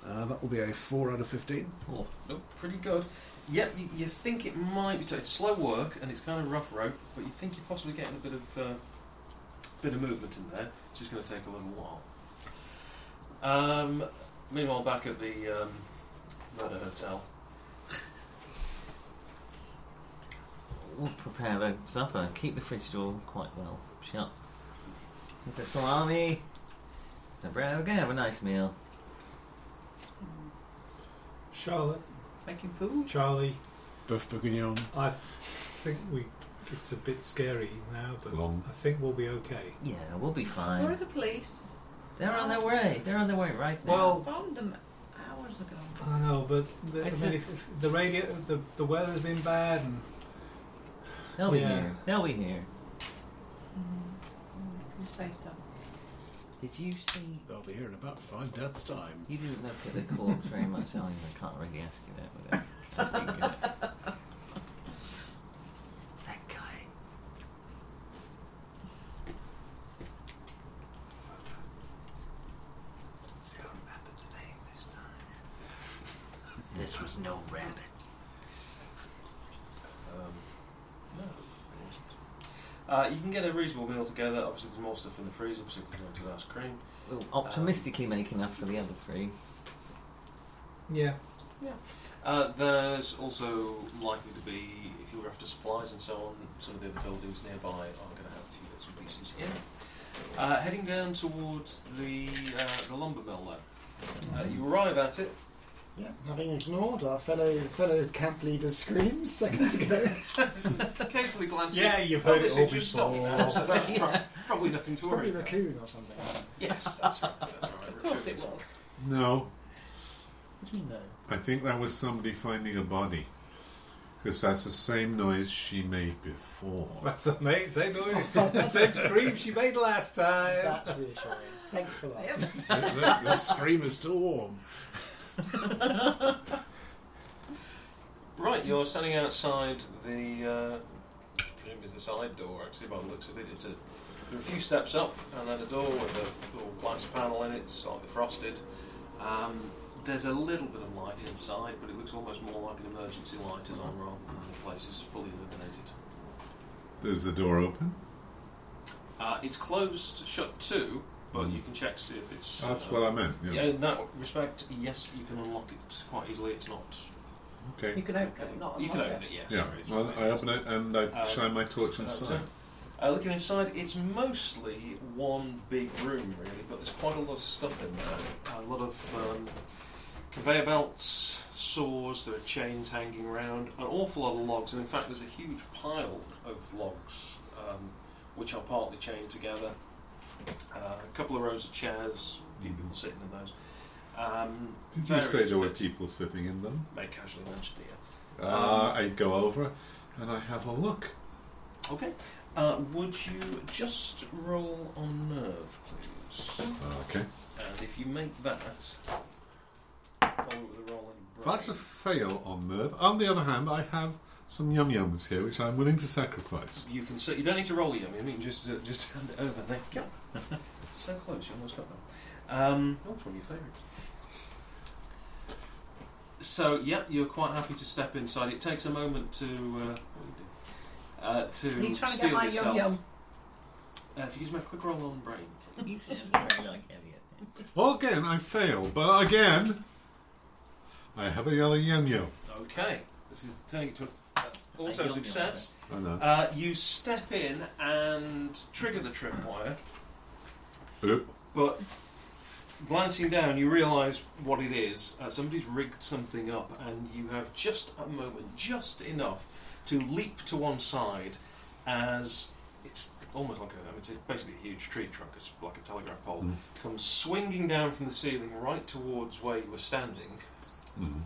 [SPEAKER 7] Uh, that will be a four out of fifteen.
[SPEAKER 5] Oh,
[SPEAKER 3] Nope, pretty good. Yeah, you, you think it might be. so It's slow work and it's kind of rough rope, but you think you're possibly getting a bit of uh, bit of movement in there. It's just going to take a little while. Um, meanwhile, back at the um, Rudder Hotel,
[SPEAKER 5] We'll prepare the supper. Keep the fridge door quite well shut. It's a salami. So, Brad, we're going to have a nice meal.
[SPEAKER 1] Charlotte,
[SPEAKER 12] Making food.
[SPEAKER 1] Charlie,
[SPEAKER 7] Boeuf bourguignon.
[SPEAKER 1] I think we It's a bit scary now, but
[SPEAKER 10] Long.
[SPEAKER 1] I think we'll be okay.
[SPEAKER 5] Yeah, we'll be fine.
[SPEAKER 8] Where are the police?
[SPEAKER 5] They're on their way. They're on their way right now.
[SPEAKER 8] I found them hours ago.
[SPEAKER 1] I know, but the, I
[SPEAKER 5] It's
[SPEAKER 1] mean,
[SPEAKER 5] a-
[SPEAKER 1] if, if the radio, the, the weather's been bad, and
[SPEAKER 5] they'll be
[SPEAKER 1] yeah.
[SPEAKER 5] here. They'll be here. Mm,
[SPEAKER 8] You say so.
[SPEAKER 5] Did you see?
[SPEAKER 7] They'll be here in about five deaths' time.
[SPEAKER 5] You didn't look at the corpse very much, Ellen. I can't really ask you that without asking you that. That guy.
[SPEAKER 1] See, I remembered the name this time.
[SPEAKER 5] This was no rabbit.
[SPEAKER 3] Um, Uh, you can get a reasonable meal together. Obviously, there's more stuff in the freezer, particularly melted ice cream.
[SPEAKER 5] We'll optimistically make enough for the other three.
[SPEAKER 1] Yeah,
[SPEAKER 3] Uh, there's also likely to be, if you were after supplies and so on, some of the other buildings nearby are going to have a few bits and pieces in. Uh, heading down towards the uh, the lumber mill, though, uh, you arrive at it.
[SPEAKER 4] Yeah, having ignored our fellow fellow camp leader's screams seconds ago.
[SPEAKER 3] Occasionally glance.
[SPEAKER 1] Yeah,
[SPEAKER 3] in,
[SPEAKER 1] you've
[SPEAKER 3] "Oh,
[SPEAKER 1] heard it
[SPEAKER 3] this
[SPEAKER 1] all
[SPEAKER 3] just stopped
[SPEAKER 1] before."
[SPEAKER 3] now, so that's pro- probably nothing to worry
[SPEAKER 4] Probably
[SPEAKER 3] about.
[SPEAKER 4] raccoon or something.
[SPEAKER 3] Yes, that's right. That's right.
[SPEAKER 8] Of course it was.
[SPEAKER 10] No,
[SPEAKER 4] What do you mean no?
[SPEAKER 10] I think that was somebody finding a body. Because that's the same noise she made before.
[SPEAKER 1] that's the mate. Same noise, same scream she made last time.
[SPEAKER 4] That's reassuring. Thanks for that.
[SPEAKER 8] Yep.
[SPEAKER 7] this, this- this scream is still warm.
[SPEAKER 10] Mm.
[SPEAKER 3] Right, you're standing outside the. Uh, I presume is the side door. Actually, by the looks of it, it's a. There are a few steps up, and then a door with a little glass panel in it, slightly frosted. Um, there's a little bit of light inside, but it looks almost more like an emergency light is
[SPEAKER 10] Mm.
[SPEAKER 3] on rather than the place is fully illuminated.
[SPEAKER 10] There's the door open.
[SPEAKER 3] Uh, it's closed, shut too, but you can check to see if it's.
[SPEAKER 10] That's
[SPEAKER 3] uh,
[SPEAKER 10] what I meant. Yeah.
[SPEAKER 3] yeah, in that respect, yes, you can unlock it quite easily. It's not.
[SPEAKER 10] Okay.
[SPEAKER 12] You can open it, not
[SPEAKER 3] you can
[SPEAKER 12] unlock
[SPEAKER 3] open it, yes.
[SPEAKER 10] Yeah.
[SPEAKER 3] sorry, it's
[SPEAKER 10] Well,
[SPEAKER 3] not-
[SPEAKER 10] I open it and I
[SPEAKER 3] Uh,
[SPEAKER 10] shine my torch
[SPEAKER 3] Uh,
[SPEAKER 10] inside.
[SPEAKER 3] Uh, looking inside, it's mostly one big room, really, but there's quite a lot of stuff in there. A lot of um, conveyor belts, saws, there are chains hanging around, an awful lot of logs, and in fact, there's a huge pile of logs, um, which are partly chained together. Uh, a couple of rows of chairs, a few people sitting in those. Um,
[SPEAKER 10] Did you say
[SPEAKER 3] various
[SPEAKER 10] there were
[SPEAKER 3] bits.
[SPEAKER 10] people sitting in them?
[SPEAKER 3] May casually mentioned it, yeah.
[SPEAKER 7] Um,
[SPEAKER 10] Uh, I go over and I have a look.
[SPEAKER 3] Okay. Uh, would you just roll on nerve, please?
[SPEAKER 10] Okay.
[SPEAKER 3] And if you make that, follow it with a roll in brain.
[SPEAKER 10] That's a fail on nerve. On the other hand, I have some yum yums here, which I'm willing to sacrifice.
[SPEAKER 3] you can. So you don't need to roll it. I mean, just uh, just hand it over. There you go. so close. You almost got that. Um, oh, it's one of your favourites. So yeah, you're quite happy to step inside. It takes a moment to uh, what do you do? Uh, to
[SPEAKER 12] He's trying to
[SPEAKER 3] steel
[SPEAKER 12] get my yum
[SPEAKER 3] yourself.
[SPEAKER 12] yum.
[SPEAKER 3] Uh, if you just make a quick roll on brain.
[SPEAKER 5] You sound very like Elliot.
[SPEAKER 10] Well, again, I fail, but again, I have a yellow yum yum.
[SPEAKER 3] Okay, this is turning into a- uh,
[SPEAKER 5] I
[SPEAKER 3] auto
[SPEAKER 5] don't
[SPEAKER 3] success.
[SPEAKER 10] I know.
[SPEAKER 3] Uh, you step in and trigger the tripwire,
[SPEAKER 10] Oop.
[SPEAKER 3] but glancing down, you realise what it is. Uh, somebody's rigged something up, and you have just a moment, just enough to leap to one side as it's almost like a, I mean, it's basically a huge tree trunk, it's like a telegraph pole,
[SPEAKER 10] Mm.
[SPEAKER 3] comes swinging down from the ceiling right towards where you were standing.
[SPEAKER 10] Mm.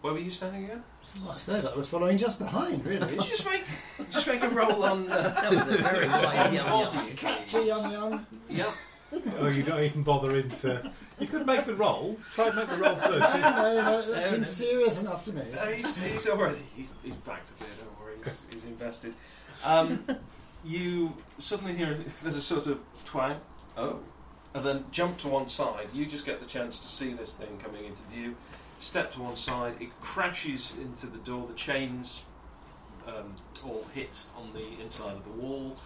[SPEAKER 3] Where were you standing again?
[SPEAKER 4] Well, I suppose I was following just behind,
[SPEAKER 3] Did
[SPEAKER 4] really.
[SPEAKER 3] you just make just make a roll on uh,
[SPEAKER 5] That was a very wide yum yum.
[SPEAKER 3] party?
[SPEAKER 4] Catchy yum yum.
[SPEAKER 3] Yep.
[SPEAKER 1] Oh, you don't even bother into. You could make the roll. Try and make the roll first.
[SPEAKER 4] No, no, no, that
[SPEAKER 5] Fair
[SPEAKER 4] seems
[SPEAKER 5] enough.
[SPEAKER 4] serious enough to me.
[SPEAKER 3] Uh, he's, he's already he's, he's backed a bit. Don't worry, he's, he's invested. Um, you suddenly hear there's a sort of twang. Oh, and then jump to one side. You just get the chance to see this thing coming into view. Step to one side. It crashes into the door. The chains um, all hit on the inside of the wall.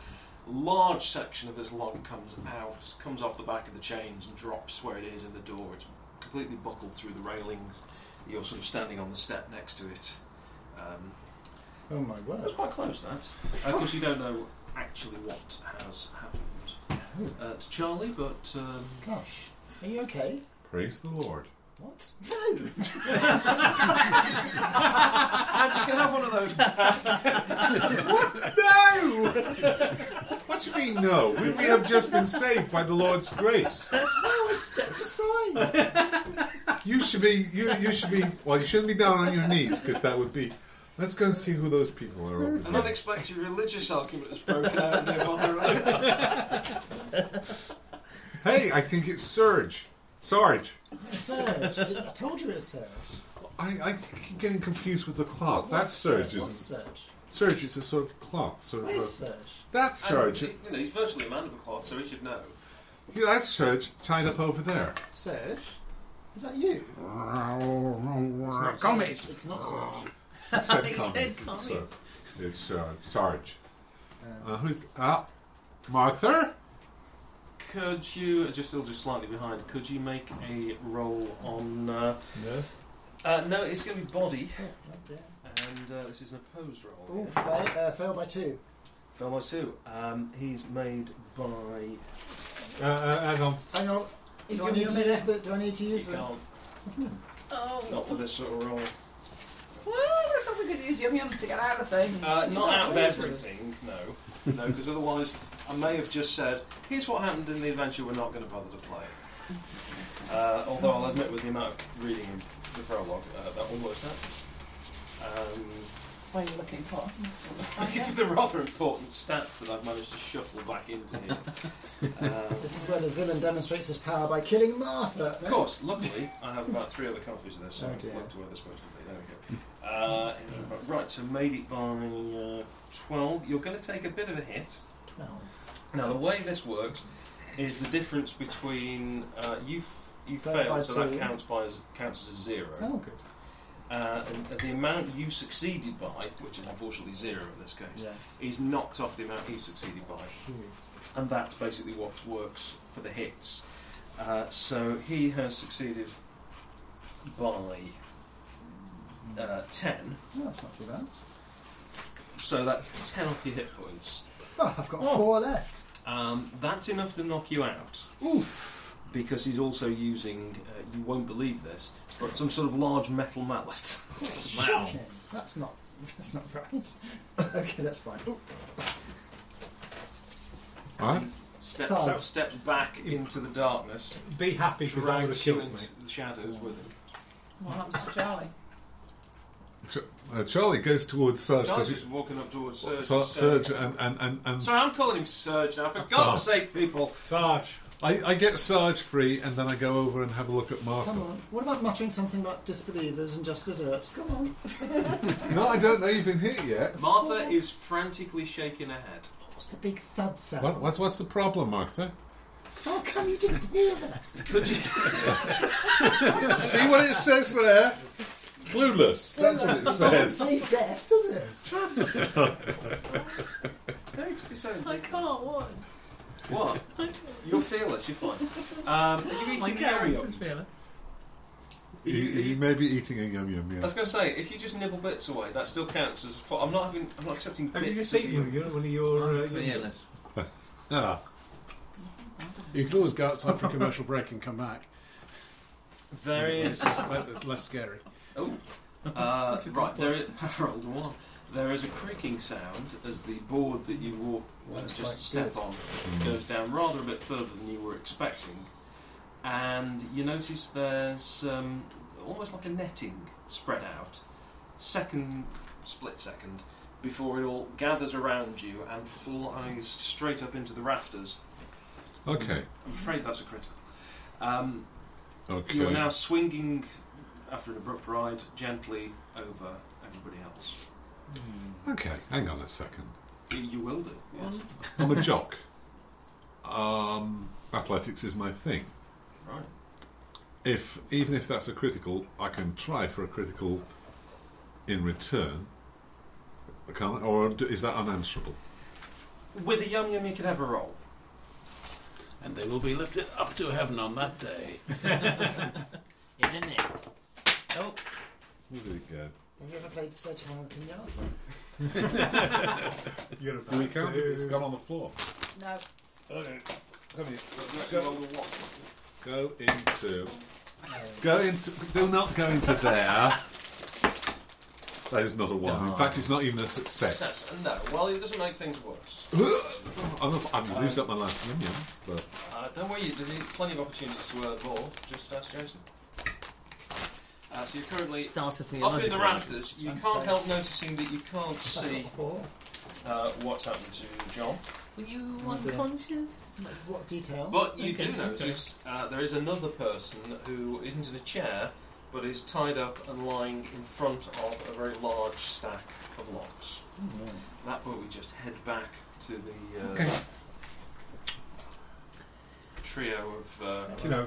[SPEAKER 3] Large section of this log comes out, comes off the back of the chains and drops where it is in the door. It's completely buckled through the railings you're sort of standing on the step next to it. Um,
[SPEAKER 4] Oh my
[SPEAKER 3] that
[SPEAKER 4] word.
[SPEAKER 3] was quite close, that. of course, you don't know actually what has happened uh, to Charlie, but um,
[SPEAKER 4] Gosh. Are you okay?
[SPEAKER 10] Praise the Lord.
[SPEAKER 4] What? No!
[SPEAKER 3] and you can have one of those.
[SPEAKER 4] No!
[SPEAKER 10] do you mean no? We, we have just been saved by the Lord's grace.
[SPEAKER 4] No, I stepped aside.
[SPEAKER 10] You should be. You, you should be. Well, you shouldn't be down on your knees because that would be. Let's go and see who those people are. Over
[SPEAKER 3] An
[SPEAKER 10] here.
[SPEAKER 3] unexpected religious argument has broken out and they're on their own.
[SPEAKER 10] Hey, I think it's Serge. Sarge.
[SPEAKER 4] Serge, I told you it was Serge.
[SPEAKER 10] I, I keep getting confused with the cloth. That's Serge.
[SPEAKER 4] What's
[SPEAKER 10] Isn't
[SPEAKER 4] Serge?
[SPEAKER 10] Serge is a sort of cloth. Sort of a-
[SPEAKER 4] Where's Serge?
[SPEAKER 10] That's
[SPEAKER 3] And,
[SPEAKER 10] Serge.
[SPEAKER 3] he- you know, he's virtually a man of the cloth, so he should know.
[SPEAKER 10] Yeah, that's Serge tied up over there.
[SPEAKER 4] Serge? Is that you? It's not
[SPEAKER 7] Commies.
[SPEAKER 4] Serge. It's not
[SPEAKER 12] Oh.
[SPEAKER 4] Serge.
[SPEAKER 10] It's Ted
[SPEAKER 5] He said
[SPEAKER 10] Cummings. It's,
[SPEAKER 5] Cummings.
[SPEAKER 10] Ser- it's uh, Sarge.
[SPEAKER 4] Um,
[SPEAKER 10] Uh, who's uh, Martha?
[SPEAKER 3] Could you, uh, just still just slightly behind, could you make a roll on. Uh,
[SPEAKER 1] No.
[SPEAKER 3] uh, no, it's going to be body,
[SPEAKER 4] Yeah, yeah.
[SPEAKER 3] and uh, this is an opposed roll.
[SPEAKER 4] Ooh, fail, uh, failed by two.
[SPEAKER 3] Fell by two. Um, he's made by. You
[SPEAKER 1] Uh, uh, hang on.
[SPEAKER 4] Hang on.
[SPEAKER 12] He's
[SPEAKER 4] Do I
[SPEAKER 12] giving
[SPEAKER 4] need
[SPEAKER 12] you a
[SPEAKER 4] to use
[SPEAKER 12] minute.
[SPEAKER 4] the? Do I need to use the?
[SPEAKER 3] can't,
[SPEAKER 12] Oh,
[SPEAKER 3] not for this sort of roll.
[SPEAKER 12] well, I thought we could use yum yums to get out of things.
[SPEAKER 3] Uh,
[SPEAKER 12] Is
[SPEAKER 3] not
[SPEAKER 12] that
[SPEAKER 3] out of
[SPEAKER 12] what it is?
[SPEAKER 3] everything, no. No, because otherwise I may have just said, here's what happened in the adventure we're not going to bother to play. Uh, although I'll admit, with the amount of reading in the prologue, uh, that almost happened. Um,
[SPEAKER 12] What are you looking for?
[SPEAKER 3] the rather important stats that I've managed to shuffle back into here. Um,
[SPEAKER 4] This is where the villain demonstrates his power by killing Martha.
[SPEAKER 3] Of course, luckily, I have about three other copies of this, so
[SPEAKER 4] Oh
[SPEAKER 3] I can
[SPEAKER 4] dear.
[SPEAKER 3] flip to where they're supposed to be. There we go. Uh, right, so made it by uh, 12. You're going to take a bit of a hit.
[SPEAKER 4] Twelve.
[SPEAKER 3] Now, the way this works is the difference between uh, you f- you
[SPEAKER 4] Divided by
[SPEAKER 3] fail, so
[SPEAKER 4] two.
[SPEAKER 3] that counts by as, counts as a zero,
[SPEAKER 4] Oh, good.
[SPEAKER 3] uh, and the amount you succeeded by, which is unfortunately zero in this case,
[SPEAKER 4] Yeah.
[SPEAKER 3] is knocked off the amount he succeeded by and that's basically what works for the hits. Uh, so he has succeeded by uh, 10,
[SPEAKER 4] No, that's not too bad.
[SPEAKER 3] so that's 10 off your hit points.
[SPEAKER 4] Oh, I've got
[SPEAKER 3] Oh.
[SPEAKER 4] four left.
[SPEAKER 3] Um, that's enough to knock you out. Oof! Because he's also using, uh, you won't believe this, but some sort of large metal mallet.
[SPEAKER 4] That's shocking. That's not. That's not right. okay, that's fine. Ooh,
[SPEAKER 10] Huh?
[SPEAKER 3] Steps,
[SPEAKER 4] God.
[SPEAKER 3] steps back into the darkness,
[SPEAKER 1] Be happy because I would have
[SPEAKER 3] drags you
[SPEAKER 1] killed me.
[SPEAKER 3] into the shadows with him.
[SPEAKER 12] What happens to Charlie?
[SPEAKER 10] Uh, Charlie goes towards Serge
[SPEAKER 3] Charles
[SPEAKER 10] because
[SPEAKER 3] is walking up towards Serge. uh,
[SPEAKER 10] Ser-
[SPEAKER 3] Serge.
[SPEAKER 10] Serge and and and, and
[SPEAKER 3] Sorry, I'm calling him Serge now. For God's sake, people.
[SPEAKER 1] Sarge.
[SPEAKER 10] I, I get Sarge free, and then I go over and have a look at Martha.
[SPEAKER 4] come on. What about muttering something about disbelievers and just desserts? Come on.
[SPEAKER 10] No, I don't know you've been hit yet.
[SPEAKER 3] Martha is frantically shaking her head.
[SPEAKER 4] What's the big thud sound?
[SPEAKER 10] What, what's what's the problem, Martha?
[SPEAKER 4] How come you didn't hear that?
[SPEAKER 3] Could you?
[SPEAKER 10] See what it says there? Clueless. That's what it
[SPEAKER 4] doesn't
[SPEAKER 10] says.
[SPEAKER 4] say death, does it?
[SPEAKER 3] Thanks for saying
[SPEAKER 12] I can't one.
[SPEAKER 3] What? You're fearless. You're fine. Um, are you eating Ariel?
[SPEAKER 10] You, you may be eating a yum yum
[SPEAKER 3] I
[SPEAKER 10] yum.
[SPEAKER 3] was going to say, if you just nibble bits away, that still counts as. Fo- I'm not having. I'm not accepting
[SPEAKER 1] Have
[SPEAKER 3] bits.
[SPEAKER 1] you just
[SPEAKER 3] of
[SPEAKER 1] eaten
[SPEAKER 3] you.
[SPEAKER 1] you know, one of your? Uh, your
[SPEAKER 5] Fearless.
[SPEAKER 10] Ah,
[SPEAKER 7] You can always go outside for a commercial break and come back.
[SPEAKER 3] There is.
[SPEAKER 7] It's just like, it's less scary.
[SPEAKER 3] Oh, uh, right. There is. Harold one. There is a creaking sound as the board that you walk uh,
[SPEAKER 4] That's
[SPEAKER 3] just
[SPEAKER 4] quite
[SPEAKER 3] a step on goes down rather a bit further than you were expecting, and you notice there's um, almost like a netting spread out, second split second before it all gathers around you and flies straight up into the rafters.
[SPEAKER 10] okay,
[SPEAKER 3] I'm afraid that's a critical. Um,
[SPEAKER 10] okay.
[SPEAKER 3] you are now swinging, after an abrupt ride, gently over everybody else.
[SPEAKER 10] Okay, hang on a second.
[SPEAKER 3] You- You will do. Yes.
[SPEAKER 10] I'm a jock. Um, athletics is my thing.
[SPEAKER 3] Right.
[SPEAKER 10] If even if that's a critical, I can try for a critical in return. Can I, or do, is that unanswerable?
[SPEAKER 3] With a yum yum, you can have a roll.
[SPEAKER 11] And they will be lifted up to heaven on that day.
[SPEAKER 5] In a net. Oh,
[SPEAKER 10] There we go.
[SPEAKER 4] Have you ever played Sledgehammer Pinata?
[SPEAKER 1] You're
[SPEAKER 10] Do we count it?
[SPEAKER 1] to-
[SPEAKER 10] It's gone on the floor.
[SPEAKER 12] No.
[SPEAKER 10] Okay. Come here.
[SPEAKER 3] Roll the what?
[SPEAKER 10] Go into. Go into. Do not go into there. That is not a one. In
[SPEAKER 3] No.
[SPEAKER 10] fact, it's not even a success.
[SPEAKER 3] That's a no. Well, it doesn't make things worse.
[SPEAKER 10] I'm, I'm losing up my last minion, but
[SPEAKER 3] Uh, don't worry, there's plenty of opportunities to uh, more. Just ask Jason. Uh, so you're currently up in the
[SPEAKER 5] theological
[SPEAKER 3] rafters. You
[SPEAKER 5] argument.
[SPEAKER 3] can't help noticing that you can't see uh, what's happened to John.
[SPEAKER 5] Were you
[SPEAKER 4] Oh, dear.
[SPEAKER 5] unconscious?
[SPEAKER 4] What details?
[SPEAKER 3] But you
[SPEAKER 4] Okay,
[SPEAKER 3] do notice uh, there is another person who isn't in a chair, but is tied up and lying in front of a very large stack of logs. That way, we just head back to the uh,
[SPEAKER 1] Okay.
[SPEAKER 3] trio of. Uh,
[SPEAKER 1] Do you know,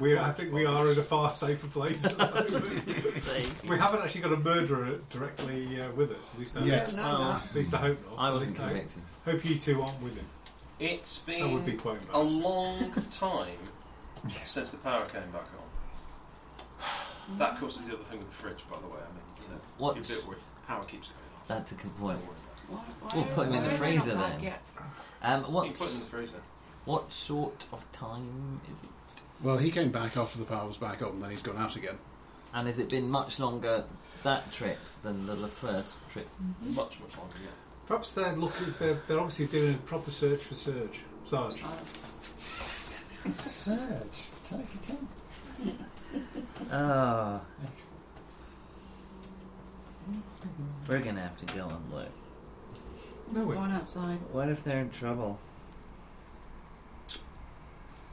[SPEAKER 1] we I think we are in a far safer place. at the
[SPEAKER 5] Thank
[SPEAKER 1] moment.
[SPEAKER 5] you.
[SPEAKER 1] we haven't actually got a murderer directly uh, with us. At least I
[SPEAKER 5] Yeah.
[SPEAKER 1] hope.
[SPEAKER 5] Well,
[SPEAKER 1] at least I hope not.
[SPEAKER 5] I
[SPEAKER 1] At
[SPEAKER 5] wasn't
[SPEAKER 1] least hope-
[SPEAKER 5] convicted.
[SPEAKER 1] Hope you two aren't with him.
[SPEAKER 3] It's
[SPEAKER 1] That would
[SPEAKER 3] been
[SPEAKER 1] be quite
[SPEAKER 3] a long time since the power came back on. That causes the other thing with the fridge, by the way. I mean, you know,
[SPEAKER 5] What?
[SPEAKER 3] you're a bit worried. Power keeps going off.
[SPEAKER 5] That's a good point.
[SPEAKER 3] Don't worry about it.
[SPEAKER 5] We'll put him in the
[SPEAKER 8] Why are they not
[SPEAKER 5] freezer
[SPEAKER 8] back
[SPEAKER 5] then.
[SPEAKER 8] yet?
[SPEAKER 5] Um,
[SPEAKER 3] You put it in the
[SPEAKER 5] what,
[SPEAKER 3] freezer.
[SPEAKER 5] what sort of time is it?
[SPEAKER 7] Well, he came back after the power was back on, then he's gone out again.
[SPEAKER 5] And has it been much longer that trip than the first trip?
[SPEAKER 3] Much, much longer, yeah.
[SPEAKER 1] Perhaps they're looking. They're, they're obviously doing a proper search for Serge. Sarge.
[SPEAKER 4] Surge. Take it in.
[SPEAKER 13] Ah. We're gonna have to go and look.
[SPEAKER 1] No way.
[SPEAKER 8] One outside.
[SPEAKER 13] What if they're in trouble?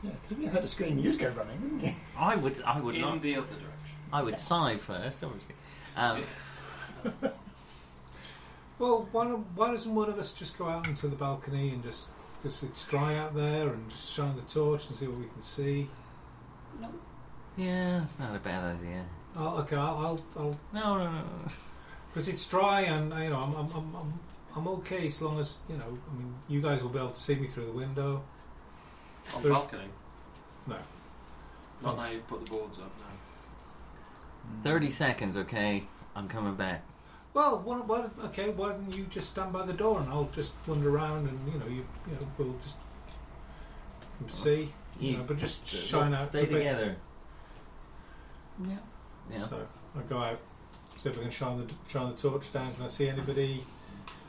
[SPEAKER 4] Yeah, because if you heard a scream, you'd go running, wouldn't you?
[SPEAKER 5] I would, I would
[SPEAKER 3] in
[SPEAKER 5] not.
[SPEAKER 3] the other direction.
[SPEAKER 5] I would sigh first, obviously. Um,
[SPEAKER 1] Well, why, don't- why doesn't one of us just go out into the balcony and just because it's dry out there and just shine the torch and see what we can see?
[SPEAKER 5] yeah, it's not a bad idea.
[SPEAKER 1] I'll, okay, I'll I'll
[SPEAKER 5] No, no, no. no.
[SPEAKER 1] because it's dry and you know I'm I'm, I'm I'm I'm okay as long as you know. I mean, you guys will be able to see me through the window.
[SPEAKER 3] On the
[SPEAKER 1] There-
[SPEAKER 3] balcony?
[SPEAKER 1] No.
[SPEAKER 3] Not now you've put the boards up, no.
[SPEAKER 5] Thirty seconds, okay. I'm coming back.
[SPEAKER 1] Well, why, why, okay, why don't you just stand by the door and I'll just wander around and you know you you know we'll just see. You
[SPEAKER 5] You
[SPEAKER 1] know, but just
[SPEAKER 5] let's
[SPEAKER 1] shine out.
[SPEAKER 5] Stay
[SPEAKER 1] a bit.
[SPEAKER 5] together.
[SPEAKER 8] Yeah.
[SPEAKER 5] Yeah.
[SPEAKER 1] So I go out, see if I can shine the shine the torch down. Can I see anybody?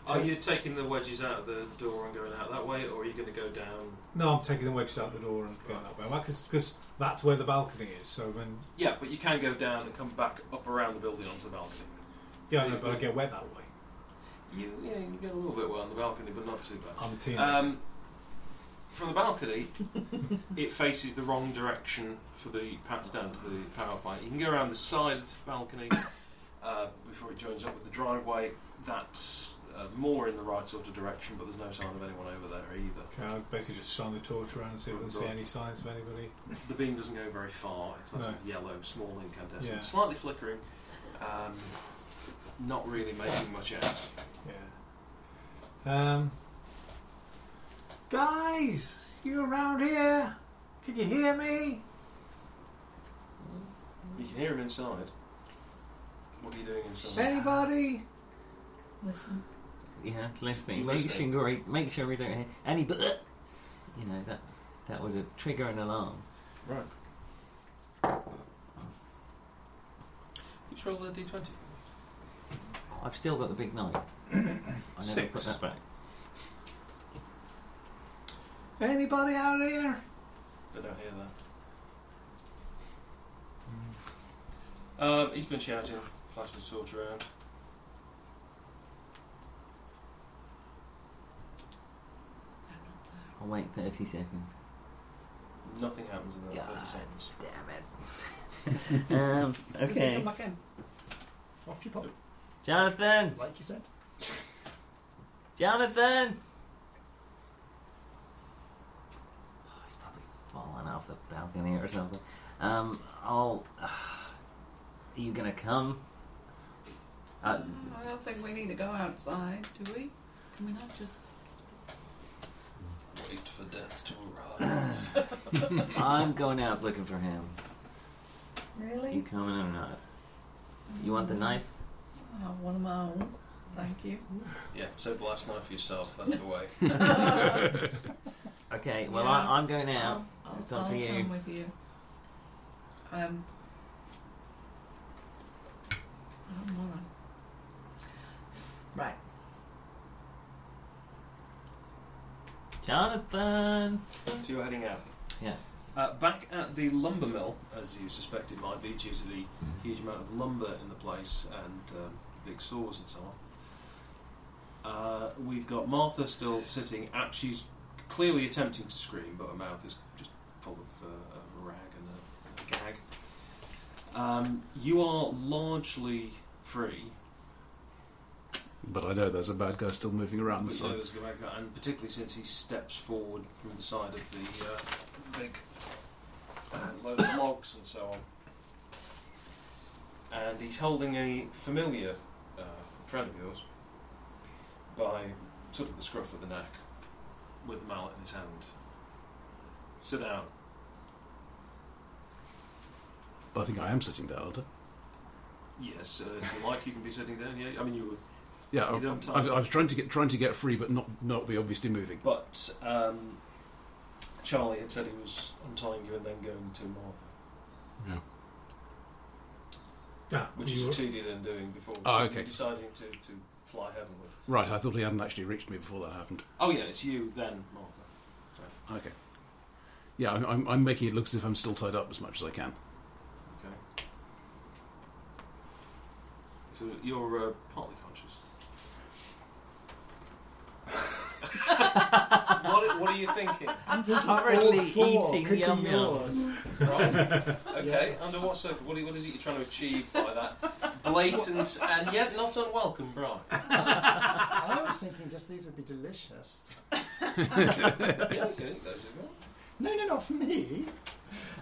[SPEAKER 3] Are you taking the wedges out of the door and going out that way, or are you going to go down?
[SPEAKER 1] No, I'm taking the wedges out the door and going that way because that's where the balcony is. So when
[SPEAKER 3] Yeah, but you can go down and come back up around the building onto the balcony.
[SPEAKER 1] yeah, I know, but I get wet that way.
[SPEAKER 3] You, yeah, you get a little bit wet on the balcony, but not too bad.
[SPEAKER 1] I'm a teenager.
[SPEAKER 3] Um, from the balcony, it faces the wrong direction for the path down to the power plant. You can go around the side balcony uh, before it joins up with the driveway. That's uh, more in the right sort of direction, but there's no sign of anyone over there either.
[SPEAKER 1] okay, I basically just shine the torch around and see if I can see any signs of anybody.
[SPEAKER 3] The beam doesn't go very far. It's that
[SPEAKER 1] No.
[SPEAKER 3] sort of yellow, small incandescent,
[SPEAKER 1] Yeah.
[SPEAKER 3] slightly flickering. Um, not really making much out.
[SPEAKER 1] Yeah. Um, guys, you around here? Can you hear me?
[SPEAKER 3] You can hear him inside. What are you doing inside?
[SPEAKER 1] Anybody?
[SPEAKER 8] Listen.
[SPEAKER 5] Yeah, listening. Make
[SPEAKER 3] Listening.
[SPEAKER 5] sure, we, make sure we don't hear any. But you know that that would uh, trigger an alarm.
[SPEAKER 3] Right. Each roll a d20.
[SPEAKER 5] I've still got the big knife. I never
[SPEAKER 1] Six.
[SPEAKER 5] put that back.
[SPEAKER 1] Anybody out here?
[SPEAKER 3] They don't hear that. Um, he's been shouting, flashing his torch around.
[SPEAKER 5] I'll wait thirty seconds.
[SPEAKER 3] Nothing happens in that 30
[SPEAKER 5] God.
[SPEAKER 3] seconds.
[SPEAKER 5] Damn
[SPEAKER 13] Um,
[SPEAKER 12] Does he
[SPEAKER 13] okay.
[SPEAKER 12] come back in?
[SPEAKER 4] Off you pop,
[SPEAKER 5] it, Jonathan.
[SPEAKER 4] like you said.
[SPEAKER 5] Jonathan! Oh, he's probably fallen off the balcony or something. Um, I'll. are you gonna come? Uh,
[SPEAKER 8] I don't think we need to go outside, do we? Can we not just.
[SPEAKER 3] Wait for death to arrive.
[SPEAKER 5] I'm going out looking for him. You
[SPEAKER 8] Really?
[SPEAKER 5] coming or not? You want the knife?
[SPEAKER 8] I have one of my own. Thank you.
[SPEAKER 3] yeah, save the last knife for yourself, that's the way.
[SPEAKER 5] Okay, well,
[SPEAKER 8] Yeah.
[SPEAKER 5] I, I'm going out.
[SPEAKER 8] I'll,
[SPEAKER 5] It's up
[SPEAKER 8] I'll
[SPEAKER 5] to you.
[SPEAKER 8] come with you. Um, I don't want
[SPEAKER 4] Oh.
[SPEAKER 5] Jonathan.
[SPEAKER 3] So you're heading out.
[SPEAKER 5] Yeah.
[SPEAKER 3] Uh, back at the lumber mill, as you suspect it might be, due to the huge amount of lumber in the place and um, big saws and so on. Uh, we've got Martha still sitting. At, she's clearly attempting to scream, but her mouth is just full of uh, a rag and a, a gag. Um, you are largely free.
[SPEAKER 7] But I know there's a bad guy still moving around the
[SPEAKER 3] But you know
[SPEAKER 7] side.
[SPEAKER 3] there's a bad guy, and particularly since he steps forward from the side of the uh, big uh, load of logs and so on. And he's holding a familiar uh, friend of yours by sort of the scruff of the neck with a mallet in his hand. Sit down.
[SPEAKER 7] I think I am sitting down. aren't I?
[SPEAKER 3] Yes, uh, if you like, you can be sitting down. Yeah, I mean, you were.
[SPEAKER 7] Yeah,
[SPEAKER 3] you
[SPEAKER 7] I,
[SPEAKER 3] don't have
[SPEAKER 7] I,
[SPEAKER 3] time.
[SPEAKER 7] I was trying to get trying to get free, but not not be obviously moving.
[SPEAKER 3] But um, Charlie had said he was untying you and then going to Martha,
[SPEAKER 1] Ah,
[SPEAKER 3] which he
[SPEAKER 1] you were-
[SPEAKER 3] succeeded in doing before
[SPEAKER 7] Ah, okay.
[SPEAKER 3] deciding to, to fly heavenward.
[SPEAKER 7] Right, I thought he hadn't actually reached me before that happened.
[SPEAKER 3] Oh, yeah, it's you then, Martha. So,
[SPEAKER 7] Okay. Yeah, I'm, I'm, I'm making it look as if I'm still tied up as much as I can.
[SPEAKER 3] okay. So you're uh, partly conscious. what, what are you thinking?
[SPEAKER 4] I'm thinking
[SPEAKER 13] Currently
[SPEAKER 4] all four
[SPEAKER 13] eating
[SPEAKER 4] could be
[SPEAKER 13] yum yum.
[SPEAKER 4] yours.
[SPEAKER 3] Right. Okay. Under what circum? What, what is it you're trying to achieve by that blatant and yet not unwelcome bribe?
[SPEAKER 4] I was thinking just these would be delicious.
[SPEAKER 3] Yeah, I can eat those as well.
[SPEAKER 4] No, no, not for me.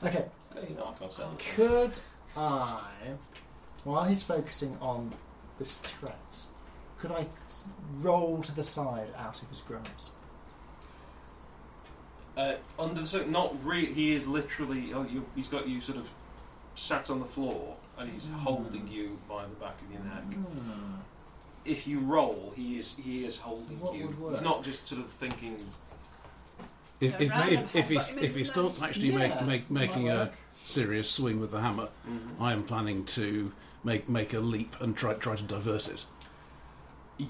[SPEAKER 4] Okay,
[SPEAKER 3] Hey, no, I can't stand them.
[SPEAKER 4] could I, while he's focusing on this threat, could I s- roll to the side out of his grasp?
[SPEAKER 3] Uh, under the circ- not really. He is literally. Oh, you, he's got you sort of sat on the floor and he's
[SPEAKER 4] Hmm.
[SPEAKER 3] holding you by the back of your neck. If you roll, he is he is holding
[SPEAKER 4] what
[SPEAKER 3] you.
[SPEAKER 4] would work?
[SPEAKER 3] He's not just sort of thinking.
[SPEAKER 7] If, if,
[SPEAKER 8] rather than
[SPEAKER 7] if, if, he,
[SPEAKER 8] headbutt him
[SPEAKER 7] if he
[SPEAKER 8] in the
[SPEAKER 7] starts actually
[SPEAKER 4] Yeah,
[SPEAKER 7] make, make, making
[SPEAKER 4] might
[SPEAKER 7] a
[SPEAKER 4] work.
[SPEAKER 7] serious swing with the hammer, I am planning to make make a leap and try try to divert it.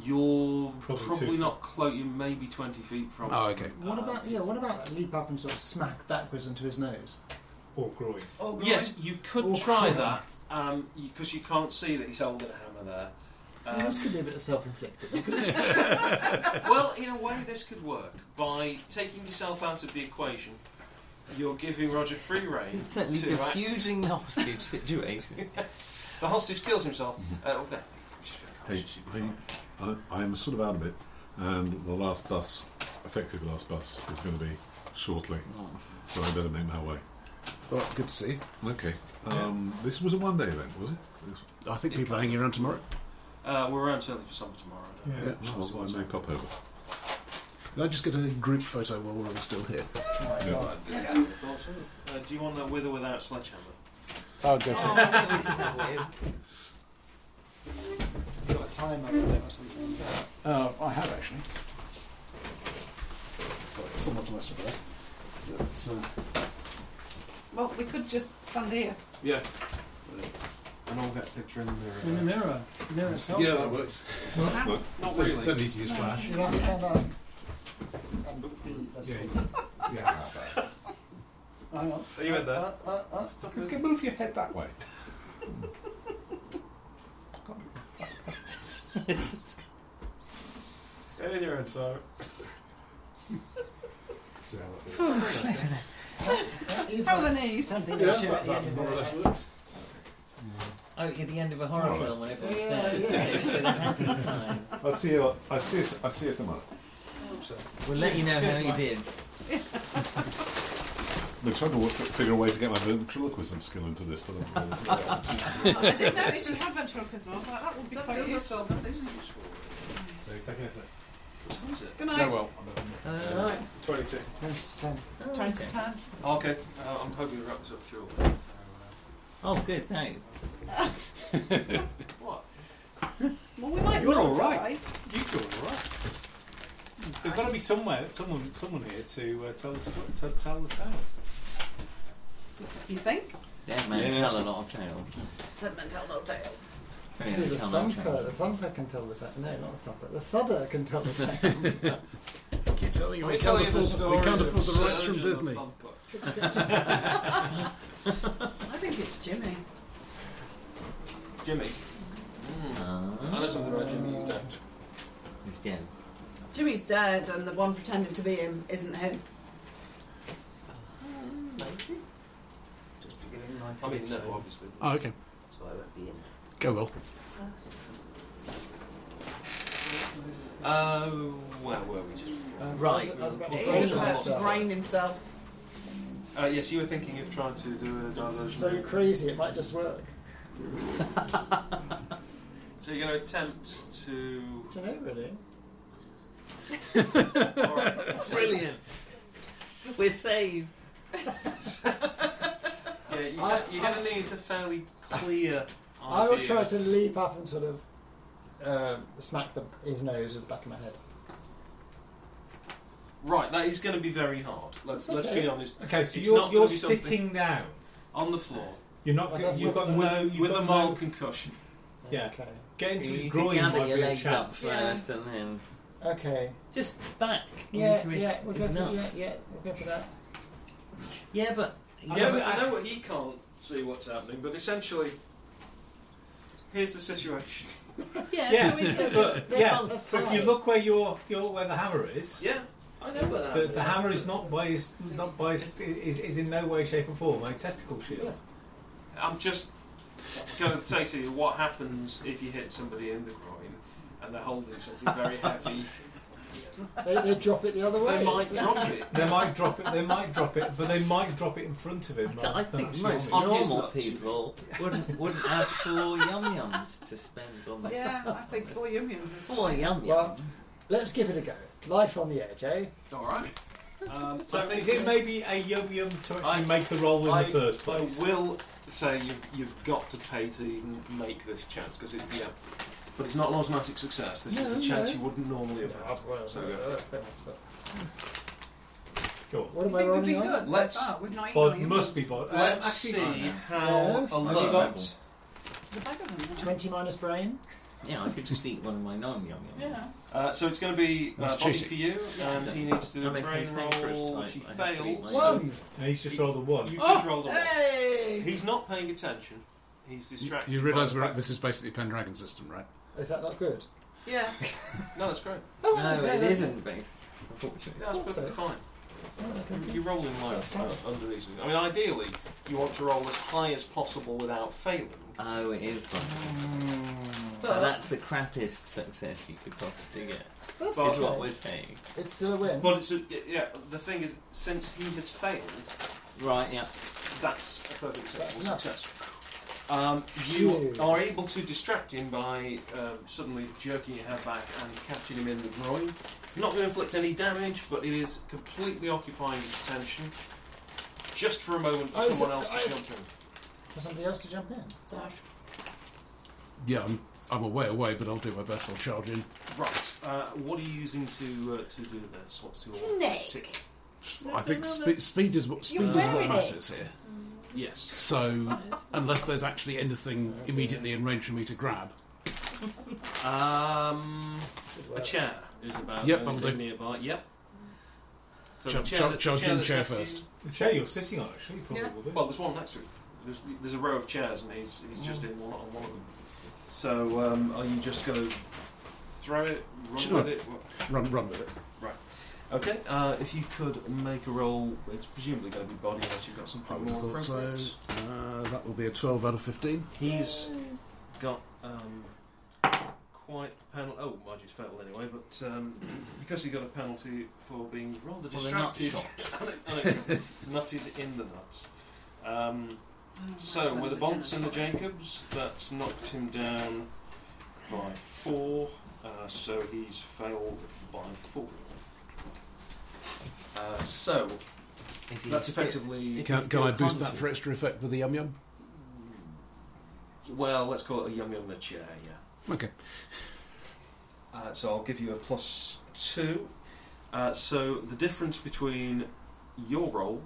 [SPEAKER 3] You're
[SPEAKER 1] Probably
[SPEAKER 3] probably,
[SPEAKER 1] two feet.
[SPEAKER 3] not close. You're maybe twenty feet from.
[SPEAKER 7] Oh, okay.
[SPEAKER 4] What
[SPEAKER 3] Uh,
[SPEAKER 4] about yeah? What about leap up and sort of smack backwards into his nose?
[SPEAKER 1] Or groin.
[SPEAKER 12] Oh,
[SPEAKER 3] Yes, you could
[SPEAKER 4] Oh,
[SPEAKER 3] try
[SPEAKER 4] crap.
[SPEAKER 3] that because you can't see that he's holding a hammer there. Um,
[SPEAKER 4] this could be a bit self-inflicted.
[SPEAKER 3] well, in a way, this could work by taking yourself out of the equation. You're giving Roger free rein.
[SPEAKER 5] It's certainly
[SPEAKER 3] to act.
[SPEAKER 5] diffusing the hostage situation.
[SPEAKER 3] The hostage kills himself. Uh, oh, no, he's just been
[SPEAKER 10] Hey,
[SPEAKER 3] conscious, you'll be
[SPEAKER 10] hey,
[SPEAKER 3] fine.
[SPEAKER 10] I, I'm sort of out of it, and the last bus, affected last bus, is going to be shortly,
[SPEAKER 7] Oh.
[SPEAKER 10] so I better make my way.
[SPEAKER 7] Well, good to see. you.
[SPEAKER 10] Okay. Um, This was a one day event, was it?
[SPEAKER 7] I think people are hanging around tomorrow.
[SPEAKER 3] Uh, we're around certainly for some tomorrow. No?
[SPEAKER 1] Yeah.
[SPEAKER 7] Yeah.
[SPEAKER 10] Oh, well, I may pop over.
[SPEAKER 7] Can I just get a group photo while we're all still here?
[SPEAKER 10] Yeah.
[SPEAKER 3] Uh, uh, do you want that with or without sledgehammer?
[SPEAKER 7] Oh, go for
[SPEAKER 4] You've got a timer. haven't you?
[SPEAKER 7] it. Uh, I have actually. Sorry, somewhat to my surprise. That's, uh,
[SPEAKER 8] Well, we could just stand here.
[SPEAKER 7] yeah.
[SPEAKER 3] And all that picture in the mirror.
[SPEAKER 4] In the mirror, mirror itself.
[SPEAKER 7] Yeah, that works.
[SPEAKER 3] Not
[SPEAKER 7] Don't,
[SPEAKER 3] really.
[SPEAKER 7] don't need to use flash.
[SPEAKER 4] You'll have to stand up. And be- that's
[SPEAKER 7] Yeah.
[SPEAKER 4] cool.
[SPEAKER 7] Yeah.
[SPEAKER 4] Hang on.
[SPEAKER 3] Are you in there?
[SPEAKER 4] Uh, uh, uh,
[SPEAKER 10] You can move your head that way.
[SPEAKER 3] In your own
[SPEAKER 1] uh,
[SPEAKER 3] side.
[SPEAKER 7] See how that works.
[SPEAKER 4] that is
[SPEAKER 12] How are the
[SPEAKER 4] like
[SPEAKER 12] knees?
[SPEAKER 4] something
[SPEAKER 7] Yeah,
[SPEAKER 4] they should
[SPEAKER 7] that,
[SPEAKER 4] at the
[SPEAKER 7] that
[SPEAKER 4] end
[SPEAKER 7] more or
[SPEAKER 4] of
[SPEAKER 7] less
[SPEAKER 4] it.
[SPEAKER 7] works.
[SPEAKER 5] Oh, at the end of a horror
[SPEAKER 10] Alright.
[SPEAKER 5] film when everyone's
[SPEAKER 4] Yeah,
[SPEAKER 5] dead.
[SPEAKER 4] yeah.
[SPEAKER 5] It's been a happy time.
[SPEAKER 10] I see you. I see. You, I see you tomorrow.
[SPEAKER 5] We'll let you know how you did.
[SPEAKER 10] They're trying to work, figure a way to get my ventriloquism skill into this, but I'm
[SPEAKER 8] I didn't notice you had ventriloquism. I was like, that would be quite useful.
[SPEAKER 3] That is useful.
[SPEAKER 1] So taking us
[SPEAKER 3] What is it?
[SPEAKER 8] Good night.
[SPEAKER 7] Oh well.
[SPEAKER 5] Alright.
[SPEAKER 7] Twenty-two.
[SPEAKER 4] Yes, um,
[SPEAKER 8] Turn to ten.
[SPEAKER 3] Okay, uh, I'm hoping to wrap this up shortly. So, uh,
[SPEAKER 5] Oh, good, thanks.
[SPEAKER 3] what?
[SPEAKER 8] Well, we might
[SPEAKER 1] You're
[SPEAKER 8] not
[SPEAKER 1] all right.
[SPEAKER 8] die.
[SPEAKER 1] You two are right. There's got to be somewhere, someone, someone here to uh, tell the story, to tell the tale.
[SPEAKER 8] You think?
[SPEAKER 5] Dead man
[SPEAKER 1] Yeah.
[SPEAKER 5] tell a lot of tales.
[SPEAKER 12] Dead men tell no tales.
[SPEAKER 5] Very
[SPEAKER 4] the
[SPEAKER 5] tell no
[SPEAKER 4] thumper,
[SPEAKER 5] tales.
[SPEAKER 4] the thumper can tell the tale. No, not the thumper. The thudder can tell the tale.
[SPEAKER 7] keep telling you
[SPEAKER 3] Let
[SPEAKER 7] we
[SPEAKER 3] me tell
[SPEAKER 7] can't afford
[SPEAKER 3] you the
[SPEAKER 7] the, we
[SPEAKER 3] story
[SPEAKER 7] can't
[SPEAKER 3] of
[SPEAKER 7] afford the rights
[SPEAKER 3] Surgeon
[SPEAKER 7] from Disney.
[SPEAKER 3] Bumper.
[SPEAKER 12] I think it's Jimmy.
[SPEAKER 3] Jimmy. Mm.
[SPEAKER 5] Uh-huh.
[SPEAKER 3] I know something about Jimmy you don't.
[SPEAKER 5] Who's dead?
[SPEAKER 12] Jimmy's dead, and the one pretending to be him isn't him.
[SPEAKER 14] Just be giving my
[SPEAKER 3] I mean, no,
[SPEAKER 14] time.
[SPEAKER 3] obviously.
[SPEAKER 7] Oh, okay.
[SPEAKER 14] That's why I won't be in.
[SPEAKER 7] Go well.
[SPEAKER 3] Uh, where were we just before?
[SPEAKER 4] Um,
[SPEAKER 12] That's- that's about- He was about to brain himself.
[SPEAKER 3] Uh, yes, you were thinking of trying to do a diversion.
[SPEAKER 4] So crazy, it might just work.
[SPEAKER 3] So you're going to attempt to.
[SPEAKER 4] Do you know, really?
[SPEAKER 3] All right. Brilliant.
[SPEAKER 5] We're saved.
[SPEAKER 3] Yeah, you
[SPEAKER 4] I-
[SPEAKER 3] you're going to need a fairly clear idea.
[SPEAKER 4] I will try to leap up and sort of uh, smack the, his nose with the back of my head.
[SPEAKER 3] Right, that is going to be very hard. Let's
[SPEAKER 4] That's
[SPEAKER 3] let's
[SPEAKER 4] okay.
[SPEAKER 3] be honest.
[SPEAKER 1] Okay, so
[SPEAKER 3] It's
[SPEAKER 1] you're-
[SPEAKER 3] not gonna
[SPEAKER 1] you're
[SPEAKER 3] be something-
[SPEAKER 1] sitting down.
[SPEAKER 3] on the floor.
[SPEAKER 1] You're not.
[SPEAKER 3] Well,
[SPEAKER 1] Well,
[SPEAKER 3] that's
[SPEAKER 1] you've
[SPEAKER 3] not
[SPEAKER 1] got no.
[SPEAKER 3] with-
[SPEAKER 1] You've
[SPEAKER 3] with
[SPEAKER 1] got
[SPEAKER 3] a
[SPEAKER 1] no-
[SPEAKER 3] mild concussion.
[SPEAKER 1] Yeah.
[SPEAKER 4] Okay.
[SPEAKER 1] Getting to
[SPEAKER 5] You
[SPEAKER 1] his
[SPEAKER 5] need
[SPEAKER 1] groin
[SPEAKER 5] to gather
[SPEAKER 1] might
[SPEAKER 5] your
[SPEAKER 1] be a
[SPEAKER 5] legs up
[SPEAKER 1] chance.
[SPEAKER 5] first and then.
[SPEAKER 4] Okay.
[SPEAKER 5] Just back.
[SPEAKER 4] Yeah,
[SPEAKER 5] into his,
[SPEAKER 4] yeah, we'll go
[SPEAKER 5] his
[SPEAKER 4] for
[SPEAKER 5] nuts.
[SPEAKER 4] yeah, yeah, we'll go for that.
[SPEAKER 5] Yeah, but
[SPEAKER 3] I, know, I know he can't see what's happening, but essentially, here's the situation.
[SPEAKER 5] Yeah,
[SPEAKER 1] Yeah,
[SPEAKER 5] that's-
[SPEAKER 1] but,
[SPEAKER 5] that's
[SPEAKER 1] yeah.
[SPEAKER 5] all-
[SPEAKER 1] but
[SPEAKER 5] that's
[SPEAKER 1] if you
[SPEAKER 5] fine.
[SPEAKER 1] look where your, your where the hammer is,
[SPEAKER 3] Yeah, I know where the hammer
[SPEAKER 1] the, the
[SPEAKER 3] is.
[SPEAKER 1] hammer is not by his not by his, is, is in no way, shape, and form a testicle shield.
[SPEAKER 3] I'm just going to say to you what happens if you hit somebody in the groin and they're holding something very heavy.
[SPEAKER 4] They, they drop it the other way.
[SPEAKER 3] They might drop it.
[SPEAKER 1] They might drop it. They might drop it, but they might drop it in front of him.
[SPEAKER 5] So I
[SPEAKER 1] rather than
[SPEAKER 5] think
[SPEAKER 1] actually
[SPEAKER 5] most
[SPEAKER 1] on him.
[SPEAKER 5] normal people wouldn't wouldn't have four yum yums to spend on this.
[SPEAKER 12] Yeah, I think four yum yums is
[SPEAKER 5] Four
[SPEAKER 12] fine.
[SPEAKER 5] yum
[SPEAKER 4] Well,
[SPEAKER 5] yums.
[SPEAKER 4] let's give it a go. Life on the edge, eh?
[SPEAKER 3] All right. Um,
[SPEAKER 1] So
[SPEAKER 3] I
[SPEAKER 1] is
[SPEAKER 3] think-
[SPEAKER 1] it maybe a yum yum to actually
[SPEAKER 3] I-
[SPEAKER 1] make the roll in
[SPEAKER 3] I,
[SPEAKER 1] the first place?
[SPEAKER 3] I will say you've, you've got to pay to even make this chance because it's yeah, but it's not an automatic success. This is
[SPEAKER 4] No,
[SPEAKER 3] a chance
[SPEAKER 4] no.
[SPEAKER 3] you wouldn't normally have had.
[SPEAKER 4] Well,
[SPEAKER 3] So uh, go for it.
[SPEAKER 1] Go on.
[SPEAKER 4] What am
[SPEAKER 12] I
[SPEAKER 4] I
[SPEAKER 12] think we've
[SPEAKER 4] rolling
[SPEAKER 12] been
[SPEAKER 4] on?
[SPEAKER 12] good
[SPEAKER 3] Let's-
[SPEAKER 12] so far. We've not eaten all
[SPEAKER 1] Bod
[SPEAKER 12] yum
[SPEAKER 1] must
[SPEAKER 12] yums.
[SPEAKER 1] be bod. uh,
[SPEAKER 3] Let's
[SPEAKER 1] actually,
[SPEAKER 3] see
[SPEAKER 4] Yeah.
[SPEAKER 3] how
[SPEAKER 4] Have
[SPEAKER 5] you
[SPEAKER 3] alert.
[SPEAKER 5] got-
[SPEAKER 12] There's a bag of them there.
[SPEAKER 4] Twenty minus brain.
[SPEAKER 5] Yeah, I could just eat one of my non yum yums.
[SPEAKER 12] Yeah.
[SPEAKER 3] Uh, so it's going to be uh,
[SPEAKER 7] That's
[SPEAKER 3] Bobby
[SPEAKER 7] cheating.
[SPEAKER 3] for you, and he needs to do
[SPEAKER 5] I'm
[SPEAKER 3] a
[SPEAKER 5] making
[SPEAKER 3] brain
[SPEAKER 5] pancreas
[SPEAKER 3] roll,
[SPEAKER 5] type.
[SPEAKER 3] which he
[SPEAKER 5] I have to eat
[SPEAKER 3] fails.
[SPEAKER 5] my-
[SPEAKER 4] One.
[SPEAKER 1] No, he's just rolled a one.
[SPEAKER 4] Oh!
[SPEAKER 3] You just rolled a one.
[SPEAKER 12] Hey!
[SPEAKER 3] He's not paying attention. He's distracted.
[SPEAKER 7] You
[SPEAKER 3] by
[SPEAKER 7] realise
[SPEAKER 3] the
[SPEAKER 7] we're
[SPEAKER 3] fact-
[SPEAKER 7] at, this is basically Pendragon's system, right?
[SPEAKER 4] Is that not good?
[SPEAKER 12] Yeah.
[SPEAKER 3] No, that's great.
[SPEAKER 12] Oh,
[SPEAKER 5] No, it isn't based. Unfortunately.
[SPEAKER 3] Yeah, that's
[SPEAKER 4] Also-
[SPEAKER 3] perfectly fine.
[SPEAKER 4] Oh, okay.
[SPEAKER 3] You're rolling low
[SPEAKER 4] That's fine.
[SPEAKER 3] uh, under these. things. I mean, ideally, you want to roll as high as possible without failing.
[SPEAKER 5] Oh, it is like. So
[SPEAKER 3] Mm.
[SPEAKER 12] But-
[SPEAKER 5] that's the crappiest success you could possibly get.
[SPEAKER 4] That's
[SPEAKER 5] Is
[SPEAKER 4] okay.
[SPEAKER 5] what we're saying.
[SPEAKER 4] It's still a win.
[SPEAKER 3] But it's a, yeah, the thing is, since he has failed,
[SPEAKER 5] Right, yeah.
[SPEAKER 3] that's a perfectly
[SPEAKER 4] That's
[SPEAKER 3] acceptable
[SPEAKER 4] enough.
[SPEAKER 3] success. Um, you
[SPEAKER 4] Phew.
[SPEAKER 3] are able to distract him by um, suddenly jerking your head back and catching him in the groin. It's not going to inflict any damage, but it is completely occupying his attention. Just for a moment for
[SPEAKER 4] I was-
[SPEAKER 3] someone else
[SPEAKER 4] I
[SPEAKER 3] to
[SPEAKER 4] was-
[SPEAKER 3] jump in.
[SPEAKER 4] For somebody else to jump in.
[SPEAKER 12] Sash.
[SPEAKER 7] Yeah, I'm, I'm a way away, but I'll do my best. I'll charge in.
[SPEAKER 3] Right, uh, what are you using to uh, to do this? What's your
[SPEAKER 12] Nick.
[SPEAKER 3] tick?
[SPEAKER 7] I think spe- speed is what
[SPEAKER 12] You're
[SPEAKER 7] speed is what
[SPEAKER 12] wearing it.
[SPEAKER 7] matters here.
[SPEAKER 3] Yes.
[SPEAKER 7] So unless there's actually anything immediately in range for me to grab,
[SPEAKER 3] Um, a chair is about
[SPEAKER 7] Yep,
[SPEAKER 3] the only
[SPEAKER 7] that'll
[SPEAKER 3] thing
[SPEAKER 7] do.
[SPEAKER 3] nearby. Yep. So
[SPEAKER 7] Char-
[SPEAKER 3] the chair
[SPEAKER 7] char-
[SPEAKER 3] that- the
[SPEAKER 7] charge in
[SPEAKER 3] that's
[SPEAKER 7] chair
[SPEAKER 3] next to you-
[SPEAKER 7] first.
[SPEAKER 1] The chair you're sitting on actually probably
[SPEAKER 12] Yeah.
[SPEAKER 1] will do.
[SPEAKER 3] Well, there's one next to it. There's, there's a row of chairs, and he's he's just
[SPEAKER 7] Mm.
[SPEAKER 3] in one on one of them. So um, are you just going to throw it, run
[SPEAKER 7] Sure.
[SPEAKER 3] with it? What-
[SPEAKER 7] run run with it.
[SPEAKER 3] Okay. Uh, if you could make a roll, it's presumably going to be body, unless you've got
[SPEAKER 7] I
[SPEAKER 3] something
[SPEAKER 7] would
[SPEAKER 3] more
[SPEAKER 7] have thought so.
[SPEAKER 3] appropriate.
[SPEAKER 7] Uh, that will be a 12 out of 15.
[SPEAKER 3] He's got um, quite a penalty. Oh, mind you, it's failed anyway, but um, because he got a penalty for being rather
[SPEAKER 5] Well, they're not
[SPEAKER 3] distracted and it- and it nutted in the nuts. Um,
[SPEAKER 12] Oh
[SPEAKER 3] so, with the Bonts and the Jacobs, that's knocked him down by four, uh, so he's failed by four. Uh, so,
[SPEAKER 5] Is he-
[SPEAKER 3] that's
[SPEAKER 5] is it-
[SPEAKER 3] effectively.
[SPEAKER 5] It's
[SPEAKER 7] Can, can I
[SPEAKER 5] still
[SPEAKER 7] boost that
[SPEAKER 5] conjured.
[SPEAKER 7] for extra effect with the yum yum?
[SPEAKER 3] Well, let's call it a yum yum in a chair, yeah.
[SPEAKER 7] Okay.
[SPEAKER 3] Uh, so I'll give you a plus two. Uh, so the difference between your roll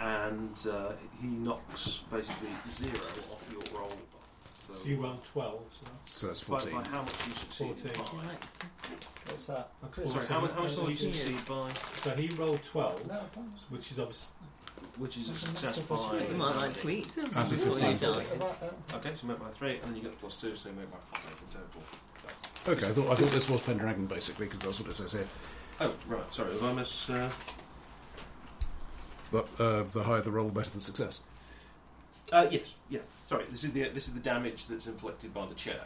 [SPEAKER 3] and uh, he knocks basically zero off your roll. So,
[SPEAKER 1] So you round 12, so that's.
[SPEAKER 7] So that's
[SPEAKER 3] by- By,
[SPEAKER 7] 14.
[SPEAKER 3] how much you succeed
[SPEAKER 1] 14.
[SPEAKER 3] by.
[SPEAKER 4] What's that?
[SPEAKER 1] That's
[SPEAKER 3] Sorry,
[SPEAKER 1] 14.
[SPEAKER 3] how mu- how much did you succeed by?
[SPEAKER 1] So he rolled 12,
[SPEAKER 4] No, bonus.
[SPEAKER 1] which is obviously.
[SPEAKER 3] Which is a
[SPEAKER 4] That's a
[SPEAKER 3] success
[SPEAKER 4] massive
[SPEAKER 3] by.
[SPEAKER 4] opportunity. You might
[SPEAKER 5] like to eat some.
[SPEAKER 7] That's a
[SPEAKER 5] before you
[SPEAKER 7] 15.
[SPEAKER 5] die.
[SPEAKER 4] About uh, that.
[SPEAKER 3] Okay, so you make by three, and then you get plus two, so you make by five in total. That's-
[SPEAKER 7] Okay, I thought, I thought this was Pendragon basically because that's what it says here.
[SPEAKER 3] Oh, right, sorry, have I missed. Uh,
[SPEAKER 7] But uh, the higher the roll, the better the success.
[SPEAKER 3] uh, yes, yeah, sorry, this is, the, this is the damage that's inflicted by the chair.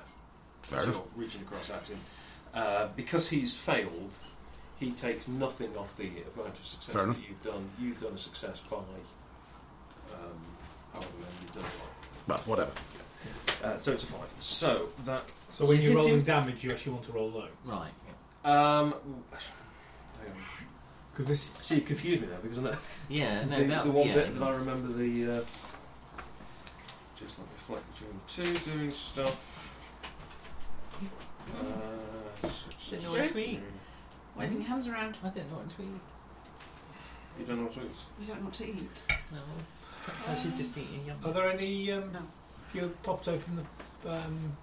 [SPEAKER 7] Fair
[SPEAKER 3] So
[SPEAKER 7] enough.
[SPEAKER 3] you're reaching across at him. Uh, because he's failed, he takes nothing off the amount of success
[SPEAKER 7] Fair
[SPEAKER 3] that
[SPEAKER 7] enough.
[SPEAKER 3] you've done. You've done a success by um, however many you've done it
[SPEAKER 7] But whatever.
[SPEAKER 3] by. Uh, so it's a five. So that
[SPEAKER 1] So when
[SPEAKER 3] You
[SPEAKER 1] you're
[SPEAKER 3] hit
[SPEAKER 1] rolling
[SPEAKER 3] him-
[SPEAKER 1] damage, you actually want to roll low.
[SPEAKER 5] Right.
[SPEAKER 3] um,
[SPEAKER 1] Because this.
[SPEAKER 3] see, you confused me now because I know
[SPEAKER 5] Yeah, no,
[SPEAKER 3] the,
[SPEAKER 5] that,
[SPEAKER 3] the one
[SPEAKER 5] yeah.
[SPEAKER 3] bit that I remember the uh, just let me flick between the two doing stuff. Uh,
[SPEAKER 5] Didn't know what to eat.
[SPEAKER 12] Waving your hands around.
[SPEAKER 5] I didn't know what to eat.
[SPEAKER 3] You don't know what to eat.
[SPEAKER 12] You don't know what to eat.
[SPEAKER 5] No. Perhaps I should just eat a yum.
[SPEAKER 1] Are there any. Um,
[SPEAKER 12] No.
[SPEAKER 1] You popped open the um,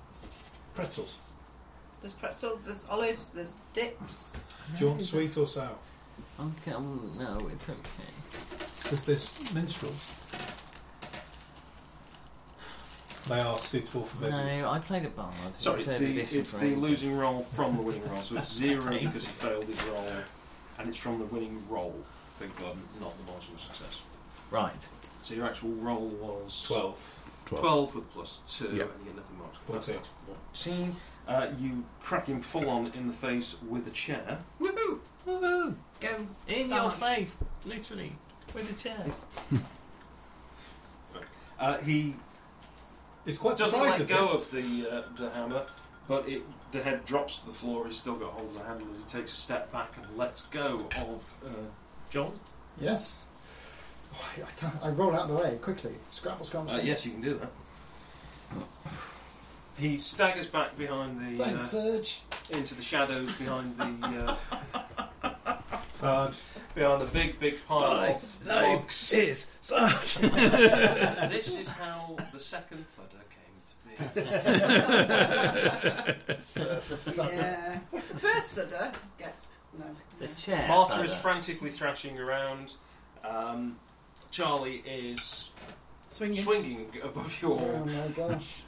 [SPEAKER 1] pretzels.
[SPEAKER 12] There's pretzels, there's olives, there's dips.
[SPEAKER 1] Do you want sweet or sour?
[SPEAKER 5] Okay, um, no, it's okay.
[SPEAKER 1] Because there's minstrels. They are suitable for veggies.
[SPEAKER 5] No, I played a bard.
[SPEAKER 3] Sorry, it's
[SPEAKER 5] Third
[SPEAKER 3] the,
[SPEAKER 5] edition
[SPEAKER 3] it's
[SPEAKER 5] for
[SPEAKER 3] the
[SPEAKER 5] ages.
[SPEAKER 3] losing roll from the winning roll. So it's zero because he failed his roll, and it's from the winning roll. Beg your pardon, not the margin of success.
[SPEAKER 5] Right.
[SPEAKER 3] So your actual roll was
[SPEAKER 1] 12.
[SPEAKER 7] 12.
[SPEAKER 3] 12 with plus 2,
[SPEAKER 7] Yeah.
[SPEAKER 3] and you get nothing marked.
[SPEAKER 1] Fourteen.
[SPEAKER 3] That's 14. Uh, you crack him full on in the face with a chair.
[SPEAKER 12] Woohoo!
[SPEAKER 5] Woohoo!
[SPEAKER 12] Go.
[SPEAKER 5] In
[SPEAKER 12] Someone.
[SPEAKER 5] your face, literally, with a chair.
[SPEAKER 3] Uh, he
[SPEAKER 1] It's quite
[SPEAKER 3] doesn't let
[SPEAKER 1] surprising.
[SPEAKER 3] go
[SPEAKER 1] this.
[SPEAKER 3] of the uh, the hammer, but it, the head drops to the floor. He's still got hold of the hammer as he takes a step back and lets go of uh, John.
[SPEAKER 4] Yes. Oh, I- I don't- I roll out of the way quickly. Scramble, scramble.
[SPEAKER 3] Uh,
[SPEAKER 4] scramble.
[SPEAKER 3] yes, you can do that. He staggers back behind the
[SPEAKER 4] Thanks,
[SPEAKER 3] uh,
[SPEAKER 4] Serge.
[SPEAKER 3] into the shadows behind the uh,
[SPEAKER 1] Sarge.
[SPEAKER 3] behind the big big pile of logs.
[SPEAKER 11] is
[SPEAKER 3] this is how the second thudder came to be.
[SPEAKER 12] Yeah. First thudder gets. No.
[SPEAKER 5] The chair.
[SPEAKER 3] Martha is
[SPEAKER 5] fella.
[SPEAKER 3] frantically thrashing around. Um, Charlie is swinging, above your.
[SPEAKER 4] Oh my gosh.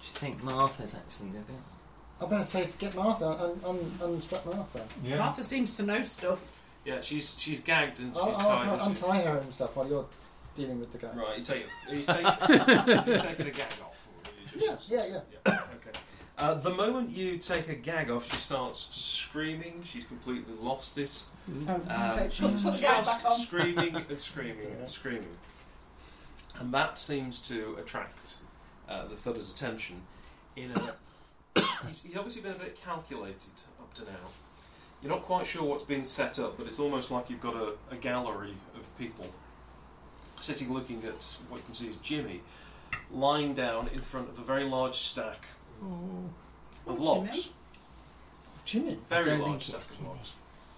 [SPEAKER 5] Do you think Martha's actually did it?
[SPEAKER 4] I'm going to say, get Martha, un- un- unstrap Martha.
[SPEAKER 1] Yeah.
[SPEAKER 12] Martha seems to know stuff.
[SPEAKER 3] Yeah, she's she's gagged and she's
[SPEAKER 12] Oh,
[SPEAKER 4] I'll,
[SPEAKER 3] tied.
[SPEAKER 4] I'll kind of
[SPEAKER 3] isn't she?
[SPEAKER 4] untie her and stuff while you're dealing with the guy.
[SPEAKER 3] Right, you take it. You take, you take it a gag off. or you just-
[SPEAKER 4] Yeah, yeah,
[SPEAKER 3] okay. Uh, the moment you take a gag off, she starts screaming. She's completely lost it. Um, she's
[SPEAKER 12] Mm-hmm. Put the gag
[SPEAKER 3] just
[SPEAKER 12] back on.
[SPEAKER 3] screaming and screaming and screaming. And that seems to attract uh, the thudder's attention. In a, he's, he's obviously been a bit calculated up to now. You're not quite sure what's been set up, but it's almost like you've got a, a gallery of people sitting looking at what you can see is Jimmy lying down in front of a very large stack of
[SPEAKER 12] Oh, Jimmy.
[SPEAKER 3] logs.
[SPEAKER 4] Jimmy.
[SPEAKER 5] I
[SPEAKER 3] Very
[SPEAKER 5] don't
[SPEAKER 3] large
[SPEAKER 5] think
[SPEAKER 3] stack
[SPEAKER 5] it's
[SPEAKER 3] of
[SPEAKER 5] Jimmy.
[SPEAKER 3] logs.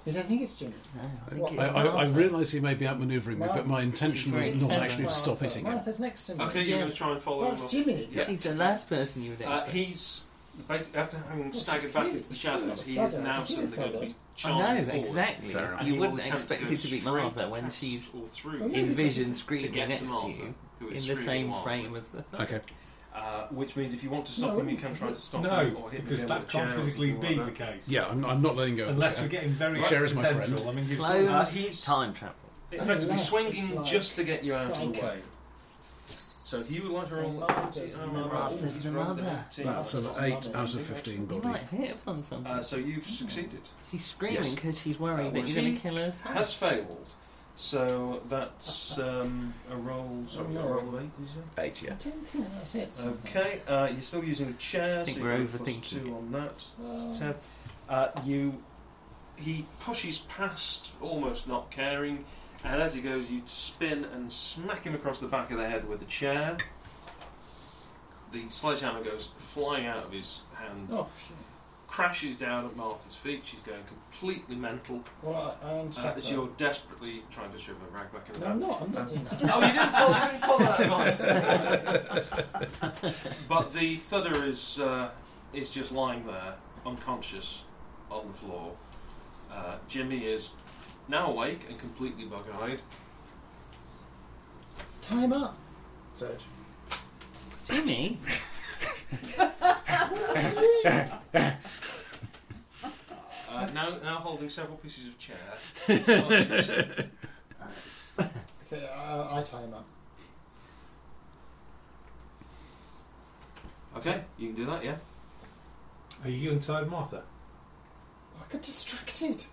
[SPEAKER 4] You don't think it's Jimmy?
[SPEAKER 5] No, I
[SPEAKER 4] What?
[SPEAKER 5] think
[SPEAKER 7] I,
[SPEAKER 5] it's
[SPEAKER 7] I, I
[SPEAKER 5] Martha.
[SPEAKER 7] realise he may be outmanoeuvring me, but my intention was not actually to stop hitting him.
[SPEAKER 4] Martha's next to me.
[SPEAKER 3] Okay, you're
[SPEAKER 5] Yeah.
[SPEAKER 3] going to try and follow him
[SPEAKER 4] That's
[SPEAKER 3] up.
[SPEAKER 4] Jimmy.
[SPEAKER 3] Yeah.
[SPEAKER 5] She's the last person you would
[SPEAKER 3] Uh,
[SPEAKER 5] expect.
[SPEAKER 3] he's basi- after having
[SPEAKER 4] she's
[SPEAKER 3] staggered back
[SPEAKER 4] cute.
[SPEAKER 3] into the
[SPEAKER 4] She's cute
[SPEAKER 3] shadows,
[SPEAKER 4] little
[SPEAKER 3] he is
[SPEAKER 4] feather.
[SPEAKER 3] now
[SPEAKER 4] She's a
[SPEAKER 3] suddenly going to
[SPEAKER 4] feather.
[SPEAKER 3] be
[SPEAKER 5] I
[SPEAKER 3] charmed
[SPEAKER 5] know,
[SPEAKER 3] forward.
[SPEAKER 5] exactly.
[SPEAKER 7] Fair enough.
[SPEAKER 3] And
[SPEAKER 5] You
[SPEAKER 3] he will
[SPEAKER 5] wouldn't
[SPEAKER 3] attempt
[SPEAKER 5] expect
[SPEAKER 3] go
[SPEAKER 5] it to be
[SPEAKER 3] straight
[SPEAKER 5] Martha when
[SPEAKER 3] past
[SPEAKER 5] she's
[SPEAKER 3] or through
[SPEAKER 4] Well,
[SPEAKER 5] in
[SPEAKER 4] maybe
[SPEAKER 5] vision
[SPEAKER 3] to
[SPEAKER 5] screaming
[SPEAKER 3] get
[SPEAKER 5] next
[SPEAKER 3] to
[SPEAKER 5] to,
[SPEAKER 3] Martha,
[SPEAKER 5] you
[SPEAKER 3] who is
[SPEAKER 5] in the
[SPEAKER 3] screaming
[SPEAKER 5] same
[SPEAKER 3] wildly.
[SPEAKER 5] frame as the.
[SPEAKER 7] Okay.
[SPEAKER 3] Uh, which means if you want to stop
[SPEAKER 4] No,
[SPEAKER 3] him, you can try to stop him
[SPEAKER 1] No,
[SPEAKER 3] or hit
[SPEAKER 1] because
[SPEAKER 3] him
[SPEAKER 1] that can't physically be the
[SPEAKER 3] because
[SPEAKER 1] case.
[SPEAKER 7] Yeah, I'm, I'm not letting go. of
[SPEAKER 1] Unless
[SPEAKER 7] the
[SPEAKER 1] we're
[SPEAKER 7] chair.
[SPEAKER 1] getting very
[SPEAKER 7] Right. Chair is my
[SPEAKER 1] accidental.
[SPEAKER 7] friend.
[SPEAKER 1] I mean, you've
[SPEAKER 5] Close
[SPEAKER 3] Uh, he's
[SPEAKER 5] time travel.
[SPEAKER 3] effectively
[SPEAKER 4] Unless
[SPEAKER 3] swinging
[SPEAKER 4] it's like
[SPEAKER 3] just to get you out of the
[SPEAKER 4] psycho.
[SPEAKER 3] way. So if you would like to
[SPEAKER 4] Oh,
[SPEAKER 3] roll,
[SPEAKER 4] Martha's
[SPEAKER 3] uh, roll,
[SPEAKER 4] the
[SPEAKER 3] roll,
[SPEAKER 5] mother.
[SPEAKER 3] he's rolled an 18.
[SPEAKER 7] That's an
[SPEAKER 4] That's
[SPEAKER 7] 8
[SPEAKER 4] lovely.
[SPEAKER 7] out of 15
[SPEAKER 5] You
[SPEAKER 7] body.
[SPEAKER 5] might hit upon something.
[SPEAKER 3] Uh, so you've succeeded.
[SPEAKER 5] she's screaming
[SPEAKER 7] yes.
[SPEAKER 5] because she's
[SPEAKER 3] Uh,
[SPEAKER 5] worried that
[SPEAKER 3] was
[SPEAKER 5] you're going
[SPEAKER 3] he-
[SPEAKER 5] to kill us.
[SPEAKER 4] Oh.
[SPEAKER 3] Has failed. So that's um, a roll. Sorry, a roll of eight. did you say?
[SPEAKER 11] 8, yeah.
[SPEAKER 4] I don't think that's it.
[SPEAKER 3] Okay, uh, you're still using the chair,
[SPEAKER 5] I think
[SPEAKER 3] so
[SPEAKER 5] we're
[SPEAKER 3] you're plus
[SPEAKER 5] overthinking
[SPEAKER 3] two
[SPEAKER 5] it.
[SPEAKER 3] on that. That's
[SPEAKER 4] Um,
[SPEAKER 3] ten. Uh, you, he pushes past, almost not caring, and as he goes, you spin and smack him across the back of the head with the chair. The sledgehammer goes flying out of his hand,
[SPEAKER 4] Oh,
[SPEAKER 3] crashes down at Martha's feet. She's going completely mental.
[SPEAKER 4] Well, I- I understand
[SPEAKER 3] uh, as
[SPEAKER 4] that.
[SPEAKER 3] you're desperately trying to shove her rag back in the bag.
[SPEAKER 4] No, I'm not. I'm not doing that.
[SPEAKER 3] oh, you didn't follow, you didn't follow that advice. then. but the thudder is uh, is just lying there, unconscious, on the floor. Uh, Jimmy is now awake and completely bug-eyed.
[SPEAKER 4] Time up. Serge.
[SPEAKER 13] Jimmy?
[SPEAKER 3] Uh, now, now holding several pieces of chair.
[SPEAKER 4] Okay, uh, I tie him up.
[SPEAKER 3] okay, you can do that, yeah.
[SPEAKER 1] Are you inside Martha?
[SPEAKER 4] I got distracted.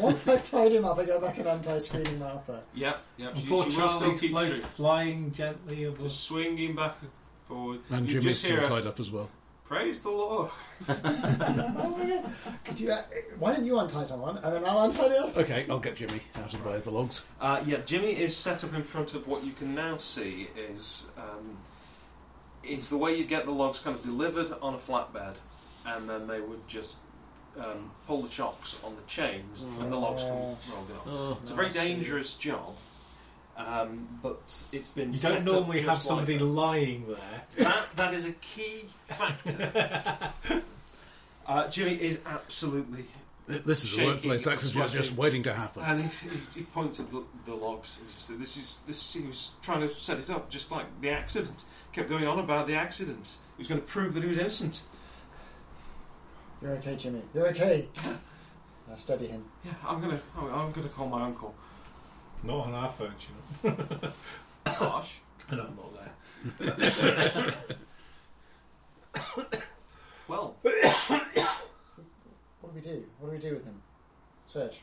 [SPEAKER 4] Once I've tied him up, I go back and untie Screaming Martha.
[SPEAKER 3] Yeah, yeah. She, she
[SPEAKER 1] poor
[SPEAKER 3] will still
[SPEAKER 1] Charlie's
[SPEAKER 3] keep
[SPEAKER 1] flo-
[SPEAKER 3] through.
[SPEAKER 1] flying gently above.
[SPEAKER 3] Just swinging back and forward.
[SPEAKER 7] And
[SPEAKER 3] You
[SPEAKER 7] Jimmy's
[SPEAKER 3] just hear
[SPEAKER 7] still
[SPEAKER 3] her,
[SPEAKER 7] tied up as well.
[SPEAKER 3] Praise the Lord.
[SPEAKER 4] Oh Could you? Uh, why don't you untie someone and then I'll untie the other?
[SPEAKER 7] Okay, I'll get Jimmy out of the way of the logs.
[SPEAKER 3] Uh, yeah, Jimmy is set up in front of what you can now see is um, is the way you get the logs kind of delivered on a flatbed, and then they would just um, pull the chocks on the chains, and the logs come rolling off.
[SPEAKER 1] Oh.
[SPEAKER 3] it's a very
[SPEAKER 1] Nasty.
[SPEAKER 3] dangerous job, um, but it's been.
[SPEAKER 1] You
[SPEAKER 3] set
[SPEAKER 1] don't
[SPEAKER 3] up
[SPEAKER 1] normally
[SPEAKER 3] just
[SPEAKER 1] have
[SPEAKER 3] like
[SPEAKER 1] somebody
[SPEAKER 3] that.
[SPEAKER 1] lying there.
[SPEAKER 3] That, that is a key factor. uh, Jimmy is absolutely.
[SPEAKER 7] Th- this is a
[SPEAKER 3] shaking
[SPEAKER 7] workplace
[SPEAKER 3] and
[SPEAKER 7] accident just
[SPEAKER 3] sweating.
[SPEAKER 7] waiting to happen.
[SPEAKER 3] And he, he, he points at the, the logs. And just said, this is this. He was trying to set it up, just like the accident. Kept going on about the accident. He was going to prove that he was innocent.
[SPEAKER 4] You're okay, Jimmy. You're okay. I steady him.
[SPEAKER 3] Yeah, I'm gonna. I'm, I'm gonna call my uncle.
[SPEAKER 1] Not on our phone, you know.
[SPEAKER 3] Gosh.
[SPEAKER 1] and I'm not there.
[SPEAKER 3] Well,
[SPEAKER 4] What do we do? What do we do with him? Serge.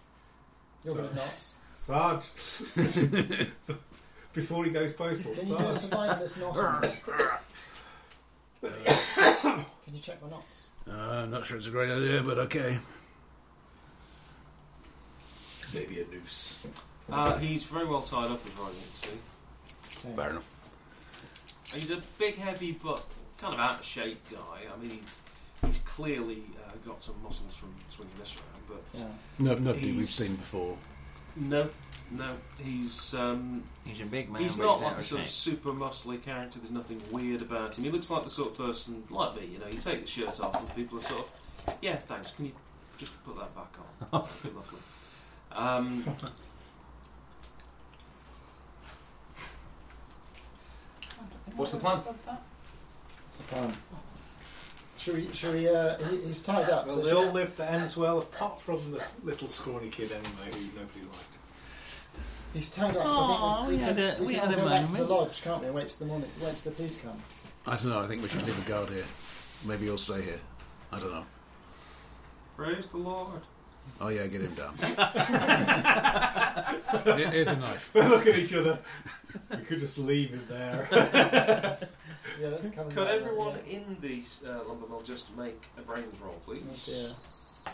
[SPEAKER 4] You're good at
[SPEAKER 1] Serge.
[SPEAKER 4] knots.
[SPEAKER 1] Sarge. Before he goes postal.
[SPEAKER 4] Can you do a
[SPEAKER 1] Sarge.
[SPEAKER 4] survivalist knot on me? Can you check my knots?
[SPEAKER 7] Uh, I'm not sure it's a great idea, but okay. Xavier Noose.
[SPEAKER 3] uh, he's very well tied up, as far as I can
[SPEAKER 7] Fair enough.
[SPEAKER 3] see. He's a big, heavy, but kind of out of shape guy. I mean, he's he's clearly uh, got some muscles from swinging this around, but
[SPEAKER 4] Yeah.
[SPEAKER 7] No, nobody we've
[SPEAKER 3] He's-
[SPEAKER 7] seen before.
[SPEAKER 3] No, no. He's um,
[SPEAKER 5] He's a big man,
[SPEAKER 3] He's
[SPEAKER 5] but
[SPEAKER 3] not
[SPEAKER 5] he's
[SPEAKER 3] like
[SPEAKER 5] out
[SPEAKER 3] a
[SPEAKER 5] of
[SPEAKER 3] sort of
[SPEAKER 5] shape.
[SPEAKER 3] super muscly character. There's nothing weird about him. He looks like the sort of person like me. You know, you take the shirt off and people are sort of, yeah, thanks. Can you just put that back on? That'd be lovely. Um, What's the plan?
[SPEAKER 4] It's a plan. Should we? Should we? Uh, he, he's tied up.
[SPEAKER 1] Well,
[SPEAKER 4] so
[SPEAKER 1] they
[SPEAKER 4] should-
[SPEAKER 1] all lived at Enswell, apart from the little scrawny kid anyway, who nobody liked.
[SPEAKER 4] He's tied up. So
[SPEAKER 5] Aw,
[SPEAKER 4] I think we,
[SPEAKER 5] we
[SPEAKER 4] we, can,
[SPEAKER 5] had a-
[SPEAKER 4] we
[SPEAKER 5] we
[SPEAKER 4] can
[SPEAKER 5] had a
[SPEAKER 4] all go back to the
[SPEAKER 5] moment.
[SPEAKER 4] lodge, can't we? and Wait till the morning. Wait till the police come.
[SPEAKER 7] I don't know, I think we should leave a guard here. Maybe you'll stay here. I don't know.
[SPEAKER 3] praise the Lord.
[SPEAKER 7] Oh, yeah, get him down. Here- Here's a knife.
[SPEAKER 1] They look at each other. We could just leave him there.
[SPEAKER 4] Yeah, that's kind of.
[SPEAKER 3] Could everyone in the uh, lumber mill just make a brains roll, please?
[SPEAKER 4] Oh dear.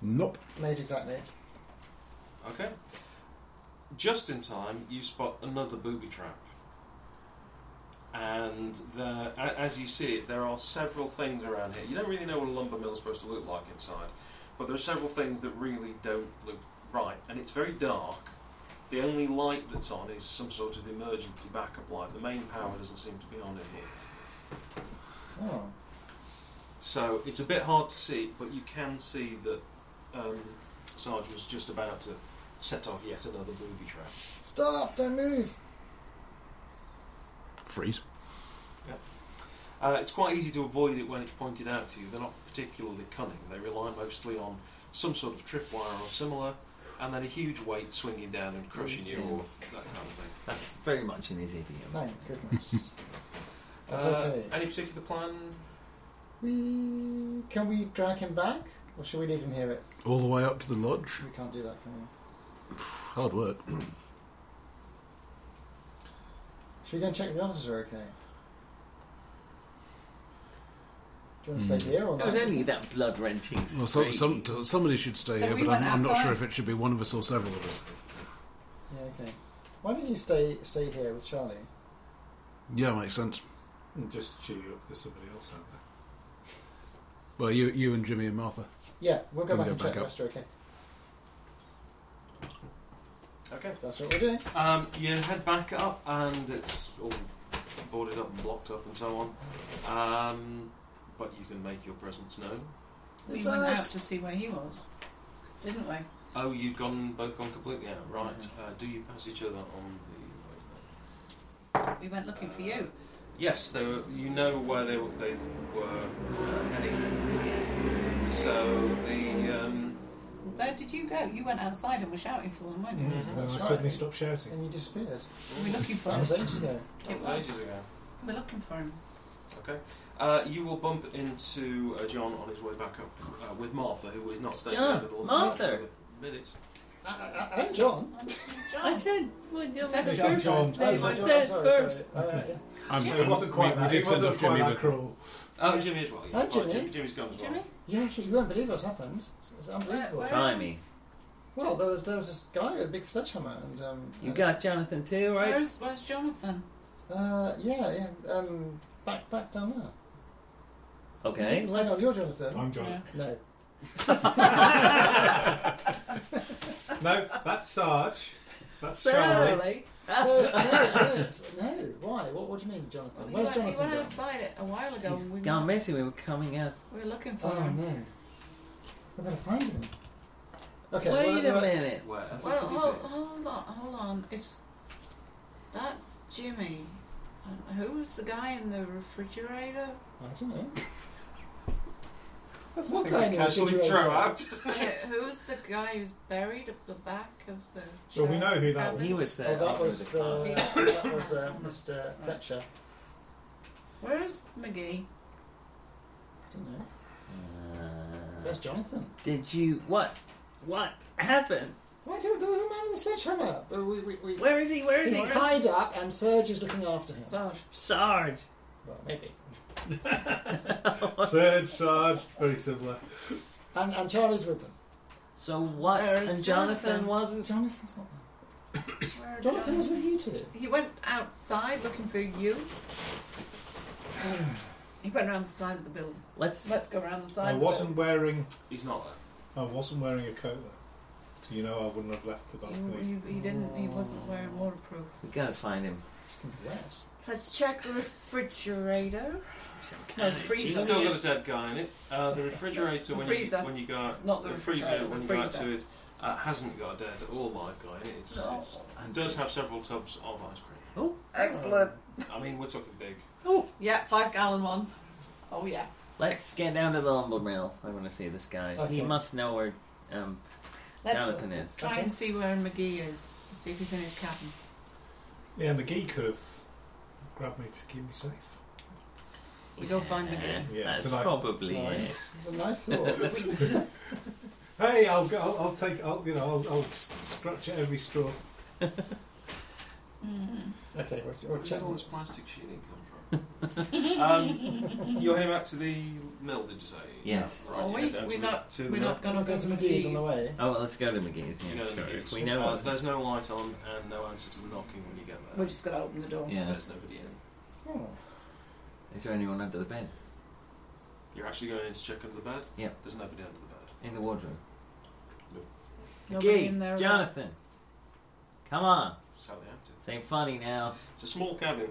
[SPEAKER 7] Nope.
[SPEAKER 4] Made exactly.
[SPEAKER 3] Okay. Just in time, you spot another booby trap. And there, a- as you see it, there are several things around here. You don't really know what a lumber mill is supposed to look like inside, but there are several things that really don't look right. And it's very dark. The only light that's on is some sort of emergency backup light. The main power doesn't seem to be on in here.
[SPEAKER 4] Oh.
[SPEAKER 3] So it's a bit hard to see, but you can see that um, Sarge was just about to set off yet another booby trap.
[SPEAKER 4] Stop! Don't move.
[SPEAKER 7] Freeze.
[SPEAKER 3] Uh, it's quite easy to avoid it when it's pointed out to you. They're not particularly cunning. They rely mostly on some sort of tripwire or similar, and then a huge weight swinging down and crushing
[SPEAKER 4] Mm,
[SPEAKER 3] you or that kind of thing.
[SPEAKER 5] That's very much in his idiom.
[SPEAKER 4] Thank goodness. That's
[SPEAKER 3] Uh,
[SPEAKER 4] okay.
[SPEAKER 3] Any particular plan?
[SPEAKER 4] We can we drag him back, or should we leave him here? It
[SPEAKER 7] All the way up to the lodge.
[SPEAKER 4] we can't do that, can we?
[SPEAKER 7] Hard work.
[SPEAKER 4] Should we go and check if the others are okay? Do you want to stay here or
[SPEAKER 5] It
[SPEAKER 4] not?
[SPEAKER 5] was only that blood wrenching.
[SPEAKER 7] Well, so, some, t- somebody should stay
[SPEAKER 12] So
[SPEAKER 7] here,
[SPEAKER 12] we
[SPEAKER 7] but I'm,
[SPEAKER 12] went
[SPEAKER 7] I'm not sure
[SPEAKER 12] outside?
[SPEAKER 7] if it should be one of us or several of us.
[SPEAKER 4] Yeah, okay. Why don't you stay stay here with Charlie?
[SPEAKER 7] Yeah, makes sense.
[SPEAKER 1] Just cheer you up. There's somebody else out there.
[SPEAKER 7] Well, you, you and Jimmy and Martha.
[SPEAKER 4] Yeah, we'll go
[SPEAKER 7] Then
[SPEAKER 4] back and check
[SPEAKER 7] up.
[SPEAKER 4] Lester, okay?
[SPEAKER 3] Okay.
[SPEAKER 4] That's what we're doing.
[SPEAKER 3] Um, you head back up, and it's all boarded up and blocked up and so on. Um, but you can make your presence known.
[SPEAKER 8] We
[SPEAKER 4] It's
[SPEAKER 8] went out to
[SPEAKER 4] us.
[SPEAKER 8] see where he was, didn't we?
[SPEAKER 3] Oh, you've gone both gone completely out, right?
[SPEAKER 4] Mm-hmm.
[SPEAKER 3] Uh, do you pass each other on the?
[SPEAKER 8] We went looking for you.
[SPEAKER 3] Yes, they were, you know where they were, they were heading. So the um,
[SPEAKER 8] Where did you go? You went outside and were shouting for them, weren't you?
[SPEAKER 3] Mhm.
[SPEAKER 1] And I
[SPEAKER 4] That's right.
[SPEAKER 1] suddenly stopped shouting.
[SPEAKER 4] And you disappeared.
[SPEAKER 8] We're looking for
[SPEAKER 4] Mm-hmm. That was
[SPEAKER 8] him.
[SPEAKER 4] ages ago.
[SPEAKER 8] It
[SPEAKER 3] ages
[SPEAKER 8] was.
[SPEAKER 3] ago.
[SPEAKER 8] We're looking for him.
[SPEAKER 3] Okay. Uh, you will bump into uh, John on his way back up uh, with Martha, who is not staying
[SPEAKER 5] John,
[SPEAKER 3] there with all the
[SPEAKER 5] Martha.
[SPEAKER 3] minutes.
[SPEAKER 4] I, I, I'm uh, John.
[SPEAKER 5] I said, well, you
[SPEAKER 8] said
[SPEAKER 5] said
[SPEAKER 8] John,
[SPEAKER 5] first.
[SPEAKER 1] John.
[SPEAKER 5] name. I
[SPEAKER 4] Sorry,
[SPEAKER 5] said
[SPEAKER 4] sorry,
[SPEAKER 5] first.
[SPEAKER 4] sorry. All right, yeah.
[SPEAKER 7] I'm,
[SPEAKER 1] It wasn't quite
[SPEAKER 7] Um, we,
[SPEAKER 1] that.
[SPEAKER 7] we did
[SPEAKER 1] it
[SPEAKER 7] send
[SPEAKER 1] wasn't
[SPEAKER 7] up
[SPEAKER 1] quite
[SPEAKER 7] Jimmy.
[SPEAKER 1] that
[SPEAKER 7] But
[SPEAKER 1] cruel.
[SPEAKER 3] Oh, Jimmy as well. Yeah.
[SPEAKER 4] Hi,
[SPEAKER 3] Right,
[SPEAKER 4] Jimmy.
[SPEAKER 3] Jim- Jimmy's gone as well.
[SPEAKER 8] Jimmy?
[SPEAKER 4] Yeah, you won't believe what's happened. It's, it's unbelievable.
[SPEAKER 8] Where-
[SPEAKER 5] Try me.
[SPEAKER 4] Well, there was there was this guy with a big sledgehammer, and um,
[SPEAKER 5] You got Jonathan too, right?
[SPEAKER 8] Where's, where's Jonathan?
[SPEAKER 4] uh, yeah, yeah, um, back back down there.
[SPEAKER 5] Okay.
[SPEAKER 4] Hang on, you're Jonathan.
[SPEAKER 1] I'm John.
[SPEAKER 4] No,
[SPEAKER 1] No, that's Sarge. That's
[SPEAKER 4] so
[SPEAKER 1] Charlie.
[SPEAKER 4] early. So Oh, no, no, it's- no. Why? What, what do you mean, Jonathan?
[SPEAKER 8] He
[SPEAKER 4] Where's
[SPEAKER 8] went, he
[SPEAKER 4] Jonathan?
[SPEAKER 8] went
[SPEAKER 4] Gone?
[SPEAKER 8] outside it a while ago.
[SPEAKER 5] He's
[SPEAKER 8] we
[SPEAKER 5] gone messy. We were coming out.
[SPEAKER 8] we were looking for
[SPEAKER 4] Oh
[SPEAKER 8] him.
[SPEAKER 4] no, we better find him. Okay, well,
[SPEAKER 5] Wait a
[SPEAKER 4] well,
[SPEAKER 5] minute.
[SPEAKER 3] Where? I thought
[SPEAKER 8] Well, oh.
[SPEAKER 3] Jimmy
[SPEAKER 8] hold,
[SPEAKER 3] did.
[SPEAKER 8] hold on, hold on. If that's Jimmy, and who was the guy in the refrigerator?
[SPEAKER 4] I don't know.
[SPEAKER 1] That's
[SPEAKER 4] What
[SPEAKER 1] the thing I
[SPEAKER 4] kind of
[SPEAKER 1] casually
[SPEAKER 4] refrigerator?
[SPEAKER 1] throw out.
[SPEAKER 8] yeah, who was the guy who's buried at the back of the?
[SPEAKER 1] Well, we know who that
[SPEAKER 8] cabin?
[SPEAKER 1] was.
[SPEAKER 5] He was there.
[SPEAKER 4] Oh, that
[SPEAKER 5] after
[SPEAKER 4] was
[SPEAKER 5] the
[SPEAKER 4] uh,
[SPEAKER 8] car.
[SPEAKER 4] that was uh, Mr. Fletcher.
[SPEAKER 8] Where is McGee?
[SPEAKER 4] I don't know.
[SPEAKER 5] car. Uh,
[SPEAKER 4] Where's Jonathan?
[SPEAKER 5] did you what? What happened?
[SPEAKER 4] Why don't, there was a man with a sledgehammer. We, we, we, we-
[SPEAKER 5] Where is he? Where is
[SPEAKER 4] He's
[SPEAKER 5] he?
[SPEAKER 4] tied up, and Serge is looking after him.
[SPEAKER 8] Sarge.
[SPEAKER 5] Sarge.
[SPEAKER 4] Well, maybe.
[SPEAKER 1] Serge, Sarge, very similar.
[SPEAKER 4] And, and Charlie's with them.
[SPEAKER 5] So what?
[SPEAKER 8] Where is
[SPEAKER 5] And Jonathan
[SPEAKER 8] Jonathan?
[SPEAKER 5] wasn't.
[SPEAKER 4] Jonathan's not there.
[SPEAKER 8] Where are
[SPEAKER 4] Jonathan was
[SPEAKER 8] Jonathan?
[SPEAKER 4] with you two.
[SPEAKER 8] He went outside looking for you. he went around the side of the building.
[SPEAKER 5] Let's.
[SPEAKER 8] Let's go around the side.
[SPEAKER 1] I
[SPEAKER 8] of the
[SPEAKER 1] wasn't wearing.
[SPEAKER 3] He's not there.
[SPEAKER 1] I wasn't wearing a coat though, so you know I wouldn't have left the
[SPEAKER 8] building.
[SPEAKER 1] balcony.
[SPEAKER 8] You- you- he didn't. He wasn't wearing waterproof.
[SPEAKER 5] We gotta find him.
[SPEAKER 4] It's going to be worse.
[SPEAKER 8] Let's check the refrigerator. No, the
[SPEAKER 3] He's
[SPEAKER 8] freezer.
[SPEAKER 3] still got a dead guy in it. Uh, the refrigerator,
[SPEAKER 8] The
[SPEAKER 3] when,
[SPEAKER 8] freezer.
[SPEAKER 3] You, when you go out,
[SPEAKER 8] Not the
[SPEAKER 3] freezer,
[SPEAKER 8] refrigerator,
[SPEAKER 3] when you
[SPEAKER 8] the
[SPEAKER 3] go out
[SPEAKER 8] freezer.
[SPEAKER 3] to it, uh, hasn't got a dead or live guy in it. It's, it's,
[SPEAKER 5] I'm
[SPEAKER 3] it does
[SPEAKER 5] good.
[SPEAKER 3] have several tubs of ice cream.
[SPEAKER 8] Excellent.
[SPEAKER 3] I mean, we're talking big.
[SPEAKER 8] Yeah, five gallon ones. Oh yeah.
[SPEAKER 5] Let's get down to the lumber mill. I want to see this guy.
[SPEAKER 4] Okay.
[SPEAKER 5] He must know where um,
[SPEAKER 8] Let's
[SPEAKER 5] Jonathan is.
[SPEAKER 8] try and see where McGee is. See if he's in his cabin.
[SPEAKER 1] Yeah, McGee could have grabbed me to keep me safe.
[SPEAKER 8] We go find McGee.
[SPEAKER 1] Yeah,
[SPEAKER 5] that's
[SPEAKER 1] tonight.
[SPEAKER 5] probably
[SPEAKER 1] Tonight.
[SPEAKER 5] it.
[SPEAKER 4] It's a nice thought.
[SPEAKER 1] Hey, I'll go. I'll, I'll take. I'll you know. I'll, I'll s- scratch at every straw.
[SPEAKER 8] Mm-hmm.
[SPEAKER 4] okay, we're, we're
[SPEAKER 3] Where did all
[SPEAKER 4] checking.
[SPEAKER 3] this plastic shielding come from? um, you're heading back to the mill, did you say?
[SPEAKER 5] Yes.
[SPEAKER 3] Right,
[SPEAKER 8] Are
[SPEAKER 3] you
[SPEAKER 8] we?
[SPEAKER 3] head down to
[SPEAKER 8] We're
[SPEAKER 3] the-
[SPEAKER 8] not-
[SPEAKER 3] to the
[SPEAKER 8] We're
[SPEAKER 3] mill.
[SPEAKER 8] not going to go to
[SPEAKER 4] McGee's on the way.
[SPEAKER 5] Oh, well, let's go to McGee's. Yeah,
[SPEAKER 3] You know, the
[SPEAKER 5] sure.
[SPEAKER 3] gates.
[SPEAKER 5] If we know
[SPEAKER 3] Uh,
[SPEAKER 5] what's-
[SPEAKER 3] there's no light on and no answer to the knocking when you get
[SPEAKER 8] We're
[SPEAKER 3] there.
[SPEAKER 8] just going to open the door.
[SPEAKER 5] Yeah.
[SPEAKER 3] There's nobody in.
[SPEAKER 4] Oh,
[SPEAKER 5] Is there anyone under the bed?
[SPEAKER 3] You're actually going in to check under the bed?
[SPEAKER 5] Yeah.
[SPEAKER 3] There's nobody under the
[SPEAKER 5] In the wardrobe?
[SPEAKER 8] Nobody
[SPEAKER 5] McGee,
[SPEAKER 8] in there.
[SPEAKER 5] Jonathan, come on.
[SPEAKER 3] bed. It's how they acted.
[SPEAKER 5] It's ain't funny now.
[SPEAKER 3] It's a small cabin.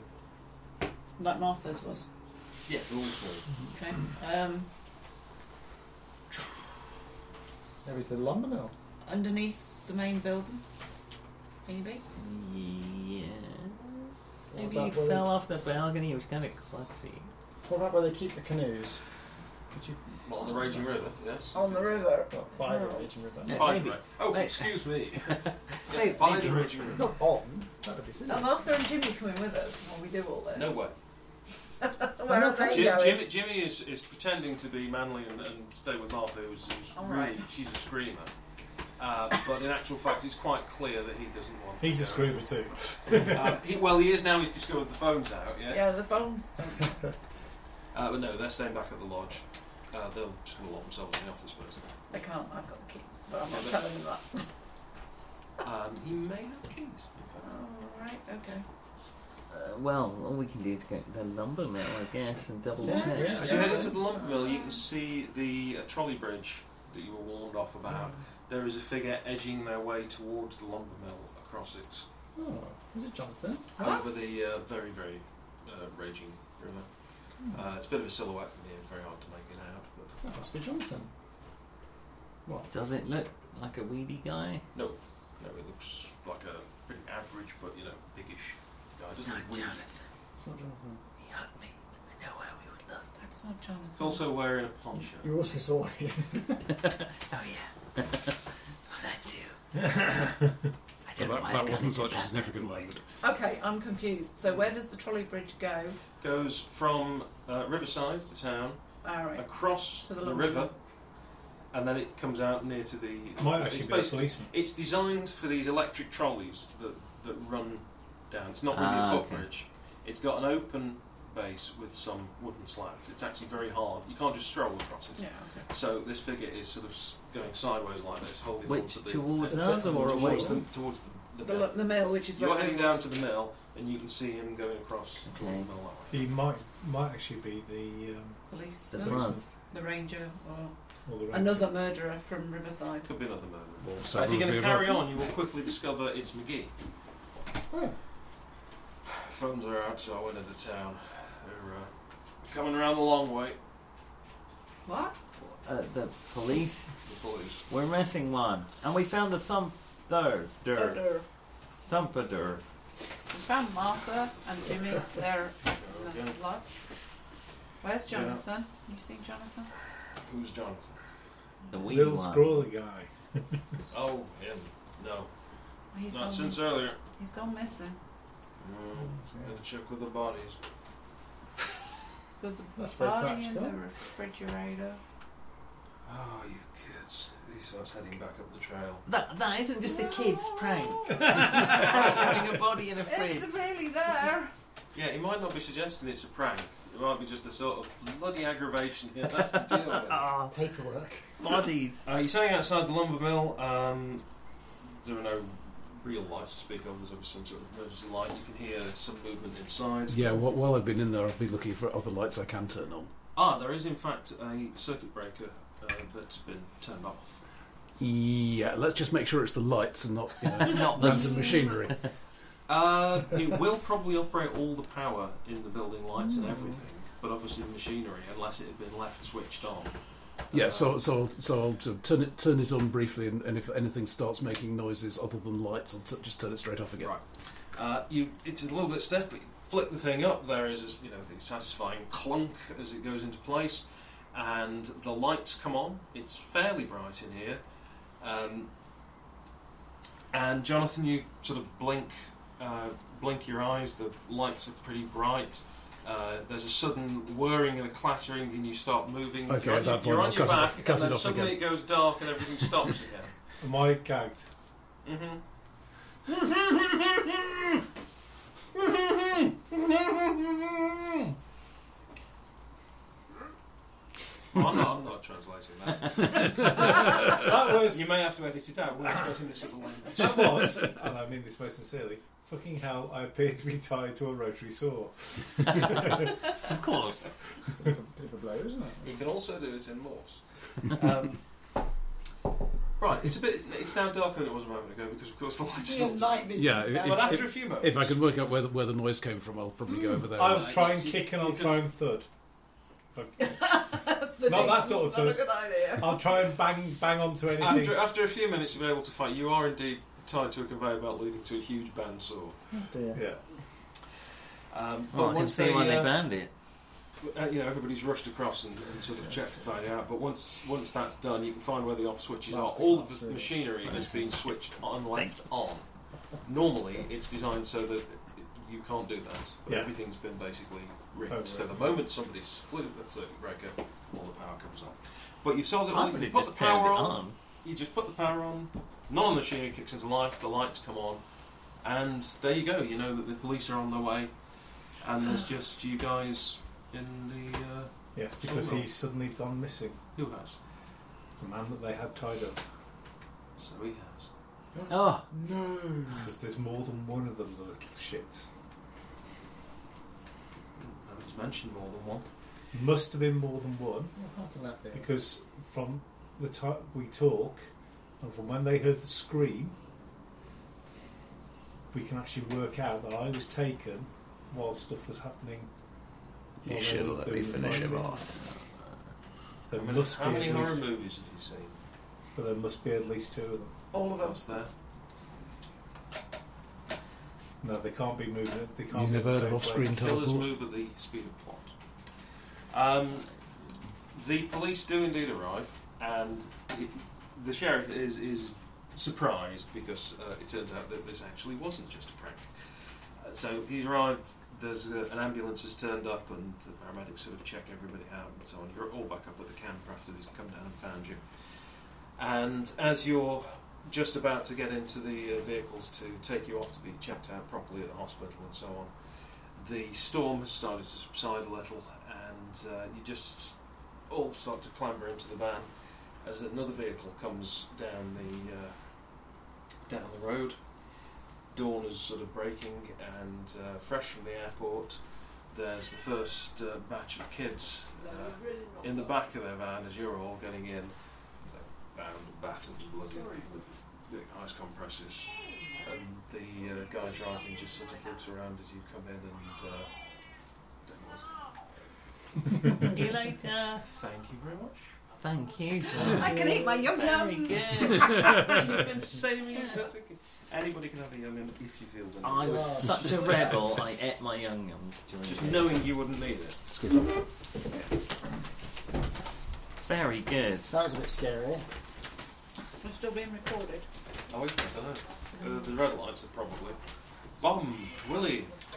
[SPEAKER 8] Like Martha's was.
[SPEAKER 3] Yeah, they're all small.
[SPEAKER 8] Okay. Um,
[SPEAKER 4] maybe it's the lumber mill.
[SPEAKER 8] underneath the main building. Maybe.
[SPEAKER 5] Yeah.
[SPEAKER 4] What
[SPEAKER 5] Maybe
[SPEAKER 4] about
[SPEAKER 5] he
[SPEAKER 4] where they-
[SPEAKER 5] fell off the balcony. He was kind of klutzy.
[SPEAKER 4] What about where they keep the canoes? Could you
[SPEAKER 3] What, on the raging river? Yes.
[SPEAKER 8] On the river.
[SPEAKER 4] well, buy the Raging River?
[SPEAKER 5] Yeah,
[SPEAKER 3] By the
[SPEAKER 5] maybe.
[SPEAKER 3] way. Oh,
[SPEAKER 5] Mate.
[SPEAKER 3] excuse me. yeah,
[SPEAKER 5] Maybe.
[SPEAKER 3] by the raging river.
[SPEAKER 4] Not on. That would be silly.
[SPEAKER 8] Are Oh, Martha and Jimmy coming with us while we do all this?
[SPEAKER 3] No way.
[SPEAKER 8] Where
[SPEAKER 4] No,
[SPEAKER 8] are they
[SPEAKER 3] Jim,
[SPEAKER 8] going?
[SPEAKER 3] Jimmy, Jimmy is, is pretending to be manly and, and stay with Martha, who's, who's
[SPEAKER 8] All
[SPEAKER 3] really
[SPEAKER 8] right.
[SPEAKER 3] she's a screamer. Uh, but in actual fact, it's quite clear that he doesn't want.
[SPEAKER 1] He's
[SPEAKER 3] to
[SPEAKER 1] a
[SPEAKER 3] go.
[SPEAKER 1] screamer too.
[SPEAKER 3] Um, he, well, he is now. He's discovered the phone's out. Yeah.
[SPEAKER 8] Yeah, the phones.
[SPEAKER 3] Uh, but no, they're staying back at the lodge. Uh, they'll just lock themselves in the office, I
[SPEAKER 8] They can't. I've got the key, but I'm not
[SPEAKER 3] Yeah, but-
[SPEAKER 8] telling them that.
[SPEAKER 3] suppose. Um, he may have keys. in fact.
[SPEAKER 8] All right. Okay.
[SPEAKER 5] Uh, well, all we can do is go to the lumber mill, I guess, and double
[SPEAKER 3] Yeah,
[SPEAKER 5] check.
[SPEAKER 3] As you head into the lumber mill, you can see the uh, trolley bridge that you were warned off about. There is a figure edging their way towards the lumber mill across it.
[SPEAKER 4] Oh, is it Jonathan?
[SPEAKER 3] Over the uh, very, very uh, raging river.
[SPEAKER 8] Hmm.
[SPEAKER 3] Uh, it's a bit of a silhouette from here, it's very hard to make it out. But
[SPEAKER 4] That must be Jonathan.
[SPEAKER 5] Does it look like a weedy guy?
[SPEAKER 3] No, no, it looks like a pretty average, but you know, biggish guy. Doesn't look weird.
[SPEAKER 4] It's not Jonathan.
[SPEAKER 5] He hugged me. I know how we would look.
[SPEAKER 8] That's not Jonathan.
[SPEAKER 3] It's also wearing a poncho.
[SPEAKER 4] You also saw him.
[SPEAKER 5] Oh yeah. that too.
[SPEAKER 7] Well, that that wasn't such a significant moment.
[SPEAKER 8] Okay, I'm confused. So where does the trolley bridge go?
[SPEAKER 3] Goes from uh, Riverside, the town,
[SPEAKER 8] All right.
[SPEAKER 3] across
[SPEAKER 8] To
[SPEAKER 3] the,
[SPEAKER 8] the lumber
[SPEAKER 3] river,
[SPEAKER 8] mill.
[SPEAKER 3] and then it comes out near to the.
[SPEAKER 1] Might actually
[SPEAKER 3] it's
[SPEAKER 1] be a
[SPEAKER 3] basically-
[SPEAKER 1] policeman.
[SPEAKER 3] It's designed for these electric trolleys that that run down. It's not really
[SPEAKER 5] Ah,
[SPEAKER 3] a
[SPEAKER 5] okay.
[SPEAKER 3] footbridge. It's got an open base with some wooden slabs. It's actually very hard. You can't just stroll across it.
[SPEAKER 8] Yeah, okay.
[SPEAKER 3] So this figure is sort of s- going sideways like this, holding
[SPEAKER 5] Which,
[SPEAKER 3] onto the-
[SPEAKER 5] towards us or away?
[SPEAKER 3] towards the, towards the,
[SPEAKER 8] The, lo- the mill, which is
[SPEAKER 3] You're
[SPEAKER 8] where
[SPEAKER 3] heading down to the mill, and you can see him going across towards the mill that way.
[SPEAKER 1] He might might actually be the um,
[SPEAKER 8] police,
[SPEAKER 5] The
[SPEAKER 8] no,
[SPEAKER 5] France.
[SPEAKER 8] the ranger, or
[SPEAKER 1] or the
[SPEAKER 8] another murderer from Riverside.
[SPEAKER 3] Could be another murder.
[SPEAKER 7] Well,
[SPEAKER 3] But if
[SPEAKER 7] several
[SPEAKER 3] you're going to
[SPEAKER 7] of the
[SPEAKER 3] carry
[SPEAKER 7] above.
[SPEAKER 3] on, you will quickly discover it's McGee.
[SPEAKER 4] Oh.
[SPEAKER 3] Phones are out, so I went into town. They're uh, coming around the long way.
[SPEAKER 8] What?
[SPEAKER 5] Uh, the police.
[SPEAKER 3] The police.
[SPEAKER 5] We're missing one, and we found the thump there, der,
[SPEAKER 8] Murder.
[SPEAKER 5] thumper
[SPEAKER 8] We found Martha and Jimmy there in
[SPEAKER 3] Yeah.
[SPEAKER 8] the lodge. Where's
[SPEAKER 3] Yeah.
[SPEAKER 8] Jonathan? You seen Jonathan?
[SPEAKER 3] Who's Jonathan?
[SPEAKER 5] the wee
[SPEAKER 1] little
[SPEAKER 5] one.
[SPEAKER 1] scrawly guy.
[SPEAKER 3] Oh, him. No,
[SPEAKER 8] He's
[SPEAKER 3] not
[SPEAKER 8] gone.
[SPEAKER 3] since earlier.
[SPEAKER 8] He's gone missing.
[SPEAKER 3] Mm, Gotta check with the bodies.
[SPEAKER 8] There's a
[SPEAKER 4] That's very
[SPEAKER 8] body in the
[SPEAKER 4] practical.
[SPEAKER 8] refrigerator.
[SPEAKER 3] Oh, you kids! These starts heading back up the trail.
[SPEAKER 5] That that isn't just a kid's prank. Having a body in a fridge.
[SPEAKER 8] It's really there.
[SPEAKER 3] Yeah, he might not be suggesting it's a prank. It might be just a sort of bloody aggravation here. That's the deal with.
[SPEAKER 5] Ah,
[SPEAKER 4] Paperwork.
[SPEAKER 5] bodies.
[SPEAKER 3] Uh, you're standing outside the lumber mill. Um, there are no real lights to speak of. There's obviously some sort of emergency light. You can hear some movement inside.
[SPEAKER 7] Yeah, wh- while I've been in there, I've been looking for other lights I can turn on.
[SPEAKER 3] Ah, there is in fact a circuit breaker uh, that's been turned off.
[SPEAKER 7] Yeah, let's just make sure it's the lights and not, you know,
[SPEAKER 5] Not the-
[SPEAKER 7] random machinery.
[SPEAKER 3] Uh, it will probably operate all the power in the building lights
[SPEAKER 7] Mm.
[SPEAKER 3] and everything, but obviously the machinery, unless it had been left switched on.
[SPEAKER 7] Yeah, so so so I'll sort of turn it turn it on briefly, and, and if anything starts making noises other than lights, I'll t- just turn it straight off again.
[SPEAKER 3] Right. Uh, you, it's a little bit stiff, but you flip the thing up. There is, this, you know, the satisfying clunk as it goes into place, and the lights come on. It's fairly bright in here, um, and Jonathan, you sort of blink, uh, blink your eyes. The lights are pretty bright. Uh, there's a sudden whirring and a clattering, and you start moving.
[SPEAKER 7] Okay,
[SPEAKER 3] you're on,
[SPEAKER 7] at that
[SPEAKER 3] your- you're
[SPEAKER 7] point,
[SPEAKER 3] on
[SPEAKER 7] I'll
[SPEAKER 3] your
[SPEAKER 7] cut it
[SPEAKER 3] back,
[SPEAKER 7] off- cut
[SPEAKER 3] and
[SPEAKER 7] it
[SPEAKER 3] then
[SPEAKER 7] off
[SPEAKER 3] suddenly
[SPEAKER 7] again.
[SPEAKER 3] it goes dark, and everything stops again.
[SPEAKER 1] Am I gagged?
[SPEAKER 3] hmm Well, I'm, not, I'm not translating that. that was. You may have to edit it out. We're not putting this in the language.
[SPEAKER 1] That was, and I mean this most sincerely. Fucking hell! I appear to be tied to a rotary saw.
[SPEAKER 5] Of course.
[SPEAKER 4] bit of a- bit of a blow, isn't it?
[SPEAKER 3] You can also do it in Morse. Um, right, it's a bit. It's now darker than it was a moment ago because, of course, the light's
[SPEAKER 8] Real
[SPEAKER 3] not.
[SPEAKER 8] night vision.
[SPEAKER 7] Yeah, if-
[SPEAKER 3] But after a few moments,
[SPEAKER 7] If I can work out where the, where the noise came from, I'll probably go over there.
[SPEAKER 1] I'll try and
[SPEAKER 3] You-
[SPEAKER 1] kick and
[SPEAKER 3] you
[SPEAKER 1] I'll
[SPEAKER 3] can-
[SPEAKER 1] try and thud. Fuck.
[SPEAKER 8] The
[SPEAKER 1] Not that
[SPEAKER 8] date's
[SPEAKER 1] sort of
[SPEAKER 8] not a
[SPEAKER 1] thing.
[SPEAKER 8] good idea.
[SPEAKER 1] I'll try and bang bang onto anything.
[SPEAKER 3] after, after a few minutes, you'll be able to fight. You are indeed tied to a conveyor belt leading to a huge bandsaw.
[SPEAKER 4] Oh dear.
[SPEAKER 1] yeah.
[SPEAKER 3] Um, but
[SPEAKER 5] Well, Oh, I can
[SPEAKER 3] once
[SPEAKER 5] see why they
[SPEAKER 3] uh,
[SPEAKER 5] banned it.
[SPEAKER 3] uh, you know, everybody's rushed across and, and sort of checked to find out. But once once that's done, you can find where the off switches are.
[SPEAKER 4] Plastic
[SPEAKER 3] All of
[SPEAKER 4] parts,
[SPEAKER 3] the
[SPEAKER 4] really.
[SPEAKER 3] machinery has been switched on, left on. Normally, it's designed so that it- you can't do that. But
[SPEAKER 1] Yeah.
[SPEAKER 3] everything's been basically
[SPEAKER 1] Totally.
[SPEAKER 3] ripped. So the moment somebody's flitted that circuit breaker, all the power comes on. But you've sold it
[SPEAKER 5] I
[SPEAKER 3] all.
[SPEAKER 5] would
[SPEAKER 3] You
[SPEAKER 5] have
[SPEAKER 3] put the
[SPEAKER 5] just turned
[SPEAKER 3] power
[SPEAKER 5] it
[SPEAKER 3] on.
[SPEAKER 5] on.
[SPEAKER 3] You just put the power on. None of the machinery kicks into life. The lights come on, and there you go. You know that the police are on their way, and there's just you guys in the. Uh,
[SPEAKER 1] Yes, because
[SPEAKER 3] Somehow.
[SPEAKER 1] he's suddenly gone missing.
[SPEAKER 3] who has?
[SPEAKER 1] The man that they had tied up.
[SPEAKER 3] So he has.
[SPEAKER 5] Oh,
[SPEAKER 4] No.
[SPEAKER 1] Because there's more than one of them, the little shits.
[SPEAKER 3] mention more than one.
[SPEAKER 1] Must have been more than one.
[SPEAKER 4] Well, how can that be?
[SPEAKER 1] Because from the time we talk, and from when they heard the scream, we can actually work out that I was taken while stuff was happening.
[SPEAKER 11] You
[SPEAKER 1] while they
[SPEAKER 11] should
[SPEAKER 1] were
[SPEAKER 11] let
[SPEAKER 1] doing
[SPEAKER 11] me
[SPEAKER 1] the
[SPEAKER 11] finish him
[SPEAKER 1] fighting.
[SPEAKER 11] off.
[SPEAKER 1] There
[SPEAKER 3] How many-
[SPEAKER 1] must
[SPEAKER 3] how
[SPEAKER 1] be at
[SPEAKER 3] many horror
[SPEAKER 1] least-
[SPEAKER 3] movies have you seen?
[SPEAKER 1] But there must be at least two of them.
[SPEAKER 12] All of them.
[SPEAKER 3] What's there?
[SPEAKER 1] No, they can't be moving. They can't.
[SPEAKER 7] You
[SPEAKER 1] be at
[SPEAKER 7] never
[SPEAKER 1] the
[SPEAKER 7] heard
[SPEAKER 1] same
[SPEAKER 7] of
[SPEAKER 1] place.
[SPEAKER 7] off-screen
[SPEAKER 3] Killers move at the speed of plot. Um, the police do indeed arrive, and it, the sheriff is is surprised because uh, it turns out that this actually wasn't just a prank. Uh, so he's arrived. There's a, an ambulance has turned up, and the paramedics sort of check everybody out and so on. You're all back up at the camp after he's come down and found you. And as you're just about to get into the uh, vehicles to take you off to be checked out properly at the hospital and so on, the storm has started to subside a little, and uh, you just all start to clamber into the van as another vehicle comes down the uh, down the road. Dawn is sort of breaking, and uh, fresh from the airport, there's the first uh, batch of kids uh, in the back of their van as you're all getting in. They're bound and battered and bloody with big ice compresses. And the uh, guy driving just sort of looks around as you come in and. Uh, dangles.
[SPEAKER 13] See you later.
[SPEAKER 3] Thank you very much.
[SPEAKER 13] Thank you.
[SPEAKER 12] I can eat my yum yum.
[SPEAKER 13] Very
[SPEAKER 3] You've
[SPEAKER 13] good.
[SPEAKER 3] been saving it. That's okay. Anybody can have a young if you feel the need.
[SPEAKER 13] I was such a rebel, I ate my young yum during
[SPEAKER 3] Just
[SPEAKER 13] the-
[SPEAKER 3] knowing you wouldn't need it.
[SPEAKER 13] Very good.
[SPEAKER 4] That was a bit scary.
[SPEAKER 12] We're still being recorded.
[SPEAKER 3] I wish I don't know. Uh, the red lights are probably. Bomb, Willie,